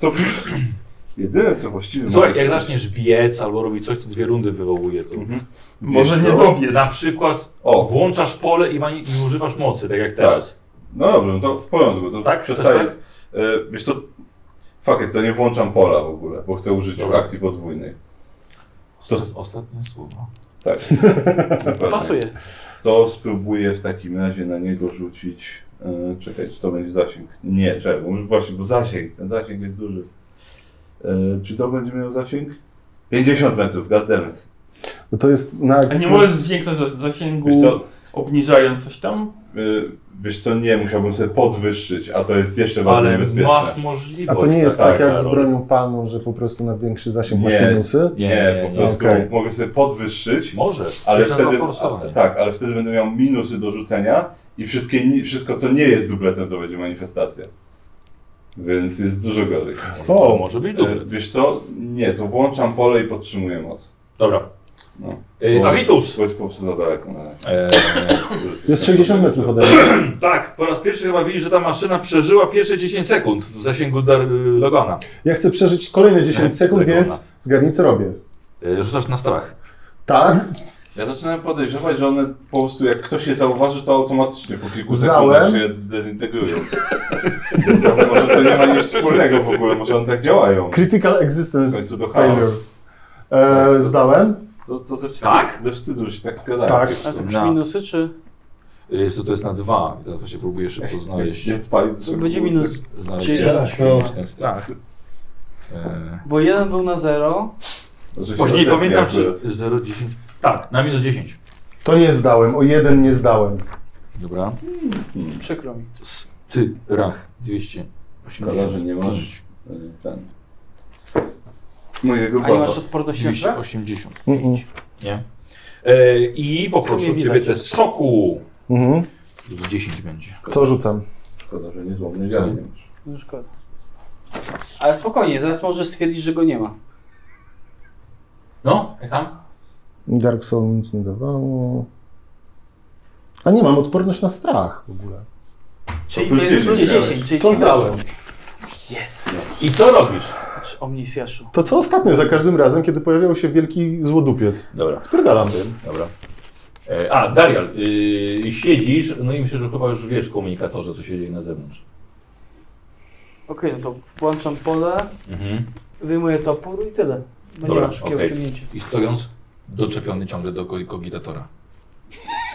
Speaker 11: To jedyne co właściwie
Speaker 1: Słuchaj,
Speaker 11: mogę
Speaker 1: jak
Speaker 11: zrobić-
Speaker 1: zaczniesz biec albo robić coś, to dwie rundy wywołuje to.
Speaker 11: Może
Speaker 1: Wiesz
Speaker 11: nie
Speaker 1: co?
Speaker 11: dobiec.
Speaker 1: Na przykład
Speaker 11: Mhm. O.
Speaker 1: włączasz pole i mani- nie używasz mocy, tak jak teraz.
Speaker 11: No dobrze, no to w porządku, to
Speaker 1: Tak? Chcesz
Speaker 11: przestaję.
Speaker 1: tak?
Speaker 11: E, Wiesz co, fuck it, to nie włączam pola w ogóle, bo chcę użyć
Speaker 1: Dobra.
Speaker 11: akcji podwójnej. To
Speaker 1: Ostatnie słowo.
Speaker 11: Tak. Dokładnie.
Speaker 1: Pasuje.
Speaker 11: To spróbuję w takim razie na niego rzucić. E, czekaj, czy to będzie zasięg? Nie, czekaj, bo właśnie, bo zasięg, ten zasięg jest duży. E, czy to będzie miał zasięg? 50 metrów, goddammit.
Speaker 4: Bo No to jest na
Speaker 11: A
Speaker 5: A nie
Speaker 4: ekstra-
Speaker 5: możesz zwiększać zas- zasięgu,
Speaker 11: Wiesz co?
Speaker 5: obniżając coś tam?
Speaker 11: E, wiesz co, nie, musiałbym sobie podwyższyć, a to jest jeszcze bardziej
Speaker 1: Ale
Speaker 11: niebezpieczne.
Speaker 1: masz możliwość.
Speaker 4: A to nie jest tak, jak z
Speaker 11: Karol.
Speaker 4: bronią palną, że po prostu na większy zasięg masz
Speaker 11: no. Nie,
Speaker 4: minusy?
Speaker 11: Nie, po prostu
Speaker 4: Okej.
Speaker 11: mogę sobie podwyższyć.
Speaker 1: Możesz,
Speaker 11: ale
Speaker 1: jeszcze
Speaker 11: wtedy,
Speaker 1: zaforsowanie.
Speaker 11: a- tak, ale wtedy będę miał minusy do rzucenia i wszystkie, ni- wszystko, co nie jest dubletem, to będzie manifestacja. Więc jest dużo gorzej.
Speaker 1: to może być dublet.
Speaker 11: E, Wiesz co? Nie, to włączam pole i podtrzymuję moc.
Speaker 1: Dobra.
Speaker 11: No.
Speaker 1: E,
Speaker 11: Bo-
Speaker 1: Avitus!
Speaker 11: Bo jest po prostu za daleko. Na
Speaker 1: E,
Speaker 4: Jest 60 metrów ode mnie.
Speaker 1: tak, po raz pierwszy chyba widzisz, że ta maszyna przeżyła pierwsze 10 sekund w zasięgu dar, Logana.
Speaker 4: Ja chcę przeżyć kolejne 10 sekund, więc zgadnij co robię.
Speaker 1: E, rzucasz na strach.
Speaker 4: Tak,
Speaker 11: Ja zaczynam podejrzewać, że one po prostu, jak ktoś je zauważy, to automatycznie po kilku
Speaker 4: Znałem.
Speaker 11: sekundach się dezintegrują. No, może to nie ma nic wspólnego w ogóle, może one tak działają.
Speaker 4: Critical
Speaker 11: W
Speaker 4: Existence
Speaker 11: końcu to
Speaker 4: Failure.
Speaker 11: chaos. Tak,
Speaker 4: E, zdałem?
Speaker 11: To, to ze, wstydu,
Speaker 1: Tak?
Speaker 11: ze wstydu się tak zgadałem.
Speaker 4: Tak.
Speaker 11: Wiesz co?
Speaker 4: A
Speaker 1: Na-
Speaker 7: Minusy czy...
Speaker 1: E, co to jest na dwa? I teraz właśnie próbuję szybko znaleźć.
Speaker 11: Nie odpalił,
Speaker 7: To będzie minus
Speaker 1: Znaleźć
Speaker 7: 10.
Speaker 1: ten, ten strach. E,
Speaker 7: Bo jeden był na 0.
Speaker 11: tak, Że się
Speaker 1: Później
Speaker 11: odetnie
Speaker 1: pamiętam,
Speaker 11: akurat.
Speaker 1: czy 0, 10. Tak, na minus 10.
Speaker 4: To nie zdałem, o jeden nie zdałem.
Speaker 1: Dobra.
Speaker 7: Przykro mi.
Speaker 1: Ty, rach, 280.
Speaker 11: Szkoda, że nie masz e, ten. Mojego
Speaker 7: A nie masz
Speaker 11: bata.
Speaker 7: odporności na strach?
Speaker 1: 280.
Speaker 4: Mhm.
Speaker 1: Nie. E, I poproszę o
Speaker 7: widać.
Speaker 1: ciebie test szoku.
Speaker 4: Mhm.
Speaker 1: Plus 10 będzie.
Speaker 4: Co rzucam?
Speaker 11: Szkoda, że nie złomny wiatr nie masz.
Speaker 7: No szkoda. Ale spokojnie, zaraz możesz stwierdzić, że go nie ma.
Speaker 1: No, jak tam?
Speaker 4: Dark Soul nic nie dawało. A nie, mam odporność na strach w ogóle.
Speaker 7: Czyli
Speaker 11: plus
Speaker 7: to jest
Speaker 11: 10
Speaker 7: 10,
Speaker 11: miałeś.
Speaker 7: 10 czyli
Speaker 4: To
Speaker 7: ci
Speaker 4: zdałem.
Speaker 7: Jest.
Speaker 1: I co robisz?
Speaker 7: Czy Omnisjaszu.
Speaker 4: To co ostatnio, za każdym razem, kiedy pojawiał się wielki złodupiec.
Speaker 1: Dobra.
Speaker 4: Spierdalam.
Speaker 1: Dobra. E, a, Darial, y, siedzisz, no i myślę, że chyba już wiesz w komunikatorze, co się dzieje na zewnątrz.
Speaker 7: Okej, no to włączam pole,
Speaker 1: Mhm.
Speaker 7: wyjmuję topór i tyle. No Będzie
Speaker 1: Dobra,
Speaker 7: miał szybkie
Speaker 1: okej.
Speaker 7: ociągnięcie.
Speaker 30: I stojąc, doczepiony ciągle do ko- kogitatora.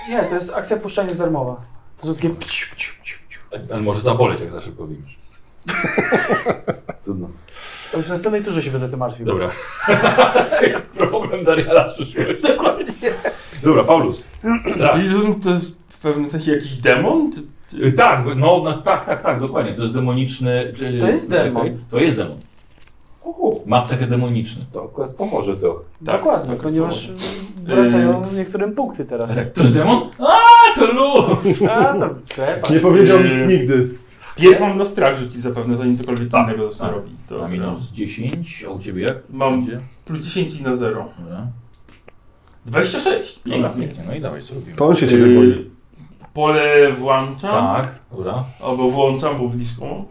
Speaker 7: Nie, to jest akcja puszczania z darmowa. To są takie... pciu, pciu, pciu, pciu.
Speaker 30: Ale może zaboleć, jak za szybko wiesz.
Speaker 11: Trudno.
Speaker 7: To już w następnej turze się będę tym martwił.
Speaker 1: Dobra. to jest problem Dariala z przyszłości.
Speaker 7: Dokładnie.
Speaker 1: Dobra, Paulus. Tak.
Speaker 5: Czyli rozumiem, to jest w pewnym sensie jakiś demon? Czy,
Speaker 1: Y, Tak, wy- no, no tak, tak, tak, dokładnie. To jest demoniczny. czy-
Speaker 7: To jest demon.
Speaker 1: czekaj, To jest demon. Ma cechy demoniczne.
Speaker 11: To akurat pomoże to.
Speaker 7: Dokładnie, ponieważ wracają niektórym punkty teraz.
Speaker 1: To jest demon? A, to luz!
Speaker 7: A, to klepa.
Speaker 4: Nie powiedział ich nigdy.
Speaker 5: Pierw mam na strach rzucić zapewne, zanim cokolwiek innego zacznę robić.
Speaker 1: Na
Speaker 5: To,
Speaker 1: minus 10, a u ciebie jak?
Speaker 5: Mam
Speaker 1: Będzie?
Speaker 5: plus 10 i na 0.
Speaker 1: Dobra.
Speaker 5: 26.
Speaker 1: Dobra,
Speaker 5: Pięknie.
Speaker 1: pięknie. No i dawaj, co robimy?
Speaker 4: To on się ciebie boi.
Speaker 5: Yy, Pole włączam.
Speaker 1: Tak, dobra.
Speaker 5: Albo włączam, bo blisko.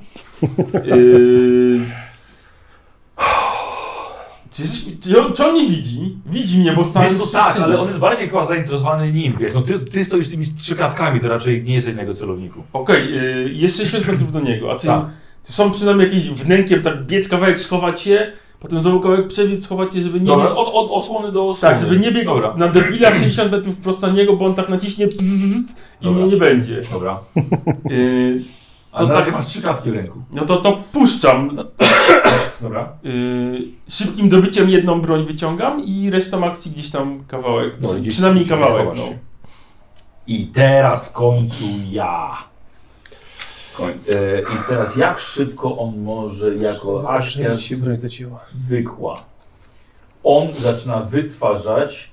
Speaker 5: Yy... Czy, jesteś, czy, on, czy on mnie widzi? Widzi mnie, bo sam...
Speaker 1: Wiesz, no
Speaker 5: się
Speaker 1: tak,
Speaker 5: przyda.
Speaker 1: ale on jest bardziej chyba zainteresowany nim, wiesz, no ty, ty stoisz z tymi strzykawkami, to raczej nie jesteś na jego celowniku.
Speaker 5: Okej, yy, jeszcze 6 metrów do niego. A czy,
Speaker 1: Tak.
Speaker 5: czy są przynajmniej jakieś wnękiem, tak biec kawałek, schować się, potem znowu kawałek przebiec, schować się, żeby nie
Speaker 1: Dobra,
Speaker 5: biec...
Speaker 1: od, od osłony do osłony.
Speaker 5: Tak, żeby nie biegł
Speaker 1: Dobra,
Speaker 5: na debila 60 metrów wprost na niego, bo on tak naciśnie bzzzt i
Speaker 1: Dobra.
Speaker 5: mnie nie będzie.
Speaker 1: dobra.
Speaker 5: Yy,
Speaker 1: A
Speaker 5: to
Speaker 1: na razie
Speaker 5: tak,
Speaker 1: masz strzykawki w ręku.
Speaker 5: no to, to puszczam.
Speaker 1: Dobra.
Speaker 5: Yy, szybkim dobyciem jedną broń wyciągam i resztą akcji gdzieś tam kawałek.
Speaker 1: No,
Speaker 5: przy-
Speaker 1: gdzieś-
Speaker 5: przynajmniej
Speaker 1: gdzieś
Speaker 5: kawałek.
Speaker 1: chowasz
Speaker 5: No.
Speaker 1: się. I teraz w końcu ja. E, I teraz jak szybko on może jako akcja
Speaker 7: Przynieść się broń do ciała.
Speaker 1: zwykła. On zaczyna wytwarzać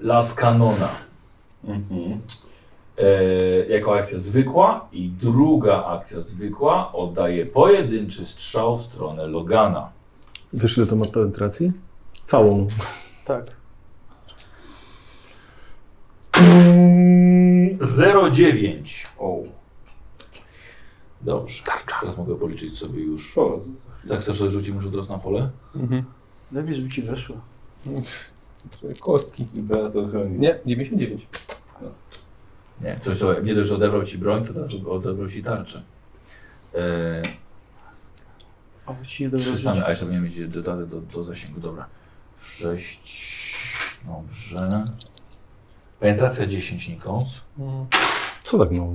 Speaker 1: las kanona. Mhm. E, jako akcja zwykła i druga akcja zwykła oddaje pojedynczy strzał w stronę Logana.
Speaker 4: Wiesz, ile to ma penetracji? Całą.
Speaker 7: Tak.
Speaker 1: 09. O. Dobrze. Teraz mogę policzyć sobie już. Tak chcesz sobie rzucić muszę teraz na pole?
Speaker 2: Mhm.
Speaker 7: Lepiej, żeby ci weszło.
Speaker 2: Kostki. Nie, 99.
Speaker 1: Nie, coś co, nie dość, że odebrał ci broń, to teraz odebrał ci tarczę. E,
Speaker 7: O, ci nie dobrze
Speaker 1: Przyznamy,
Speaker 7: żyć.
Speaker 1: a jeszcze będziemy mieć dodatek do, do zasięgu, dobra. 6, dobrze. Penetracja 10 Nikons.
Speaker 4: Co tak mało?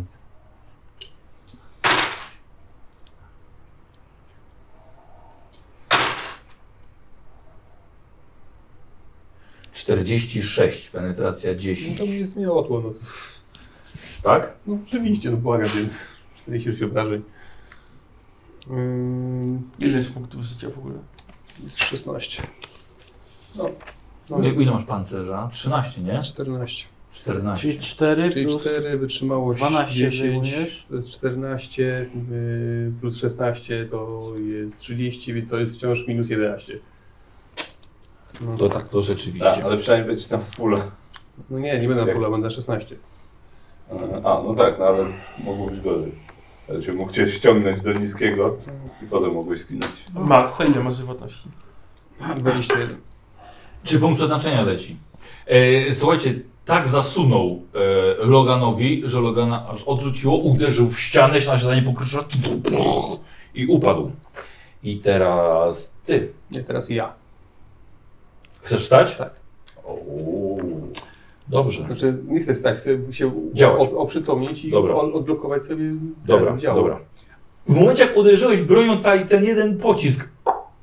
Speaker 1: czterdzieści sześć penetracja 10.
Speaker 2: No To mi jest miotło. No.
Speaker 1: Tak?
Speaker 2: No oczywiście, no błagam, więc 46 obrażeń.
Speaker 5: no. Ile jest punktów życia w ogóle?
Speaker 2: Mm, Jest 16. No.
Speaker 1: I- Ile masz pancerza? 13, nie?
Speaker 2: 14.
Speaker 1: 14.
Speaker 7: Czyli 4
Speaker 2: Czyli
Speaker 7: plus
Speaker 2: 4 wytrzymałość
Speaker 7: 12
Speaker 2: 10,
Speaker 7: wyjmujesz?
Speaker 2: to jest 14 y, plus 16 to jest 30, więc to jest wciąż minus 11. No.
Speaker 1: To tak, to rzeczywiście.
Speaker 11: Tak, ale przynajmniej będzie tam fulla.
Speaker 2: No nie, nie będę na fulla, będę na 16.
Speaker 11: A, no tak, no ale mogło być gorzej. Ale cię mógł cię ściągnąć do niskiego i potem mogłeś skinąć.
Speaker 5: Maxa, ile masz żywotności?
Speaker 2: 21.
Speaker 1: Czy punkt przeznaczenia leci? E, słuchajcie, tak zasunął e, Loganowi, że Logana aż odrzuciło, uderzył w ścianę, się na siadanie pokruszyła i upadł. I teraz ty.
Speaker 2: Nie, teraz ja.
Speaker 1: Chcesz stać?
Speaker 2: Tak.
Speaker 1: Dobrze.
Speaker 2: Znaczy, nie chcę stać, chcę się
Speaker 1: Działać.
Speaker 2: o- oprzytomnić i
Speaker 1: Dobra.
Speaker 2: o- odblokować sobie ten
Speaker 1: Dobra,
Speaker 2: dział.
Speaker 1: dobra. W momencie jak uderzyłeś bronią, ta, ten jeden pocisk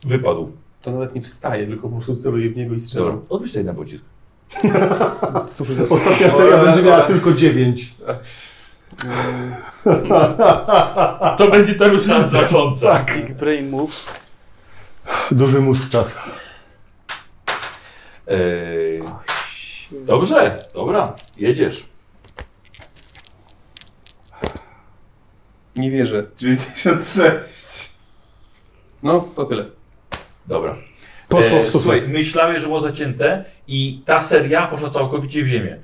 Speaker 1: wypadł.
Speaker 2: To nawet nie wstaje, tylko po prostu celuję w niego i strzelam.
Speaker 1: Dobra, No. odbierz sobie jeden pocisk.
Speaker 2: Super, zasłużony.
Speaker 4: Ostatnia seria będzie miała tylko 9.
Speaker 1: To będzie ta różnica znacząca.
Speaker 4: Tak.
Speaker 7: Big Brain Move.
Speaker 4: Duży mózg czas.
Speaker 1: Eee, dobrze, dobra, jedziesz.
Speaker 2: Nie wierzę.
Speaker 11: 96.
Speaker 2: No, to tyle.
Speaker 1: Dobra.
Speaker 2: Poszło
Speaker 1: Eee,
Speaker 2: w sufit.
Speaker 1: Słuchaj, myślałem, że było zacięte i ta seria poszła całkowicie w ziemię.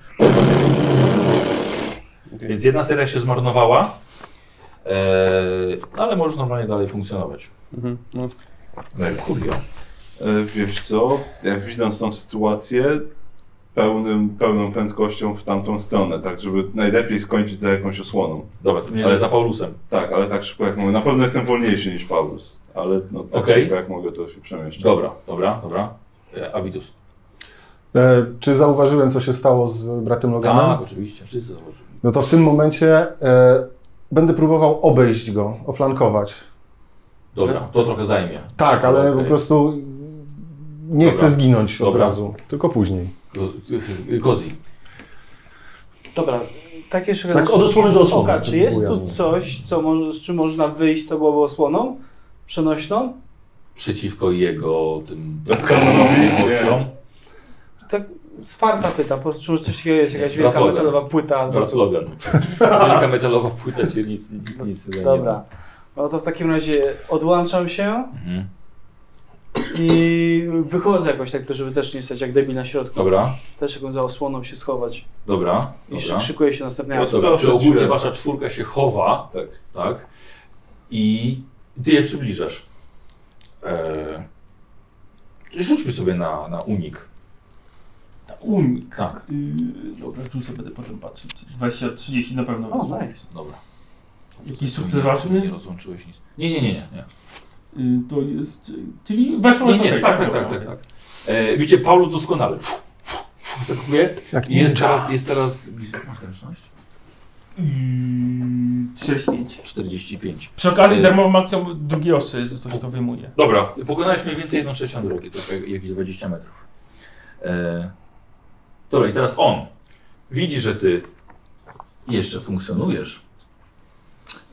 Speaker 1: Więc jedna seria się zmarnowała, eee, no ale możesz normalnie dalej funkcjonować.
Speaker 2: Mhm, no.
Speaker 1: Merkurio.
Speaker 11: E, Wiesz co, jak widząc tą sytuację, pełnym, pełną prędkością w tamtą stronę, tak żeby najlepiej skończyć za jakąś osłoną.
Speaker 1: Dobra, to nie za Paulusem.
Speaker 11: Tak, ale tak szybko jak mogę. Na pewno jestem wolniejszy niż Paulus, ale no, tak
Speaker 1: Okej.
Speaker 11: szybko jak mogę to się przemieszczam.
Speaker 1: Dobra, dobra, dobra. Eee, Avidus.
Speaker 4: E, czy zauważyłem, co się stało z bratem Loganem?
Speaker 1: Tak, oczywiście, wszyscy zauważyli.
Speaker 4: No to w tym momencie e, będę próbował obejść go, oflankować.
Speaker 1: Dobra, to trochę zajmie.
Speaker 4: Tak, ale
Speaker 1: Okej.
Speaker 4: po prostu nie
Speaker 1: Dobra.
Speaker 4: chcę zginąć od
Speaker 1: Dobra.
Speaker 4: razu, tylko później.
Speaker 1: Ko- Kozi.
Speaker 7: Dobra, takie jeszcze
Speaker 4: Tak, od osłony do osłony,
Speaker 7: Oka,
Speaker 4: żeby
Speaker 7: czy jest
Speaker 4: było
Speaker 7: tu
Speaker 4: jasne.
Speaker 7: coś, co mo- z czym można wyjść, co byłoby osłoną przenośną?
Speaker 1: Przeciwko jego tym...
Speaker 11: Nie.
Speaker 7: Tak Swarta pyta, po prostu czy coś takiego jest, jakaś wielka
Speaker 1: Wraclogan.
Speaker 7: metalowa płyta.
Speaker 1: Wraclogan. Wielka metalowa płyta cię nic, nic nie
Speaker 7: Dobra, no to w takim razie odłączam się
Speaker 1: Mhm.
Speaker 7: i wychodzę jakoś tak, żeby też nie stać jak debil na środku.
Speaker 1: Dobra.
Speaker 7: Też jakąś za osłoną się schować.
Speaker 1: Dobra,
Speaker 7: I szy-
Speaker 1: dobra.
Speaker 7: szykuje się następny
Speaker 1: No
Speaker 7: akt.
Speaker 1: dobra, czy ogólnie wasza czwórka się chowa,
Speaker 11: tak,
Speaker 1: tak i ty je przybliżasz. Eee, rzućmy sobie na, na unik.
Speaker 5: Unik.
Speaker 1: Tak.
Speaker 5: Yy, dobra, tu sobie będę potem patrzył. 20, 30 na pewno.
Speaker 7: O,
Speaker 5: wezmę.
Speaker 7: nice.
Speaker 1: Dobra.
Speaker 5: Jakiś sukces ważny?
Speaker 1: Nie rozłączyłeś nic. Nie, nie, nie, nie. nie.
Speaker 5: Yy, to jest... Czyli weszło
Speaker 1: Nie,
Speaker 5: jest
Speaker 1: nie,
Speaker 5: okej,
Speaker 1: tak, tak,
Speaker 5: dobra,
Speaker 1: tak, tak,
Speaker 5: okej.
Speaker 1: tak. E, widzicie, Paulus doskonale. Fu, fu, fu, Zakupuje.
Speaker 4: Jak
Speaker 1: I Jest
Speaker 4: ninja.
Speaker 1: teraz, jest teraz. Masz zręczność?
Speaker 5: Y, Yy, 45.
Speaker 1: 45.
Speaker 5: Przy okazji
Speaker 1: E,
Speaker 5: darmową akcją drugi ostrze jest, coś to wyjmuje.
Speaker 1: Dobra, pokonałeś mniej więcej jedną trzecią drogi, to jak- jakieś 20 metrów. E, dobra, i teraz on widzi, że ty jeszcze funkcjonujesz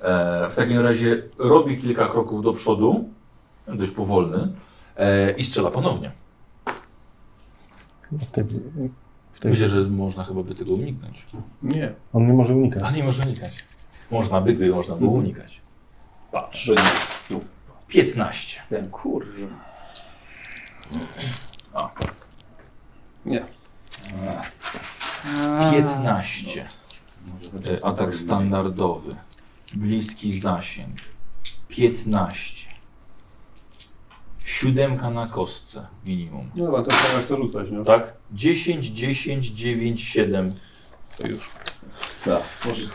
Speaker 1: E, w takim razie robi kilka kroków do przodu, dość powolny, e, i strzela ponownie.
Speaker 17: W tej, w tej...
Speaker 1: Myślę, że można chyba by tego uniknąć.
Speaker 31: Nie.
Speaker 17: On nie może unikać.
Speaker 1: A nie może unikać. Można by, gdyby można było unikać. Patrz. 15.
Speaker 7: Kurwa.
Speaker 1: A.
Speaker 2: Nie.
Speaker 1: A. 15. E, Atak standardowy. Bliski zasięg. 15. Siódemka na kostce minimum.
Speaker 2: No dobra, to trzeba co rzucać, no.
Speaker 1: Tak? 10, 10, 9, 7. To już.
Speaker 11: Tak,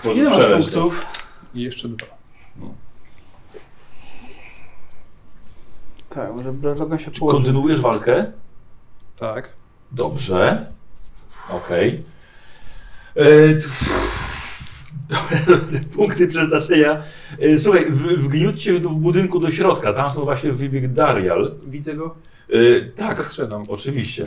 Speaker 1: może,
Speaker 7: Ile masz punktów?
Speaker 2: I jeszcze dwa.
Speaker 7: Tak, może Logan się położy.
Speaker 1: Kontynuujesz walkę?
Speaker 2: Tak.
Speaker 1: Dobrze. Okej. E, t- Dobra, Punkty przeznaczenia. E, Słuchaj, w- wgniótł się w budynku do środka. Tam są właśnie wybieg Darial.
Speaker 2: Widzę go?
Speaker 1: E, tak,
Speaker 2: Strzelam.
Speaker 1: oczywiście.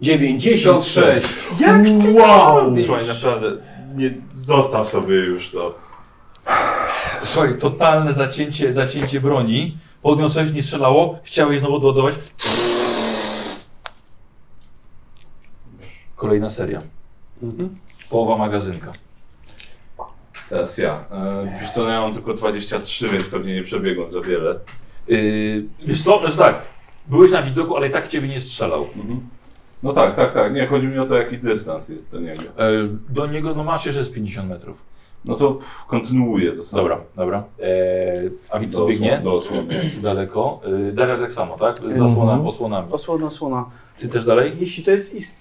Speaker 2: 96.
Speaker 7: Jak ty wow!
Speaker 3: Słuchaj, naprawdę, nie zostaw sobie już to.
Speaker 1: Słuchaj, totalne zacięcie, zacięcie broni. Podniosłeś, nie strzelało. Chciałeś znowu doładować. Kolejna seria.
Speaker 2: Mhm.
Speaker 1: Połowa magazynka.
Speaker 11: Teraz ja. E, wiesz co, no ja mam tylko 23, więc pewnie nie przebiegłem za wiele.
Speaker 1: Yy, wiesz co, znaczy tak, byłeś na widoku, ale i tak w ciebie nie strzelał.
Speaker 11: No tak, tak, tak. Nie, chodzi mi o to, jaki dystans jest do niego.
Speaker 1: E, do niego no masz jeszcze z 50 metrów.
Speaker 11: No to kontynuuję to samo.
Speaker 1: Dobra, dobra. E, a widz
Speaker 11: Do osłon-
Speaker 1: biegnie?
Speaker 11: do osłony.
Speaker 1: Daleko. E, Daria tak samo, tak? Z osłona,
Speaker 7: Mhm.
Speaker 1: osłonami.
Speaker 7: Osłona, osłona.
Speaker 1: Ty też dalej?
Speaker 7: Jeśli to jest ist...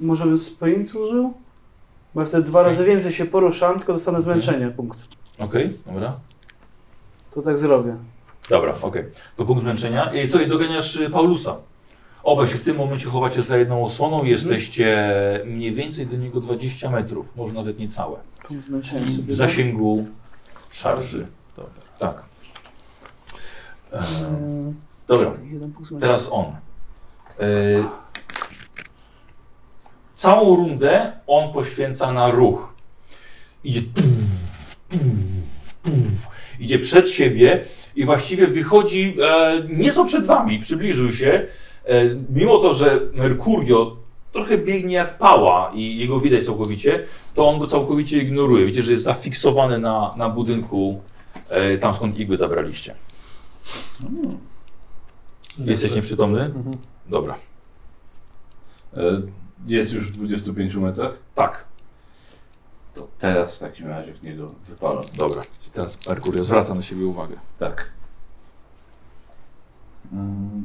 Speaker 7: Może bym sprint użył? Bo ja wtedy dwa
Speaker 1: Tak.
Speaker 7: razy więcej się poruszam, tylko dostanę zmęczenie, punkt.
Speaker 1: Okej, dobra.
Speaker 7: To tak zrobię.
Speaker 1: Dobra, okej. To punkt zmęczenia. I co, i doganiasz y, Paulusa. Obaj się w tym momencie chowacie za jedną osłoną.
Speaker 7: Mhm.
Speaker 1: Jesteście mniej więcej do niego 20 metrów, może nawet niecałe.
Speaker 7: Punkt zmęczenia
Speaker 1: W
Speaker 7: sobie.
Speaker 1: zasięgu szarży. Dobra. Tak. E, Dobra.
Speaker 7: Eee, Jeden punkt zmęczenia.
Speaker 1: Teraz on. E, całą rundę on poświęca na ruch. Idzie. Pum, pum, pum. Idzie przed siebie i właściwie wychodzi e, nieco przed wami. Przybliżył się. E, mimo to, że Mercurio trochę biegnie jak pała i jego widać całkowicie, to on go całkowicie ignoruje. Widzicie, że jest zafiksowany na, na budynku e, tam, skąd igły zabraliście. Jesteś nieprzytomny? Dobra.
Speaker 11: E, jest już w 25 metrach?
Speaker 1: Tak.
Speaker 11: To teraz w takim razie w niego wypalam.
Speaker 1: Dobra. Czyli teraz Merkurio zwraca na siebie uwagę.
Speaker 11: Tak. E,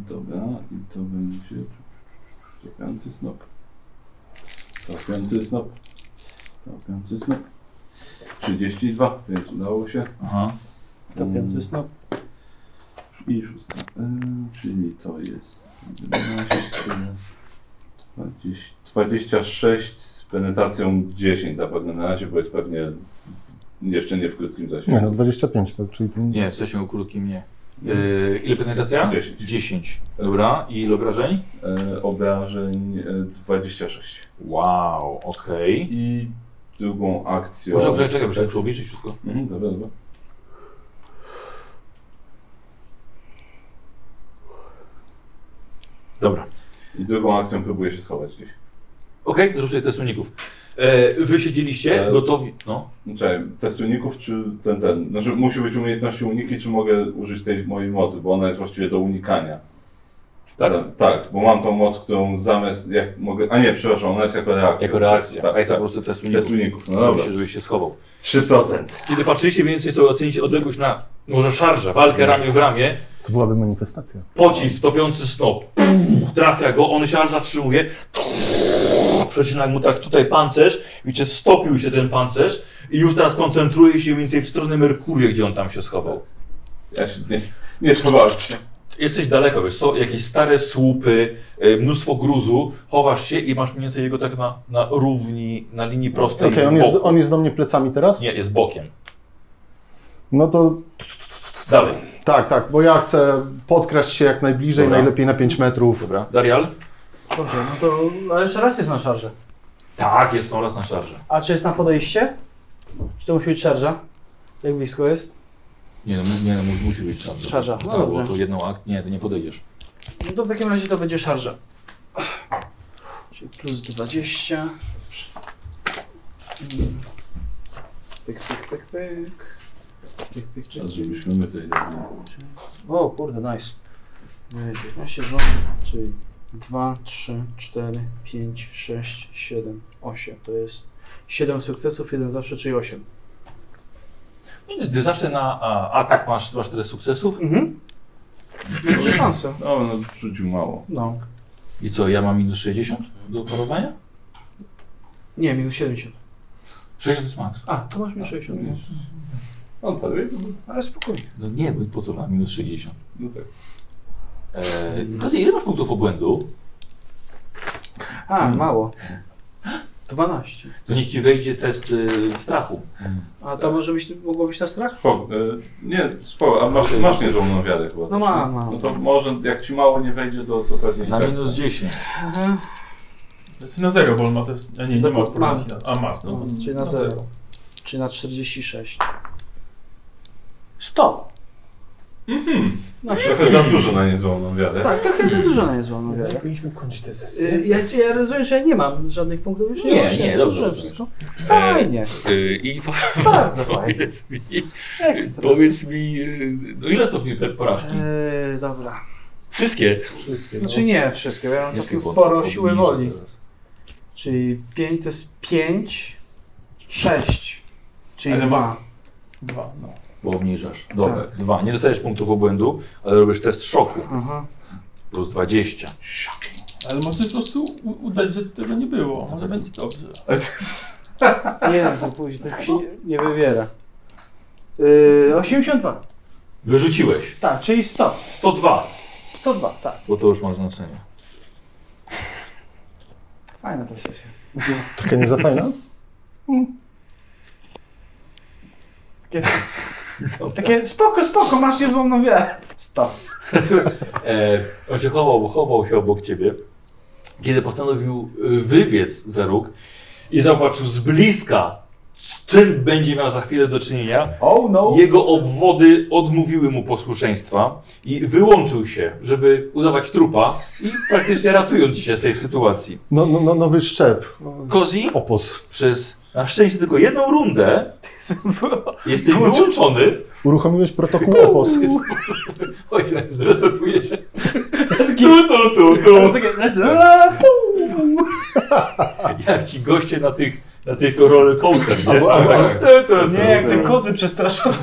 Speaker 11: dobra, i to będzie... Topiący snop. Topiący snop. Topiący snop. 32, więc udało się. Mm.
Speaker 1: Aha.
Speaker 11: Topiący snop. I szósta. E, czyli to jest 11, 20, 26 z penetracją 10 zapewne na razie, bo jest pewnie w- jeszcze nie w krótkim
Speaker 17: Nie, no
Speaker 4: Mhm.
Speaker 11: zasięgu.
Speaker 17: 25, to, czyli ten...
Speaker 1: Nie, w sensie krótkim nie. Yy, ile penetracja?
Speaker 11: 10.
Speaker 1: 10.
Speaker 11: Tak.
Speaker 1: Dobra. I ile obrażeń?
Speaker 11: E, obrażeń e, 26.
Speaker 1: Wow, okej.
Speaker 11: I drugą akcją...
Speaker 1: Może obrażeń, czekaj, muszę przeobliczyć wszystko.
Speaker 11: Mhm, dobra, dobra.
Speaker 1: Dobra.
Speaker 11: I drugą akcją próbuję się schować gdzieś.
Speaker 1: Okej, zrób sobie test uników. E, wy siedzieliście
Speaker 11: E,
Speaker 1: gotowi. No.
Speaker 11: Czekaj, test uników czy ten, ten? Znaczy musi być umiejętności uniki, czy mogę użyć tej mojej mocy, bo ona jest właściwie do unikania.
Speaker 1: Tak.
Speaker 11: Za- tak, bo mam tą moc, którą zamiast, jak mogę, a nie, przepraszam, ona jest jako reakcja.
Speaker 1: Jako reakcja.
Speaker 11: Tak,
Speaker 1: A jest
Speaker 11: tak.
Speaker 1: po prostu test uników.
Speaker 11: Test uników, no dobra.
Speaker 1: Żebyś się- Żebyś się schował.
Speaker 11: 3%.
Speaker 1: Kiedy patrzyliście mniej więcej, sobie ocenić odległość na może szarżę, walkę ramię w ramię,
Speaker 17: To byłaby manifestacja.
Speaker 1: pocisk topiący snop Pum, trafia go, on się aż zatrzymuje, przecina mu tak tutaj pancerz, widzicie, stopił się ten pancerz i już teraz koncentruje się mniej więcej w stronę Merkurio, gdzie on tam się schował.
Speaker 11: Ja się nie, nie schowałem się.
Speaker 1: Jesteś daleko, wiesz co, jakieś stare słupy, e, mnóstwo gruzu, chowasz się i masz mniej więcej jego tak na, na równi, na linii prostej
Speaker 17: Okej,
Speaker 1: z
Speaker 17: on, jest,
Speaker 1: boku.
Speaker 17: on jest do mnie plecami teraz?
Speaker 1: Nie, jest bokiem.
Speaker 17: No to
Speaker 1: Dalej.
Speaker 17: tak, tak, bo ja chcę podkraść się jak najbliżej,
Speaker 1: Dobra.
Speaker 17: najlepiej na 5 metrów.
Speaker 1: Dobra. Darial?
Speaker 7: Dobrze, no to... Ale jeszcze raz jest na szarze.
Speaker 1: Tak, jest są raz na szarze.
Speaker 7: A czy jest na podejście? Czy to musi być szarża? Jak blisko jest?
Speaker 1: Nie no, mu- nie, no mu- musi być szarża.
Speaker 7: Szarża, no
Speaker 1: tak, bo
Speaker 7: dobrze.
Speaker 1: to jedną akt... Nie, to nie podejdziesz.
Speaker 7: No to w takim razie to będzie szarża. Czyli plus 20. Mm. Pyk, pyk, pyk, pyk. Pyk, pyk, pyk.
Speaker 11: Czas, żebyśmy my coś zrobili.
Speaker 7: O kurde, nice. E, 19 zł, czyli 2, 3, 4, 5, 6, 7, 8. To jest 7 sukcesów, jeden zawsze, czyli 8.
Speaker 1: Więc ty zawsze na a, atak masz, masz tyle sukcesów?
Speaker 7: Mhm. Mam trzy szanse.
Speaker 11: No, no, rzucił mało.
Speaker 7: No.
Speaker 1: I co, ja mam minus 60 do parowania?
Speaker 7: Nie, minus 70.
Speaker 1: 60 jest max.
Speaker 7: A, to masz minus 60.
Speaker 11: On paruje?
Speaker 7: Ale spokojnie.
Speaker 1: No nie, bo po co mam minus 60?
Speaker 11: No tak.
Speaker 1: Eee, Kazy, ile masz punktów obłędu?
Speaker 7: A, mało. 12.
Speaker 1: To niech ci wejdzie test y, strachu.
Speaker 7: A to może być, mogło być na strach?
Speaker 11: Spoko, e, nie, spoko, a masz, masz nieżołną wiarę chyba.
Speaker 7: No mam, mam.
Speaker 11: No to może, jak ci mało nie wejdzie, to, to pewnie i
Speaker 1: Na
Speaker 11: tak.
Speaker 1: minus 10.
Speaker 7: Aha.
Speaker 5: Znaczy na zero, bo on ma też. A nie, nie ma odporności. na- A masz, no.
Speaker 7: Czyli na
Speaker 5: No
Speaker 7: 0. Czyli na 46. 100.
Speaker 11: Mhm.
Speaker 7: No.
Speaker 11: Trochę za dużo na niezłomną wiarę.
Speaker 7: Tak, trochę za dużo na niezłomną wiarę.
Speaker 32: Powinniśmy kończyć tę sesję.
Speaker 7: Y, Ja, ja rozumiem, że ja nie mam żadnych punktów już.
Speaker 1: Nie,
Speaker 7: mam,
Speaker 1: nie,
Speaker 7: jest
Speaker 1: dobrze,
Speaker 7: dużo
Speaker 1: dobrze.
Speaker 7: Wszystko. Fajnie.
Speaker 1: Eee, I po-
Speaker 7: Bardzo
Speaker 1: powiedz mi,
Speaker 7: Ekstra.
Speaker 1: powiedz mi, y, no ile stopni porażki?
Speaker 7: Yy, dobra.
Speaker 1: Wszystkie.
Speaker 7: Wszystkie, Znaczy nie wszystkie, bo ja mam
Speaker 1: Jakie
Speaker 7: całkiem
Speaker 1: wody?
Speaker 7: sporo siły
Speaker 1: Obniżę
Speaker 7: woli. Czyli 5 to jest 5, 6, czyli
Speaker 5: Ale
Speaker 7: 2.
Speaker 5: Dwa, no.
Speaker 1: Bo obniżasz. Dobra,
Speaker 7: Tak.
Speaker 1: dwa. Nie dostajesz punktów obłędu, ale robisz test szoku.
Speaker 7: Aha.
Speaker 1: Plus 20.
Speaker 5: Ale może po prostu u- udać, że tego nie było. Może będzie dobrze.
Speaker 7: Nie, to później to się nie, nie wybiera. Yy, 82.
Speaker 1: Wyrzuciłeś.
Speaker 7: Tak, czyli 100.
Speaker 1: 102.
Speaker 7: 102, tak.
Speaker 1: Bo to już ma znaczenie.
Speaker 7: Fajna ta sesja.
Speaker 4: Taka nie za fajna?
Speaker 7: Takie, takie spoko, spoko, masz niezłomną wiarę. 100.
Speaker 1: E, on się chował, chował się obok ciebie, kiedy postanowił y, wybiec za róg i zobaczył z bliska, z czym będzie miał za chwilę do czynienia.
Speaker 7: Oh, no.
Speaker 1: Jego obwody odmówiły mu posłuszeństwa i wyłączył się, żeby udawać trupa i praktycznie ratując się z tej sytuacji.
Speaker 4: No, no, no, nowy szczep.
Speaker 1: Kozi
Speaker 4: Opos.
Speaker 1: przez na szczęście tylko jedną rundę jesteś wyłączony.
Speaker 4: Uruchomiłeś protokół opos.
Speaker 1: Oj, zresetuję się. Tu, tu, tu, tu. Jak ci goście na tych, na tych rollercoaster, nie?
Speaker 4: Albo- albo-
Speaker 1: Tak, tak, tak,
Speaker 7: Nie,
Speaker 1: tak,
Speaker 7: jak te
Speaker 1: tak.
Speaker 7: kozy przestraszone.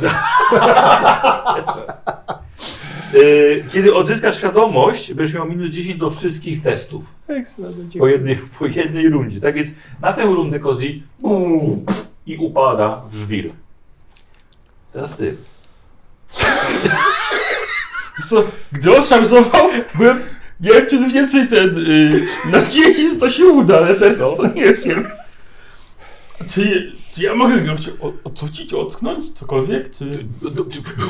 Speaker 1: Y, Kiedy odzyskasz świadomość, będziesz miał minus 10 do wszystkich testów.
Speaker 7: Ekstra, dziękuję.
Speaker 1: po jednej, po jednej rundzie. Tak więc na tę rundę Kozi uuu, pst, i upada w żwir. Teraz ty.
Speaker 5: Wiesz Co, gdy on szarżował, byłem, miałem przez więcej ten, y, nadziei, że to się uda, ale teraz
Speaker 1: No.
Speaker 5: to nie wiem. Czy, czy ja mogę go się o- odrzucić, ocknąć, cokolwiek, czy...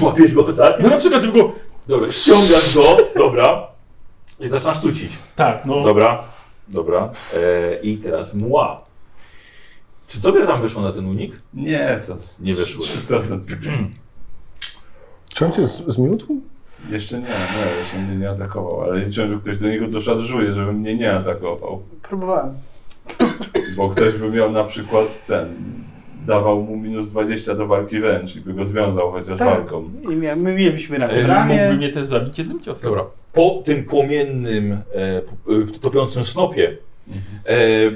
Speaker 1: Łapiesz go, tak?
Speaker 5: No na przykład, żeby go...
Speaker 1: Dobra, ściągasz go, dobra. I zaczynasz tucić.
Speaker 5: Tak, no.
Speaker 1: Dobra, dobra. E, I teraz mła. Czy tobie tam wyszło na ten unik?
Speaker 11: Nie, co?
Speaker 1: Nie wyszło.
Speaker 11: 3%.
Speaker 4: Czy on cię z- zmiótł?
Speaker 11: Jeszcze nie, nie, jeszcze mnie nie atakował, ale liczyłem, że ktoś do niego doszarżuje, żeby mnie nie atakował.
Speaker 7: Próbowałem.
Speaker 11: Bo ktoś by miał na przykład ten, dawał mu minus 20 do walki wręcz i by go związał chociaż
Speaker 1: Tak.
Speaker 11: walką.
Speaker 7: Tak. I mia- my mieliśmy na
Speaker 11: Ej,
Speaker 7: ramię.
Speaker 5: mnie też zabić jednym ciosem.
Speaker 1: Dobra. Po tym płomiennym, e, p- e, topiącym snopie e,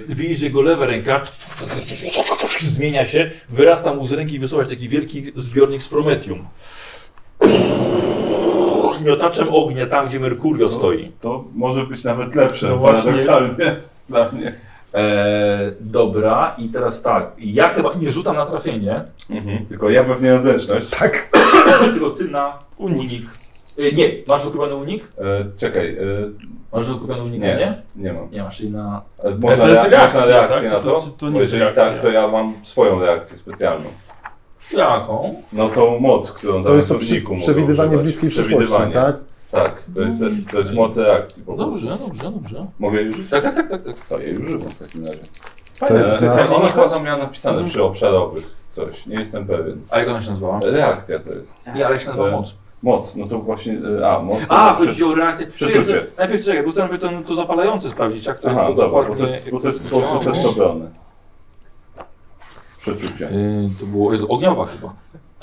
Speaker 1: widzisz, że jego lewa ręka zmienia się, wyrasta mu z ręki wysuwać taki wielki zbiornik z prometium. Miotaczem ognia tam, gdzie Merkurio stoi.
Speaker 11: To może być nawet lepsze,
Speaker 1: No właśnie.
Speaker 11: paradoksalnie dla mnie.
Speaker 1: E, dobra, i teraz tak. Ja chyba nie rzucam na trafienie.
Speaker 11: Mhm. Tylko ja pewnie na zręczność.
Speaker 4: Tak.
Speaker 1: Tylko ty na unik. E, nie, masz wykupiony unik?
Speaker 11: E, czekaj. E,
Speaker 1: Masz wykupiony unik, nie?
Speaker 11: nie? Nie mam.
Speaker 1: Nie masz, czyli na...
Speaker 11: Ale Można
Speaker 1: to jest
Speaker 11: rea-
Speaker 1: reakcja,
Speaker 11: można reakcję
Speaker 1: tak?
Speaker 11: na
Speaker 1: Czy
Speaker 11: to?
Speaker 1: to- czy to nie
Speaker 11: Bo
Speaker 1: jest
Speaker 11: jeżeli
Speaker 1: reakcja?
Speaker 11: tak, to ja mam swoją reakcję specjalną.
Speaker 1: Jaką?
Speaker 11: No tą moc, którą
Speaker 4: To jest
Speaker 11: zamiast
Speaker 4: to
Speaker 11: psiku
Speaker 4: przy-
Speaker 11: mogę
Speaker 4: przewidywanie
Speaker 11: używać.
Speaker 4: bliskiej przyszłości,
Speaker 11: Przewidywanie.
Speaker 4: tak?
Speaker 11: Tak, to jest, to jest moc reakcji po prostu.
Speaker 1: Dobrze, dobrze, dobrze.
Speaker 11: Mogę już?
Speaker 1: Tak, tak, tak, tak. tak.
Speaker 11: To ja już używam w takim razie.
Speaker 1: Fajne.
Speaker 3: E,
Speaker 11: To jest,
Speaker 1: To jest-
Speaker 11: ona chyba tam miała napisane przy obszarowych.
Speaker 3: coś, nie jestem pewien.
Speaker 1: A jak ona się nazywała?
Speaker 3: Reakcja to jest.
Speaker 1: Nie, ale jak się nazywa
Speaker 3: E,
Speaker 1: moc?
Speaker 3: Moc, no to właśnie, e, a, moc.
Speaker 1: A,
Speaker 3: to
Speaker 1: chodzi
Speaker 3: prze-
Speaker 1: o reakcję.
Speaker 3: Przeczucie.
Speaker 1: Najpierw czekaj, bo chcę najpierw to, to zapalające sprawdzić, jak to,
Speaker 3: Aha,
Speaker 1: to
Speaker 3: dobra, bo to jest, bo to jest, bo to jest obrony. Przeczucie.
Speaker 1: E, to było, jest ogniowa chyba.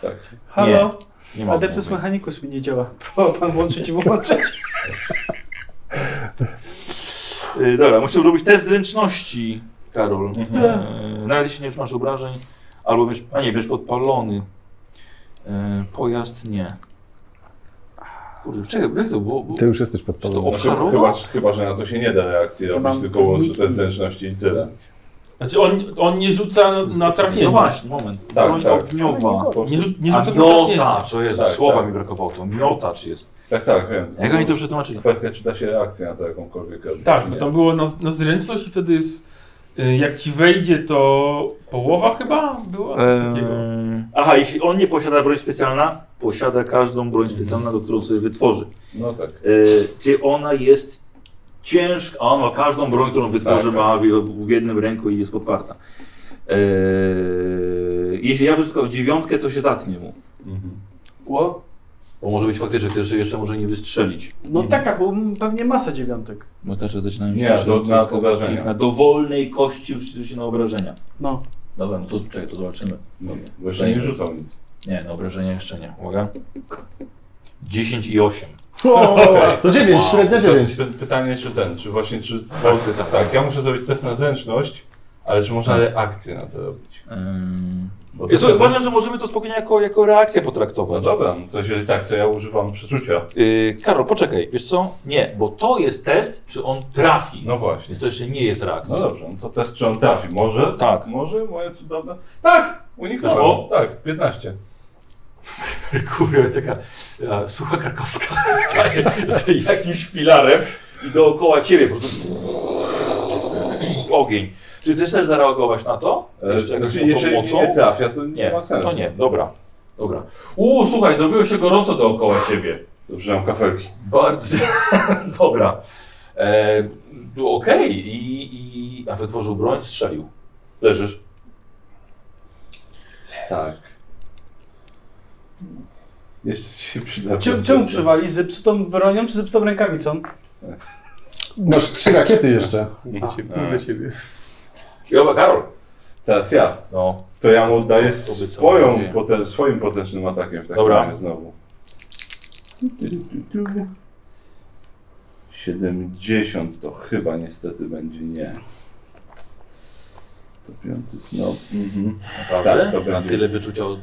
Speaker 3: Tak.
Speaker 1: Halo? Nie, nie ma
Speaker 7: Adeptus
Speaker 1: ogniowej.
Speaker 7: Mechanicus mi nie działa. Próbował pan włączyć i wyłączyć.
Speaker 1: Y, dobra, musisz robić test zręczności, Karol.
Speaker 3: Mhm.
Speaker 1: E, nawet jeśli nie już masz obrażeń, albo wiesz, a nie, wiesz, podpalony. E, pojazd nie. Kurde, czekaj, jak to było? Bo...
Speaker 4: Ty już jesteś podpalony.
Speaker 1: Czy to obszarowo?
Speaker 3: Znaczy, Chyba, chyba, że na to się nie da reakcji robić,
Speaker 1: Mam-
Speaker 3: tylko po prostu test zręczności i tyle.
Speaker 5: Znaczy on, on nie rzuca na, na trafienie.
Speaker 1: No właśnie, no moment.
Speaker 3: Tak,
Speaker 1: Broń
Speaker 3: tak.
Speaker 1: ogniowa.
Speaker 5: Nie, rzu- nie rzuca na trafienie.
Speaker 1: Miotacz, o Jezu,
Speaker 3: Tak,
Speaker 1: słowa
Speaker 3: tak.
Speaker 1: mi brakowało, to miotacz jest. Eee.
Speaker 3: Tak, tak, wiem.
Speaker 1: Jak oni to przetłumaczyli?
Speaker 3: Kwestia, czy da się reakcja na to jakąkolwiek robić.
Speaker 5: Tak, bo tam było na, na zręczność i wtedy jest. y, Jak ci wejdzie, to połowa chyba była coś takiego.
Speaker 1: Eee, Aha, jeśli on nie posiada broń specjalna, posiada każdą broń specjalną, którą sobie wytworzy.
Speaker 3: No tak.
Speaker 1: Eee, Czy ona jest ciężka, a on ma każdą broń, którą wytworzy,
Speaker 3: Tak, tak.
Speaker 1: ma w, w jednym ręku i jest podparta. Eee, jeśli ja wyskał dziewiątkę, to się zatnie mu.
Speaker 3: Mhm.
Speaker 7: Ło?
Speaker 1: Bo może być faktycznie, że ktoś jeszcze może nie wystrzelić.
Speaker 7: No tak, tak, bo pewnie masa dziewiątek.
Speaker 1: Bo też zaczynają
Speaker 3: Nie,
Speaker 1: się
Speaker 3: do-
Speaker 1: się-
Speaker 3: na obrażenia.
Speaker 1: Na dowolnej kości rzucić się na obrażenia.
Speaker 7: No.
Speaker 1: Dobra, no to czekaj, to zobaczymy.
Speaker 11: no,
Speaker 3: Dobra, bo jeszcze nie rzucał nic.
Speaker 1: Nie, na obrażenia jeszcze nie. Uwaga. 10 i 8.
Speaker 3: Okej.
Speaker 4: to dziewięć,
Speaker 3: Wow.
Speaker 4: średnia
Speaker 3: To jest
Speaker 4: dziewięć.
Speaker 3: py- Pytanie, czy ten, czy właśnie, czy... Bo, tak, ja muszę zrobić test na zręczność, ale czy można
Speaker 1: Tak.
Speaker 3: reakcję na to robić? Bo
Speaker 1: Ja
Speaker 3: to
Speaker 1: sobie
Speaker 3: jest-
Speaker 1: uważam, że możemy to spokojnie jako, jako reakcję
Speaker 3: No
Speaker 1: potraktować.
Speaker 3: dobra, no to jeżeli tak, to ja używam przeczucia.
Speaker 1: Yy, Karol, poczekaj, wiesz co? Nie, bo to jest test, czy on trafi.
Speaker 3: No właśnie.
Speaker 1: Więc to jeszcze nie jest reakcja.
Speaker 3: No dobrze, no to test, czy on trafi. Może?
Speaker 1: Tak.
Speaker 3: Może? Moja cudowna... Tak! Uniknąłem.
Speaker 1: Weszło?
Speaker 3: Tak, 15.
Speaker 1: Kurde, taka e, sucha krakowska staje z jakimś filarem i dookoła ciebie po prostu ogień. Czy chcesz też zareagować na to?
Speaker 3: E,
Speaker 1: jakąś
Speaker 3: znaczy, jeżeli
Speaker 1: pomocą?
Speaker 3: nie trafia, to nie
Speaker 1: nie
Speaker 3: ma sensu.
Speaker 1: To nie, dobra. dobra. Uuu, słuchaj, zrobiło się gorąco dookoła ciebie.
Speaker 3: Dobrze, mam kafelki.
Speaker 1: Bardzo. Dobra. E, no Okej, i, i. A wytworzył broń, strzelił. Leżysz.
Speaker 3: Tak. Jeszcze się przyda.
Speaker 7: Czym, czemu przywali? Z zepsutą bronią czy zepsutą rękawicą?
Speaker 4: Masz trzy rakiety jeszcze.
Speaker 3: Kurde ciebie.
Speaker 1: Jowa, Karol.
Speaker 3: Teraz ja.
Speaker 1: No.
Speaker 3: To ja mu daję
Speaker 1: To by co
Speaker 3: swoją,
Speaker 1: dzieje.
Speaker 3: poten- swoim potężnym atakiem w takim
Speaker 1: Dobra.
Speaker 3: razie znowu. 70 to chyba niestety będzie nie. Topiący snop. Mhm.
Speaker 1: Naprawdę?
Speaker 3: to
Speaker 1: Na
Speaker 3: będzie.
Speaker 1: tyle wyczucia. Od...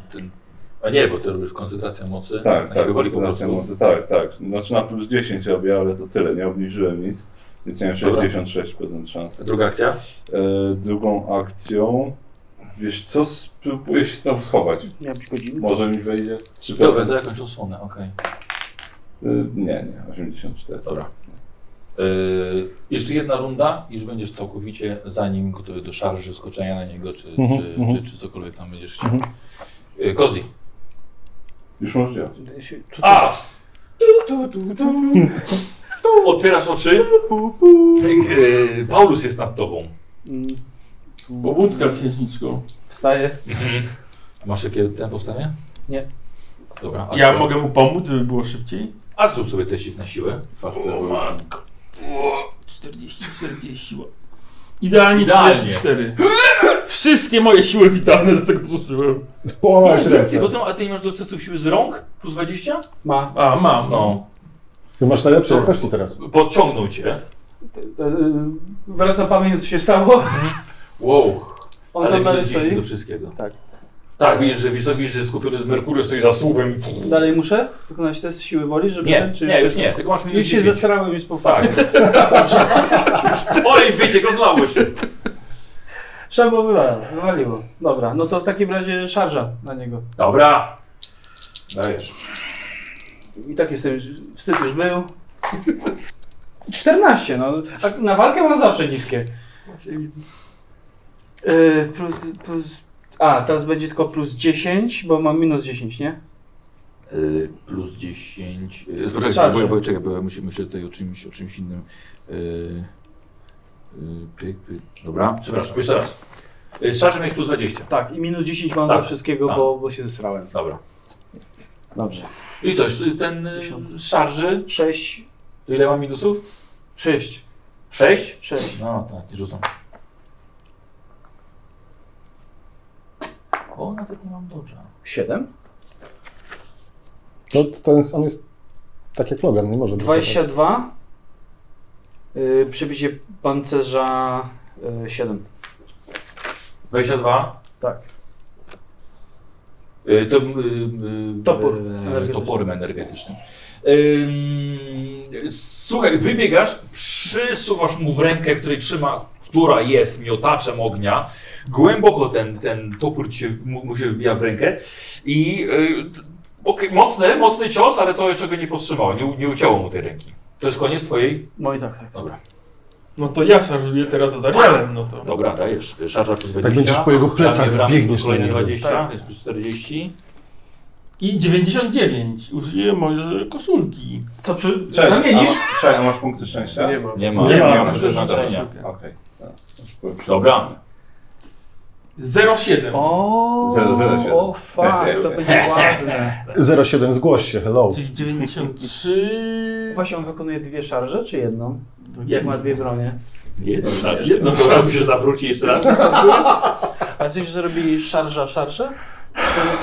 Speaker 1: A nie, bo ty robisz koncentrację mocy.
Speaker 3: Tak,
Speaker 1: na
Speaker 3: tak,
Speaker 1: siłę woli po
Speaker 3: koncentracja
Speaker 1: prostu.
Speaker 3: mocy, tak, tak. Znaczy na plus 10 robię, ale to tyle, nie obniżyłem nic. Więc miałem
Speaker 1: Dobra.
Speaker 3: 66% szansy.
Speaker 1: Druga akcja?
Speaker 3: E, drugą akcją. Wiesz co, spróbuję się znowu schować.
Speaker 7: Miałbyś godzinę?
Speaker 3: Może mi wejdzie 3%.
Speaker 1: Dobra, to jakąś osłonę, okej.
Speaker 3: Y, Nie, nie, 84.
Speaker 1: Dobra. Yy, jeszcze jedna runda, i już będziesz całkowicie zanim gotowy do szarży, skoczenia na niego, czy,
Speaker 4: Mhm,
Speaker 1: czy,
Speaker 4: mhm.
Speaker 1: czy, czy cokolwiek tam będziesz chciał. Yy, Kozi.
Speaker 3: Już możesz działać.
Speaker 1: A! Otwierasz oczy. Yy, Paulus jest nad tobą.
Speaker 7: mm.
Speaker 5: Pobudka księżniczką.
Speaker 7: Wstaje.
Speaker 1: Mhm. Masz jakie tempo wstanie?
Speaker 7: Nie.
Speaker 1: Dobra. a
Speaker 5: Ja
Speaker 1: co?
Speaker 5: mogę mu pomóc, żeby było szybciej?
Speaker 1: A zrób sobie teścik na siłę. Fast
Speaker 5: O
Speaker 1: evolution.
Speaker 5: matko. O, 40, 40 siła. Idealnie,
Speaker 1: Idealnie.
Speaker 5: 34. Wszystkie moje siły witalne do tego zużyłem.
Speaker 4: Połamałeś
Speaker 1: Nie,
Speaker 4: ręce.
Speaker 1: ty, bo ty, a ty nie masz do testu siły z rąk? Plus 20?
Speaker 7: Ma.
Speaker 5: A, mam.
Speaker 1: No.
Speaker 4: Ty masz najlepsze
Speaker 1: Dobra.
Speaker 4: jakości teraz.
Speaker 1: Podciągnął cię.
Speaker 7: E, e, Wraca pamięć, co się stało.
Speaker 1: Wow.
Speaker 7: On
Speaker 1: Ale
Speaker 7: tam dalej
Speaker 1: minus 10
Speaker 7: stoi.
Speaker 1: do wszystkiego.
Speaker 7: Tak.
Speaker 1: Tak, widzisz, że, widzisz, że- widzisz, że skupiony z Merkury stoi za słupem.
Speaker 7: Dalej muszę wykonać test siły woli, żeby
Speaker 1: Nie,
Speaker 7: ten, czy
Speaker 1: nie, już
Speaker 7: jest-
Speaker 1: nie, tylko masz minus
Speaker 7: Już się
Speaker 1: 10.
Speaker 7: zesrałem już po
Speaker 1: Tak. Olej wyciek, rozlało się.
Speaker 7: Szabo wywaliło, wywaliło. Dobra, no to w takim razie szarża na niego.
Speaker 1: Dobra. Dajesz.
Speaker 7: I tak jestem, już- wstyd już był. 14, no. A na walkę mam zawsze niskie. Yy, plus, plus... A, teraz będzie tylko plus 10, bo mam minus 10, nie?
Speaker 1: Y, Plus 10. y,
Speaker 7: Z
Speaker 1: Poczekaj,
Speaker 7: szarży.
Speaker 1: bo, bo, czekaj, bo ja musimy myśleć tutaj o czymś, o czymś innym. Y, y, pyk, pyk. Dobra, przepraszam, jeszcze raz. Y, Szarży mieć plus 20.
Speaker 7: Tak, i minus 10 mam
Speaker 1: Tak,
Speaker 7: do wszystkiego,
Speaker 1: tak.
Speaker 7: bo, bo się zesrałem.
Speaker 1: Dobra.
Speaker 7: Dobrze.
Speaker 1: I coś, y, ten y, z szarży...
Speaker 7: 6.
Speaker 1: To ile ma minusów?
Speaker 7: 6.
Speaker 1: 6?
Speaker 7: 6.
Speaker 1: No tak, nie rzucam. O, nawet nie mam dobrze.
Speaker 7: 7?
Speaker 4: No, to jest, on jest tak jak Logan, nie może być
Speaker 7: 22. Yy, przebicie pancerza y, 7.
Speaker 1: 22?
Speaker 7: Tak.
Speaker 1: Y, To, y, y,
Speaker 7: Topór
Speaker 1: y,
Speaker 7: energetyczny.
Speaker 1: toporem energetycznym. Ym, Słuchaj, wybiegasz, przysuwasz mu w rękę, której trzyma, która jest miotaczem ognia. Głęboko ten, ten topór ci się, mu, mu się wbija w rękę i y, okej, mocny, mocny cios, ale to czego nie powstrzymało, nie, u- nie ucięło mu tej ręki. To jest koniec twojej?
Speaker 7: No i tak, tak.
Speaker 1: Dobra.
Speaker 5: No to ja szarżuję teraz za Darianem, no to.
Speaker 1: Dobra, dajesz. Szarża plus 20.
Speaker 4: Tak będziesz po jego plecach
Speaker 1: Dla mnie w ramach
Speaker 4: biegł do
Speaker 1: Kolejne
Speaker 4: niego.
Speaker 1: 20,
Speaker 5: Tak.
Speaker 1: to jest plus 40.
Speaker 5: I 99. Użyję mojej koszulki.
Speaker 7: Co przy...
Speaker 11: Czekaj, a ma- Czekaj, a masz punkty szczęścia?
Speaker 5: Nie mam.
Speaker 1: Nie ma,
Speaker 5: Nie
Speaker 1: nie
Speaker 5: ma,
Speaker 4: tak,
Speaker 1: ma
Speaker 5: to
Speaker 1: żadnego
Speaker 5: też na
Speaker 1: znaczenia.
Speaker 5: koszulkę.
Speaker 11: Okej. tak.
Speaker 1: Dobra.
Speaker 5: 07.
Speaker 7: O,
Speaker 11: Zero, zero, siedem.
Speaker 7: o fuck, to będzie ładne.
Speaker 4: 07 tak. zgłoś się, hello.
Speaker 5: Czyli 93...
Speaker 7: Właśnie on wykonuje dwie szarże, czy jedną? Jak
Speaker 5: jedną.
Speaker 7: ma dwie bronie?
Speaker 1: Jest.
Speaker 5: Jedno
Speaker 1: Jedno
Speaker 5: szarża.
Speaker 1: szarża. Musisz zawrócić jeszcze raz.
Speaker 7: A coś, że robi szarża, szarże?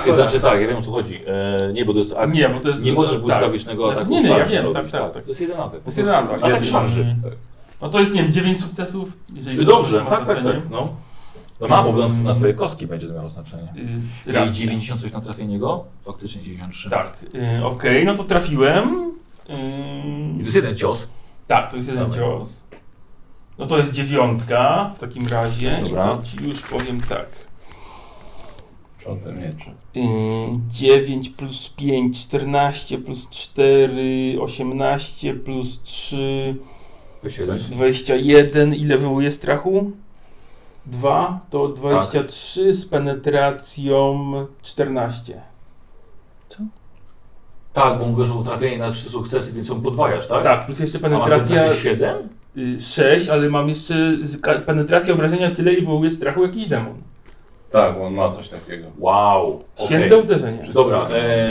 Speaker 1: To Znaczy tak, ja wiem o co chodzi. E, nie, bo to jest akt.
Speaker 5: Nie, bo to jest-
Speaker 1: Nie możesz
Speaker 5: tak.
Speaker 1: błyskawicznego
Speaker 5: Znaczy,
Speaker 1: ataku.
Speaker 5: nie, nie, ja
Speaker 1: szarży
Speaker 5: wiem,
Speaker 1: robić,
Speaker 5: tak, tak,
Speaker 1: No
Speaker 5: tak.
Speaker 1: To jest jeden atak.
Speaker 5: To jest jeden atak.
Speaker 1: Atak
Speaker 5: Jeden.
Speaker 1: tak szarży.
Speaker 5: No to jest, nie wiem, 9 sukcesów, jeżeli...
Speaker 1: Dobrze,
Speaker 5: to ma
Speaker 1: tak, tak,
Speaker 5: znaczenie.
Speaker 1: tak. No. To ma, bo na twoje kostki będzie to miało znaczenie.
Speaker 5: Y,
Speaker 1: Czyli
Speaker 5: racja.
Speaker 1: 90 coś na trafienie go? Faktycznie 93.
Speaker 5: Tak, y, okej, no to trafiłem. Y,
Speaker 1: I to jest jeden cios.
Speaker 5: Tak, to jest jeden
Speaker 1: Dobra.
Speaker 5: cios. No to jest dziewiątka w takim razie.
Speaker 1: Dobra.
Speaker 5: I to ci już powiem tak.
Speaker 11: Przodę mieczy.
Speaker 5: Y, 9 plus 5, 14 plus 4, 18 plus 3,
Speaker 1: 21.
Speaker 5: 21. Ile wywołuje strachu? 2 to
Speaker 1: Tak.
Speaker 5: 23 z penetracją 14.
Speaker 1: Tak, bo mu wyszło trafienie na 3 sukcesy, więc ją podwajasz, tak?
Speaker 5: Tak, plus jeszcze
Speaker 1: A ma
Speaker 5: penetracja.
Speaker 1: 7?
Speaker 5: 6, ale mam jeszcze z- ka- penetracja obrażenia tyle i wywołuje strachu jakiś demon.
Speaker 11: Tak, bo on ma coś takiego.
Speaker 1: Wow.
Speaker 5: Święte
Speaker 1: okej.
Speaker 5: uderzenie.
Speaker 1: Dobra, e,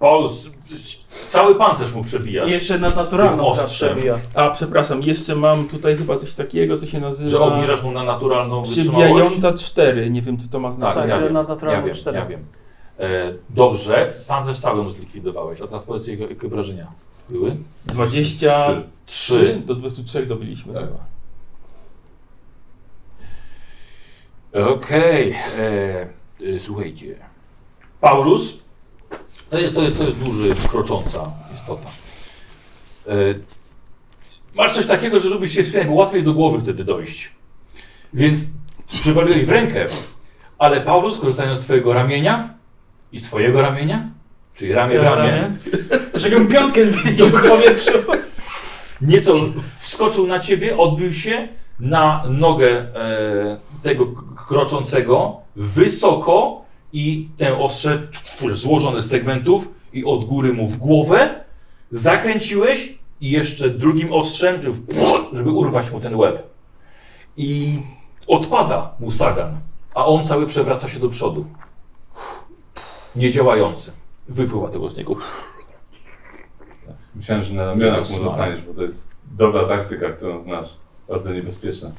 Speaker 1: Paul, s- s- cały pancerz mu przebijasz.
Speaker 7: I jeszcze nad naturalną
Speaker 1: Tym ostrzem.
Speaker 7: przebija.
Speaker 5: A przepraszam, jeszcze mam tutaj chyba coś takiego, co się
Speaker 1: Że
Speaker 5: nazywa.
Speaker 1: obniżasz mu na naturalną wytrzymałość.
Speaker 5: Przybijająca 4. Nie wiem, czy to ma
Speaker 1: Tak,
Speaker 5: znaczenie.
Speaker 1: ja
Speaker 7: że
Speaker 1: wiem,
Speaker 7: na naturalną
Speaker 1: ja wiem,
Speaker 7: cztery.
Speaker 1: ja wiem. E, dobrze, pancerz cały mu zlikwidowałeś, a teraz powiedz jego jakie obrażenia były.
Speaker 5: 23
Speaker 1: Trzy.
Speaker 5: do 23 dobiliśmy.
Speaker 1: Tak. Okej, e, e, słuchajcie. Paulus, to jest, to jest, to jest duży, krocząca istota. E, masz coś takiego, że lubisz się wspinać, bo łatwiej do głowy wtedy dojść. Więc przywaliłeś w rękę, ale Paulus, korzystając z twojego ramienia i swojego ramienia, czyli ramię w
Speaker 7: Ja
Speaker 1: ramię,
Speaker 7: ramię. Żebym piątkę zbił w powietrzu.
Speaker 1: nieco wskoczył na ciebie, odbił się na nogę e, tego k- kroczącego wysoko i ten ostrze złożone z segmentów i od góry mu w głowę zakręciłeś i jeszcze drugim ostrzem, żeby, żeby urwać mu ten łeb. I odpada mu sagan, a on cały przewraca się do przodu. Niedziałający. Wypływa tego z niego.
Speaker 11: Myślałem, że na ramionach mu
Speaker 1: Smart.
Speaker 11: zostaniesz, bo to jest dobra taktyka, którą znasz. Bardzo niebezpieczna.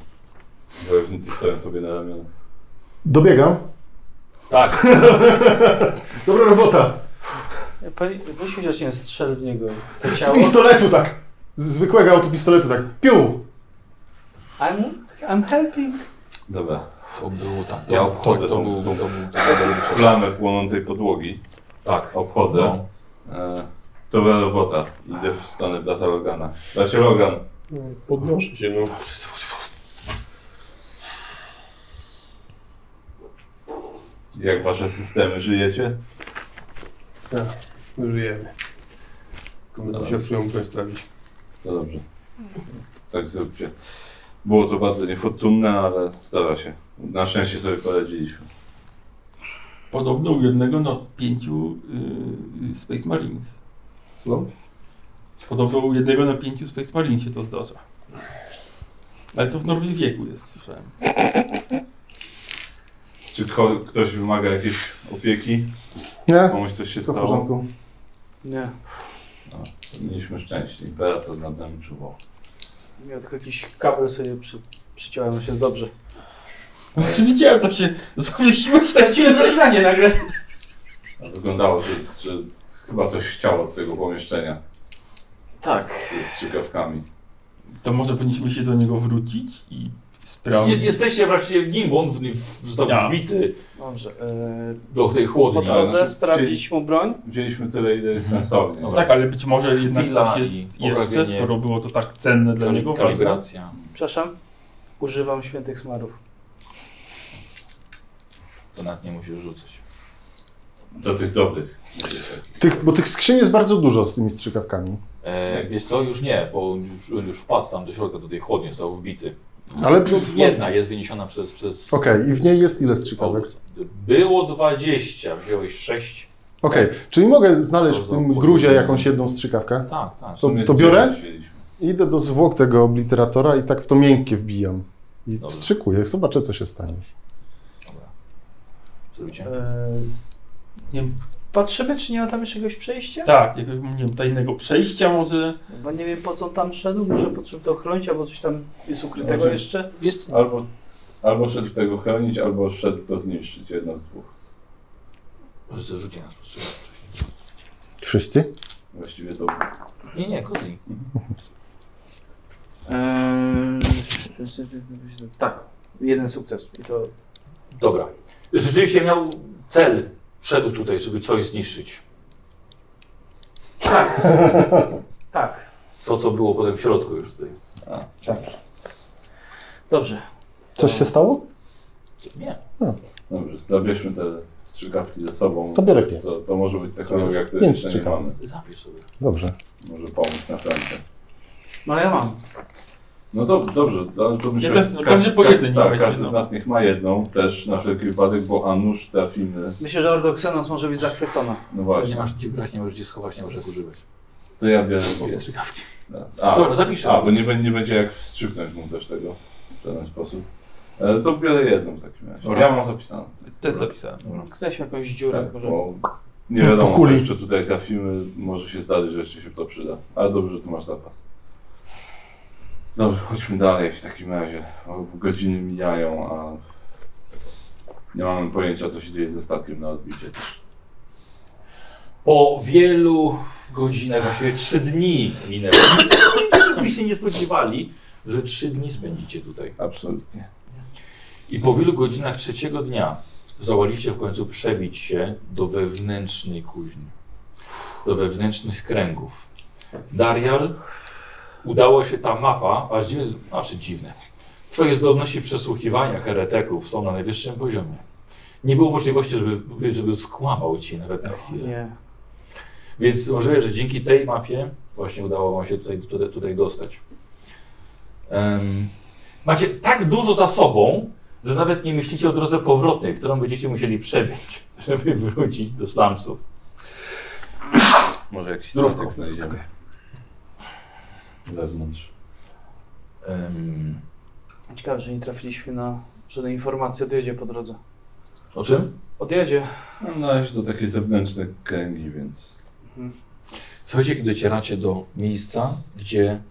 Speaker 11: Wojownicy stoją sobie na ramionach.
Speaker 4: Dobiegam.
Speaker 1: Tak.
Speaker 4: Dobra robota.
Speaker 7: Panie, weź chociaż nie strzel w niego. To
Speaker 4: Z
Speaker 7: ciało.
Speaker 4: pistoletu tak. Z zwykłego autopistoletu tak. Piu.
Speaker 7: I'm, I'm helping.
Speaker 11: Dobra.
Speaker 1: To było tak.
Speaker 11: Ja obchodzę tą, tą, tą, plamę płonącej podłogi.
Speaker 1: Tak.
Speaker 11: Obchodzę. E, dobra robota. Idę w stronę brata Logana. Bracie Logan,
Speaker 33: Podnoszę się, no.
Speaker 11: jak wasze systemy żyjecie?
Speaker 2: Tak, żyjemy. Tylko będę musiał swoją grę sprawić.
Speaker 11: No dobrze. Tak zróbcie. Było to bardzo niefortunne, ale stara się. Na szczęście sobie poradziliśmy.
Speaker 5: Podobno u jednego na pięciu y, Space Marines.
Speaker 2: Słucham?
Speaker 5: Podobno u jednego na pięciu Space Marines się to zdarza. Ale to w normie wieku jest, słyszałem.
Speaker 11: Czy ko- ktoś wymaga jakiejś opieki?
Speaker 4: Nie.
Speaker 11: Komuś coś się
Speaker 4: Wszystko w
Speaker 11: stało?
Speaker 4: porządku.
Speaker 7: Nie.
Speaker 11: No, mieliśmy szczęście. Imperator nad nami czuwał.
Speaker 7: Ja tylko jakiś kabel sobie przy, przyciąłem, już jest dobrze.
Speaker 5: Czy widziałem, tak się zawiesiłeś?
Speaker 7: Straciłem zasilanie nagle.
Speaker 11: A Wyglądało, że, że chyba coś chciało od tego pomieszczenia.
Speaker 7: Tak.
Speaker 11: Z, z ciekawkami.
Speaker 5: To może powinniśmy się do niego wrócić i
Speaker 1: Je,
Speaker 5: sprawdzić.
Speaker 1: jesteście właśnie w nim, bo on w, w, został
Speaker 5: Ja.
Speaker 1: wbity
Speaker 7: Dobrze. e,
Speaker 1: do tej chłodni.
Speaker 7: Po drodze sprawdzić mu broń?
Speaker 11: Wzięliśmy tyle, ile jest
Speaker 4: Mhm.
Speaker 11: sensownie.
Speaker 5: No tak, ale być może jednak
Speaker 1: Chwila
Speaker 5: coś
Speaker 1: i
Speaker 5: jest jeszcze,
Speaker 1: poprawienie.
Speaker 5: skoro było to tak cenne dla
Speaker 1: Kali-
Speaker 5: niego.
Speaker 1: kalibracja.
Speaker 7: Przepraszam, używam świętych smarów.
Speaker 1: To nad nie musisz rzucać.
Speaker 11: Do tych dobrych.
Speaker 4: Tych, bo tych skrzyń jest bardzo dużo z tymi strzykawkami.
Speaker 1: E, wiesz co, już nie, bo on już, on już wpadł tam do środka, do tej chłodni, został wbity.
Speaker 4: Ale to-
Speaker 1: Jedna jest wyniesiona przez... przez...
Speaker 4: No, Okej, i w niej jest ile strzykawek?
Speaker 1: Było 20, wziąłeś 6.
Speaker 4: Okej, czyli mogę znaleźć w tym gruzie jakąś jedną strzykawkę?
Speaker 1: Tak, tak.
Speaker 4: To,
Speaker 1: Sumie
Speaker 4: to biorę,
Speaker 1: zdjęliśmy.
Speaker 4: idę do zwłok tego obliteratora i tak w to miękkie wbijam. I wstrzykuję, zobaczę co się stanie.
Speaker 1: Zrobicie?
Speaker 5: Nie wiem.
Speaker 7: E, Patrzymy, czy nie ma tam jeszcze jakiegoś przejścia?
Speaker 5: Tak, jakiegoś, nie wiem, tajnego przejścia może.
Speaker 7: Bo nie wiem po co on tam szedł, może potrzeb to ochronić, albo coś tam jest ukrytego
Speaker 11: Może-
Speaker 7: jeszcze.
Speaker 11: Albo, albo szedł tego chronić, albo szedł to zniszczyć. Jedno z dwóch.
Speaker 1: Może zrzucie nas postrzegać.
Speaker 4: Wszyscy?
Speaker 11: Właściwie to...
Speaker 1: Nie, nie, Kozli.
Speaker 7: Eee, E, tak, jeden sukces. I to
Speaker 1: Dobra. Rzeczywiście miał cel. Szedł tutaj, żeby coś zniszczyć.
Speaker 7: Tak. tak.
Speaker 1: To, co było potem w środku już tutaj.
Speaker 7: tak. Dobrze.
Speaker 4: Coś się stało?
Speaker 1: Nie.
Speaker 4: No.
Speaker 11: Dobrze, zabierzmy te strzykawki ze sobą.
Speaker 4: To biorę pięć.
Speaker 11: To, to może być technologia,
Speaker 4: Zabierz.
Speaker 11: której
Speaker 4: Pięć
Speaker 11: jeszcze nie
Speaker 4: strzykawek.
Speaker 11: mamy.
Speaker 1: Zapisz sobie.
Speaker 4: Dobrze.
Speaker 11: Może pomóc na froncie.
Speaker 7: No ja mam.
Speaker 11: No to, dobrze, to, to myślę,
Speaker 5: też- no każdy po
Speaker 11: każ-
Speaker 5: jednej niech
Speaker 11: Tak,
Speaker 5: weźmie,
Speaker 11: każdy
Speaker 5: no.
Speaker 11: z nas niech ma jedną też na wszelki wypadek, bo a nuż trafimy.
Speaker 7: Myślę, że Ordoksenos może być zachwycona.
Speaker 11: No właśnie.
Speaker 1: Nie masz gdzie brać, nie możesz gdzie schować, nie możesz jak używać.
Speaker 11: To ja biorę
Speaker 1: Dwie
Speaker 11: dwie.
Speaker 1: strzykawki.
Speaker 11: A,
Speaker 1: Dobra, zapiszę.
Speaker 11: A, bo nie, bę- nie będzie jak wstrzyknąć mu też tego w żaden sposób. E, to biorę jedną w takim razie.
Speaker 1: Dobra.
Speaker 11: Ja mam zapisaną.
Speaker 5: Też zapisałem.
Speaker 7: Chcesz jakąś dziurę,
Speaker 11: Tak,
Speaker 7: może.
Speaker 11: bo nie wiadomo,
Speaker 4: Po
Speaker 11: co
Speaker 4: kuli.
Speaker 11: jeszcze tutaj trafimy. Może się zdarzyć, że jeszcze się to przyda. Ale dobrze, że tu masz zapas. Dobrze, chodźmy dalej w takim razie. bo Godziny mijają, a nie mamy pojęcia, co się dzieje ze statkiem na odbicie.
Speaker 1: Po wielu godzinach, właściwie trzy dni minęło. Nic byście nie spodziewali, że trzy dni spędzicie tutaj.
Speaker 11: Absolutnie.
Speaker 1: I po wielu godzinach trzeciego dnia zdołaliście w końcu przebić się do wewnętrznej kuźni, do wewnętrznych kręgów. Darial, udało się ta mapa, aż dziwne, znaczy dziwne, twoje zdolności przesłuchiwania heretyków są na najwyższym poziomie. Nie było możliwości, żeby, żeby skłamał ci nawet na chwilę.
Speaker 7: Nie.
Speaker 1: Więc możliwe, że dzięki tej mapie właśnie udało wam się tutaj, tutaj, tutaj dostać. Em, macie tak dużo za sobą, że nawet nie myślicie o drodze powrotnej, którą będziecie musieli przebyć, żeby wrócić do slumsów.
Speaker 11: Może jakiś
Speaker 1: Zdrówko.
Speaker 11: statek znajdziemy. Wewnątrz.
Speaker 1: Em,
Speaker 7: Ciekawe, że nie trafiliśmy na żadne informacje. Odjedzie po drodze.
Speaker 1: o czym?
Speaker 7: Odjedzie.
Speaker 11: Mam na razie No, to takie zewnętrzne kręgi, więc
Speaker 1: Słuchajcie, i docieracie do miejsca, gdzie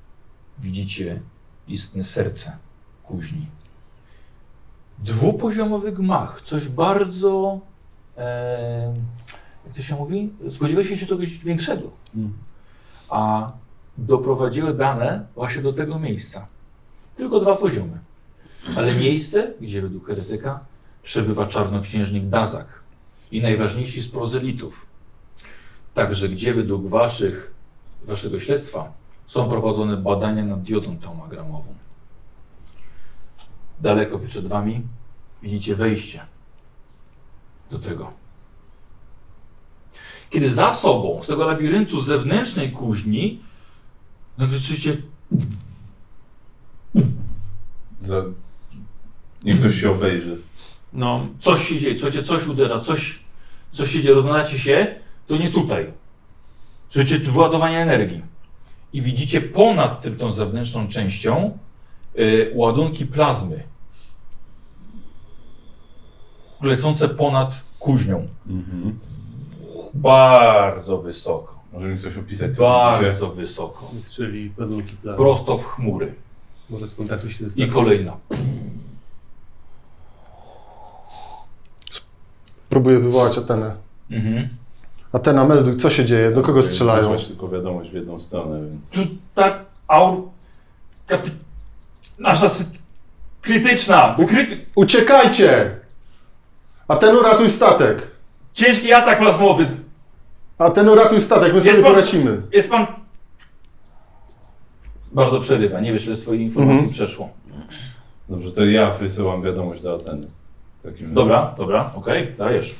Speaker 1: widzicie istne serce kuźni. Dwupoziomowy gmach, coś bardzo. E, jak to się mówi? Spodziewaliście się czegoś większego. A doprowadziły dane właśnie do tego miejsca. Tylko dwa poziomy. Ale miejsce, gdzie według heretyka przebywa czarnoksiężnik Dazak i najważniejsi z prozelitów. Także gdzie według waszych, waszego śledztwa są prowadzone badania nad diodą tomogramową. Daleko przed wami widzicie wejście do tego. Kiedy za sobą, z tego labiryntu zewnętrznej kuźni, nagrzeczycie
Speaker 11: za... niech ktoś się obejrzy.
Speaker 5: No,
Speaker 1: coś się dzieje, coś, coś uderza, coś, coś się dzieje, rozglądacie się, to nie tutaj. Słyszycie wyładowanie energii. I widzicie ponad tym, tą zewnętrzną częścią y, ładunki plazmy. lecące ponad kuźnią.
Speaker 11: Mhm.
Speaker 1: Bardzo wysoko.
Speaker 11: Może mi coś opisać, co
Speaker 1: Bardzo
Speaker 11: widzicie?
Speaker 1: wysoko.
Speaker 2: Czyli padunki planu.
Speaker 1: Prosto w chmury.
Speaker 2: Może skontaktuj się ze
Speaker 1: I
Speaker 2: statkiem.
Speaker 1: kolejna.
Speaker 4: Próbuję wywołać Atenę.
Speaker 1: Mhm.
Speaker 4: Atena, melduj, co się dzieje? Do kogo strzelają?
Speaker 11: Wysłać tylko wiadomość w jedną stronę, więc...
Speaker 1: Tu ta aur... Kapi... Nasza sy... krytyczna! Wykryty...
Speaker 4: Uciekajcie! Atenu, ratuj statek!
Speaker 1: Ciężki atak plazmowy!
Speaker 4: Atenu, ratuj statek, my
Speaker 1: Jest
Speaker 4: sobie
Speaker 1: pan-
Speaker 4: poradzimy.
Speaker 1: Jest pan... Bardzo przerywa, nie wiesz, ile swojej informacji
Speaker 11: Mhm.
Speaker 1: przeszło.
Speaker 11: Dobrze, to ja wysyłam wiadomość do Ateny. W Takim
Speaker 1: Dobra, dobra, okej, dajesz.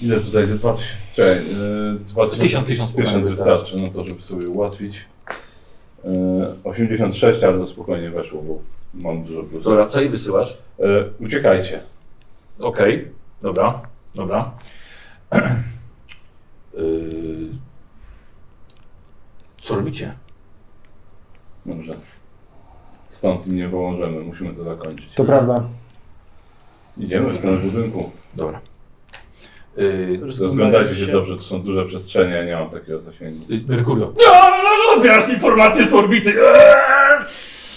Speaker 11: Ile tutaj ze 2000? Czekaj, e, 2000.
Speaker 1: Tysiąc, tysiąc
Speaker 11: tysiąc
Speaker 1: spokojnie
Speaker 11: wystarczy, no to żeby sobie ułatwić. E, 86, ale to spokojnie weszło, bo mam dużo plusów.
Speaker 1: Dobra, co jej wysyłasz?
Speaker 11: E, uciekajcie.
Speaker 1: Okej, dobra, dobra. Yy, Co robicie?
Speaker 11: Dobrze. Stąd im nie wyłączymy, musimy to zakończyć.
Speaker 4: To prawda.
Speaker 11: Idziemy w stronę budynku.
Speaker 1: Dobra. Y,
Speaker 11: Rozglądajcie się dobrze, to są duże przestrzenie, ja nie mam takiego zasięgu.
Speaker 1: Yy, Merkurio. Odbierasz no, informacje z orbity. Eee!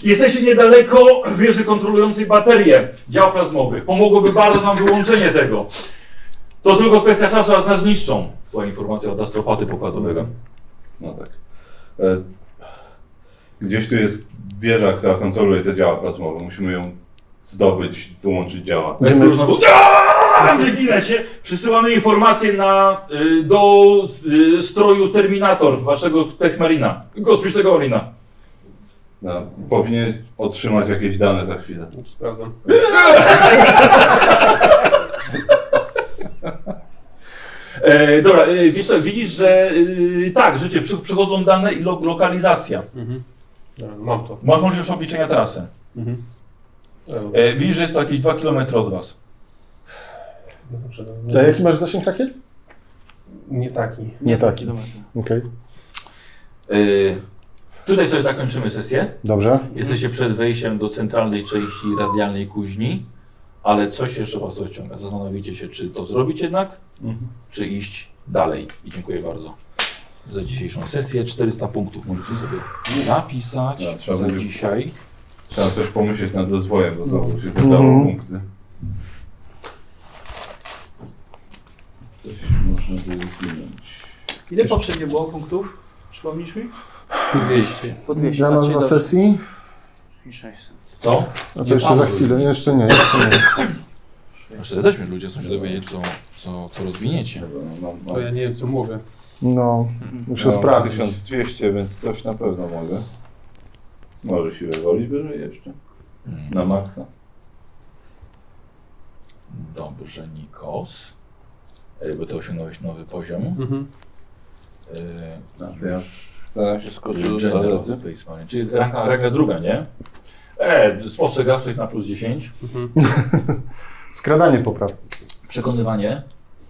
Speaker 1: Jesteście niedaleko wieży kontrolującej baterię dział plazmowych. Pomogłoby bardzo nam wyłączenie tego. To tylko kwestia czasu, aż nas zniszczą. Była informacja od astropaty pokładowego.
Speaker 11: No tak. E, Gdzieś tu jest wieża, która kontroluje te działa plazmowe. Musimy ją zdobyć, wyłączyć działa.
Speaker 1: Merkurio znowu Eee, Aaa! wygina się. Przesyłamy informację na, y, do y, stroju Terminator, waszego Techmarina, kosmicznego Marina.
Speaker 11: No, powinien otrzymać jakieś dane za chwilę.
Speaker 2: Sprawdzam.
Speaker 1: E, dobra, e, wiesz co, widzisz, że e, tak, życie, przy, przychodzą dane i lo, lokalizacja.
Speaker 2: Mam to.
Speaker 1: Masz możliwość obliczenia trasy.
Speaker 2: Mhm.
Speaker 1: E, widzisz, że jest to jakieś 2 km od was.
Speaker 2: No dobrze, no,
Speaker 4: A jaki masz zasięg rakiet?
Speaker 2: Nie taki.
Speaker 4: Nie taki. Okej,
Speaker 1: E, tutaj sobie zakończymy sesję.
Speaker 4: dobrze.
Speaker 1: Jesteście przed wejściem do centralnej części radialnej kuźni, ale coś jeszcze was odciąga. Zastanowicie się, czy to zrobić jednak,
Speaker 11: Mhm.
Speaker 1: czy iść dalej. I dziękuję bardzo za dzisiejszą sesję. 400 punktów możecie sobie napisać
Speaker 11: No, trzeba
Speaker 1: za
Speaker 11: będzie-
Speaker 1: dzisiaj.
Speaker 11: Trzeba coś pomyśleć nad rozwojem, bo znowu się
Speaker 1: Mhm.
Speaker 11: zadało punkty. Coś można było zmienić.
Speaker 7: Ile poprzednio było punktów? Przypomnisz mi? Po 200.
Speaker 4: Dla nas
Speaker 7: czyli
Speaker 4: na
Speaker 7: dobrze.
Speaker 4: sesji?
Speaker 7: I 600.
Speaker 1: Co?
Speaker 4: No to jeszcze za chwilę, jeszcze nie, jeszcze nie.
Speaker 1: Jeszcze weźmie ludzie, chcą się dowiedzieć, co, co, co rozwiniecie.
Speaker 2: To ja nie wiem, co mogę.
Speaker 4: No, muszę
Speaker 11: Ja mam
Speaker 4: sprawdzić.
Speaker 11: 1200, więc coś na pewno mogę. Może siłę woli wyżej jeszcze. Na maksa.
Speaker 1: Dobrze, Nikos. E, Bo ty osiągnąłeś nowy poziom.
Speaker 2: Mhm.
Speaker 1: E,
Speaker 11: A to ja staram się skoczyć do
Speaker 1: General
Speaker 11: toalety.
Speaker 1: Space Marine. Czyli ranga, ranga druga, nie? E, spostrzegawczość na plus 10.
Speaker 4: Skradanie popraw.
Speaker 1: Przekonywanie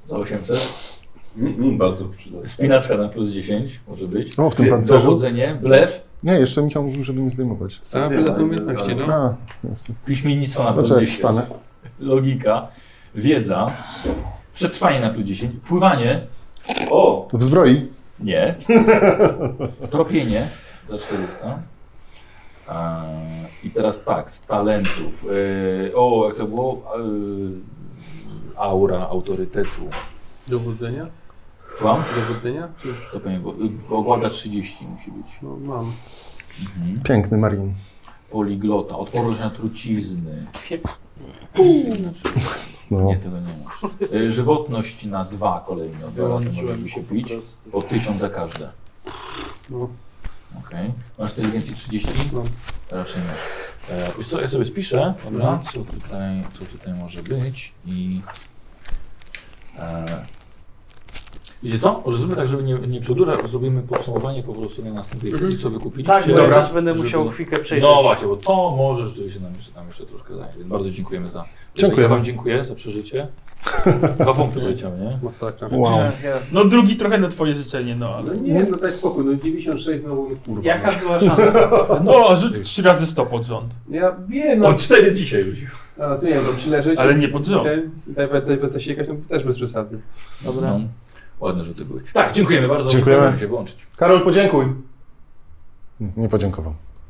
Speaker 1: za 800.
Speaker 11: mm, bardzo przydatne.
Speaker 1: Spinaczka na plus 10 może być.
Speaker 4: O, w tym pancerzu?
Speaker 1: Dowodzenie, blef.
Speaker 4: Nie, jeszcze Michał mówił, żeby nie zdejmować.
Speaker 1: Tak, wydatne umiejętności, no.
Speaker 4: A, jasne.
Speaker 1: Piśmiennictwo na plus
Speaker 4: Znaczy, jak
Speaker 1: 10.
Speaker 4: wstanę.
Speaker 1: Logika. Wiedza. Przetrwanie na plus 10. Pływanie.
Speaker 11: O!
Speaker 4: W zbroi?
Speaker 1: Nie. Tropienie za 400. A, I teraz tak, z talentów. Yy, o, jak to było? Yy, aura autorytetu.
Speaker 2: Dowodzenia?
Speaker 1: Słucham?
Speaker 2: Dowodzenia? Czy...
Speaker 1: To pewnie było. y, Ogłada 30 musi być.
Speaker 2: No, mam.
Speaker 1: Mhm.
Speaker 4: Piękny Marin.
Speaker 1: Poliglota, odporność na trucizny. Znaczy,
Speaker 4: No.
Speaker 1: Nie, tego nie masz. Y, Żywotność na dwa kolejne. Dwa razy
Speaker 2: Wyłączyłem
Speaker 1: możesz
Speaker 2: się po
Speaker 1: kupić.
Speaker 2: prostu.
Speaker 1: Po 1000 za każde.
Speaker 2: No.
Speaker 1: Okej. Masz tyle więcej 30? Raczej nie. E, wiesz co, ja sobie spiszę, dobra,
Speaker 2: Mhm.
Speaker 1: co tutaj, co tutaj może być i... E, wiecie co? Może zróbmy tak, żeby nie, nie przedłużać, zrobimy podsumowanie po prostu na następnej
Speaker 7: Mhm.
Speaker 1: sesji, co wykupiliście.
Speaker 7: Tak, bo ja też będę musiał chwilkę przejrzeć.
Speaker 1: No właśnie, bo to może rzeczywiście nam jeszcze, nam jeszcze troszkę zajmie. Więc Bardzo dziękujemy za...
Speaker 4: Dziękuję.
Speaker 1: Ja wam dziękuję za przeżycie. Dwa punkty poleciały, nie?
Speaker 2: Masakra.
Speaker 4: Wow.
Speaker 5: No drugi trochę na twoje życzenie, no ale...
Speaker 2: No nie, no daj spokój, no 96 znowu, no kurwa.
Speaker 7: Jaka
Speaker 2: no.
Speaker 7: była szansa?
Speaker 5: No, rzuć trzy razy 100 pod rząd.
Speaker 2: Ja wiem,
Speaker 5: O, cztery dzisiaj rzucił.
Speaker 2: A co nie wiem, robić leżeć.
Speaker 5: Ale nie pod rząd.
Speaker 2: Dajwę zasiekać, no też bez przesady.
Speaker 5: Dobra. No.
Speaker 1: Ładne rzuty były. Tak, dziękujemy bardzo.
Speaker 4: Dziękujemy.
Speaker 1: Możemy się włączyć.
Speaker 4: Karol, podziękuj. Nie podziękował.